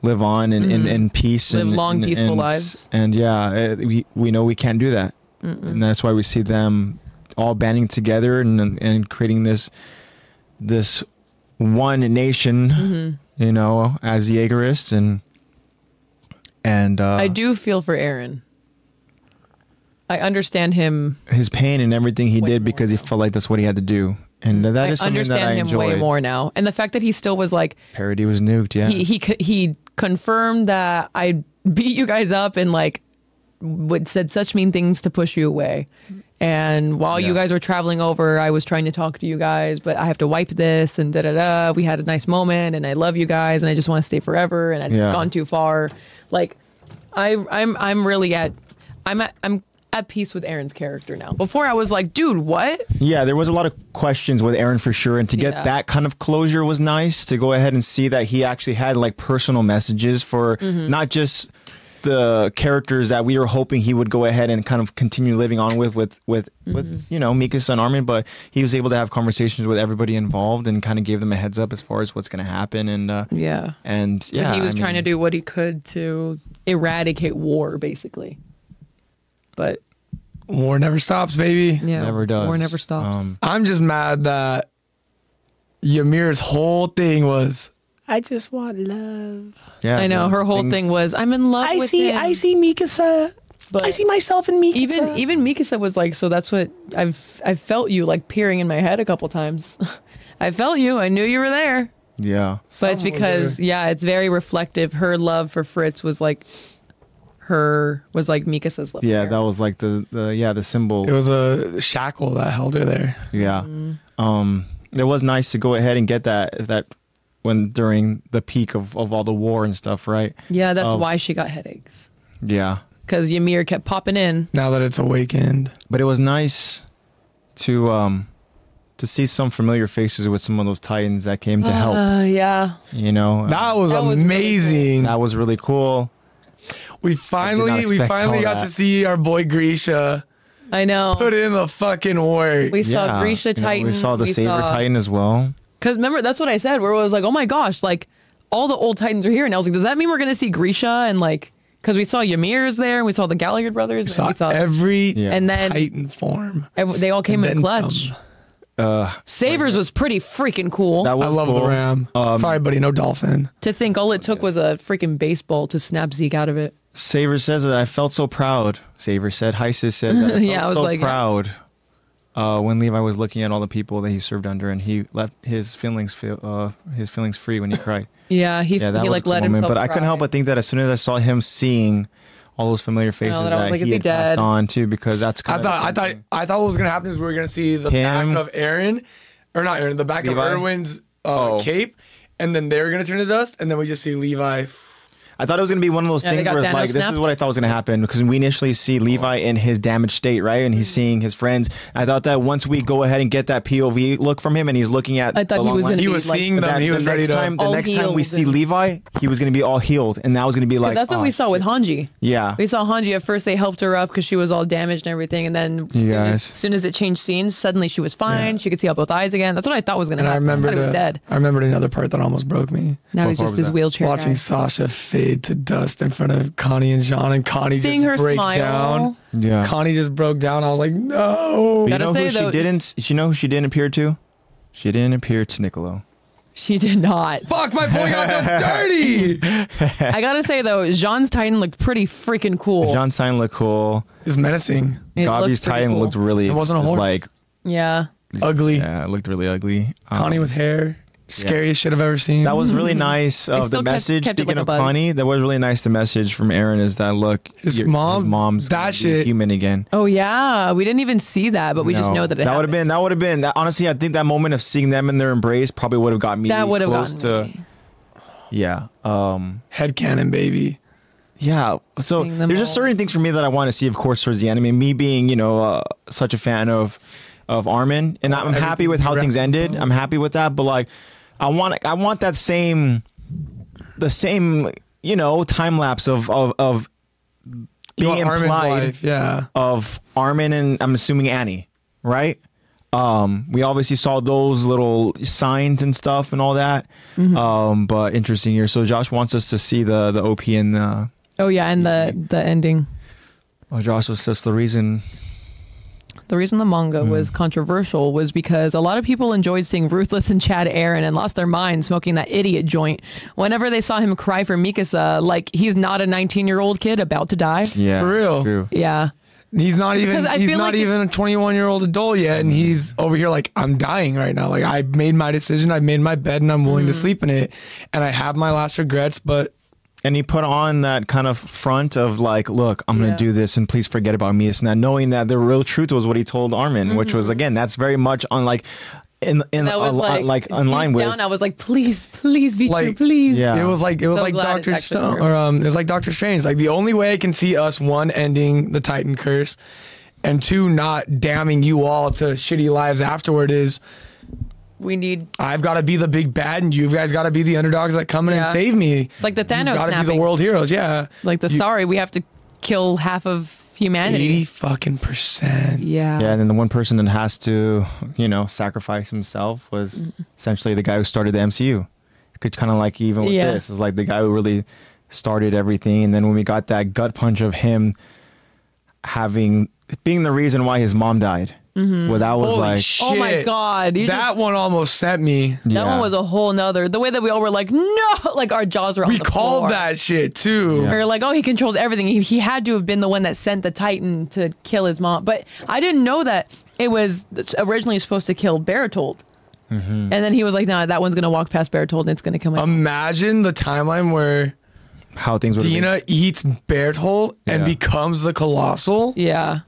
S1: live on and in, in peace
S2: Mm-hmm. Live
S1: and
S2: long,
S1: and-
S2: peaceful
S1: and-
S2: lives.
S1: and yeah, uh, we we know we can't do that, and that's why we see them all banding together and and creating this this one nation,
S2: Mm-hmm.
S1: you know, as Jaegerists and and uh,
S2: I do feel for Aaron. I understand him.
S1: his pain and everything he did because he felt like that's what he had to do, and that
S2: Mm, I
S1: is something
S2: understand
S1: that I
S2: him
S1: enjoyed.
S2: way more now. And the fact that he still was like,
S1: Parody was nuked. Yeah,
S2: he he co- he confirmed that I beat you guys up and like would said such mean things to push you away. And while you
S1: Yeah.
S2: guys were traveling over, I was trying to talk to you guys, but I have to wipe this and da da da. We had a nice moment, and I love you guys, and I just want to stay forever. And I've
S1: Yeah.
S2: gone too far. Like, I I'm I'm really at I'm at, I'm at peace with Aaron's character now. Before I was like, dude, what?
S1: Yeah, there was a lot of questions with Aaron for sure, and to get
S2: Yeah.
S1: that kind of closure was nice. To go ahead and see that he actually had like personal messages for
S2: Mm-hmm.
S1: not just the characters that we were hoping he would go ahead and kind of continue living on with with with with
S2: Mm-hmm.
S1: you know Mika's son Armin, but he was able to have conversations with everybody involved and kind of gave them a heads up as far as what's going to happen and uh,
S2: Yeah.
S1: and yeah,
S2: but he was
S1: I
S2: trying
S1: mean,
S2: to do what he could to eradicate war, basically. But
S3: War never stops, baby.
S2: yeah,
S1: Never does.
S2: War never stops.
S1: Um,
S3: I'm just mad that Yamir's whole thing was I just want love.
S1: yeah,
S2: I know
S1: man,
S2: her whole
S1: things-
S2: thing was, "I'm in love
S3: I
S2: with
S3: see
S2: him."
S3: I see Mikasa.
S2: But
S3: I see myself in Mikasa.
S2: even even Mikasa was like, "So that's what I've I've felt you like peering in my head a couple times. I felt you. I knew you were there."
S1: Yeah,
S2: But it's
S3: Somewhere
S2: because yeah, it's very reflective. Her love for Fritz was like her was like Mikasa's love.
S1: yeah,
S2: for
S1: that was like the the yeah the symbol.
S3: it was a shackle that held her there.
S1: Yeah.
S2: Mm-hmm.
S1: Um, it was nice to go ahead and get that that when during the peak of, of all the war and stuff, right?
S2: yeah, that's
S1: Oh.
S2: why she got headaches
S1: Yeah.
S2: because Ymir kept popping in.
S3: Now that it's awakened.
S1: But it was nice to um to see some familiar faces with some of those titans that came to help.
S2: Uh, yeah,
S1: You know, Uh,
S3: That was
S2: That was really
S3: amazing.
S1: that was really cool.
S3: we finally we
S1: expect
S3: finally
S1: all
S3: got
S1: that.
S3: to see our boy Grisha
S2: I know.
S3: put in the fucking work.
S2: We saw
S1: yeah.
S2: Grisha
S1: You know,
S2: Titan.
S1: we saw the Saber Titan as well.
S2: Because remember, that's what I said, where it was like, oh my gosh, like all the old Titans are here. And I was like, does that mean we're going to see Grisha? And like, because we saw Ymir's there and we saw the Gallagher brothers.
S3: saw,
S2: and we saw
S3: every
S1: Yeah.
S2: And then
S3: Titan form.
S2: ev- they all came
S3: and
S2: in
S3: then
S2: clutch.
S3: some.
S2: Savers was pretty freaking cool.
S1: That was
S3: I love
S1: cool.
S3: the ram.
S1: um,
S3: Sorry, buddy, no dolphin.
S2: to think all it took was a freaking baseball to snap Zeke out of it.
S1: Saver says that I felt so proud. Saver said, Hysis said that I felt
S2: Yeah, I was
S1: so
S2: like, yeah.
S1: proud uh, when Levi was looking at all the people that he served under, and he left his feelings feel, uh, his feelings free when he cried.
S2: Yeah, he,
S1: yeah, that
S2: he
S1: was
S2: like
S1: a cool
S2: let
S1: moment.
S2: himself
S1: But I couldn't help
S2: cry. Oh,
S1: but think that as soon as I saw him seeing all those familiar faces
S2: I was
S1: that
S2: like, is
S1: he
S2: he
S1: had passed
S2: dead?
S1: on too, because that's
S3: I
S1: kind
S3: thought I thought I thought what was gonna happen is we were gonna see the
S1: Him.
S3: back of Aaron, or not Aaron, the back
S1: Levi?
S3: of Erwin's uh,
S1: Oh.
S3: cape, and then they were gonna turn to dust, and then we just see Levi.
S1: I thought it was gonna be one of those
S2: Yeah, they
S1: things
S2: got
S1: where it's
S2: Thanos
S1: like, this
S2: snapped.
S1: is what I thought was gonna happen because we initially see Levi in his damaged state, right? And
S2: Mm.
S1: he's seeing his friends. I thought that once we go ahead and get that POV look from him, and he's looking at
S2: I thought
S1: the
S2: he
S1: long
S2: was
S1: line-
S2: gonna
S3: He
S2: be
S3: was
S2: like-
S3: seeing them.
S1: that
S3: He
S1: the
S3: was ready
S1: next
S3: to.
S1: time, the
S2: All
S1: next time we
S2: healed
S1: see
S2: and-
S1: Levi, he was going to be all healed, and that was going to be like
S2: that's what
S1: oh,
S2: we saw with Hanji.
S1: Yeah.
S2: We saw Hanji at first. They helped her up because she was all damaged and everything. And then as soon as,
S1: Yes.
S2: soon as it changed scenes, suddenly she was fine. She could see out both eyes again. That's what I thought was going to
S3: and I
S2: happen.
S3: remembered.
S2: thought he was
S3: uh,
S2: dead.
S3: I remembered another part that almost broke me.
S2: Now
S1: What
S2: he's
S1: part
S2: just
S1: was
S2: his
S1: that?
S2: wheelchair
S3: Watching
S2: guy.
S3: Sasha fade to dust in front of Connie and John, and Connie
S2: Seeing
S3: just
S2: her
S3: break
S2: smile.
S3: down.
S1: Yeah.
S3: Connie just broke down. I was like, no.
S1: But you
S2: Gotta
S1: know who
S2: say, though-
S1: she didn't? You know who she didn't appear to? She didn't appear to Niccolo.
S2: She did not.
S3: Fuck, my boy got done dirty.
S2: I gotta say though, Jean's Titan looked pretty freaking cool.
S1: John Stein looked cool.
S3: It's menacing.
S2: It looked
S1: Gobby's
S2: pretty
S1: Titan
S2: cool.
S1: looked really.
S3: It wasn't a
S1: was
S3: horse.
S1: Like
S2: Yeah.
S3: Ugly.
S1: yeah, it looked really ugly. Um,
S3: Connie with hair. Scariest shit I've ever seen.
S1: That was really nice of
S2: still
S1: the
S2: kept-
S1: message.
S2: kept it
S1: Speaking
S2: with a
S1: of
S2: buzz.
S1: Connie, that was really nice. The message from Aaron is that look,
S3: His
S1: your-
S3: mom-
S1: mom's gonna
S3: that
S1: be
S3: shit-
S1: human again.
S2: Oh yeah. We didn't even see that, but we just
S1: No.
S2: know that it
S1: that would have
S2: happened.
S1: been that would have been that, honestly. I think that moment of seeing them in their embrace probably would have got me
S2: That would have
S1: close
S2: gotten
S1: to
S2: me.
S1: yeah. Um,
S3: head cannon, baby.
S1: Yeah. So
S2: Seeing them
S1: there's
S2: all.
S1: just certain things for me that I want to see, of course, towards the end. I mean, me being, you know, uh, such a fan of of Armin, and I'm happy with how things ended. I'm happy with that, but like, I want I want that same the same you know time lapse of of of
S3: You
S1: being
S3: want Armin's
S1: implied
S3: life, Yeah.
S1: of Armin and I'm assuming Annie, right? Um, we obviously saw those little signs and stuff and all that.
S2: Mm-hmm.
S1: Um, but interesting here. So Josh wants us to see the the OP and the
S2: Oh yeah, and the the ending.
S1: well, Josh was just the reason.
S2: The reason the manga
S3: Mm.
S2: was controversial was because a lot of people enjoyed seeing Ruthless and Chad Aaron and lost their mind smoking that idiot joint whenever they saw him cry for Mikasa, like he's not a 19 year old kid about to die.
S1: Yeah,
S3: For real.
S1: True.
S2: Yeah.
S3: He's not even
S2: Because I
S3: he's
S2: feel
S3: not
S2: like it-
S3: even a 21 year old adult
S1: Mm-hmm.
S3: yet, and he's over here like I'm dying right now. Like I made my decision, I made my bed, and I'm willing
S1: Mm-hmm.
S3: to sleep in it, and I have my last regrets. But
S1: And he put on that kind of front of like, look, I'm going
S2: Yeah.
S1: to do this and please forget about me. It's not knowing that the real truth was what he told Armin, which was again, that's very much on like, in in
S2: Mm-hmm. That
S1: a,
S2: was
S1: like,
S2: like,
S1: in line
S2: deep
S1: with.
S2: down, I was like, please, please be
S3: Like,
S2: true, please.
S1: Yeah.
S3: it was like it was
S2: So
S3: like
S2: glad
S3: Doctor
S2: it's actually
S3: Stone
S2: true.
S3: or um it was like Doctor Strange. Like the only way I can see us one ending the Titan curse, and two not damning you all to shitty lives afterward is
S2: We need
S3: I've got to be the big bad, and you guys got to be the underdogs that come in and
S2: Yeah.
S3: save me.
S2: Like the Thanos
S3: got to be the
S2: snapping.
S3: world heroes. Yeah,
S2: like the sorry, we have to kill half of
S3: eighty
S2: humanity.
S3: fucking percent.
S2: Yeah.
S1: yeah, and then the one person that has to, you know, sacrifice himself was
S2: Mm-hmm.
S1: essentially the guy who started the MCU. Could kind of like even with
S2: Yeah.
S1: this is like the guy who really started everything, and then when we got that gut punch of him having being the reason why his mom died,
S2: Mm-hmm.
S1: well, that was
S3: Holy
S1: like
S2: Oh my
S3: shit.
S2: God, you
S3: that
S2: just-
S3: one almost sent me.
S2: That
S1: Yeah.
S2: one was a whole nother. The way that we all were like, no, like our jaws were on
S3: We
S2: the
S3: called
S2: floor.
S3: that shit too.
S2: Or like, oh, he controls everything. He, he had to have been the one that sent the Titan to kill his mom. But I didn't know that it was originally supposed to kill Baratold.
S3: Mm-hmm.
S2: And then he was like, nah, that one's going to walk past Baratold and it's going to kill my
S3: Um, Imagine the timeline where
S1: how things were.
S3: Dina eats Berthold and
S1: Yeah.
S3: becomes the colossal.
S2: Yeah.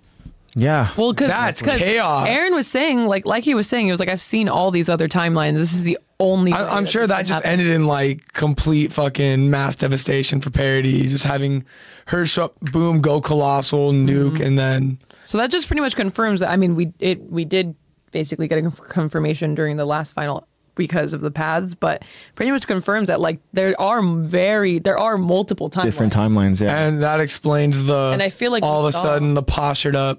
S1: yeah,
S2: Well, because
S3: That's chaos.
S2: Aaron was saying, like, like he was saying, he was like, I've seen all these other timelines. This is the only.
S3: I,
S2: way
S3: I'm sure
S2: this
S3: that
S2: can
S3: just
S2: happen."
S3: ended in like complete fucking mass devastation for parody. Just having her show up, boom, go colossal, nuke,
S2: Mm-hmm.
S3: and then
S2: So that just pretty much confirms that. I mean, we it we did basically get a conf- confirmation during the last final because of the paths, but pretty much confirms that like there are very there are multiple timelines.
S1: different timelines. Yeah,
S3: and that explains the.
S2: And I feel like
S3: all
S2: we
S3: of a
S2: saw-
S3: sudden the postured up,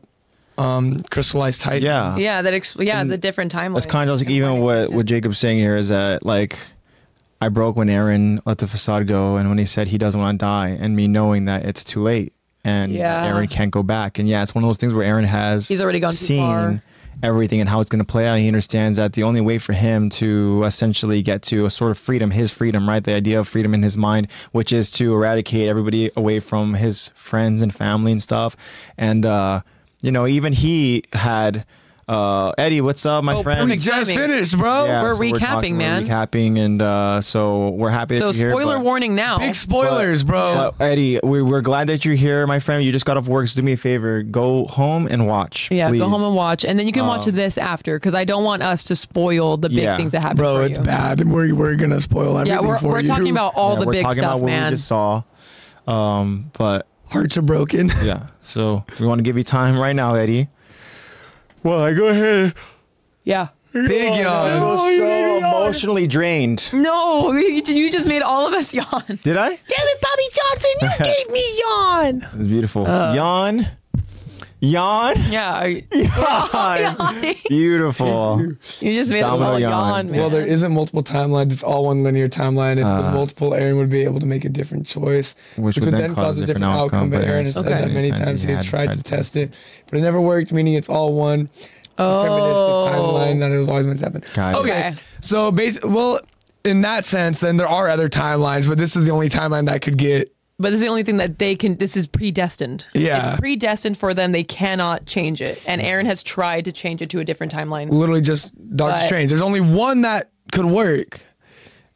S3: um, crystallized titan.
S1: yeah,
S2: Yeah, that ex- yeah the different timelines.
S1: uh-huh. That's kind of like even what what Jacob's saying here is that like I broke when Aaron let the facade go, and when he said he doesn't want to die, and me knowing that it's too late, and
S2: Yeah.
S1: Aaron can't go back, and yeah, it's one of those things where Aaron has
S2: He's already gone too
S1: seen
S2: far.
S1: everything and how it's going to play out. He understands that the only way for him to essentially get to a sort of freedom, his freedom, right, the idea of freedom in his mind, which is to eradicate everybody away from his friends and family and stuff, and uh, you know, even he had. Uh, Eddie, what's up, my
S2: Oh,
S1: friend?
S2: perfect.
S3: Just
S2: timing.
S3: finished, bro.
S1: Yeah,
S2: We're recapping,
S1: talking-
S2: man.
S1: We're recapping, and uh, so we're happy.
S2: So
S1: that you're
S2: spoiler
S1: here, but-
S2: warning now.
S3: Big spoilers, bro.
S1: But Eddie, we, we're glad that you're here, my friend. You just got off work, so do me a favor, go home and watch.
S2: yeah,
S1: please. Uh-huh.
S2: go home and watch, and then you can watch this after because I don't want us to spoil the big
S1: Yeah.
S2: things that happen.
S3: Bro,
S2: for
S3: it's
S2: you.
S3: bad. We're, we're gonna spoil everything
S2: Yeah, we're,
S3: for
S2: we're
S3: you.
S2: talking about all
S1: Yeah,
S2: the
S1: we're
S2: big
S1: talking
S2: stuff,
S1: about what
S2: man.
S1: we just saw. Um, but
S3: hearts are broken.
S1: yeah, so we want to give you time right now, Eddie. Well, I go ahead.
S2: yeah.
S3: Big yawn.
S1: was so emotionally drained.
S2: No, you you just made all of us yawn.
S1: Did I?
S2: Damn it, Bobby Johnson, you gave me yawn.
S1: It was beautiful.
S2: Uh,
S1: yawn, yawn,
S2: Yeah, are you,
S1: yawn. beautiful.
S2: you just made us
S1: Domino
S2: all yawn,
S1: yawns.
S2: man.
S3: Well, there isn't multiple timelines. It's all one linear timeline. If it was multiple, Aaron would be able to make a different choice,
S1: Uh. Which would then cause a different outcome,
S3: But Aaron has
S1: so
S3: said that
S1: many
S3: many
S1: times
S3: times
S1: he
S3: he had
S1: had
S3: tried to test it, but it never worked. Meaning it's all one
S2: Oh.
S3: deterministic timeline that it was always meant to happen.
S1: Got it.
S2: Okay.
S3: So, bas- well, in that sense, then there are other timelines, but this is the only timeline that could get.
S2: but this is the only thing that they can. This is predestined.
S3: Yeah.
S2: it's predestined for them. They cannot change it. And Aaron has tried to change it to a different timeline.
S3: literally just Doctor
S2: But-
S3: Strange. There's only one that could work,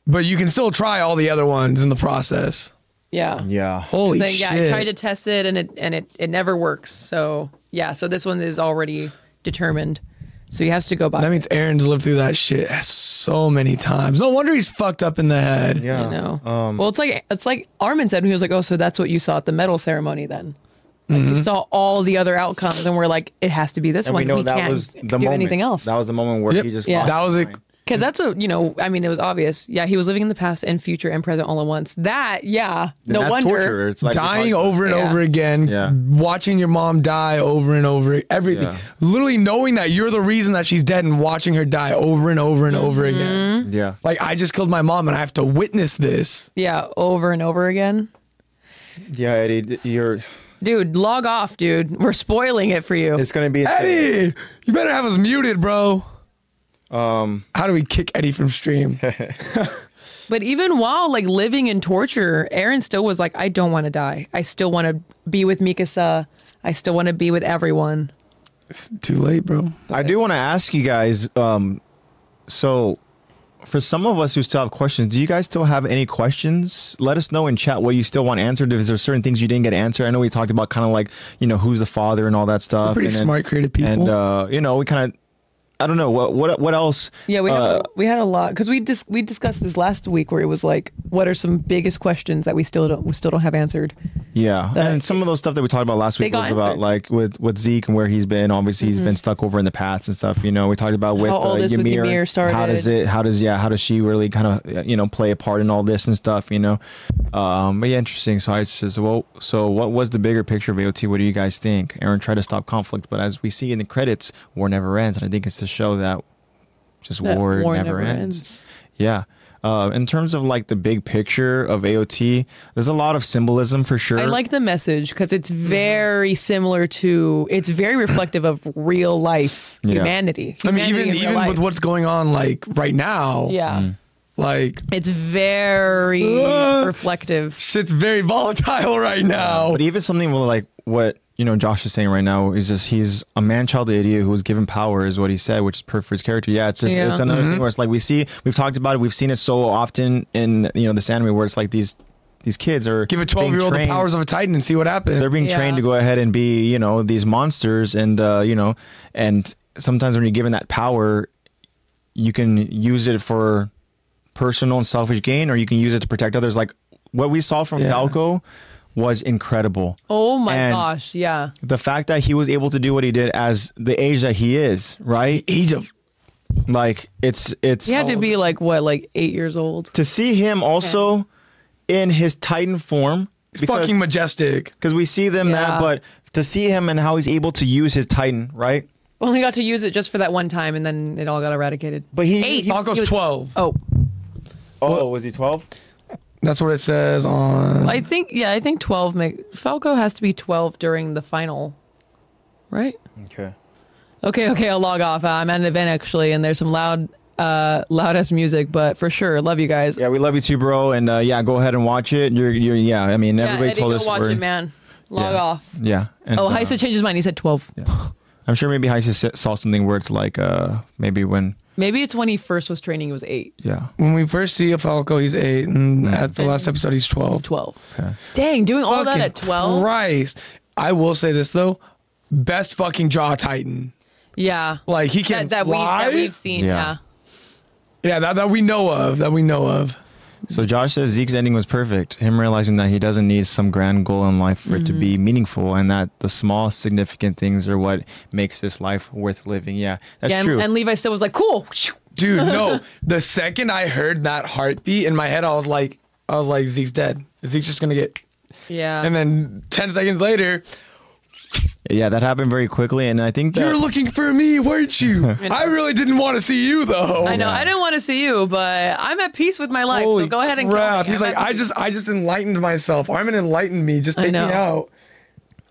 S3: but you can still try all the other ones in the process.
S2: Yeah,
S1: Yeah.
S3: Holy
S2: Then,
S3: shit!
S2: yeah, I tried to test it, and it and it it never works. So yeah, so this one is already determined. So he has to go by.
S3: that means Aaron's lived through that shit so many times. No wonder he's fucked up in the head.
S1: Yeah. Um,
S2: you know. well, it's like it's like Armin said when he was like, "Oh, so that's what you saw at the medal ceremony then." Like, You saw all the other outcomes, and we're like, "It has to be this
S1: Mm-hmm. and
S2: one."
S1: we know that
S2: can't
S1: was the
S2: do
S1: moment.
S2: anything else
S1: That was the moment where
S3: Yep.
S1: he just
S2: Yeah.
S1: lost
S3: That was
S1: his
S3: a-
S1: mind.
S2: because that's a you know, I mean, it was obvious. Yeah, he was living in the past and future and present all at once. That yeah,
S1: And
S2: no
S1: that's
S2: wonder.
S1: torture. It's like we
S3: Dying
S1: talked-
S3: over and
S2: Yeah.
S3: over again,
S1: Yeah.
S3: watching your mom die over and over, everything.
S1: Yeah.
S3: Literally knowing that you're the reason that she's dead and watching her die over and over and over
S2: Mm-hmm.
S3: again.
S1: Yeah.
S3: Like, I just killed my mom and I have to witness this.
S2: Yeah, over and over again,
S1: Yeah, Eddie, d- you're.
S2: dude. Log off, dude. We're spoiling it for you.
S1: It's gonna be. a thing.
S3: Eddie, you better have us muted, bro.
S1: Um,
S3: How do we kick Eddie from stream?
S2: But even while like living in torture, Aaron still was like, I don't want to die. I still want to be with Mikasa. I still want to be with everyone.
S3: it's too late, bro.
S1: I do want to ask you guys. Um, so, for some of us who still have questions, do you guys still have any questions? Let us know in chat what you still want answered. If there's certain things you didn't get answered, I know we talked about kind of like you know who's the father and all that stuff.
S3: pretty
S1: and then-
S3: smart, creative people.
S1: and uh, you know we kind of. I don't know what what what else.
S2: Yeah, we had,
S1: uh,
S2: we had a lot because we dis- we discussed this last week where it was like, what are some biggest questions that we still don't we still don't have answered?
S1: yeah,
S2: that-
S1: and some of those stuff that we talked about last
S2: They
S1: week
S2: got
S1: was about
S2: answered. Mm-hmm.
S1: like with with Zeke and where he's been. Obviously, he's been stuck over in the past and stuff. You know, we talked about with
S2: How all
S1: uh,
S2: this with
S1: Ymir,
S2: Ymir started.
S1: How does it? How does yeah? How does she really kind of you know play a part in all this and stuff? You know, um, but yeah, interesting. So I says, well, so what was the bigger picture of AOT? What do you guys think? Aaron tried to stop conflict, but as we see in the credits, war never ends, and I think it's to show that just
S2: That
S1: war,
S2: war
S1: never,
S2: never
S1: ends.
S2: ends.
S1: Yeah. Uh, in terms of like the big picture of AOT, there's a lot of symbolism for sure.
S2: I like the message because it's very similar to it's very reflective of real life
S1: Yeah.
S2: humanity.
S3: I mean,
S2: Humanity
S3: even
S2: in real
S3: even
S2: life.
S3: with what's going on like right now,
S2: yeah,
S3: like
S2: it's very
S3: Uh,
S2: reflective.
S3: shit's very volatile right
S2: Oh.
S3: now.
S1: But even something with, like what you know Josh is saying right now is just he's a man child idiot who was given power is what he said, which is perfect for his character. Yeah, it's just
S2: Yeah.
S1: it's another
S3: Mm-hmm.
S1: thing where it's like we see we've talked about it, we've seen it so often in you know this anime where it's like these these kids are
S3: Give a
S1: being
S3: 12 year old the
S1: trained-
S3: powers of a titan and see what happens.
S1: they're being
S2: Yeah.
S1: trained to go ahead and be you know these monsters and uh, you know and sometimes when you're given that power you can use it for personal and selfish gain or you can use it to protect others like what we saw from
S3: Yeah.
S1: falco was incredible
S2: Oh my
S1: And
S2: gosh, yeah.
S1: the fact that he was able to do what he did as the age that he is right
S3: Age of
S1: like it's it's
S2: He had to be like what, like eight years old.
S1: to see him also in his titan form because-
S3: fucking majestic.
S1: because we see them
S2: Yeah.
S1: that, but to see him and how he's able to use his Titan, right?
S2: Only got to use it just for that one time, and then it all got eradicated.
S1: But he,
S2: Eight.
S1: he-
S3: Falco's
S2: he was-
S3: 12.
S2: Oh,
S1: oh, was he twelve?
S3: That's what it says on.
S2: I think yeah, I think twelve. Make Falco has to be twelve during the final, right?
S1: Okay.
S2: Okay, okay, I'll log off. Uh, I'm at an event actually, and there's some loud, uh, loud ass music, but for sure, love you guys.
S1: Yeah, we love you too, bro, and uh, yeah, go ahead and watch it. You're, you're, yeah. I mean, everybody
S2: Eddie,
S1: told
S2: go
S1: us
S2: watch
S1: we're-
S2: it, man. Log
S1: yeah.
S2: off.
S1: Yeah. And,
S2: Oh,
S1: uh,
S2: Heisa changed his mind. He said twelve.
S1: I'm sure maybe Heisa sa- saw something where it's like, uh, maybe when,
S2: Maybe it's when he first was training. It was eight.
S1: yeah.
S3: When we first see a Falco, he's eight,
S1: Hmm.
S3: and at the last episode, he's 12.
S2: Twelve. Dang, doing all that
S3: Fucking
S2: at twelve.
S3: Christ. I will say this, though. Best fucking jaw titan.
S2: Yeah.
S3: Like, he
S2: that,
S3: can
S2: that, we,
S3: fly?
S2: that we've seen.
S1: Yeah.
S2: Yeah.
S3: Yeah, that, that we know of. That we know of.
S1: So Josh says Zeke's ending was perfect. Him realizing that he doesn't need some grand goal in life for it to
S2: Mm-hmm.
S1: be meaningful, and that the small, significant things are what makes this life worth living. Yeah, that's
S2: Yeah, and,
S1: true.
S2: and Levi still was like, cool.
S3: Dude, no. the second I heard that heartbeat in my head, I was like, I was like, Zeke's dead. Zeke's just gonna get.
S2: Yeah.
S3: And then ten seconds later,
S1: yeah, that happened very quickly, and I think that
S3: you were looking for me, weren't you? I really didn't want to see you though.
S2: I know. I didn't want to see you, but I'm at peace with my life.
S3: Holy
S2: so go ahead and kill
S3: crap.
S2: me.
S3: He's
S2: I'm
S3: like,
S2: at
S3: I
S2: peace.
S3: just, I just enlightened myself. Armin enlightened me. Just
S2: I
S3: take me
S2: know.
S3: out.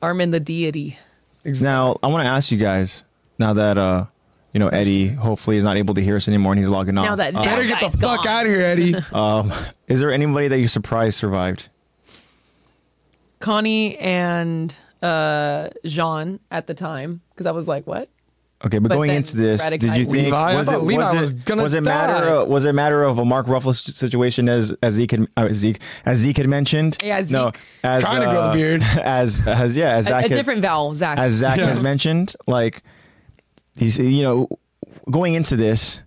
S2: Armin the deity.
S1: Now I want to ask you guys. Now that uh, you know Eddie, hopefully is not able to hear us anymore, and he's logging off.
S2: Now that
S1: uh,
S2: now
S3: Better get the fuck out of here, Eddie.
S1: is there anybody that you surprised survived?
S2: Connie and uh, Jean at the time because I was like, what?
S1: Okay, but,
S2: But
S1: going
S2: then
S1: into this,
S2: Radek
S1: did you
S2: died.
S1: think
S3: Levi? I
S1: was
S3: thought
S1: it
S3: Levi
S1: was
S3: was
S1: it
S3: gonna
S1: was it
S3: die.
S1: matter of, was it matter of a Mark Ruffalo s- situation as as Zeke had, uh, Zeke as Zeke had mentioned?
S2: Yeah,
S1: No,
S2: Zeke.
S1: as,
S3: Trying to grow the
S1: uh,
S3: beard.
S1: As as yeah, as
S2: A,
S1: Zach
S2: a
S1: had-
S2: different vowel, Zach.
S1: as Zach
S3: Yeah.
S1: has mentioned, like he's you know going into this,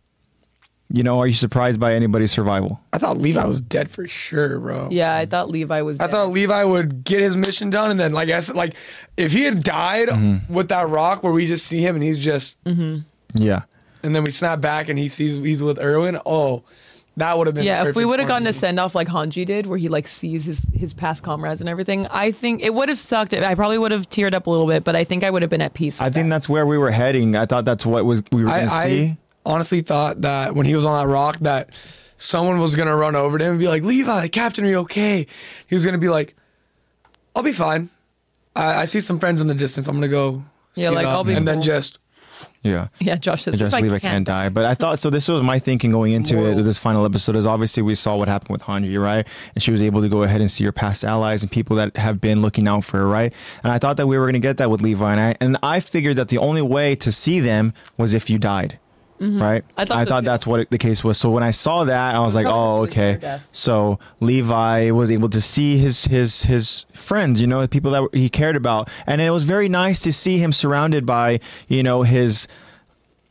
S1: you know, are you surprised by anybody's survival?
S3: I thought Levi was dead for sure, bro.
S2: yeah, I thought Levi was.
S3: I
S2: dead.
S3: thought Levi would get his mission done, and then like I said, like if he had died with that rock, where we just see him and he's just,
S2: Mm.
S1: Yeah.
S3: and then we snap back and he sees he's with Erwin. Oh, that would have been
S2: Yeah, if we
S3: perfect
S2: would have
S3: for
S2: gotten
S3: me.
S2: a send off like Hanji did, where he like sees his his past comrades and everything, I think it would have sucked. I probably would have teared up a little bit, but I think I would have been at peace.
S1: I think that's where we were heading. I thought that's what was we were
S3: I,
S1: going to see.
S3: I honestly thought that when he was on that rock, that someone was gonna run over to him and be like, "Levi, Captain, are you okay?" He was gonna be like, "I'll be fine. I, I see some friends in the distance. I'm gonna go."
S2: Yeah,
S3: see
S2: like,
S3: them."
S2: I'll be
S3: and then
S2: cool.
S3: just
S1: Yeah.
S2: Yeah, Josh says,
S1: I just
S2: "If I
S1: leave, I
S2: can't
S1: can't die. But I thought so. This was my thinking going into it. This final episode is obviously we saw what happened with Hanji, right? And she was able to go ahead and see her past allies and people that have been looking out for her, right? And I thought that we were going to get that with Levi, and I and I figured that the only way to see them was if you died, right?
S2: Mm-hmm. I thought
S1: I
S2: so
S1: thought
S2: too.
S1: that's what it- the case was. So when I saw that, I was like,
S2: thought
S1: oh,
S2: it was near
S1: okay.
S2: death.
S1: So Levi was able to see his his his friends, you know, the people that he cared about, and it was very nice to see him surrounded by, you know, his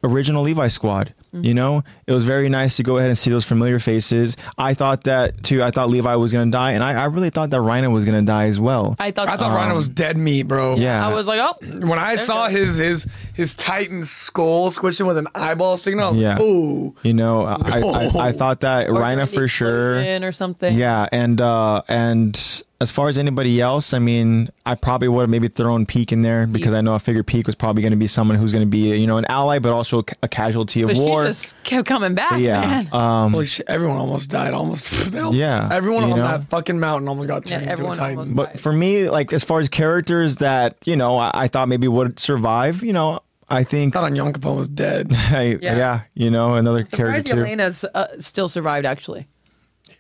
S1: original Levi squad.
S2: Mm-hmm.
S1: You know, it was very nice to go ahead and see those familiar faces. I thought that too. I thought Levi was gonna die, and I, I really thought that Rhino was gonna die as well.
S2: I thought,
S3: I thought
S1: Uh,
S3: Rhino was dead meat, bro.
S1: Um, yeah,
S2: I was like, oh,
S3: When I saw
S2: goes.
S3: his his his Titan skull squishing with an eyeball signal, I was
S1: Yeah.
S3: like, ooh.
S1: you know, I, I, I thought that
S2: or
S1: Rhino
S2: during the
S1: for sure.
S2: explosion or something.
S1: Yeah, and uh and as far as anybody else, I mean, I probably would have maybe thrown Peak in there because I know I figured Peak was probably going to be someone who's going to be you know an ally, but also a ca- a casualty of
S2: but
S1: war.
S2: she just kept coming back.
S1: yeah,
S2: man.
S1: um,
S3: Holy shit, everyone almost died. Almost. they all-
S1: Yeah,
S3: Everyone
S1: you
S3: on
S1: know?
S3: that fucking mountain almost got
S2: Yeah,
S3: turned into a
S2: everyone
S3: Titan.
S2: almost
S1: but for me, like as far as characters that you know, I, I thought maybe would survive. You know, I think.
S3: I thought Onion Capone was dead.
S1: I-
S2: Yeah.
S1: yeah. you know, another
S2: Surprised
S1: character too.
S2: Elena's uh, still survived. Actually,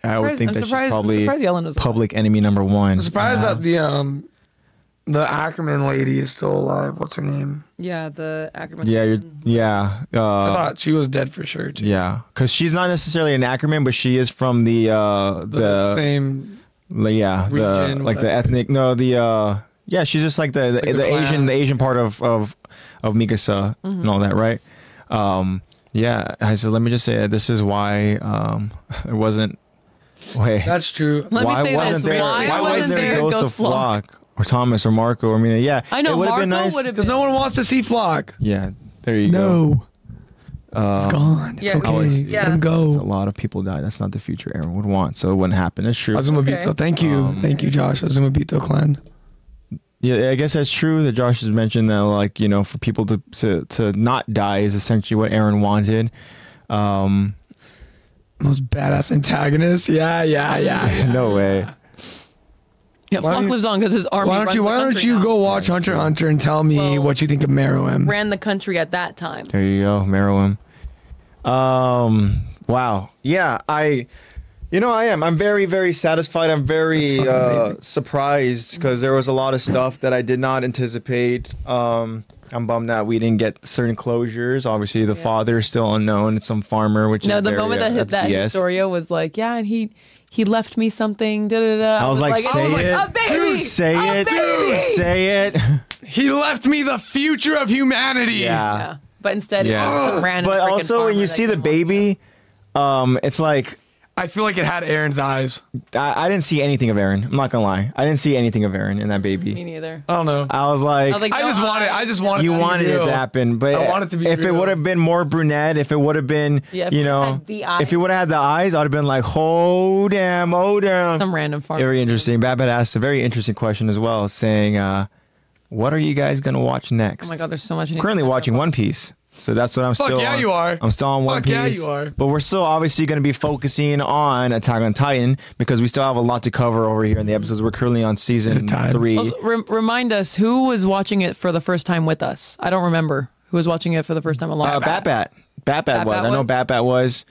S1: I would
S2: surprised-
S1: think
S2: I'm
S1: that she's
S2: surprised- I'm
S1: probably
S2: surprised Yellen was alive.
S1: public enemy number one.
S3: I'm surprised
S1: Uh-huh.
S3: that the um the Ackerman lady is still alive. What's her name?
S2: yeah, the Ackerman.
S1: Yeah, you're, yeah.
S3: I
S1: Uh,
S3: thought she was dead for sure. Too.
S1: Yeah, because she's not necessarily an Ackerman, but she is from the uh
S3: The,
S1: the,
S3: same.
S1: the yeah the
S3: region,
S1: like the
S3: whatever.
S1: ethnic no the uh yeah she's just like the the,
S3: the
S1: the Asian
S3: clan.
S1: the Asian part of of of Mikasa
S2: Mm-hmm.
S1: and all that right um yeah I said let me just say this is why um it wasn't wait
S3: That's true.
S2: Let me
S1: why
S2: say this.
S1: wasn't there
S2: Why wasn't there a
S1: Ghost
S2: Ghost
S1: of Flock or Thomas or Marco or Mina yeah
S2: I know.
S1: it would have
S2: Marco
S1: been nice
S2: would have
S3: Because
S2: been.
S3: no one wants to see Flock.
S1: yeah there you go
S3: it's gone. It's
S2: yeah.
S3: okay.
S1: Always-
S3: Let him
S1: a
S3: go.
S1: lot of people died that's not the future Aaron would want so it wouldn't happen that's true
S3: Azumabito.
S2: Okay.
S3: Thank you.
S1: Um,
S3: Thank you, Josh. Azumabito clan.
S1: Yeah, I guess that's true that Josh has mentioned that like, you know, for people to to, to not die is essentially what Aaron wanted. Um
S3: Most badass antagonist. Yeah, yeah, yeah. yeah.
S1: no way.
S2: Yeah,
S3: Why
S2: Flock
S3: don't you-
S2: lives on because his army.
S3: Why don't
S2: runs
S3: you
S2: the
S3: Why don't
S2: country
S3: you
S2: now.
S3: go watch Hunter x Hunter and tell me
S2: Well,
S3: what you think of Meruem?
S2: Ran the country at that time.
S1: There you go, Merowim. Um wow. Yeah, I you know, I am. I'm very, very satisfied. I'm very
S3: That's fucking
S1: uh,
S3: amazing.
S1: surprised because there was a lot of stuff that I did not anticipate. Um, I'm bummed that we didn't get certain closures. Obviously, the father is still unknown. It's some farmer, which
S2: No,
S1: is
S2: the
S1: very,
S2: moment
S1: uh,
S2: that hit that
S1: that's BS.
S2: Historia was like, yeah, and he he left me something. Da, da, da.
S1: I was like, say
S2: I was
S1: it.
S2: Like, a baby,
S1: Dude, say
S2: a
S1: it.
S2: baby!
S1: Dude, say it.
S3: He left me the future of humanity.
S1: Yeah.
S2: Yeah. But instead,
S1: Yeah.
S2: it was ran.
S1: But also, when you see the baby, um, it's like
S3: I feel like it had Aaron's eyes.
S1: I, I didn't see anything of Aaron. I'm not gonna lie. I didn't see anything of Aaron in that
S2: Me
S1: baby.
S2: neither.
S3: I don't know.
S1: I was like,
S2: was like,
S3: I
S2: No,
S3: just wanted.
S2: I-
S3: I just wanted.
S1: you
S3: to be
S1: wanted it
S3: real.
S1: to happen, but
S3: I want it to be
S1: if it
S3: real.
S1: would have been more brunette, if it would have been,
S2: Yeah, if
S1: you
S2: it
S1: know,
S2: had the eyes.
S1: if it would have had the eyes, I'd have been like, oh damn, oh damn.
S2: Some random farm.
S1: Very interesting. Babette asked a very interesting question as well, saying, uh, "What are you guys gonna watch next?"
S2: Oh my god, there's so much. I need to
S1: currently
S2: catch up
S1: watching
S2: on.
S1: One Piece. So that's what I'm
S3: Fuck
S1: still.
S3: yeah,
S1: on.
S3: you are.
S1: I'm still on One
S3: Fuck
S1: Piece.
S3: yeah, you are.
S1: But we're still obviously going to be focusing on Attack on Titan because we still have a lot to cover over here in the episodes. We're currently on season
S3: it time?
S1: three.
S2: Also, rem- remind us who was watching it for the first time with us. I don't remember who was watching it for the first time along.
S1: uh, Batbat. Batbat was.
S2: Batbat
S1: I know
S2: was?
S1: Batbat was.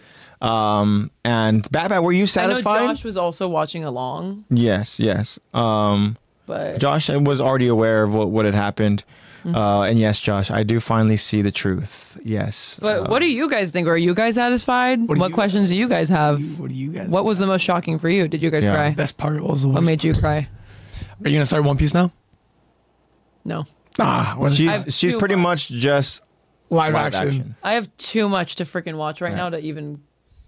S1: Um, and Batbat, were you
S2: I know
S1: satisfied?
S2: Josh was also watching along,
S1: yes, yes. Um,
S2: but
S1: Josh was already aware of what, what had happened.
S3: Mm-hmm.
S1: Uh, and yes, Josh, I do finally see the truth. Yes.
S2: but what do you guys think? Are you guys satisfied? What,
S3: do you
S2: questions do you guys have?
S3: What do you guys?
S2: What was the most shocking for you? Did you guys
S1: Yeah.
S2: cry?
S3: best part? What was the
S2: What
S3: worst?
S2: made you cry?
S3: Are you gonna start One Piece now?
S2: No.
S3: Ah, what is
S1: she's
S2: I've
S1: she's
S2: too
S1: pretty much just
S3: live,
S1: live
S3: action.
S1: action.
S2: I have too much to freaking watch right now to even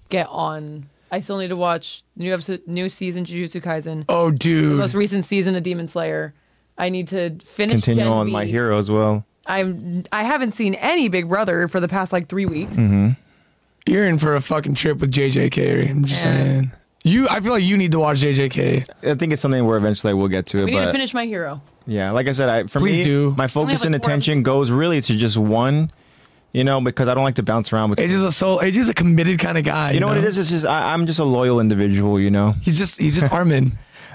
S2: get on. I still need to watch new episode, new season Jujutsu Kaisen,
S3: Oh, dude.
S2: most recent season of Demon Slayer. I need to finish.
S1: Continue
S2: Gen
S1: on
S2: V.
S1: my hero as well.
S2: I'm I haven't seen any Big Brother for the past like three weeks.
S1: Mm,
S3: You're in for a fucking trip with JJK. I'm just
S2: Yeah.
S3: saying. You, I feel like you need to watch JJK.
S1: I think it's something where eventually we'll get to it.
S2: We
S1: but
S2: need to finish my hero.
S1: Yeah, like I said, I for
S3: Please
S1: me,
S3: do.
S1: my focus
S2: like,
S1: and
S2: four
S1: attention goes really to just one, you know, because I don't like to bounce around with.
S3: Age is a soul. Age is a committed kind of guy.
S1: you know what it is? It's just I, I'm just a loyal individual, you know.
S3: He's just he's just Armin.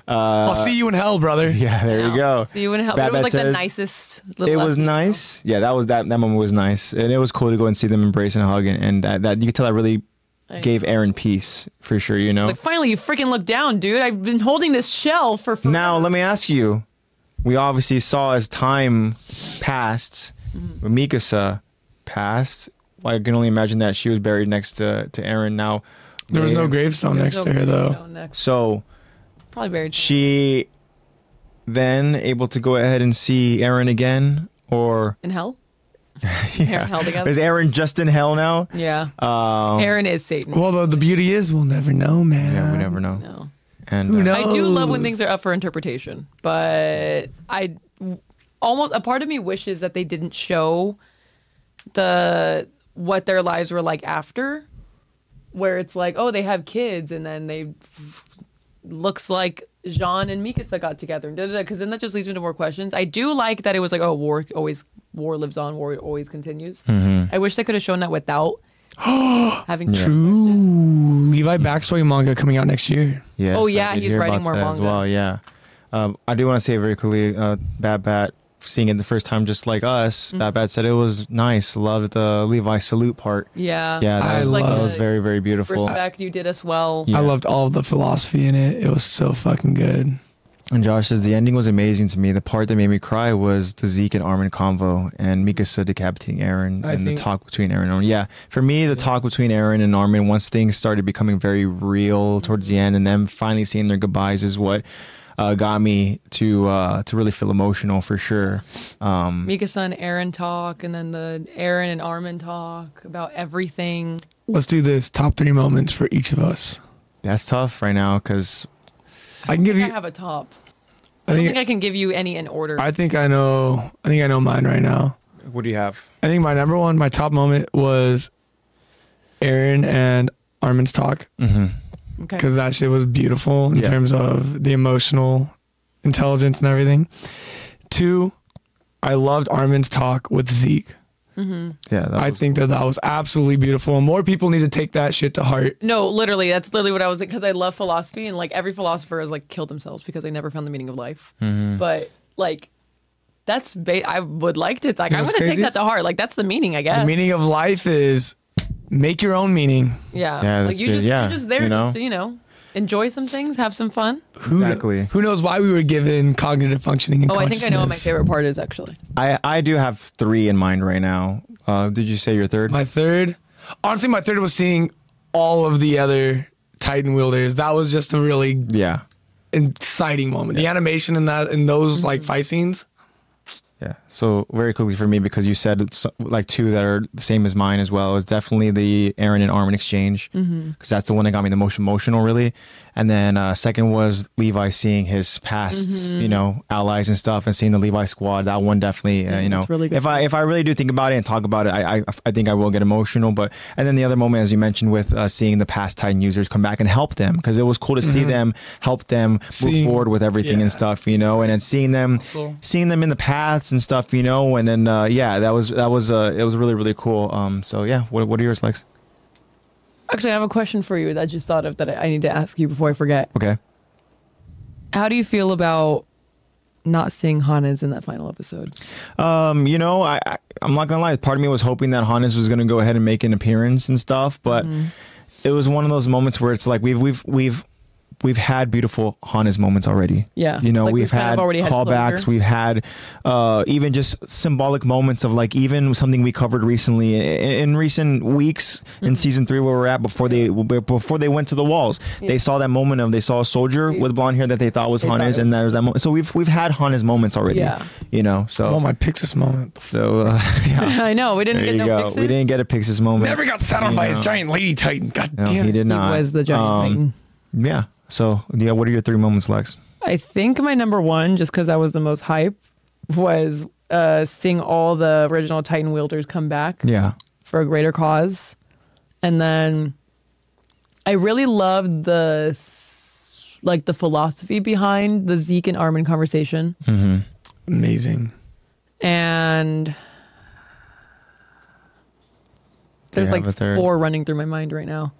S1: Uh,
S3: I'll see you in hell, brother.
S1: Yeah, there you go.
S2: So you wouldn't help. But it
S1: Bat
S2: was
S1: Bat
S2: like the
S1: says-
S2: nicest
S1: It
S2: little.
S1: was
S2: SB.
S1: nice. Yeah, that was that. That moment was nice, and it was cool to go and see them embrace and hug, and, and that, that you could tell that really
S2: I
S1: gave Aaron peace for sure. You know.
S2: Like finally, you freaking look down, dude. I've been holding this shell for. Forever.
S1: Now, let me ask you. We obviously saw as time passed, Mm-hmm. Mikasa passed. I can only imagine that she was buried next to, to Aaron now.
S3: There was no
S1: Maybe-
S3: gravestone
S2: There's
S3: next
S2: no
S3: to her though.
S2: stone next.
S1: So
S2: Probably buried.
S1: she then able to go ahead and see Aaron again, or
S2: in hell. Aaron hell together.
S1: is Um, Aaron just in hell now?
S2: yeah. Aaron is Satan.
S3: Well, the, the beauty is we'll never know, man.
S1: Yeah, we never know.
S2: no.
S1: And
S3: Who
S1: uh,
S3: knows?
S2: I do love when things are up for interpretation, but I almost a part of me wishes that they didn't show the what their lives were like after, where it's like, oh, they have kids, and then they looks like Jean and Mikasa got together, and because then that just leads me to more questions. I do like that it was like, oh, war always war lives on, war always continues.
S1: Mm-hmm.
S2: I wish they could have shown that without having
S3: Ooh, Levi Backstory manga coming out next year.
S1: Yes,
S2: Oh,
S1: I
S2: yeah,
S1: did
S2: he's
S1: hear
S2: writing
S1: about
S2: more
S1: that as
S2: manga.
S1: well. Yeah, um, I do want to say very quickly, uh, Bat Bat seeing it the first time, just like us,
S2: Mm-hmm.
S1: Bat Bat said it was nice. Loved the Levi salute part.
S2: Yeah,
S1: Yeah, that,
S3: I
S1: was,
S3: love-
S1: that was very very beautiful.
S2: uh, respect. You did us well.
S1: Yeah.
S3: I loved all of the philosophy in it. It was so fucking good.
S1: And Josh says the ending was amazing to me. The part that made me cry was the Zeke and Armin convo and Mikasa decapitating Aaron
S3: I
S1: and
S3: think-
S1: the talk between Aaron and Armin. Yeah, for me, the talk between Aaron and Armin once things started becoming very real towards the end, and them finally seeing their goodbyes is what uh, got me to uh, to really feel emotional for sure. Um,
S2: Mikasa and Aaron talk, and then the Aaron and Armin talk about everything.
S3: Let's do this top three moments for each of us.
S1: that's tough right now because
S3: I can give
S2: I
S3: you.
S2: have a top.
S3: I
S2: I don't think
S3: think.
S2: I can give you any in order.
S3: I think I know. I think I know mine right now.
S1: what do you have?
S3: I think my number one, my top moment was Aaron and Armin's talk
S1: Mm-hmm.
S2: okay.
S3: because that shit was beautiful in
S1: Yeah.
S3: terms of the emotional intelligence and everything. Two, I loved Armin's talk with Zeke.
S1: Yeah, that
S3: I
S1: was-
S3: think that that was absolutely beautiful. and More people need to take that shit to heart.
S2: No, literally, that's literally what I was because I love philosophy, and like every philosopher has like killed themselves because they never found the meaning of life.
S3: Mm-hmm.
S2: But like, that's ba- I would like to like
S3: You know
S2: I'm gonna
S3: what's
S2: take
S3: crazy
S2: that
S3: is-
S2: to heart. Like that's the meaning, I guess.
S3: The meaning of life is make your own meaning.
S2: yeah.
S1: Yeah,
S2: like
S1: that's
S2: you
S1: good.
S2: just
S1: Yeah,
S2: you're just there
S1: you know?
S2: just to, you know enjoy some things, have some fun.
S3: Who kn-
S1: Exactly.
S3: who knows why we were given cognitive functioning and
S2: Oh, I think I know what my
S3: consciousness?
S2: favorite part is actually.
S1: I I do have three in mind right now. Uh, did you say your third?
S3: My third, honestly, my third was seeing all of the other Titan wielders. That was just a really
S1: yeah,
S3: exciting moment. The animation in that in those
S2: Mm-hmm.
S3: like fight scenes.
S1: Yeah. So very quickly for me, because you said it's like two that are the same as mine as well, is definitely the Aaron and Armin exchange because
S2: Mm-hmm.
S1: that's the one that got me the most emotional, really. And then uh, second was Levi seeing his past,
S2: Mm-hmm.
S1: you know, allies and stuff, and seeing the Levi squad. That one definitely, uh, you know,
S2: that's really good.
S1: if I if I really do think about it and talk about it, I I, I think I will get emotional. But and then the other moment, as you mentioned, with uh, seeing the past Titan users come back and help them because it was cool to
S2: Mm-hmm.
S1: see them help them move
S3: Seeing-
S1: forward with everything
S3: yeah.
S1: and stuff, you know, and then seeing them
S3: Hustle.
S1: seeing them in the paths and stuff, you know, and then uh, yeah, that was that was uh, it was really really cool. Um, so yeah, what what are yours, Lex?
S2: Actually, I have a question for you that I just thought of that I I need to ask you before I forget.
S1: Okay,
S2: How do you feel about not seeing Hannes in that final episode?
S1: um, you know, I, I I'm not gonna lie, part of me was hoping that Hannes was gonna go ahead and make an appearance and stuff, but
S2: Mm-hmm.
S1: it was one of those moments where it's like we've we've we've we've had beautiful Hannes moments already.
S2: Yeah.
S1: you know,
S2: Like,
S1: we've,
S2: we've kind of
S1: had
S2: already had
S1: callbacks,
S2: closure.
S1: we've had uh, even just symbolic moments of like even something we covered recently in, in recent weeks
S2: Mm-hmm.
S1: in season three where we're at before they before they went to the walls. They saw that moment of they saw a soldier with blonde hair that they thought was
S2: They thought
S1: Hannes,
S2: it
S1: and there was that moment. So we've we've had Hannes moments already.
S2: Yeah.
S1: you know, so.
S3: Oh my Pixis moment.
S1: so uh, yeah,
S2: I know we didn't
S1: there
S2: get
S1: you
S2: no
S1: go.
S2: fixes.
S1: We didn't get a Pixis moment.
S3: Never got sat on by his giant lady Titan. God
S1: No,
S3: damn.
S1: he did
S2: He
S1: not.
S2: was the giant
S1: Um,
S2: titan.
S1: Yeah. So yeah, what are your three moments, Lex?
S2: I think my number one, just because I was the most hype, was uh, seeing all the original Titan wielders come back
S1: Yeah.
S2: for a greater cause, and then I really loved the s- like the philosophy behind the Zeke and Armin conversation,
S3: Amazing.
S2: and there's
S1: have
S2: like
S1: a third?
S2: four running through my mind right now.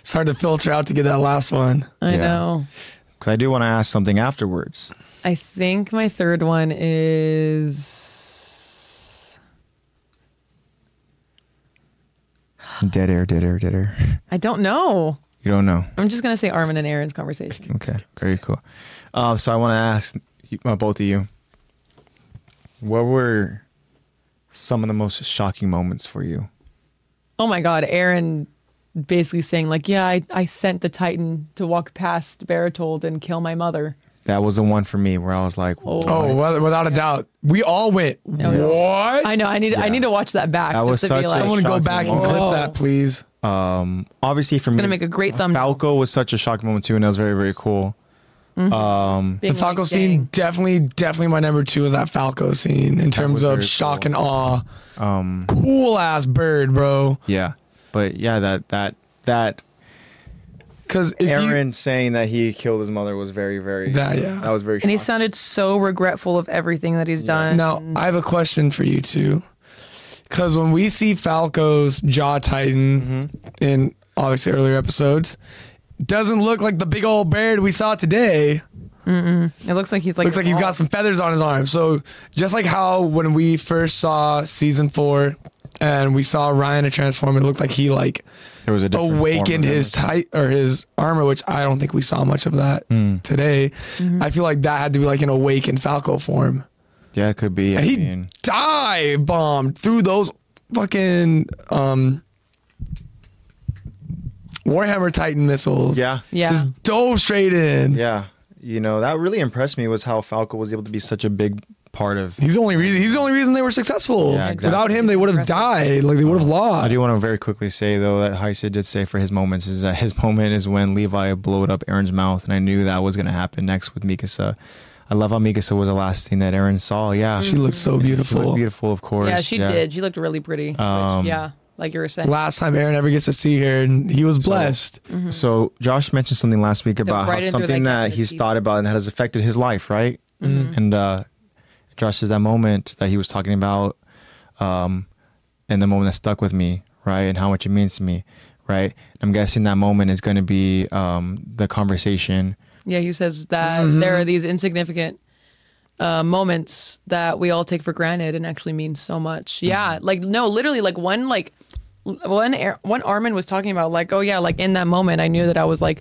S3: It's hard to filter out to get that last one.
S2: I
S1: Yeah.
S2: know.
S1: Because I do want to ask something afterwards.
S2: I think my third one is
S1: Dead air, dead air, dead air.
S2: I don't know.
S1: You don't know.
S2: I'm just gonna say Armin and Aaron's conversation.
S1: Okay, very cool. Uh, so I want to ask you- uh, both of you, what were some of the most shocking moments for you?
S2: Oh my God, Aaron basically saying like, yeah, I, I sent the Titan to walk past Veritold and kill my mother.
S1: That was the one for me where I was like,
S2: Oh.
S3: Oh, well, without a doubt, we all went.
S2: yeah.
S3: What?
S2: I Oh. know. I need I need to watch that back.
S1: That was
S2: just to be
S1: such a
S2: like,
S3: Someone go
S1: Shocking
S3: back and
S1: moment.
S3: clip
S2: Whoa.
S3: that, please.
S1: obviously for me,
S2: gonna make a great thumbnail.
S1: Falco was such a shocking moment too, and that was very very cool.
S2: being
S3: The Falco
S2: like,
S3: scene
S2: dang.
S3: definitely, definitely my number two is that Falco scene in terms
S1: was
S3: of
S1: very
S3: shock
S1: cool. Um,
S3: and awe. cool ass bird, bro.
S1: Yeah, but yeah, that that that
S3: Because if
S1: Aaron saying that he killed his mother was very very
S3: That, yeah.
S1: that was very
S2: And he
S1: shocking.
S2: sounded so regretful of everything that he's
S3: you
S2: done.
S3: now, I have a question for you too. Because when we see Falco's jaw tighten
S1: Mm-hmm.
S3: in obviously earlier episodes, doesn't look like the big old bird we saw today.
S2: It looks like he's like
S3: Looks like he's got some feathers on his arm. So just like how when we first saw season four and we saw Ryan to transform, it looked like he like
S1: There was a different form
S3: awakened
S1: of him.
S3: his tight or his armor, which I don't think we saw much of that
S1: Hmm.
S3: today. I feel like that had to be like an awakened Falco form,
S1: Yeah, it could be. I
S3: and he
S1: mean,
S3: dive bombed through those fucking um Warhammer Titan missiles.
S1: yeah,
S2: Yeah.
S3: just dove straight in.
S1: yeah. You know that really impressed me was how Falco was able to be such a big part of.
S3: He's the only reason. He's the only reason they were successful.
S1: Yeah, exactly.
S3: Without him, they would have died. Like they would have lost.
S1: I do want to very quickly say though that Heise did say for his moments is that his moment is when Levi blowed up Aaron's mouth, and I knew that was going to happen next with Mikasa. I love how Mikasa was the last thing that Aaron saw. Yeah,
S3: she looked
S1: She
S3: so
S1: looked
S3: beautiful.
S1: beautiful, of course.
S2: Yeah, she did. She looked really pretty. Which,
S3: Um,
S2: yeah, like you were saying.
S3: Last time Aaron ever gets to see her, and he was blessed.
S1: So Josh mentioned something last week about
S2: Mm-hmm. right
S1: how
S2: in through
S1: something
S2: that Mm-hmm. gap
S1: that
S2: is
S1: he's
S2: deep.
S1: thought about and that has affected his life, right? And uh, Josh says that moment that he was talking about, um, and the moment that stuck with me, right, and how much it means to me, right. I'm guessing that moment is going to be um, the conversation.
S2: Yeah, he says that
S3: Mm-hmm.
S2: there are these insignificant uh, moments that we all take for granted and actually mean so much. Yeah,
S3: Mm-hmm.
S2: like no, literally, like one like l- one Ar- one Armin was talking about like, oh yeah, like in that moment, I knew that I was like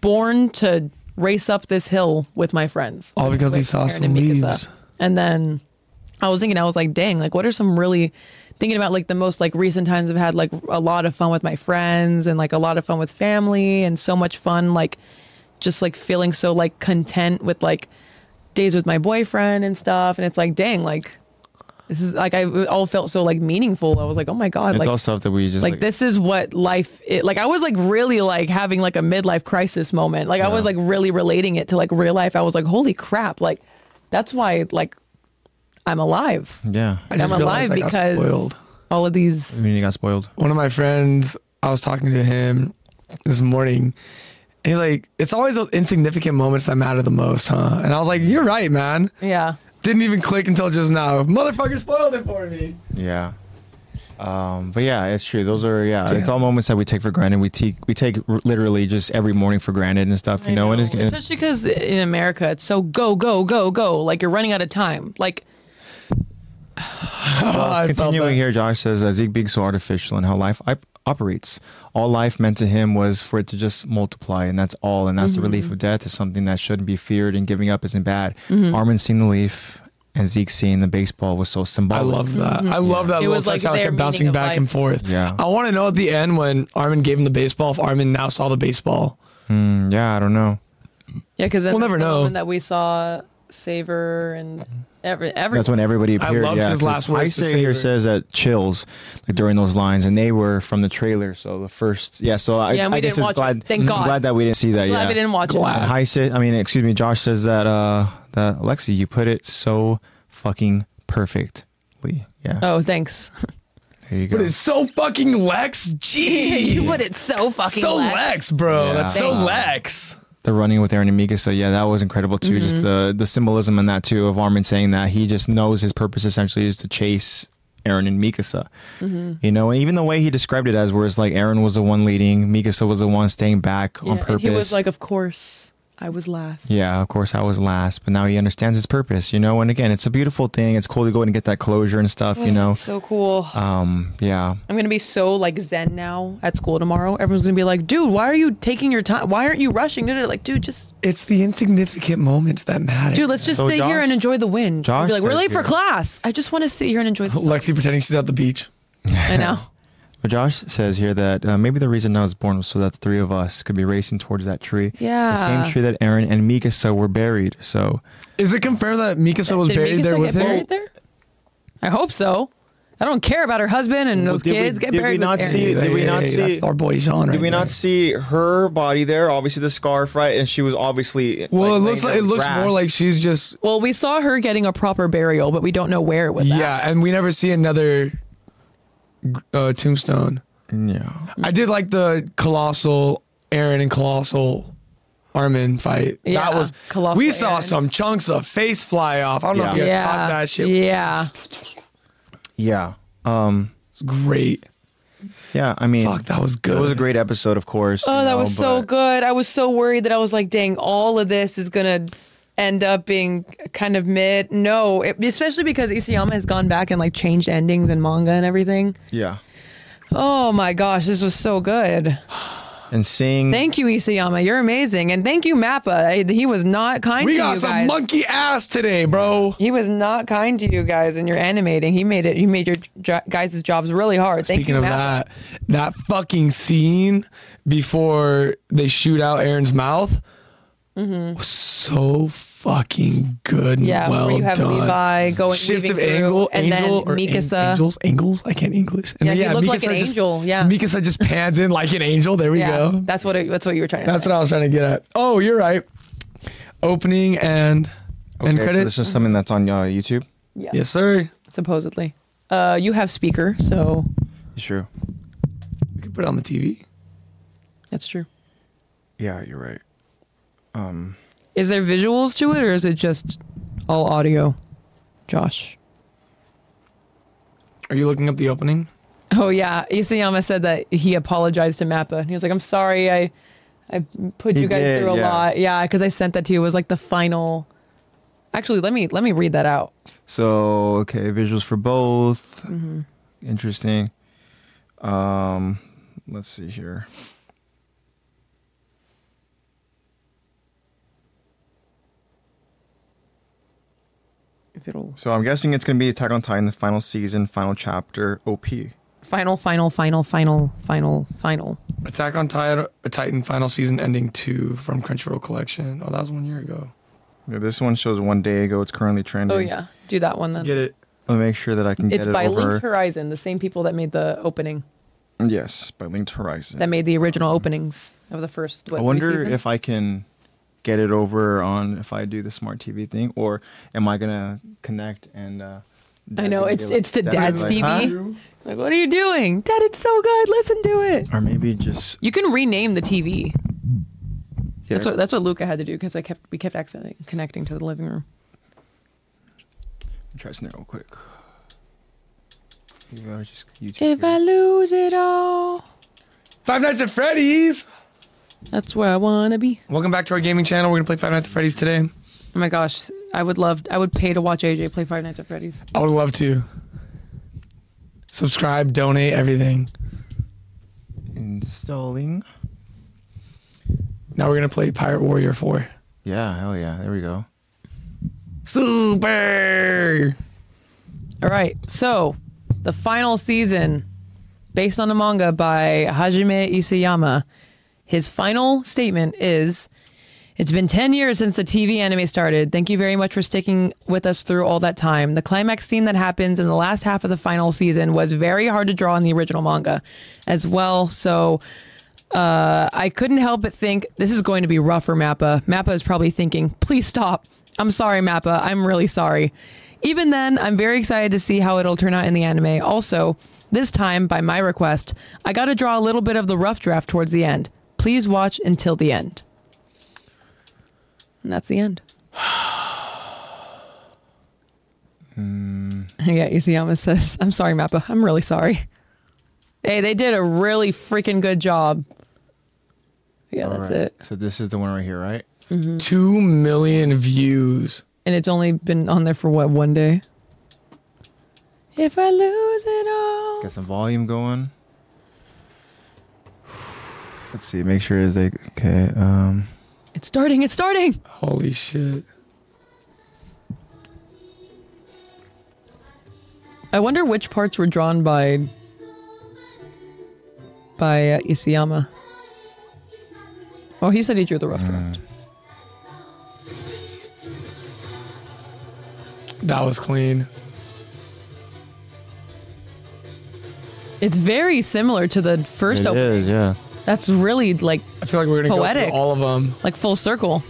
S2: born to race up this hill with my friends.
S3: All because he
S2: With
S3: saw
S2: Aaron
S3: some
S2: and Mikasa.
S3: leaves.
S2: And then I was thinking, I was like, dang, like what are some really thinking about like the most like recent times I've had like a lot of fun with my friends and like a lot of fun with family and so much fun like just like feeling so like content with like days with my boyfriend and stuff and it's like dang like this is like I it all felt so like meaningful. I was like, oh my god,
S1: It's
S2: like
S1: all stuff that we just
S2: like this is what life i like i was like really like having like a midlife crisis moment like i was like really relating it to like real life i was like holy crap like that's why like i'm alive
S1: Yeah,
S3: I
S2: i'm
S3: just realized
S2: alive
S3: I got
S2: because
S3: spoiled.
S2: all of these
S1: community got spoiled.
S3: one of my friends, I was talking to him this morning, and he's like, "It's always those insignificant moments that matter the most, huh?" And I was like, "You're right, man."
S2: yeah
S3: Didn't even click until just now. Motherfucker spoiled it for me.
S1: Yeah. Um, but yeah, it's true. Those are yeah. It's
S3: Damn.
S1: all moments that we take for granted. We take we take r- literally just every morning for granted and stuff. You know, and it's, and-
S2: especially because in america it's so go go go go like you're running out of time like
S3: Oh, I felt
S1: Continuing
S3: that.
S1: here, Josh says uh, Zeke being so artificial and how life op- operates. All life meant to him was for it to just multiply, and that's all. And that's the
S3: Mm-hmm.
S1: relief of death is something that shouldn't be feared, and giving up isn't bad.
S3: Mm-hmm.
S1: Armin seeing the leaf and Zeke seeing the baseball was so
S3: I
S1: symbolic.
S3: love that. I love that
S2: It
S3: little
S2: was like
S3: touch how it
S2: their
S3: kept bouncing
S2: meaning of
S3: back
S2: life.
S3: and forth.
S1: Yeah.
S3: I want to know at the end when Armin gave him the baseball if Armin now saw the baseball.
S1: Mm, yeah, I don't know.
S2: yeah because
S3: We'll never know.
S2: that we saw savor and every every
S1: That's when everybody
S3: I
S1: appeared.
S3: loved
S1: yeah,
S3: his
S1: 'cause
S3: last words
S1: I
S3: to
S1: say here
S3: Saber.
S1: says that chills like during those lines, and they were from the trailer. So the first, yeah. So I,
S2: Yeah, and we
S1: I guess
S2: didn't
S1: it's
S2: watch it.
S1: glad.
S2: Thank
S1: I'm
S2: God.
S1: glad that we didn't see that.
S2: glad
S1: yeah.
S2: we didn't watch
S3: Glad.
S2: it
S1: And Heise, I mean, excuse me, Josh says that uh that Alexi, you put it so fucking perfectly. Yeah.
S2: oh thanks
S1: There you go.
S3: But it's so fucking Lex. Gee.
S2: you put it so fucking
S3: so Lex,
S2: Lex.
S3: bro.
S1: Yeah.
S3: That's so
S2: Thanks.
S3: Lex.
S1: the running with Aaron and Mika. So yeah, that was incredible too. Just the the symbolism in that too of Armin saying that he just knows his purpose essentially is to chase Aaron and Mikasa. You know, and even the way he described it as where it's like Aaron was the one leading, Mikasa was the one staying back on
S2: Yeah,
S1: purpose.
S2: and He was like, "Of course, I was last.
S1: Yeah, of course I was last, but now he understands his purpose, you know. And again, it's a beautiful thing. It's cool to go and get that closure and stuff, you know.
S2: Oh, So cool.
S1: Um, yeah,
S2: I'm gonna be so like zen now at school tomorrow. Everyone's gonna be like, "Dude, why are you taking your time? Why aren't you rushing?" They're like, "Dude, just
S3: It's the insignificant moments that matter.
S2: dude, let's just
S1: So
S2: sit here
S1: Josh-
S2: and enjoy the wind." I'll
S1: Josh
S2: be like, "We're
S1: said
S2: late for
S1: here-
S2: class. I just want to sit here and enjoy the sun."
S3: Lexi pretending she's at the beach.
S2: I know.
S1: But Josh says here that uh, maybe the reason I was born was so that the three of us could be racing towards that tree. The
S2: Yeah.
S1: same tree that Aaron and Mikasa were buried. So
S3: Is it confirmed that Mikasa was
S2: Did
S3: buried
S2: Mikasa
S3: there with
S2: get
S3: her?
S2: buried there? I hope so. I don't care about her husband and those
S1: did we-
S2: kids. get
S1: did we
S2: buried.
S1: not
S2: with Aaron.
S1: see Did we not
S3: that's
S1: see-
S3: our boy Jean?
S1: did
S3: right
S1: we
S3: there.
S1: not see her body there? Obviously the scarf, right? And she was obviously
S3: Well, it looks like it looks more like she's just
S2: Well, we saw her getting a proper burial, but we don't know where it was. At.
S3: yeah, and we never see another uh, tombstone.
S1: yeah.
S3: I did like the colossal Aaron and colossal Armin fight.
S2: Yeah,
S3: that was
S2: Colossal
S3: We saw
S2: Aaron.
S3: some chunks of face fly off. I don't know if you
S1: Yeah.
S3: guys
S2: Yeah.
S3: caught that shit.
S2: Yeah.
S1: Yeah. Um.
S3: It's great.
S1: Yeah. I mean,
S3: Fuck, that was good.
S1: It was a great episode, of course.
S2: Oh,
S1: you
S2: that
S1: know,
S2: was so
S1: but-
S2: good. I was so worried that I was like, dang, all of this is going to end up being kind of mid. No, it, especially because Isayama has gone back and like changed endings and manga and everything.
S1: Yeah.
S2: Oh my gosh, this was so good.
S1: And seeing
S2: Thank you, Isayama. You're amazing. And thank you, Mappa. I- He was not kind
S3: We
S2: to
S3: got
S2: you
S3: some
S2: guys.
S3: monkey ass today, bro.
S2: he was not kind to you guys and you're animating. He made it. You made your jo- guys' jobs really hard. Thank
S3: Speaking
S2: you,
S3: of
S2: Mappa.
S3: that, that fucking scene before they shoot out Aaron's mouth was so fucking good.
S2: Mm-hmm.
S3: and
S2: Yeah,
S3: well
S2: where you have
S3: done.
S2: Levi going
S3: shift
S2: weaving
S3: of
S2: through,
S3: angle,
S2: and
S3: angel,
S2: then
S3: or ang-
S2: Mikasa.
S3: angels, angles. I can't English. And
S2: Yeah, he looked like an
S3: just-
S2: angel, yeah.
S3: Mikasa just pans in like an angel. There we
S2: yeah,
S3: go.
S2: that's what it, that's what you were trying to
S3: That's
S2: say.
S3: what I was trying to get at. Oh, you're right. Opening and and
S1: Okay, so
S3: credits.
S1: this is something that's on uh, YouTube.
S3: yes, sir.
S2: supposedly. Uh, you have speaker, so
S1: It's true.
S3: We could put it on the TV.
S2: that's true.
S1: Yeah, you're right.
S2: Is there visuals to it, or is it just all audio, Josh?
S3: Are you looking up the opening?
S2: Oh yeah, Isayama said that he apologized to Mappa, and he was like, "I'm sorry, I, I put
S1: He
S2: you guys
S1: did,
S2: through a
S1: yeah.
S2: lot, yeah, because I sent that to you. It was like the final. Actually, let me let me read that out.
S1: So okay, visuals for both.
S2: Mm-hmm.
S1: Interesting. Um, let's see here.
S2: If it'll
S1: So I'm guessing it's gonna be Attack on Titan, the final season, final chapter, OP.
S2: final, final, final, final, final, final.
S3: Attack on Titan, Titan final season ending two from Crunchyroll Collection. Oh, that was one year ago.
S1: Yeah, this one shows one day ago. It's currently trending.
S2: Oh yeah, do that one then.
S3: Get it?
S1: Let me make sure that I can
S2: It's
S1: get it
S2: by
S1: over.
S2: Linked Horizon, the same people that made the opening,
S1: yes, by Linked Horizon.
S2: that made the original openings of the first.
S1: I
S2: What, three
S1: wonder
S2: seasons?
S1: if I can get it over on if I do the smart TV thing, or am I gonna connect and? Uh,
S2: I know,
S1: Dad's
S2: it's-
S1: gonna be
S2: it's to
S1: Dad's gonna
S2: Dad's
S1: be like,
S2: TV. Like, what are you doing? Dad, it's so good. Listen to it.
S1: "Huh?" Or maybe just
S2: You can rename the
S1: yeah,
S2: TV. That's what that's what Luca had to do because I kept we kept accidentally connecting to the living room.
S1: try something real quick. Maybe I'll just YouTube
S2: If I
S1: here.
S2: lose it all,
S3: Five Nights at Freddy's.
S2: that's where I wanna be.
S3: Welcome back to our gaming channel. We're gonna play Five Nights at Freddy's today.
S2: Oh my gosh, I would love I would pay to watch AJ play Five Nights at Freddy's.
S3: I would love to. Subscribe, donate, everything.
S1: installing.
S3: Now we're gonna play Pirate Warrior 4.
S1: Yeah, hell yeah, there we go.
S3: Super.
S2: All right, so the final season, based on a manga by Hajime Isayama, his final statement is. It's been 10 years since the TV anime started. Thank you very much for sticking with us through all that time. The climax scene that happens in the last half of the final season was very hard to draw in the original manga as well. So uh, I couldn't help but think this is going to be rough for Mappa. Mappa is probably thinking, please stop. I'm sorry, Mappa. I'm really sorry. Even then, I'm very excited to see how it'll turn out in the anime. Also, this time, by my request, I got to draw a little bit of the rough draft towards the end. Please watch until the end. And that's the end. Yeah, Isayama says, I'm sorry, Mappa. I'm really sorry. Hey, they did a really freaking good job. Yeah, that's
S1: Alright,
S2: it.
S1: So this is the one right here, right?
S3: Two million views.
S2: and it's only been on there for what one day. If I lose it all,
S1: Get some volume going. Let's see. Make sure is like okay. Um,
S2: it's starting. It's starting.
S3: Holy shit.
S2: I wonder which parts were drawn by by uh, Isayama. Oh, he said he drew the rough
S1: Mm.
S2: draft.
S3: That was clean.
S2: It's very similar to the first
S1: it
S2: opening.
S1: is, yeah.
S2: That's really like
S3: I feel like we're gonna go
S2: Poetic.
S3: through all of them.
S2: like full circle.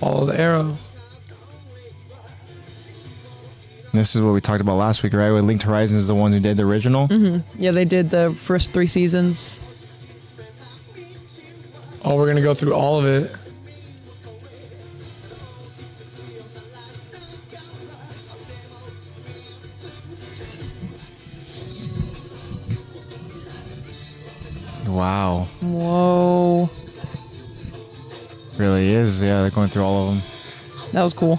S3: Follow the arrow.
S1: This is what we talked about last week, right? With Linked Horizons is the one who did the original.
S2: Mm-hmm. Yeah, they did the first three seasons.
S3: Oh, we're gonna go through all of it.
S1: Wow,
S2: Whoa,
S1: really is. Yeah, they're going through all of them.
S2: that was cool.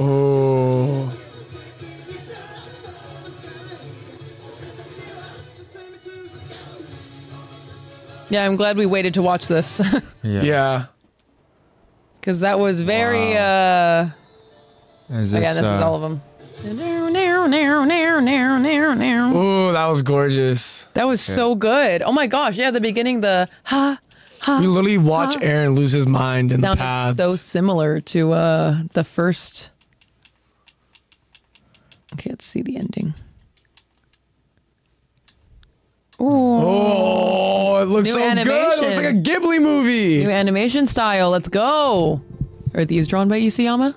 S3: Oh.
S2: Yeah, I'm glad we waited to watch this
S1: Yeah.
S3: Yeah.
S2: because that was very. uh
S1: Is
S2: Oh, Yeah,
S1: this,
S2: this is
S1: uh,
S2: all of them. That
S3: Oh, that was gorgeous.
S2: was so good. Oh my gosh! Yeah, the beginning, the ha
S3: We literally watch Aaron lose his mind in the
S2: sounded
S3: paths.
S2: so similar to uh the first. Okay, let's see the ending.
S3: oh, it looks
S2: New
S3: so good. It looks
S2: animation.
S3: like a Ghibli movie.
S2: New animation style. Let's go. Are these drawn by Isayama?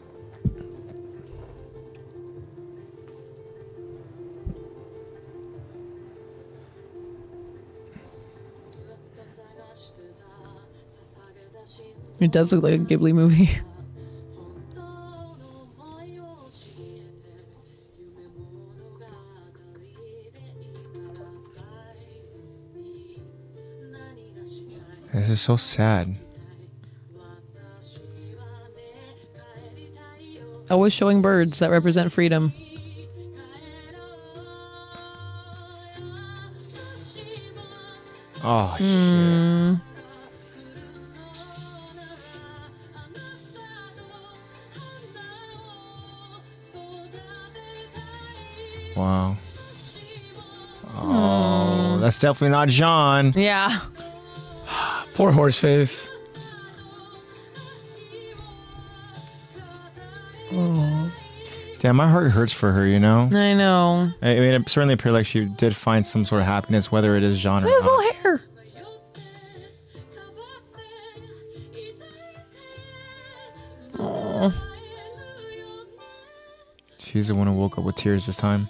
S2: It does look like a Ghibli movie.
S1: This is so sad.
S2: Always showing birds that represent freedom.
S1: Oh shit! Wow. Oh, that's definitely not John.
S2: Yeah.
S3: Poor horse face.
S1: Damn, my heart hurts for her. You know.
S2: I know.
S1: I mean, it certainly appeared like she did find some sort of happiness, whether it is John or
S2: His
S1: not.
S2: little hair.
S1: She's the one who woke up with tears this time.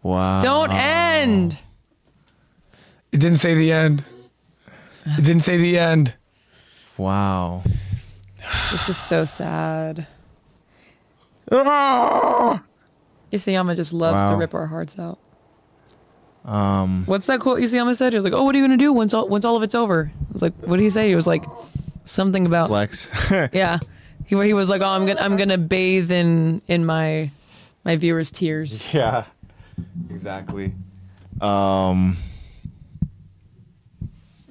S1: Mm-hmm. Wow.
S2: Don't end.
S3: It didn't say the end. It didn't say the end.
S1: Wow.
S2: This is so sad.
S3: Ah!
S2: Isayama just loves to
S1: Wow.
S2: rip our hearts out. Um, What's that quote Isayama said? He was like, "Oh, what are you gonna do once all once all of it's over?" I was like, "What did he say?" He was like, "Something about
S1: Flex.
S2: yeah." He he was like, "Oh, I'm gonna I'm gonna bathe in in my my viewers' tears."
S1: yeah. Exactly. Um.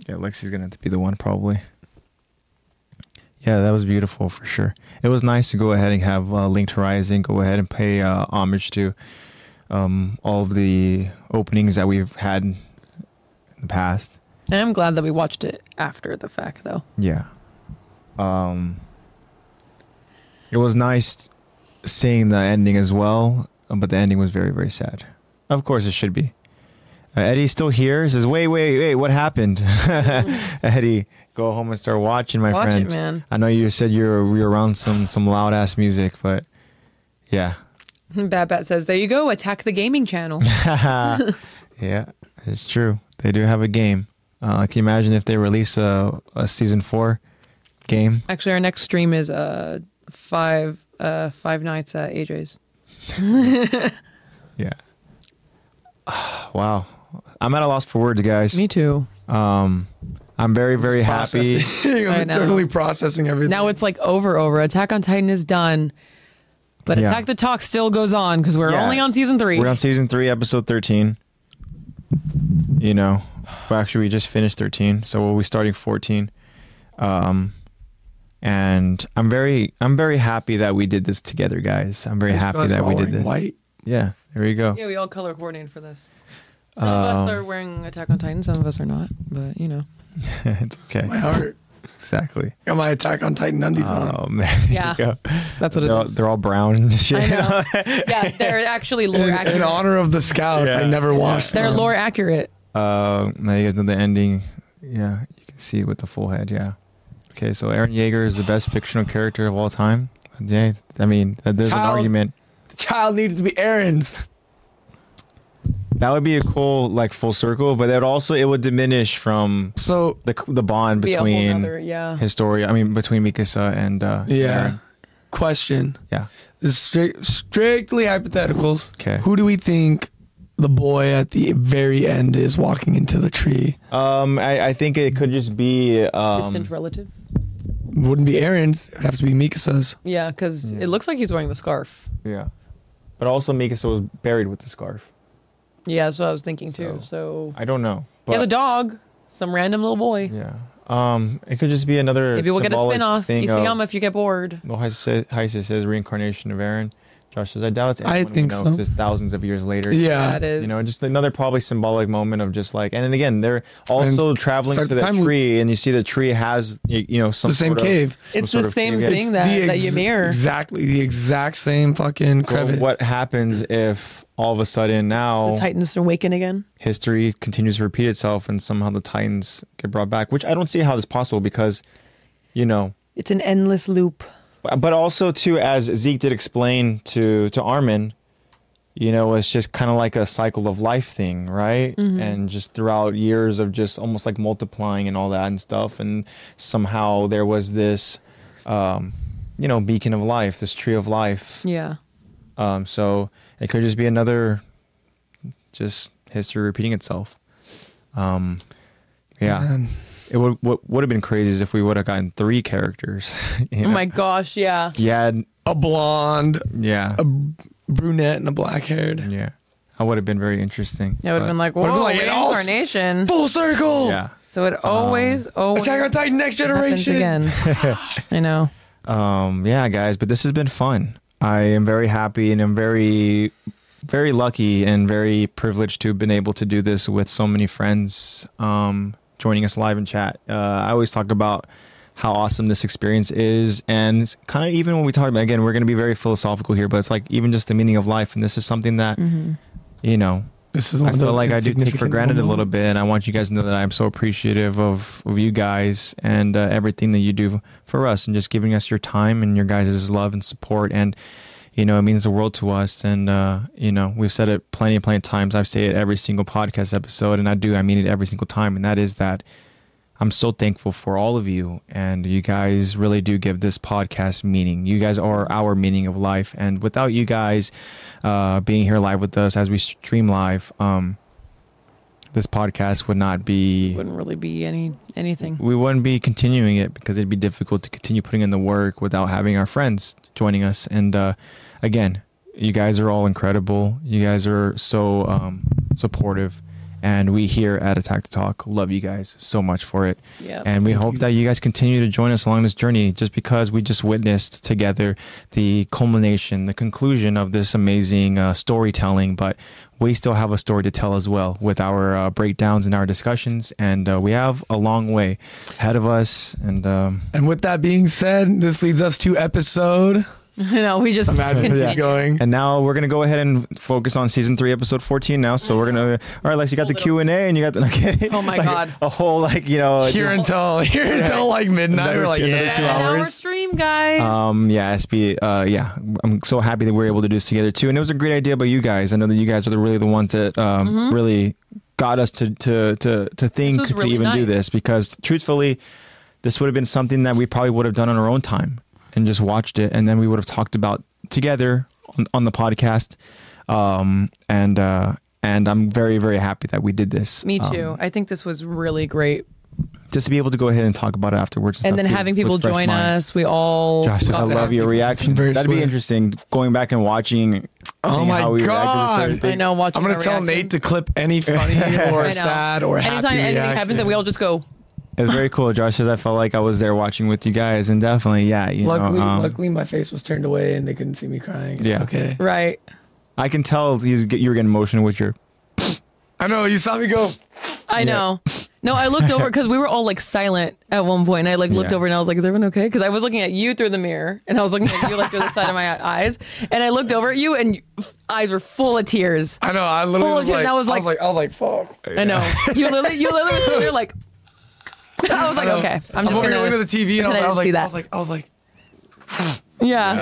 S1: Yeah, Lexi's gonna have to be the one probably. Yeah, that was beautiful for sure. It was nice to go ahead and have uh, Linked Horizon go ahead and pay uh, homage to um, all of the openings that we've had in the past.
S2: I am glad that we watched it after the fact, though.
S1: Yeah. Um it was nice seeing the ending as well, but the ending was very very sad. Of course it should be. Uh, Eddie's still here. He Says, "Wait, wait, wait! What happened?" Eddie, go home and start watching, my
S2: Watch it,
S1: friend.
S2: man.
S1: I know you said you're you're around some some loud ass music, but yeah,
S2: Bat Bat says, "There you go, attack the gaming channel."
S1: yeah, It's true. They do have a game. Uh, can you imagine if they release a, a season four game?
S2: Actually, our next stream is uh five uh five nights at AJ's.
S1: Yeah. wow. I'm at a loss for words, guys.
S2: Me too.
S1: Um, I'm very, very happy.
S3: Processing.
S2: I
S3: I'm
S2: know.
S3: internally processing everything.
S2: Now it's like over. Over. Attack on Titan is done, but
S1: Yeah.
S2: Attack the Talk still goes on because we're
S1: Yeah.
S2: only on season 3
S1: We're on season three, episode 13. You know, well, actually, we just finished 13, so we'll be starting 14. Um, and I'm very, I'm very happy that we did this together, guys. I'm very happy
S3: Guys,
S1: that
S3: we're
S1: we
S3: all
S1: did
S3: in
S1: this.
S3: White.
S1: Yeah, there you go.
S2: yeah, we all color coordinated for this. Some of
S1: Um,
S2: us are wearing Attack on Titan, some of us are not, but you know.
S1: it's okay.
S3: My heart.
S1: Exactly.
S3: Got my Attack on Titan undies on.
S1: Oh man.
S2: Yeah. That's what it
S1: they're, all-
S2: is.
S1: they're all brown and shit.
S2: I know. yeah, they're actually lore
S3: In, in
S2: accurate.
S3: honor of the scouts,
S1: Yeah.
S3: I never watched
S2: They're
S3: them.
S1: um,
S2: lore accurate.
S1: Uh, now you guys know the ending. Yeah, you can see it with the full head. Yeah. Okay, so Aaron Yeager is the best fictional character of all time. Yeah, I mean, th- there's an
S3: Child.
S1: argument.
S3: The child needed to be Aaron's.
S1: That would be a cool like full circle, but that also it would diminish from
S3: So
S1: the the bond
S2: Be a whole
S1: between
S2: nother- yeah.
S1: his story. I mean, between Mikasa and uh,
S3: yeah,
S1: Aaron.
S3: question.
S1: yeah.
S3: This is strict, strictly hypotheticals.
S1: 'Kay.
S3: Who do we think the boy at the very end is walking into the tree?
S1: Um, I, I think it could just be um,
S2: Distant relative.
S3: Wouldn't be Aaron's. It'd have to be Mikasa's.
S2: Yeah, because it looks like he's wearing the scarf.
S1: yeah, but also Mikasa was buried with the scarf.
S2: Yeah, that's what I was thinking too.
S1: So-
S2: So,
S1: I don't know. But,
S2: yeah, the dog, some random little boy.
S1: Yeah. Um, it could just be another.
S2: Maybe we'll get a
S1: symbolic
S2: spin off.
S1: Thing
S2: Isayama,
S1: of,
S2: if you get bored.
S1: well, Heise says- Heise says reincarnation of Aaron. Josh says, I doubt it's.
S3: I
S1: anyone we
S3: think
S1: know,
S3: so.
S1: 'cause It's thousands of years later.
S3: Yeah.
S2: That is.
S1: You know, just another probably symbolic moment of just like, and then again, they're also
S3: And
S1: traveling
S3: start
S1: to
S3: the
S1: that
S3: time loop.
S1: tree, and you see the tree has, y- you know, some
S3: The same
S1: sort of-
S3: cave.
S1: some
S2: It's
S1: sort
S2: the
S1: of
S2: same
S1: cave.
S2: thing that,
S3: The
S2: that you
S3: ex-
S2: mirror.
S3: Exactly. The exact same fucking
S1: So
S3: crevice.
S1: what happens if all of a sudden now
S2: The Titans awaken again.
S1: history continues to repeat itself, and somehow the Titans get brought back? Which I don't see how this possible because, you know,
S2: It's an endless loop.
S1: but also too as zeke did explain to to armin you know it's just kind of like a cycle of life thing right
S2: Mm-hmm.
S1: and just throughout years of just almost like multiplying and all that and stuff and somehow there was this um you know beacon of life this tree of life
S2: Yeah.
S1: um so it could just be another just history repeating itself um yeah
S3: Man.
S1: it would what would have been crazy is if we would have gotten three characters you
S2: Oh
S1: know?
S2: my gosh, yeah.
S1: yeah
S3: A blonde,
S1: yeah
S3: a brunette, and a black haired.
S1: Yeah. That would have been very interesting.
S2: It would have
S1: but-
S2: been like,
S3: Would've been
S2: whoa,
S3: like, it all s-
S2: reincarnation.
S3: Full circle.
S1: Yeah.
S2: so it always, always
S3: Attack on Titan Next
S2: happens
S3: Generation.
S2: again. I know.
S1: Um, yeah, guys, but this has been fun. I am very happy and I'm very very lucky and very privileged to have been able to do this with so many friends um joining us live in chat. Uh I always talk about how awesome this experience is and kind of even when we talk about again, we're gonna be very philosophical here, but it's like even just the meaning of life and this is something that
S2: Mm-hmm.
S1: you know
S3: This is one
S1: I
S3: of
S1: feel
S3: those
S1: like I do take for
S3: insignificant
S1: granted a little
S3: moments.
S1: bit, and I want you guys to know that I'm so appreciative of, of you guys and uh, everything that you do for us, and just giving us your time and your guys' love and support. And you know, it means the world to us. And uh, you know, we've said it plenty, and plenty of times. I've said it every single podcast episode, and I do. I mean it every single time. And that is that I'm so thankful for all of you, and you guys really do give this podcast meaning. You guys are our meaning of life, and without you guys uh, being here live with us as we stream live, um, this podcast would not be.
S2: Wouldn't really be any anything.
S1: We wouldn't be continuing it because it'd be difficult to continue putting in the work without having our friends joining us. And uh, again, you guys are all incredible. You guys are so um, supportive, and we here at Attack the Talk love you guys so much for it.
S2: Yeah.
S1: And we hope that you guys continue to join us along this journey just because we just witnessed together the culmination, the conclusion of this amazing uh, storytelling. But we still have a story to tell as well with our uh, breakdowns and our discussions. And uh, we have a long way ahead of us. And um,
S3: And with that being said, this leads us to episode.
S2: no, we just
S3: Imagine
S1: Yeah.
S3: yeah. going.
S1: and now we're going to go ahead and focus on season three, episode 14 now. So we're going to, all right, Lex, you got the Q&A and you got the, okay.
S2: Oh my
S1: Like,
S2: God.
S1: A whole like, you know.
S3: Here
S1: Oh, just-
S3: until here until like midnight.
S1: Another
S3: We're like,
S1: two- another
S3: yeah.
S1: two
S2: An hour
S1: hours.
S2: stream, guys.
S1: Um, yeah, SB, uh, yeah, I'm so happy that we were able to do this together too. And it was a great idea by you guys. I know that you guys are the, really the ones that, um, really got us to to to to think
S2: Mm-hmm. was
S1: to
S2: really
S1: even do
S2: nice.
S1: this because truthfully, this would have been something that we probably would have done on our own time and just watched it, and then we would have talked about together on, on the podcast. Um, and uh, and I'm very very happy that we did this.
S2: Me
S1: Um,
S2: too. I think this was really great.
S1: just to be able to go ahead and talk about it afterwards,
S2: And
S1: stuff
S2: then
S1: too,
S2: having people
S1: with fresh
S2: join
S1: minds.
S2: us, we all.
S1: Josh, says, I
S2: talk
S1: love
S2: about
S1: your
S2: people.
S1: reaction.
S3: Very
S1: That'd be
S3: sweet.
S1: interesting. Going back and watching.
S3: Oh
S1: seeing
S3: my
S1: how we reacted to
S3: God.
S1: certain
S2: I
S1: things.
S2: know. Watching
S3: I'm gonna
S2: our
S3: tell
S2: reactions.
S3: Nate to clip any funny
S2: I
S3: or
S2: know.
S3: sad or happy
S2: Anytime anything
S3: reaction.
S2: happens, then we all just go.
S1: It's very cool. Josh says I felt like I was there watching with you guys, and definitely, yeah, you
S3: luckily,
S1: know, um,
S3: luckily my face was turned away and they couldn't see me crying. It's
S1: Yeah.
S3: okay.
S2: Right.
S1: I can tell you you were getting emotional with your.
S3: I know you saw me go.
S2: I know. No, I looked over because we were all like silent at one point, and I like looked
S1: Yeah.
S2: over and I was like, "Is everyone okay?" Because I was looking at you through the mirror, and I was looking at you like through the side of my eyes, and I looked over at you, and your eyes were full of tears.
S3: I know. I literally
S2: Oh,
S3: was,
S2: dude,
S3: like,
S2: that was
S3: I was like, I was like, fuck.
S2: I know you literally, you literally were sitting there like. I was like,
S3: know.
S2: okay, I'm
S3: I'm
S2: just
S3: over
S2: gonna
S3: here looking at the TV and
S2: can
S3: I
S2: just
S3: was like,
S2: do
S3: I
S2: that?
S3: was like, I was like,
S2: yeah,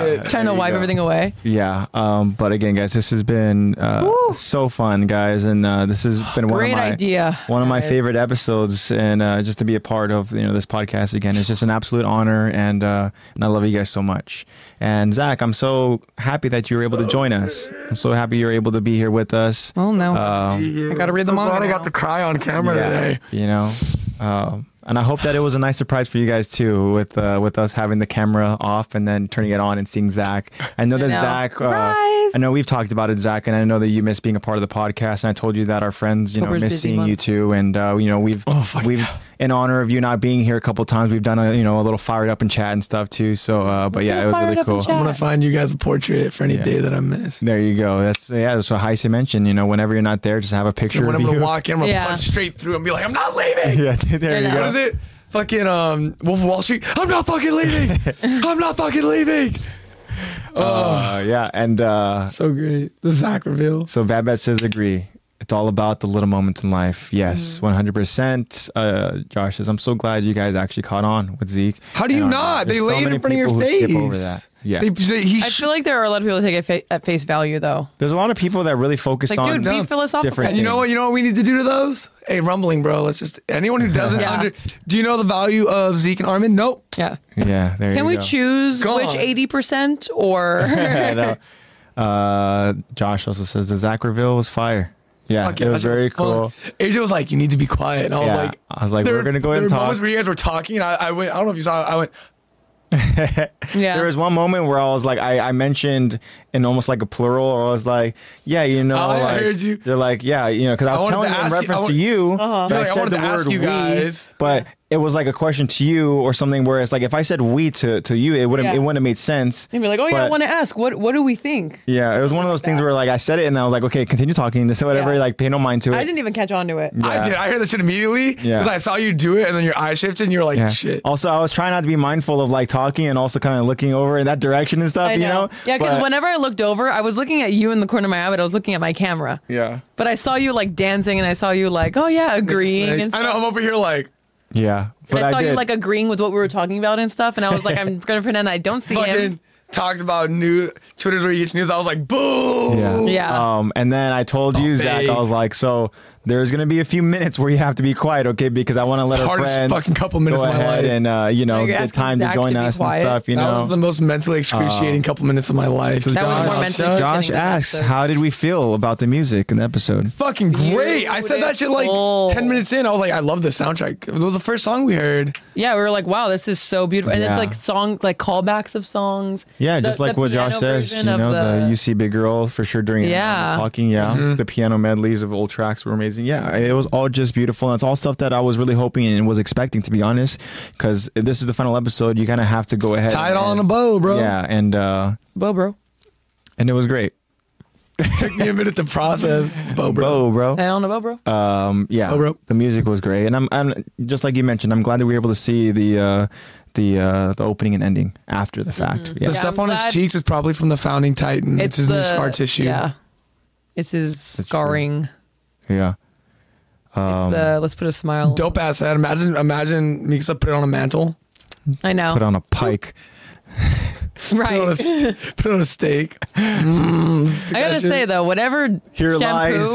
S1: there
S2: trying to
S1: you
S2: wipe
S1: go.
S2: everything away.
S1: Yeah, um, but again, guys, this has been uh, so fun, guys, and uh, this has been one
S2: Great
S1: of my
S2: idea.
S1: one of my favorite episodes, and uh, just to be a part of you know this podcast again is just an absolute honor, and uh, and I love you guys so much. And Zach, I'm so happy that you were able to join us. I'm so happy you're able to be here with us.
S2: Oh no,
S1: Um,
S2: I gotta read
S3: so
S2: them all.
S3: glad I
S2: now.
S3: got to cry on camera today.
S1: You know, um, and I hope that it was a nice surprise for you guys too, with uh, with us having the camera off and then turning it on and seeing Zach. I know that
S2: know.
S1: Zach. Uh,
S2: Surprise!
S1: I know we've talked about it, Zach, and I know that you miss being a part of the podcast. And I told you that our friends, you know,
S2: October's
S1: miss
S2: busy
S1: seeing
S2: month.
S1: you too. And uh, you know, we've we've in honor of you not being here a couple times, we've done a you know a little fired up and chat and stuff too. So, uh, but yeah, it was
S2: Fired
S1: really
S2: up and
S1: cool.
S2: chat.
S3: I'm gonna find you guys a portrait for any day that I miss.
S1: There you go. That's yeah. That's what Heise mentioned. You know, whenever you're not there, just have a picture
S3: When
S1: of
S3: I'm
S1: you.
S3: gonna walk in, I'm gonna
S2: Yeah.
S3: punch straight through and be like, I'm not leaving.
S1: yeah, there you
S2: know.
S1: go.
S3: What is it? Fucking um, Wolf of Wall Street. I'm not fucking leaving. I'm not fucking leaving.
S1: Uh, yeah, and uh,
S3: So great. The Zach reveal.
S1: So Vabat says agree. It's all about the little moments in life. Yes,
S3: Mm-hmm.
S1: one hundred percent. Uh, Josh says, "I'm so glad you guys actually caught on with Zeke."
S3: How do you
S1: And, uh,
S3: not?
S1: there's so
S3: They laid it
S1: many
S3: in front
S1: people
S3: of your
S1: who
S3: face.
S1: skip over that. Yeah,
S3: They, they, he
S2: I
S3: sh-
S2: feel like there are a lot of people that take it fa- at face value, though.
S1: there's a lot of people that really focus
S2: Like,
S1: on
S2: dude, be philosophical.
S1: different.
S3: And you know what?
S1: things.
S3: You know what we need to do to those? Hey, rumbling, bro. Let's just anyone who doesn't
S2: Yeah.
S3: under. Do you know the value of Zeke and Armin? Nope.
S2: Yeah.
S1: Yeah, there
S2: Can
S1: you
S2: we
S1: go.
S2: choose
S3: Go
S2: which
S3: on.
S2: eighty percent or?
S1: I know. Uh, Josh also says the Zach reveal was fire. Yeah,
S3: Fuck
S1: it was
S3: that
S1: very
S3: fun.
S1: cool.
S3: AJ was like, "You need to be quiet," and I was
S1: Yeah,
S3: like,
S1: I was like,
S3: there-
S1: "We're gonna go ahead
S3: there
S1: and
S3: were moments
S1: talk."
S3: where you guys were talking, and I, I went. I don't know if you saw. I went.
S2: yeah.
S1: There was one moment where I was like, I, I mentioned in almost like a plural, or I was like, yeah, you know,
S3: Oh, I
S1: like,
S3: heard you.
S1: They're like, yeah, you know, because I was
S3: wanted
S1: telling
S3: to
S1: them in
S3: ask you-
S1: reference
S3: I
S1: to
S3: wa-
S1: you, but
S3: Yeah,
S1: I
S3: like, I
S1: said
S3: wanted
S1: the
S3: to
S1: word
S3: ask you guys.
S1: we, but it was like a question to you or something where it's like, if I said we to to you, it wouldn't
S2: Yeah.
S1: it wouldn't have made sense.
S2: You'd be like, oh yeah, I
S1: But-
S2: want to ask, what what do we think?
S1: yeah, it was one of those things where like I said it and I was like, okay, continue talking, just whatever,
S2: Yeah.
S1: like pay no mind to it.
S2: I didn't even catch on to it.
S1: Yeah.
S3: I did. I heard that shit immediately because
S1: Yeah.
S3: I saw you do it, and then your eyes shifted, and you were like,
S1: Yeah.
S3: "Shit."
S1: Also, I was trying not to be mindful of like talking and also kind of looking over in that direction and stuff,
S2: I
S1: you know?
S2: yeah, because
S1: But-
S2: whenever I looked over, I was looking at you in the corner of my eye, but I was looking at my camera.
S1: Yeah.
S2: But I saw you like dancing, and I saw you like, oh yeah, agreeing. And
S3: I know.
S2: stuff.
S3: I'm over here like
S1: Yeah. But
S2: And I saw
S1: did.
S2: you like agreeing with what we were talking about and stuff, and I was like, I'm gonna pretend I don't see him.
S3: fucking talked about new Twitter's where you get your news. I was like, "Boom."
S1: Yeah.
S2: Yeah.
S1: Um, and then I told you, Zach,
S3: big.
S1: I was like, so there's gonna be a few minutes where you have to be quiet, okay? Because I want to let our
S3: hardest
S1: friends
S3: fucking couple minutes
S1: go
S3: of my
S1: ahead
S3: life.
S1: and uh, you know
S2: You're
S1: get
S2: asking
S1: time
S2: Zach
S1: to join
S2: to be
S1: us
S2: quiet?
S1: and stuff. You
S3: That
S1: know. Um,
S3: was the most mentally excruciating couple minutes of my life.
S1: So
S2: That was more mentally
S3: Josh,
S1: Josh
S2: getting to
S1: asks,
S2: episode.
S1: how did we feel about the music in the episode?
S3: fucking great. I said that shit like
S2: Beautiful.
S3: 10 minutes in. I was like, I love this soundtrack. It was the first song we heard.
S2: Yeah, we were like, wow, this is so beautiful, and
S1: Yeah.
S2: it's like song like callbacks of songs.
S1: Yeah,
S2: The-
S1: just like
S2: the
S1: what Josh
S2: piano
S1: says, you
S2: version of
S1: know, the, UC Big Girl for sure during
S2: Yeah.
S1: um, talking. Yeah,
S3: Mm-hmm.
S1: the piano medleys of old tracks were amazing. Yeah, it was all just beautiful. And it's all stuff that I was really hoping and was expecting, to be honest, because this is the final episode. You kind of have to go ahead.
S3: Tie it all in
S1: and-
S3: a bow, bro.
S1: Yeah, and uh,
S2: Bo bro.
S1: and it was great.
S3: Took me a minute to process. Bo, bro.
S1: Bo, bro.
S2: I don't know, Bo bro.
S1: Um, yeah,
S3: Bo, bro.
S1: the music was great, and I'm, I'm just like you mentioned. I'm glad that we were able to see the uh, the uh, the opening and ending after the fact. Yeah.
S2: Yeah,
S3: The stuff
S2: I'm
S3: on
S2: glad-
S3: his cheeks is probably from the founding titan. It's, his new
S2: the-
S3: scar tissue.
S2: Yeah. It's his scarring.
S1: yeah.
S2: It's
S1: Um,
S2: the let's put a smile.
S3: Dope ass head. Imagine, imagine Mikasa put it on a mantle.
S2: I know.
S1: Put on a pike.
S3: Put it on a, s- put it on a steak. Mm, stick
S2: I gotta
S3: that shit-
S2: say though, whatever
S1: Here
S2: shampoo,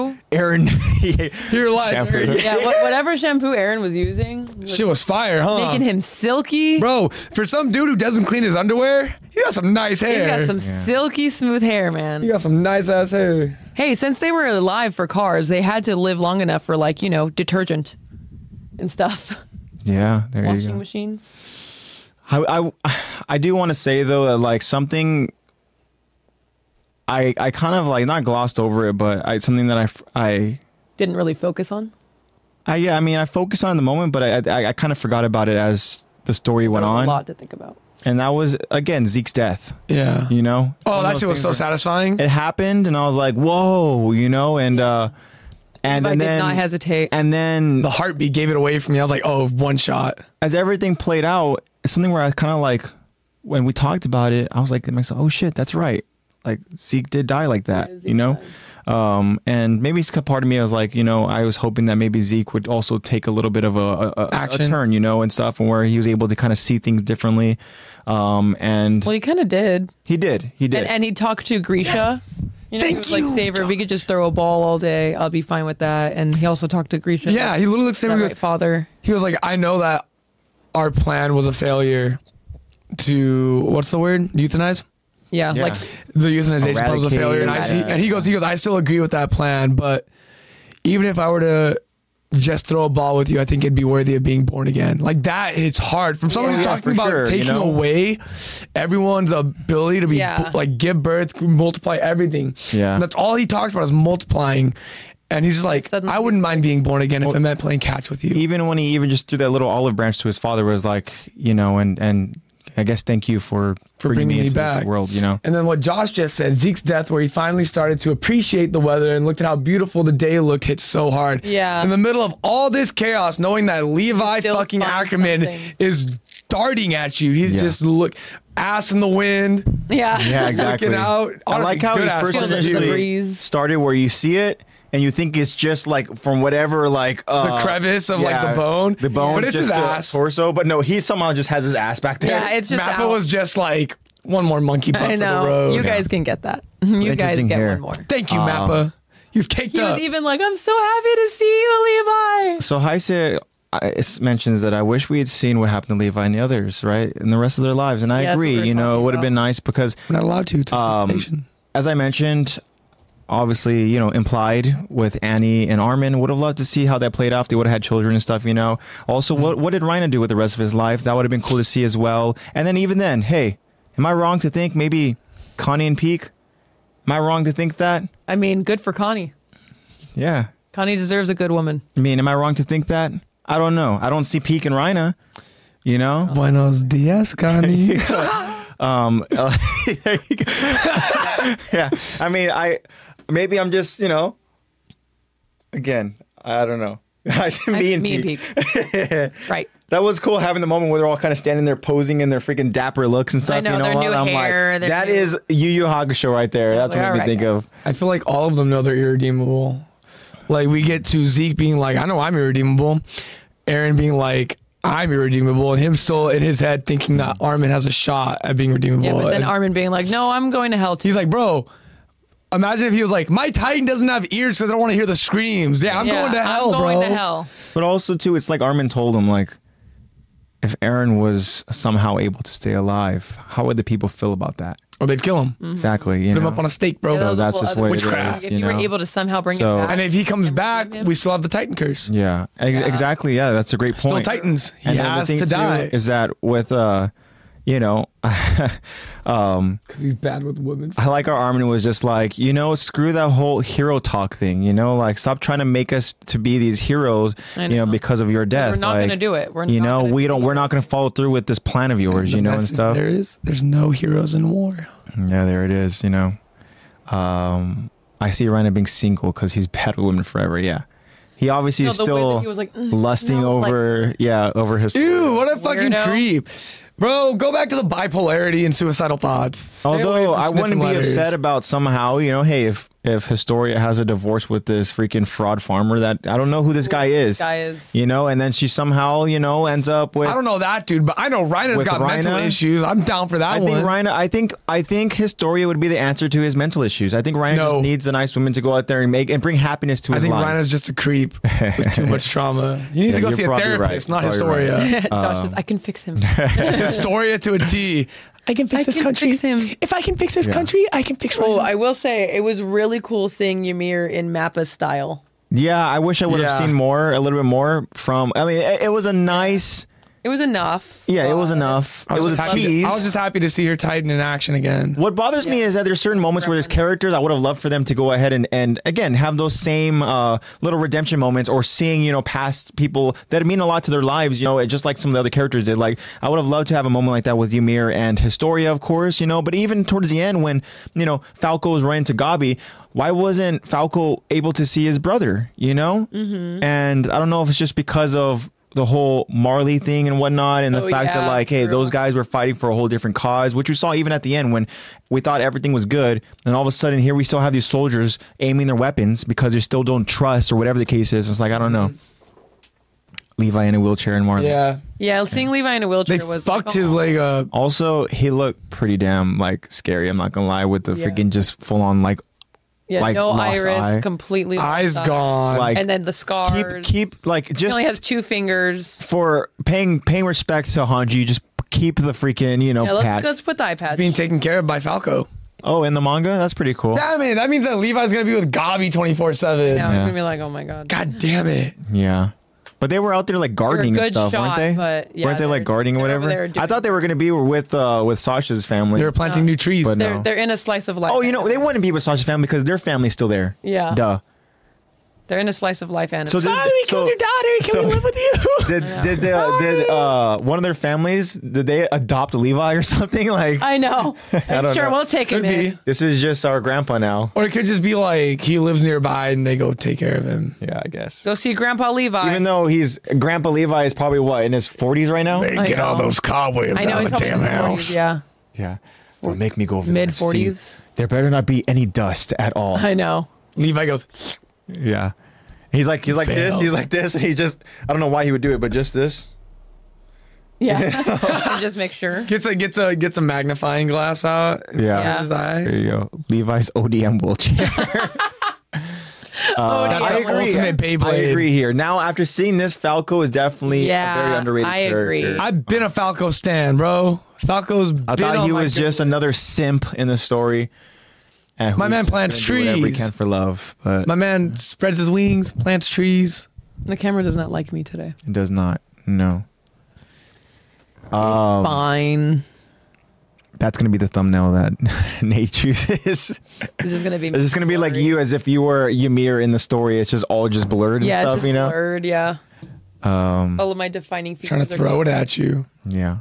S1: lies Aaron.
S3: Here lies
S1: Shampoo.
S3: Aaron.
S2: yeah, wha- whatever shampoo Aaron was using, was
S3: Shit was fire, huh?
S2: making him silky.
S3: Bro, for some dude who doesn't clean his underwear, he got some nice
S2: he
S3: hair.
S2: got some silky smooth hair, man.
S3: He got some nice ass hair.
S2: Hey, since they were alive for cars, they had to live long enough for like you know detergent and stuff,
S1: yeah, there you
S2: washing
S1: go.
S2: machines.
S1: I, I, I do want to say though that like something I I kind of like not glossed over it, but I something that I f- I
S2: Didn't really focus on.
S1: I yeah, I mean I focused on it in the moment, but I I, I kind of forgot about it as the story went
S2: There was
S1: on,
S2: a lot to think about.
S1: and that was again Zeke's death.
S3: Yeah.
S1: You know,
S3: Oh,
S1: One of
S3: that
S1: those
S3: shit was
S1: things
S3: so
S1: where-
S3: satisfying.
S1: It happened, and I was like, whoa, you know, and uh, and,
S2: But I
S1: and
S2: did
S1: then
S2: not hesitate.
S1: and then
S3: The heartbeat gave it away from me. I was like, oh, one shot.
S1: as everything played out, it's something where I kind of like when we talked about it, I was like to myself, "Oh shit, that's right." Like Zeke did die like that,
S2: Yeah, Zeke
S1: you know. Um, and maybe it's a part of me I was like, you know, I was hoping that maybe Zeke would also take a little bit of a, a, a- a
S3: Action.
S1: turn, you know, and stuff, and where he was able to kind of see things differently. Um, and
S2: Well, he kind of did,
S1: he did, he did.
S2: and and he talked to Grisha. You know, he
S3: Thank
S2: was like
S3: you,
S2: Saver, we could just throw a ball all day. I'll be fine with that. And he also talked to Grisha.
S3: Yeah, he literally looked at
S2: That
S3: me and
S2: right,
S3: goes,
S2: father.
S3: he was like, I know that our plan was a failure to, what's the word? Euthanize?
S2: Yeah,
S1: Yeah.
S2: like
S3: the euthanization plan was a
S1: Eradicate.
S3: failure, and, I, he,
S1: Eradicate.
S3: and he goes, he goes, I still agree with that plan, but even if I were to just throw a ball with you, I think it'd be worthy of being born again. Like that, it's hard from someone
S1: Yeah,
S3: who's
S1: for
S3: talking about
S1: sure, you
S3: taking
S1: know?
S3: away everyone's ability to be
S2: Yeah.
S3: like give birth, multiply everything.
S1: Yeah.
S3: that's all he talks about is multiplying, and he's just like,
S2: Suddenly-
S3: I wouldn't mind being born again if it meant playing catch with you.
S1: even when he even just threw that little olive branch to his father was like, you know, and and I guess thank you for
S3: For bringing me
S1: into this
S3: back.
S1: world, you know.
S3: And then what Josh just said, Zeke's death, where he finally started to appreciate the weather and looked at how beautiful the day looked, hit so hard.
S2: Yeah.
S3: In the middle of all this chaos, knowing that Levi
S2: still
S3: fucking
S2: finds
S3: Ackerman
S2: something.
S3: is darting at you. He's
S1: Yeah.
S3: just look ass in the wind.
S2: yeah,
S1: Yeah, exactly.
S3: out.
S1: I
S3: Honestly,
S1: like how
S3: good
S1: he
S3: ass
S1: first
S2: Feel the
S1: initially
S2: breeze.
S1: started where you see it and you think it's just like from whatever like uh,
S3: crevice of, like, the bone.
S1: the bone,
S3: But it's
S1: just
S3: his
S1: the
S3: ass.
S1: torso. But no, he somehow just has his ass back there.
S2: Yeah, it's just
S3: Mappa
S2: out.
S3: was just like one more monkey butt
S2: I
S3: for the
S2: know.
S3: road.
S2: You guys can get that. You guys
S1: Interesting
S2: get
S1: hair.
S2: one more.
S3: Thank you,
S1: Uh,
S3: Mappa. He was caked
S2: He
S3: up.
S2: was even like, I'm so happy to see you, Levi.
S1: So Heise uh, s- mentions that I wish we had seen what happened to Levi and the others, right, in the rest of their lives, and I
S2: Yeah, that's what
S1: agree.
S2: we were
S1: you know,
S2: talking
S1: it would have
S2: about.
S1: been nice because
S3: We're not allowed to. It's a
S1: um,
S3: temptation.
S1: as I mentioned, obviously, you know, implied with Annie and Armin, would have loved to see how that played off. They would have had children and stuff, you know. Also, what what did Ryan do with the rest of his life? That would have been cool to see as well. And then even then, hey, am I wrong to think maybe Connie and Peak? Am I wrong to think that?
S2: I mean, good for Connie.
S1: Yeah.
S2: Connie deserves a good woman.
S1: I mean, am I wrong to think that? I don't know. I don't see Peak and Rhina, you know?
S3: Buenos dias, Connie.
S1: Oh, There you go. yeah. I mean, I maybe I'm just, you know, again, I don't know. I said me and
S2: me
S1: Pete.
S2: and Peak. right.
S1: That was cool having the moment where they're all kind of standing there posing in their freaking dapper looks and stuff.
S2: know,
S1: you know
S2: their
S1: what?
S2: new
S1: I'm
S2: hair,
S1: like,
S2: their
S1: that
S2: new-
S1: is Yu Yu Hakusho right there. That's what
S2: Like,
S1: made me
S2: all
S1: think
S2: right,
S1: of.
S3: I feel like all of them know they're irredeemable. Like we get to Zeke being like, I know I'm irredeemable. Aaron being like, I'm irredeemable, and him still in his head thinking that Armin has a shot at being redeemable.
S2: Yeah, but then
S3: And
S2: Armin being like, no, I'm going to hell too.
S3: he's like, bro. Imagine if he was like, my Titan doesn't have ears because I don't want to hear the screams. Yeah, I'm
S2: Yeah,
S3: going to hell,
S2: I'm going
S3: bro.
S2: to hell.
S1: But also, too, it's like Armin told him, like, if Aaron was somehow able to stay alive, how would the people feel about that?
S2: Mm-hmm.
S3: Or they'd kill him,
S2: Mm.
S1: Exactly. You
S3: put
S1: know?
S3: him up on a stake, bro.
S1: So that's
S2: Well,
S1: just what it is.
S3: Witchcraft.
S2: If
S1: you
S2: you, were
S1: know?
S2: able to somehow bring
S1: So-
S2: it back.
S3: and if he comes
S2: and
S3: back,
S2: redeem him.
S3: we still have the Titan curse.
S1: Yeah, ex- exactly. Yeah, that's a great
S3: Still
S1: point.
S3: Titans. He
S1: then the
S3: has
S1: thing,
S3: to
S1: too,
S3: die.
S1: Is that with uh, you know, um,
S3: Because he's bad with women.
S1: I like our Armin was just like, you know, screw that whole hero talk thing. You know, like stop trying to make us to be these heroes.
S2: I
S1: You know,
S2: know.
S1: because of your death.
S2: not
S1: like,
S2: gonna do it. We're
S1: you
S2: not
S1: know,
S2: gonna
S1: we
S2: do
S1: don't.
S2: it.
S1: We're not going to follow through with this plan of yours. You know, and stuff.
S3: There is. There's no heroes in war.
S1: Yeah, there it is. You know, um, I see Ryan being single because he's bad with women forever. Yeah. He obviously
S2: No,
S1: is
S2: the way that
S1: still
S2: he was like, mm,
S1: lusting
S2: and I was like-
S1: over, yeah, over his.
S3: Ew, what a fucking
S2: Weirdo.
S3: creep. Bro, go back to the bipolarity and suicidal thoughts. Stay away
S1: Although
S3: from
S1: I wouldn't
S3: sniffing
S1: be
S3: letters.
S1: upset about somehow, you know, hey, if if Historia has a divorce with this freaking fraud farmer that I don't know who this guy is.
S2: guy is.
S1: You know, and then she somehow, you know, ends up with
S3: I don't know that dude, but I know Rhina's
S1: With
S3: got mental
S1: Rhina?
S3: issues. I'm down for that
S1: I
S3: one.
S1: think Ryan. I think I think Historia would be the answer to his mental issues. I think Ryan
S3: No.
S1: just needs a nice woman to go out there and make and bring happiness to
S3: I
S1: his
S3: think
S1: life.
S3: Rhina's just a creep with too much trauma. You need
S1: Yeah,
S3: to go
S1: you're
S3: see a
S1: probably
S3: therapist,
S1: right.
S3: not
S1: Probably
S3: Historia.
S2: Josh
S1: um,
S2: says, I can fix him.
S3: Historia to a T. I can fix
S2: I can fix him.
S3: If I can fix this country, I can fix
S2: Oh, I will say it was really cool seeing Ymir in Mappa style.
S1: yeah, I wish I would
S3: Yeah.
S1: have seen more, a little bit more from. I mean, it, it was a nice.
S2: It was enough.
S1: Yeah, it was
S2: Uh,
S1: enough. It was a tease.
S3: I was just happy to see her Titan in action again.
S1: What bothers me is that there's certain moments where there's characters I would have loved for them to go ahead and, and again have those same uh, little redemption moments or seeing you know past people that mean a lot to their lives you know it- just like some of the other characters did like I would have loved to have a moment like that with Ymir and Historia of course you know but even towards the end when you know Falco is running to Gabi why wasn't Falco able to see his brother you know mm-hmm. and I don't know if it's just because of the whole Marley thing and whatnot and the
S2: Oh,
S1: fact that
S2: yeah,
S1: like hey
S2: true.
S1: those guys were fighting for a whole different cause which we saw even at the end when we thought everything was good and all of a sudden here we still have these soldiers aiming their weapons because they still don't trust or whatever the case is it's like i don't know levi in a wheelchair and marley
S3: Yeah.
S2: Mm-hmm. Yeah, seeing Levi in a wheelchair
S3: They
S2: was
S3: fucked
S2: like,
S3: his
S2: oh.
S3: leg up.
S1: also he looked pretty damn like scary i'm not gonna lie with the
S2: Yeah.
S1: freaking just full on like
S2: Yeah,
S1: like,
S2: no
S1: lost
S2: iris,
S1: eye.
S2: completely lost
S3: Eyes
S2: eye.
S3: gone.
S1: Like-
S2: and then the
S1: keep
S2: scars.
S1: keep like
S2: He
S1: just
S2: only has two fingers.
S1: for paying paying respect to hanji just keep the freaking you know
S2: Yeah, let's,
S1: patch.
S2: let's put the iPad.
S3: being taken care of by Falco.
S1: oh in the manga that's pretty cool
S3: Damn it. That means that Levi's going to be with Gabi 24
S2: yeah, I
S3: 7.
S2: was
S1: Yeah.
S2: gonna be like, oh my god.
S3: God damn it.
S1: Yeah. But they were out there like
S2: They're a
S1: gardening and
S2: good
S1: stuff, weren't
S2: shot,
S1: they?
S2: but, yeah,
S1: weren't they like
S2: they're-
S1: gardening or
S2: they're over
S1: whatever?
S2: there
S1: I thought they were gonna be with uh with Sasha's family.
S3: They were planting new trees.
S1: but
S2: They're
S1: no.
S2: they're in a slice of life.
S1: oh, you know they
S2: anime.
S1: wouldn't be with Sasha's family because their family's still there.
S2: Yeah.
S1: Duh.
S2: they're in a slice of life anime.
S1: So did-
S2: Sorry, we
S1: so-
S2: killed your daughter. Can
S1: so-
S2: we live with you?
S1: Did did they, uh, did uh one of their families did they adopt Levi or something like?
S2: I know.
S1: don't
S2: sure,
S1: know.
S2: we'll take
S3: Could
S2: him
S3: be.
S2: in.
S1: this is just our grandpa now.
S3: Or it could just be like he lives nearby and they go take care of him.
S1: Yeah, I guess.
S2: Go see Grandpa Levi.
S1: Even though he's Grandpa Levi is probably what in his forties right now.
S3: They
S2: I know.
S3: cobwebs
S2: I know he's probably in his 40s, Yeah,
S1: Yeah. Don't make me go over there and see.
S2: Mid-forties.
S1: There better not be any dust at all.
S2: I know.
S3: Levi goes,
S1: Yeah. He's like he's like this,
S3: Fail.
S1: he's like this, and he just I don't know why he would do it, but just this.
S2: Yeah, just make sure.
S3: gets a gets a gets a magnifying glass out.
S1: Yeah.
S3: His eye.
S1: There you go. Levi's ODM wheelchair. Uh,
S2: Oh,
S3: That's the ultimate Beyblade.
S1: I agree here. Now after seeing this, Falco is definitely a
S2: Yeah,
S1: very underrated
S2: I agree.
S1: character.
S3: I've been a Falco stan, bro.
S1: I
S3: Falco's. been
S1: thought
S3: on
S1: he
S3: my
S1: was
S3: good-
S1: just another simp in the story. and
S3: My
S1: who's
S3: man
S1: just
S3: plants
S1: gonna do Whatever he
S3: trees.
S1: can for love, but
S3: My man spreads his wings, plants trees.
S2: The camera does not like me today.
S1: it does not. No. Um,
S2: it's fine.
S1: That's gonna be the thumbnail that Nate chooses.
S2: This is gonna be.
S1: It's just gonna be like you, as if you were Ymir in the story. It's just all just blurred and
S2: Yeah,
S1: stuff,
S2: it's just
S1: you know.
S2: blurred. Yeah.
S1: Um,
S2: All of my defining features.
S3: Trying to
S2: are
S3: throw it
S2: gone.
S3: at you.
S1: yeah.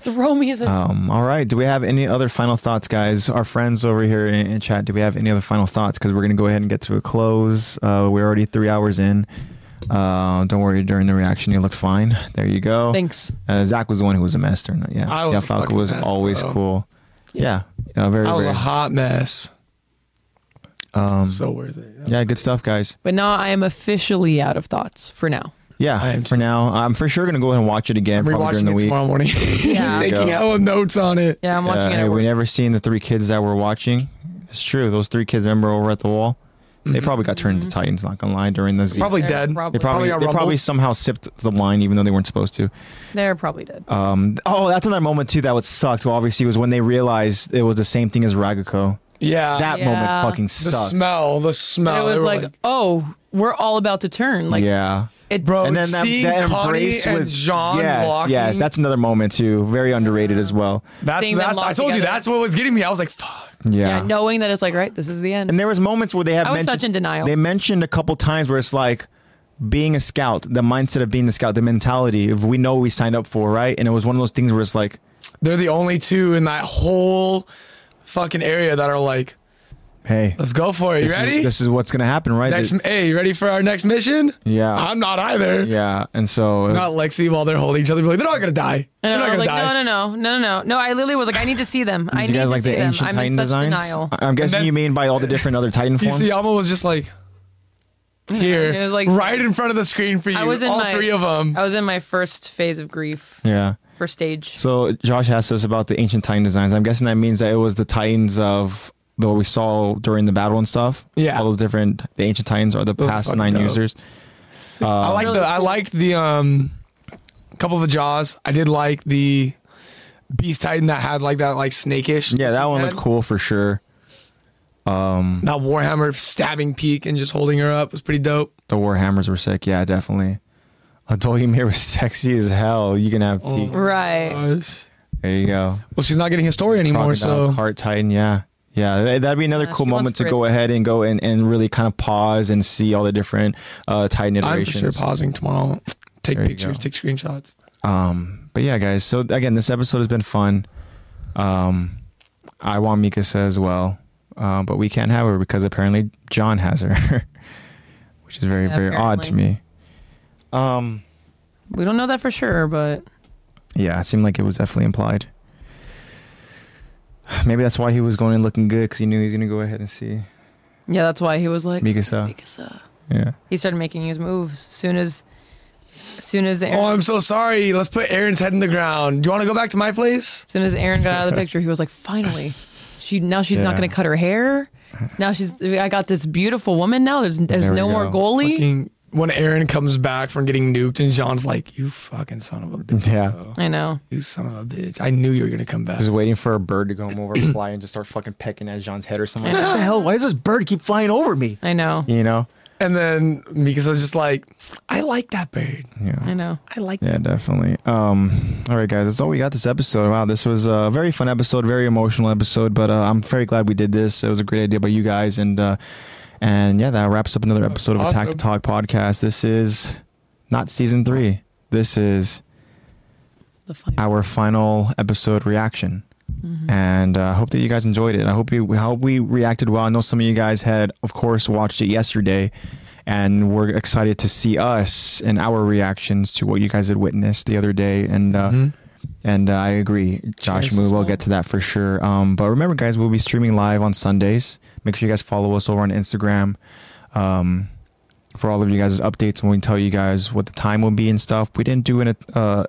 S2: Throw me the.
S1: Um, all right. Do we have any other final thoughts, guys? Our friends over here in, in chat. Do we have any other final thoughts? Because we're gonna go ahead and get to a close. Uh, we're already three hours in. Uh, don't worry. During the reaction, you looked fine. There you go.
S2: Thanks.
S1: Uh, Zach was the one who was a master. No, Yeah.
S3: I was
S1: yeah.
S3: a
S1: Falco
S3: fucking
S1: was
S3: mess,
S1: always
S3: bro.
S1: cool. Yeah. yeah very.
S3: I was a
S1: very-
S3: hot mess.
S1: um,
S3: So worth it.
S1: Mm-hmm. yeah. Good stuff, guys.
S2: But now I am officially out of thoughts for now.
S1: Yeah,
S3: I am
S1: for now. I'm for sure going to go ahead and watch it again
S3: I'm
S1: probably during
S3: rewatching
S1: the
S3: it
S1: week.
S3: tomorrow morning.
S2: Yeah.
S3: Taking
S1: Yeah.
S3: hella notes on it.
S2: Yeah, I'm watching
S1: Uh,
S2: it.
S1: hey,
S2: At
S1: we
S2: work.
S1: never seen the three kids that we're watching. It's true. Those three kids, remember, over at the wall? They probably got turned into Titans, not going to lie, during the Z.
S3: Probably
S2: They're
S3: dead.
S1: They probably,
S2: probably-
S3: probably got
S1: they probably
S3: rumbled.
S1: somehow sipped the wine, even though they weren't supposed to.
S2: They're probably dead.
S1: Um, oh, that's another moment too that would sucked. Well, obviously, was when they realized it was the same thing as Ragako.
S3: Uh, Yeah.
S1: That moment
S2: Yeah.
S1: fucking
S3: the
S1: sucked.
S3: smell. The
S2: And
S3: smell.
S2: it was
S3: They were
S2: like, oh, we're all about to turn. Like
S1: yeah,
S2: it,
S3: Bro,
S1: and then that,
S3: seeing
S1: that
S3: Connie
S1: embrace
S3: and
S1: with
S3: Jean
S1: Yes,
S3: walking.
S1: yes, that's another moment too. Very underrated as well.
S3: That's,
S2: Seeing them
S3: that's I
S2: locked
S3: told you
S2: together.
S3: that's what was getting me. I was like, fuck.
S2: Yeah, knowing that it's like, right, this is the end.
S1: And there was moments where they have
S2: I was
S1: mentioned,
S2: such in denial.
S1: They mentioned a couple times where it's like being a scout, the mindset of being the scout, the mentality of we know what we signed up for, right? And it was one of those things where it's like,
S3: They're the only two in that whole fucking area that are like,
S1: Hey,
S3: Let's go for it. You
S1: this is-
S3: ready?
S1: this is what's gonna happen, right?
S3: next,
S1: This-
S3: hey, you ready for our next mission?
S1: Yeah.
S3: I'm not either.
S1: yeah, and so it
S3: Not
S1: was-
S3: Lexi while they're holding each other. Be like, they're not gonna die.
S2: And
S3: They're
S2: I
S3: not
S2: was
S3: gonna
S2: like, no,
S3: die.
S2: no, no, no, no, no, no. I literally was like, I need to see them.
S1: did
S2: I
S1: you
S2: need
S1: guys
S2: to
S1: like
S2: see
S1: the
S2: them.
S1: ancient
S2: I'm
S1: Titan
S2: in such
S1: designs?
S2: denial.
S1: I- I'm guessing
S3: then-
S1: you mean by all the different other Titan forms.
S3: Isayama was just like here,
S2: it was like-
S3: right in front of the screen for you.
S2: I was in
S3: all
S2: my,
S3: three of them.
S2: I was in my first phase of grief,
S1: yeah.
S2: first stage.
S1: So Josh asked us about the ancient Titan designs. I'm guessing that means that it was the Titans of the what we saw during the battle and stuff.
S3: Yeah.
S1: all those different the ancient Titans are the
S3: Those are
S1: past
S3: fucking
S1: nine
S3: dope.
S1: users. Oh.
S3: I like the. I liked the um, couple of the jaws. I did like the beast titan that had like that like snakish.
S1: Yeah, that one
S3: head.
S1: looked cool for sure.
S3: That warhammer stabbing peak and just holding her up was pretty dope.
S1: The war hammers were sick. Yeah, definitely. Adoyimir was sexy as hell. You can have
S2: Oh.
S1: peak.
S2: Right.
S3: Well,
S1: There you go.
S3: she's not getting his story anymore,
S1: Crocodile
S3: so
S1: cart Titan. Yeah, yeah. that- That'd be another
S2: Yeah,
S1: cool
S2: she wants
S1: moment to
S2: Brit.
S1: go ahead and go and, and really kind of pause and see all the different uh, Titan
S3: I'm for
S1: iterations.
S3: sure pausing tomorrow. Take
S1: There you
S3: pictures,
S1: go.
S3: take screenshots.
S1: Um, but yeah, guys. So again, this episode has been fun. Um, I want Mikasa as well, uh, but we can't have her because apparently John has her, which is very
S2: Yeah,
S1: very odd to me.
S2: apparently.
S1: Um,
S2: We don't know that for sure, but
S1: yeah, it seemed like it was definitely implied. Maybe that's why he was going in looking good because he knew he was gonna go ahead and see
S2: yeah, that's why he was like,
S1: Mikasa.
S2: Mikasa.
S1: Yeah.
S2: He started making his moves soon as, soon as Aaron,
S3: Oh, I'm so sorry. Let's put Aaron's head in the ground. Do you want to go back to my place?
S2: soon as Aaron got out of the picture, he was like, finally, she now she's not
S1: Yeah.
S2: going to cut her hair. Now she's I got this beautiful woman. Now there's there's
S1: There we
S2: no more
S1: go.
S2: goalie.
S3: Fucking- When Aaron comes back from getting nuked, and John's like, "You fucking son of a bitch!
S1: Yeah.
S3: bro.
S2: I know.
S3: you son of a bitch! I knew you were gonna come back."
S1: Just waiting for a bird to come over and fly and just start fucking pecking at Jean's head or something. Like, what the hell? Why does this bird keep flying over me?
S2: I know.
S1: You know?
S3: And then Mikasa's just like, "I like that bird.
S2: I know.
S3: I like."
S1: Yeah, definitely. Um, all right, guys, that's all we got this episode. Wow, this was a very fun episode, very emotional episode, but uh, I'm very glad we did this. It was a great idea by you guys, and uh, and yeah, that wraps up another episode of Attack the Talk podcast. This is not season three. This is
S2: The final.
S1: our final episode reaction. And uh, I hope that you guys enjoyed it. I hope you I hope we reacted well. I know some of you guys had, of course, watched it yesterday, and were excited to see us and our reactions to what you guys had witnessed the other day. And uh,
S3: Mm-hmm.
S1: and uh, I agree, Josh.
S3: Cheers
S1: We
S3: as
S1: will
S3: well.
S1: get to that for sure. Um, but remember, guys, we'll be streaming live on Sundays. Make sure you guys follow us over on Instagram. Um, for all of you guys' updates when we tell you guys what the time will be and stuff. We didn't do an, uh, uh,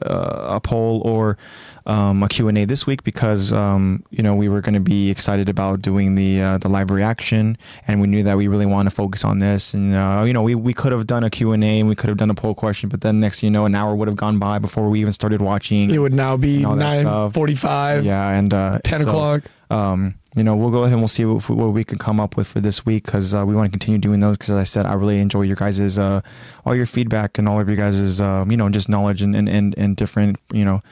S1: a poll or um, a Q&A this week because, um, you know, we were going to be excited about doing the uh, the live reaction and we knew that we really want to focus on this. And, uh, you know, we, we could have done a Q&A and we could have done a poll question, but then next, thing you know, an hour would have gone by before we even started watching.
S3: It would now
S1: Mm-hmm.
S3: be
S1: And all that
S3: nine
S1: stuff.
S3: forty-five,
S1: Yeah, and uh,
S3: ten
S1: so-
S3: o'clock.
S1: um, you know, we'll go ahead and we'll see what, what we can come up with for this week because uh, we want to continue doing those. Because as I said, I really enjoy your guys's uh, all your feedback and all of your guys's um, you know just knowledge and, and and and different you know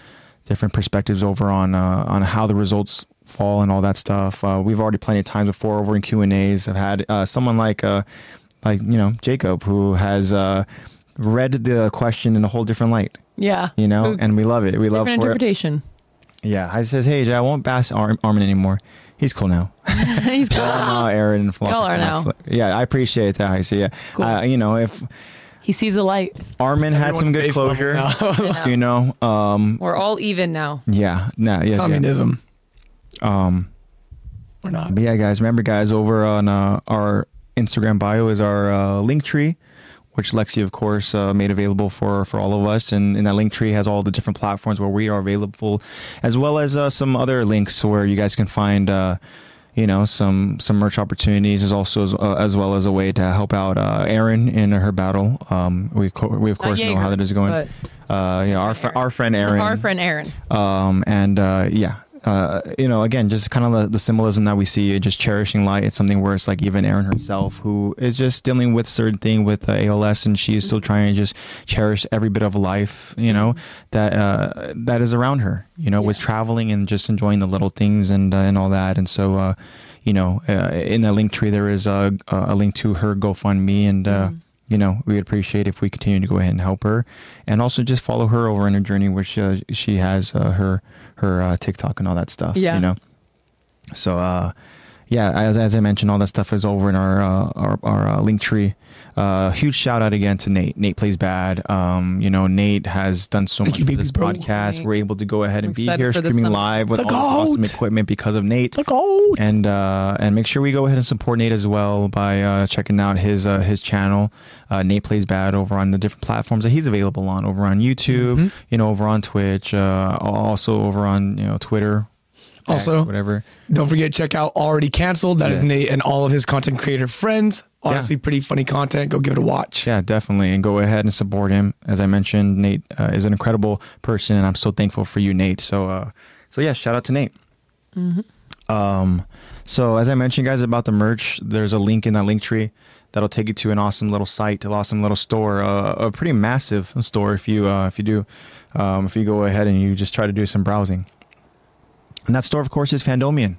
S1: different perspectives over on uh, on how the results fall and all that stuff. Uh, we've already plenty of times before over in Q and A's. I've had uh, someone like uh, like you know Jacob who has uh, read the question in a whole different light.
S2: Yeah.
S1: You know,
S2: Who-
S1: and we love it. We love
S2: different
S1: for it.
S2: interpretation.
S1: Yeah, I says, hey, Jay, I won't bash Ar- Armin anymore. He's cool now.
S2: He's cool.
S1: Oh, Aaron and Flo.
S2: Y'all are now.
S1: Yeah, I appreciate that. I see. Yeah,
S2: Cool.
S1: uh, you know, if
S2: He sees the light.
S1: Armin had some good
S3: Everyone's base
S1: closure,
S3: level now.
S1: you know, um,
S2: We're all even now.
S1: yeah, nah, yeah, yeah.
S3: Communism.
S1: Um,
S3: We're not.
S1: but yeah, guys, remember, guys, over on uh, our Instagram bio is our uh, link tree. Which Lexi, of course, uh, made available for, for all of us, and, and that link tree has all the different platforms where we are available, as well as uh, some other links where you guys can find uh, you know some some merch opportunities is also as, uh, as well as a way to help out uh, Aaron in her battle. Um, we co- we of
S2: Not
S1: course know
S2: Jaeger,
S1: how that is going.
S2: but-
S1: uh, you know, our fr- our friend Aaron.
S2: Our friend Aaron.
S1: Um, and uh, yeah. Uh, you know, again, just kind of the, the symbolism that we see, just cherishing light. It's something where it's like even Erin herself, who is just dealing with certain thing with uh, ALS, and she is still trying to just cherish every bit of life, you know, that uh, that is around her. You know, with traveling and just enjoying the little things and uh, and all that. And so, uh, you know, uh, in the link tree there is a, a link to her GoFundMe, and uh, you know, we would appreciate if we continue to go ahead and help her, and also just follow her over in her journey, which uh, she has uh, her her uh, TikTok and all that stuff.
S2: Yeah.
S1: You know, so uh, yeah, as, as I mentioned, all that stuff is over in our uh, our, our uh, link tree. Uh, huge shout out again to Nate. Nate plays bad. Um, you know, Nate has done so
S3: Thank
S1: much
S3: you,
S1: for
S3: baby
S1: this
S3: bro.
S1: podcast.
S2: Right.
S1: We're able to go ahead and
S2: I'm
S1: be
S2: excited
S1: here
S2: for this
S1: streaming
S2: coming.
S1: live with
S3: The
S1: all the awesome
S3: GOAT.
S1: equipment because of Nate. And uh, and make sure we go ahead and support Nate as well by uh, checking out his uh, his channel. Uh, Nate plays bad over on the different platforms that he's available on, over on YouTube, you know, over on Twitch, uh, al- also over on you know Twitter, X,
S3: Also,
S1: whatever.
S3: Don't forget, check out Already Canceled. That is
S1: Yes.
S3: Nate and all of his content creator friends. Honestly, pretty funny content. Go give it a watch.
S1: Yeah, definitely. And go ahead and support him. As I mentioned, Nate uh, is an incredible person, and I'm so thankful for you, Nate. So, uh, so yeah, shout out to Nate. Um, so as I mentioned, guys, about the merch, there's a link in that link tree that'll take you to an awesome little site, an awesome little store, uh, a pretty massive store if you uh, if you do um, if you go ahead and you just try to do some browsing. And that store, of course, is Fandomian.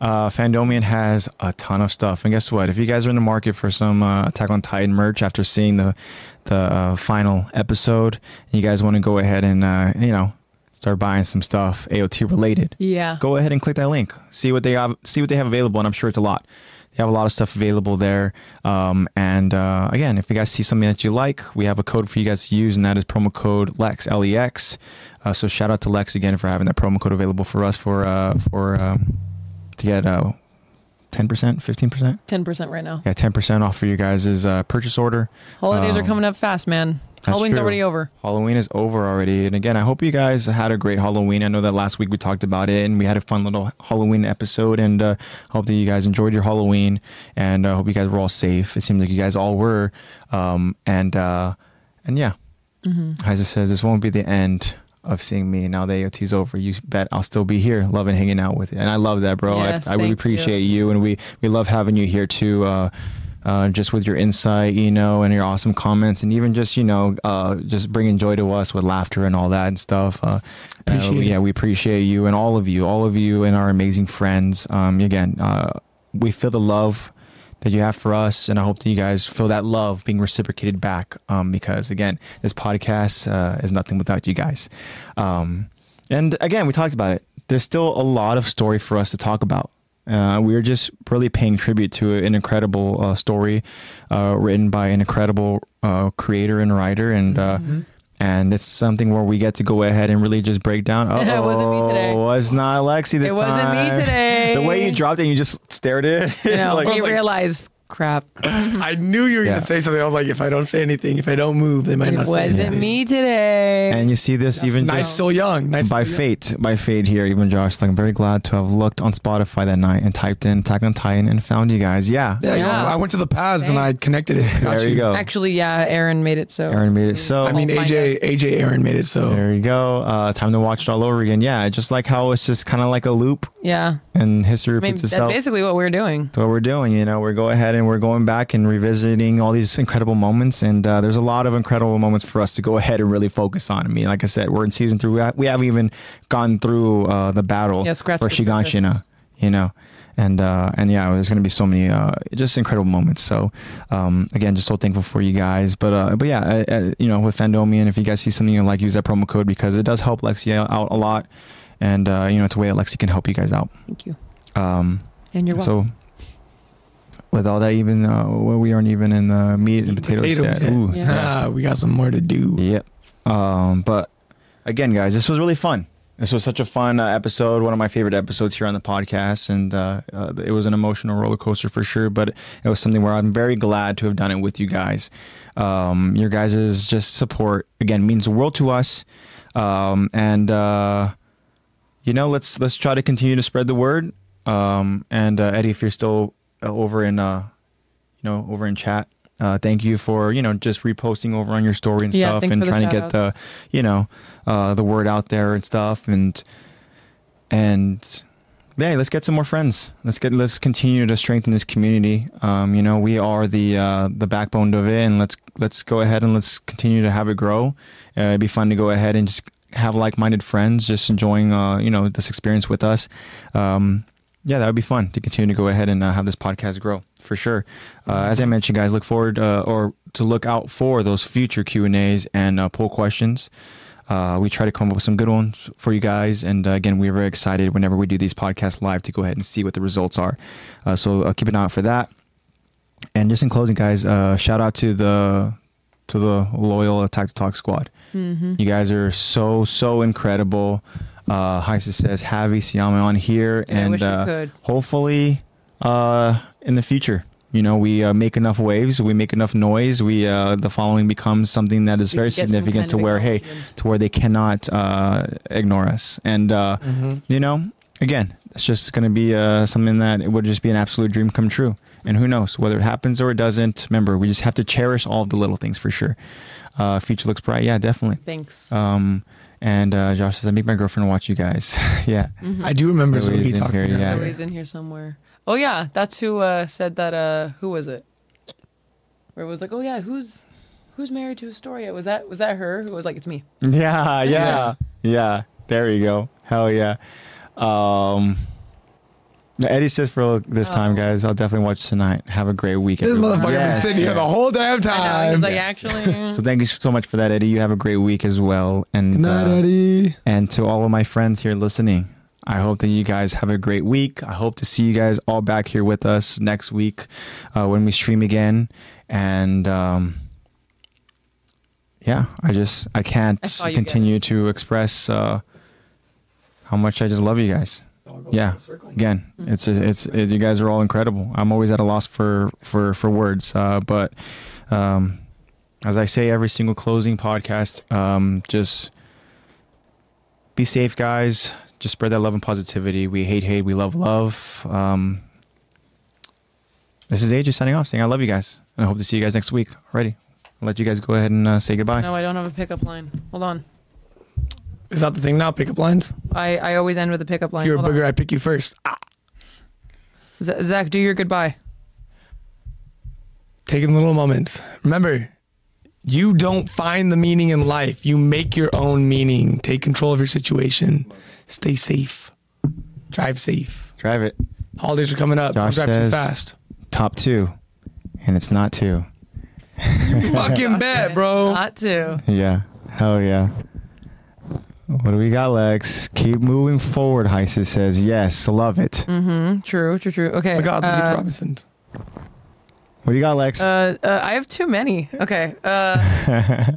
S1: Uh, Fandomian has a ton of stuff, and guess what? If you guys are in the market for some uh, Attack on Titan merch after seeing the the uh, final episode, and you guys want to go ahead and uh, you know start buying some stuff AOT related,
S2: Yeah.
S1: go ahead and click that link. See what they have. See what they have available, and I'm sure it's a lot. They have a lot of stuff available there. Um, and uh, again, if you guys see something that you like, we have a code for you guys to use, and that is promo code Lex L E X. Uh, so shout out to Lex again for having that promo code available for us for uh, for um, to get uh, 10%, 15%.
S2: 10% right now.
S1: Yeah, 10% off for you guys' uh, purchase order.
S2: Holidays
S1: Um,
S2: are coming up fast, man.
S1: that's
S2: Halloween's
S1: true.
S2: already over.
S1: Halloween is over already. And again, I hope you guys had a great Halloween. I know that last week we talked about it and we had a fun little Halloween episode. And uh, hope that you guys enjoyed your Halloween and uh, hope you guys were all safe. It seems like you guys all were. Um, and uh, and yeah,
S2: Mm-hmm.
S1: Heiser says this won't be the end of seeing me. Now the AOT's over. You bet I'll still be here, loving hanging out with you. And I love that, bro. I,
S2: Yes,
S1: I really
S2: thank you.
S1: appreciate you. and we we love having you here too. Uh, uh, just with your insight, you know, and your awesome comments, and even just you know, uh, just bringing joy to us with laughter and all that and stuff. Uh,
S3: Appreciate
S1: uh,
S3: it.
S1: yeah, we appreciate you and all of you, all of you and our amazing friends. Um, again, uh, we feel the love that you have for us, and I hope that you guys feel that love being reciprocated back. Um, because again, this podcast uh, is nothing without you guys. Um, and again, we talked about it. There's still a lot of story for us to talk about. Uh, we are just really paying tribute to an incredible uh, story uh, written by an incredible uh, creator and writer, and
S2: Mm-hmm.
S1: uh, and it's something where we get to go ahead and really just break down. Oh,
S2: It wasn't me today.
S1: It was not Alexi this
S2: It wasn't me
S1: time.
S2: today.
S1: The way you dropped it, and you just stared at it.
S2: You know,
S1: like,
S2: we
S3: like-
S2: realized, crap, it
S3: I knew you were
S1: Yeah.
S3: going to say something. I was like, if I don't say anything, if I don't move, they might not say
S2: wasn't
S3: anything.
S2: me today.
S1: and you see this even
S3: Nice,
S1: just
S3: still young. Nice.
S1: by fate, by fate here, even Josh. Like, I'm very glad to have looked on Spotify that night and typed in Attack on Titan and found you guys. Yeah,
S3: yeah,
S2: Yeah.
S3: I went to the paths and I connected it. Got
S1: there you go.
S2: Actually, yeah, Aaron made it so.
S1: Aaron made it. So
S3: I mean,
S2: Oh, my
S3: AJ,
S2: gosh.
S3: AJ, Aaron made it. So
S1: There you go. Uh, time to watch it all over again. Yeah, just like how it's just kind of like a loop
S2: Yeah.
S1: and history
S2: I mean,
S1: repeats
S2: that's
S1: itself.
S2: basically what we're doing.
S1: That's what we're doing. You know, we're go ahead and we're going back and revisiting all these incredible moments. And uh, there's a lot of incredible moments for us to go ahead and really focus on. I mean, like I said, we're in season three. We, ha- we haven't even gone through uh, the battle
S2: Yeah,
S1: for
S2: scratch the
S1: Shiganshina.
S2: surface.
S1: You know. And uh, and yeah, there's gonna be so many uh, just incredible moments. So um, again, just so thankful for you guys. But uh, but yeah, uh, uh, you know, with Fandomian, if you guys see something you like, use that promo code because it does help Lexi out a lot. And uh, you know, it's a way that Lexi can help you guys out.
S2: Thank you.
S1: Um,
S2: And you're welcome.
S1: so, with all that, even uh, well, we aren't even in the meat and potatoes,
S3: Potatoes
S1: yet.
S3: yet.
S1: Ooh.
S2: Yeah.
S3: Ah, we got some more to do.
S1: Yep. Um, but again, guys, this was really fun. This was such a fun uh, episode, one of my favorite episodes here on the podcast, and uh, uh, it was an emotional roller coaster for sure. But it was something where I'm very glad to have done it with you guys. Um, your guys' just support again means the world to us, um, and uh, you know, let's let's try to continue to spread the word. Um, and uh, Eddie, if you're still uh, over in uh, you know, over in chat. Uh, thank you for you know just reposting over on your story and
S2: Yeah,
S1: stuff,
S2: thanks
S1: and
S2: for the
S1: trying to get
S2: shout-outs.
S1: the you know uh, the word out there and stuff, and and yeah, let's get some more friends. Let's get let's continue to strengthen this community. Um, you know, we are the uh, the backbone of it, and let's let's go ahead and let's continue to have it grow. Uh, it'd be fun to go ahead and just have like-minded friends, just enjoying uh, you know this experience with us. Um, yeah, that would be fun to continue to go ahead and uh, have this podcast grow for sure. Uh, as I mentioned, guys, look forward uh, or to look out for those future Q and A's and uh, poll questions. Uh, we try to come up with some good ones for you guys, and uh, again, we're very excited whenever we do these podcasts live to go ahead and see what the results are. Uh, so uh, keep an eye out for that. And just in closing, guys, uh, shout out to the to the loyal Attack to Talk squad.
S2: Mm-hmm.
S1: You guys are so so incredible. Uh, Heisa says, "Javi Siame on here,
S2: I
S1: and
S2: wish we
S1: uh,
S2: could.
S1: hopefully uh, in the future, you know, we uh, make enough waves, we make enough noise, we uh, the following becomes something that is
S2: We
S1: very
S2: can get some
S1: significant
S2: kind
S1: to
S2: of
S1: where hey,
S2: acknowledgement.
S1: to where they cannot uh, ignore us, and uh,
S3: Mm-hmm.
S1: you know, again, it's just going to be uh, something that it would just be an absolute dream come true. And who knows whether it happens or it doesn't. Remember, we just have to cherish all of the little things for sure. Uh, future looks bright, yeah, definitely.
S2: Thanks.
S1: Um, and uh, Josh says, I make my girlfriend watch you guys. yeah.
S3: I do remember
S1: Zoe
S3: Zoe
S1: is in
S3: talking.
S1: here,
S3: about
S1: yeah.
S3: it.
S2: Zoe's in here somewhere. Oh yeah, that's who uh, said that. Uh, who was it? Where it was like, oh yeah, who's who's married to Astoria? Was that was that her who was like, it's me?
S1: Yeah, yeah, yeah. There you go. Hell yeah. Um, Eddie says for this time, guys. I'll definitely watch tonight. Have a great weekend.
S3: Oh. This motherfucker been sitting here the whole damn
S2: I know. He's
S3: time.
S2: like, actually,
S1: Um, So thank you so much for that, Eddie. You have a great week as well. And
S3: Not
S1: uh,
S3: Eddie.
S1: and to all of my friends here listening, I hope that you guys have a great week. I hope to see you guys all back here with us next week uh, when we stream again. And um, yeah, I just I can't
S2: I saw you
S1: continue to express uh, how much I just love you guys. Yeah, again, it's it's it, you guys are all incredible. I'm always at a loss for for for words, uh, but um, as I say every single closing podcast, um, just be safe, guys. Just spread that love and positivity. We hate hate. We love love. Um, this is AJ signing off, saying I love you guys, and I hope to see you guys next week. Already, I'll let you guys go ahead and uh, say goodbye.
S2: mm, no, I don't have a pickup line. Hold on.
S3: Is that the thing now? Pickup lines.
S2: I, I always end with a pickup line.
S3: You're a
S2: Hold
S3: booger.
S2: on.
S3: I pick you first. Ah,
S2: Z- Zach, do your goodbye.
S3: taking little moments. Remember, you don't find the meaning in life. You make your own meaning. Take control of your situation. Stay safe. Drive safe.
S1: Drive it.
S3: Holidays are coming up. Don't
S1: Josh
S3: drive too
S1: says-
S3: fast.
S1: Top two, and it's not two.
S3: Fucking bet,
S1: Oh.
S3: bro.
S2: Not to.
S1: Yeah. Hell yeah. What do we got, Lex? Keep moving forward, Heise says. Yes, love it.
S2: Mm. True, true, true. Okay.
S3: Oh my God, the
S2: uh,
S3: Leaf Robinsons.
S1: What do you got, Lex?
S2: uh, uh, I have too many. Okay. Uh,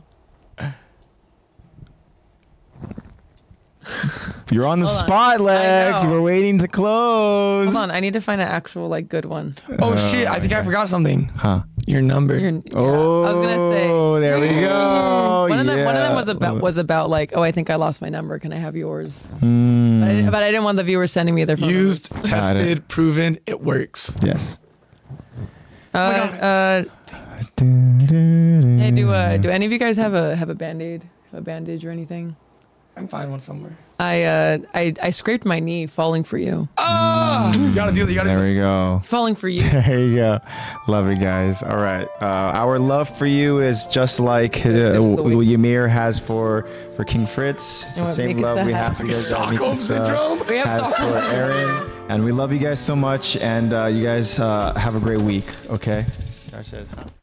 S1: You're on the
S2: hold on.
S1: spot, Lex.
S2: know.
S1: We're waiting to close.
S2: hold on. I need to find an actual like good one.
S3: Oh shit! I
S1: Uh,
S3: think I forgot something.
S1: Huh.
S3: Your number.
S2: You're- yeah,
S1: Oh,
S2: I was gonna say. Mm-hmm.
S1: there we go.
S2: One of them, one of them was
S1: Yeah.
S2: about was about like, oh, I think I lost my number. Can I have yours?
S1: Mm. Hmm.
S2: But, I, didn't- but I didn't want the viewers sending me their phone numbers.
S3: Used, tested, proven. It works.
S1: Yes. Oh
S2: Uh, uh, hey, do uh,
S1: Hmm.
S2: do any of you guys have a have a band aid, a bandage or anything?
S3: I'm finding one somewhere.
S2: I uh, I I scraped my knee falling for you.
S3: Ah! You gotta do it. You gotta.
S1: There we go.
S2: Falling for you.
S1: There you go. Love you guys. All right. Uh, our love for you is just like uh,
S2: It was the week.
S1: Ymir has for for King Fritz. It's
S2: You
S1: the
S2: know what,
S1: same
S2: Mikasa
S1: love we
S2: has-
S1: have for you guys.
S3: Stockholm
S1: Mikasa
S3: syndrome.
S2: We have
S1: has
S2: Stockholm
S1: for Aaron. And we love you guys so much. And uh, you guys uh, have a great week. Okay. Josh says.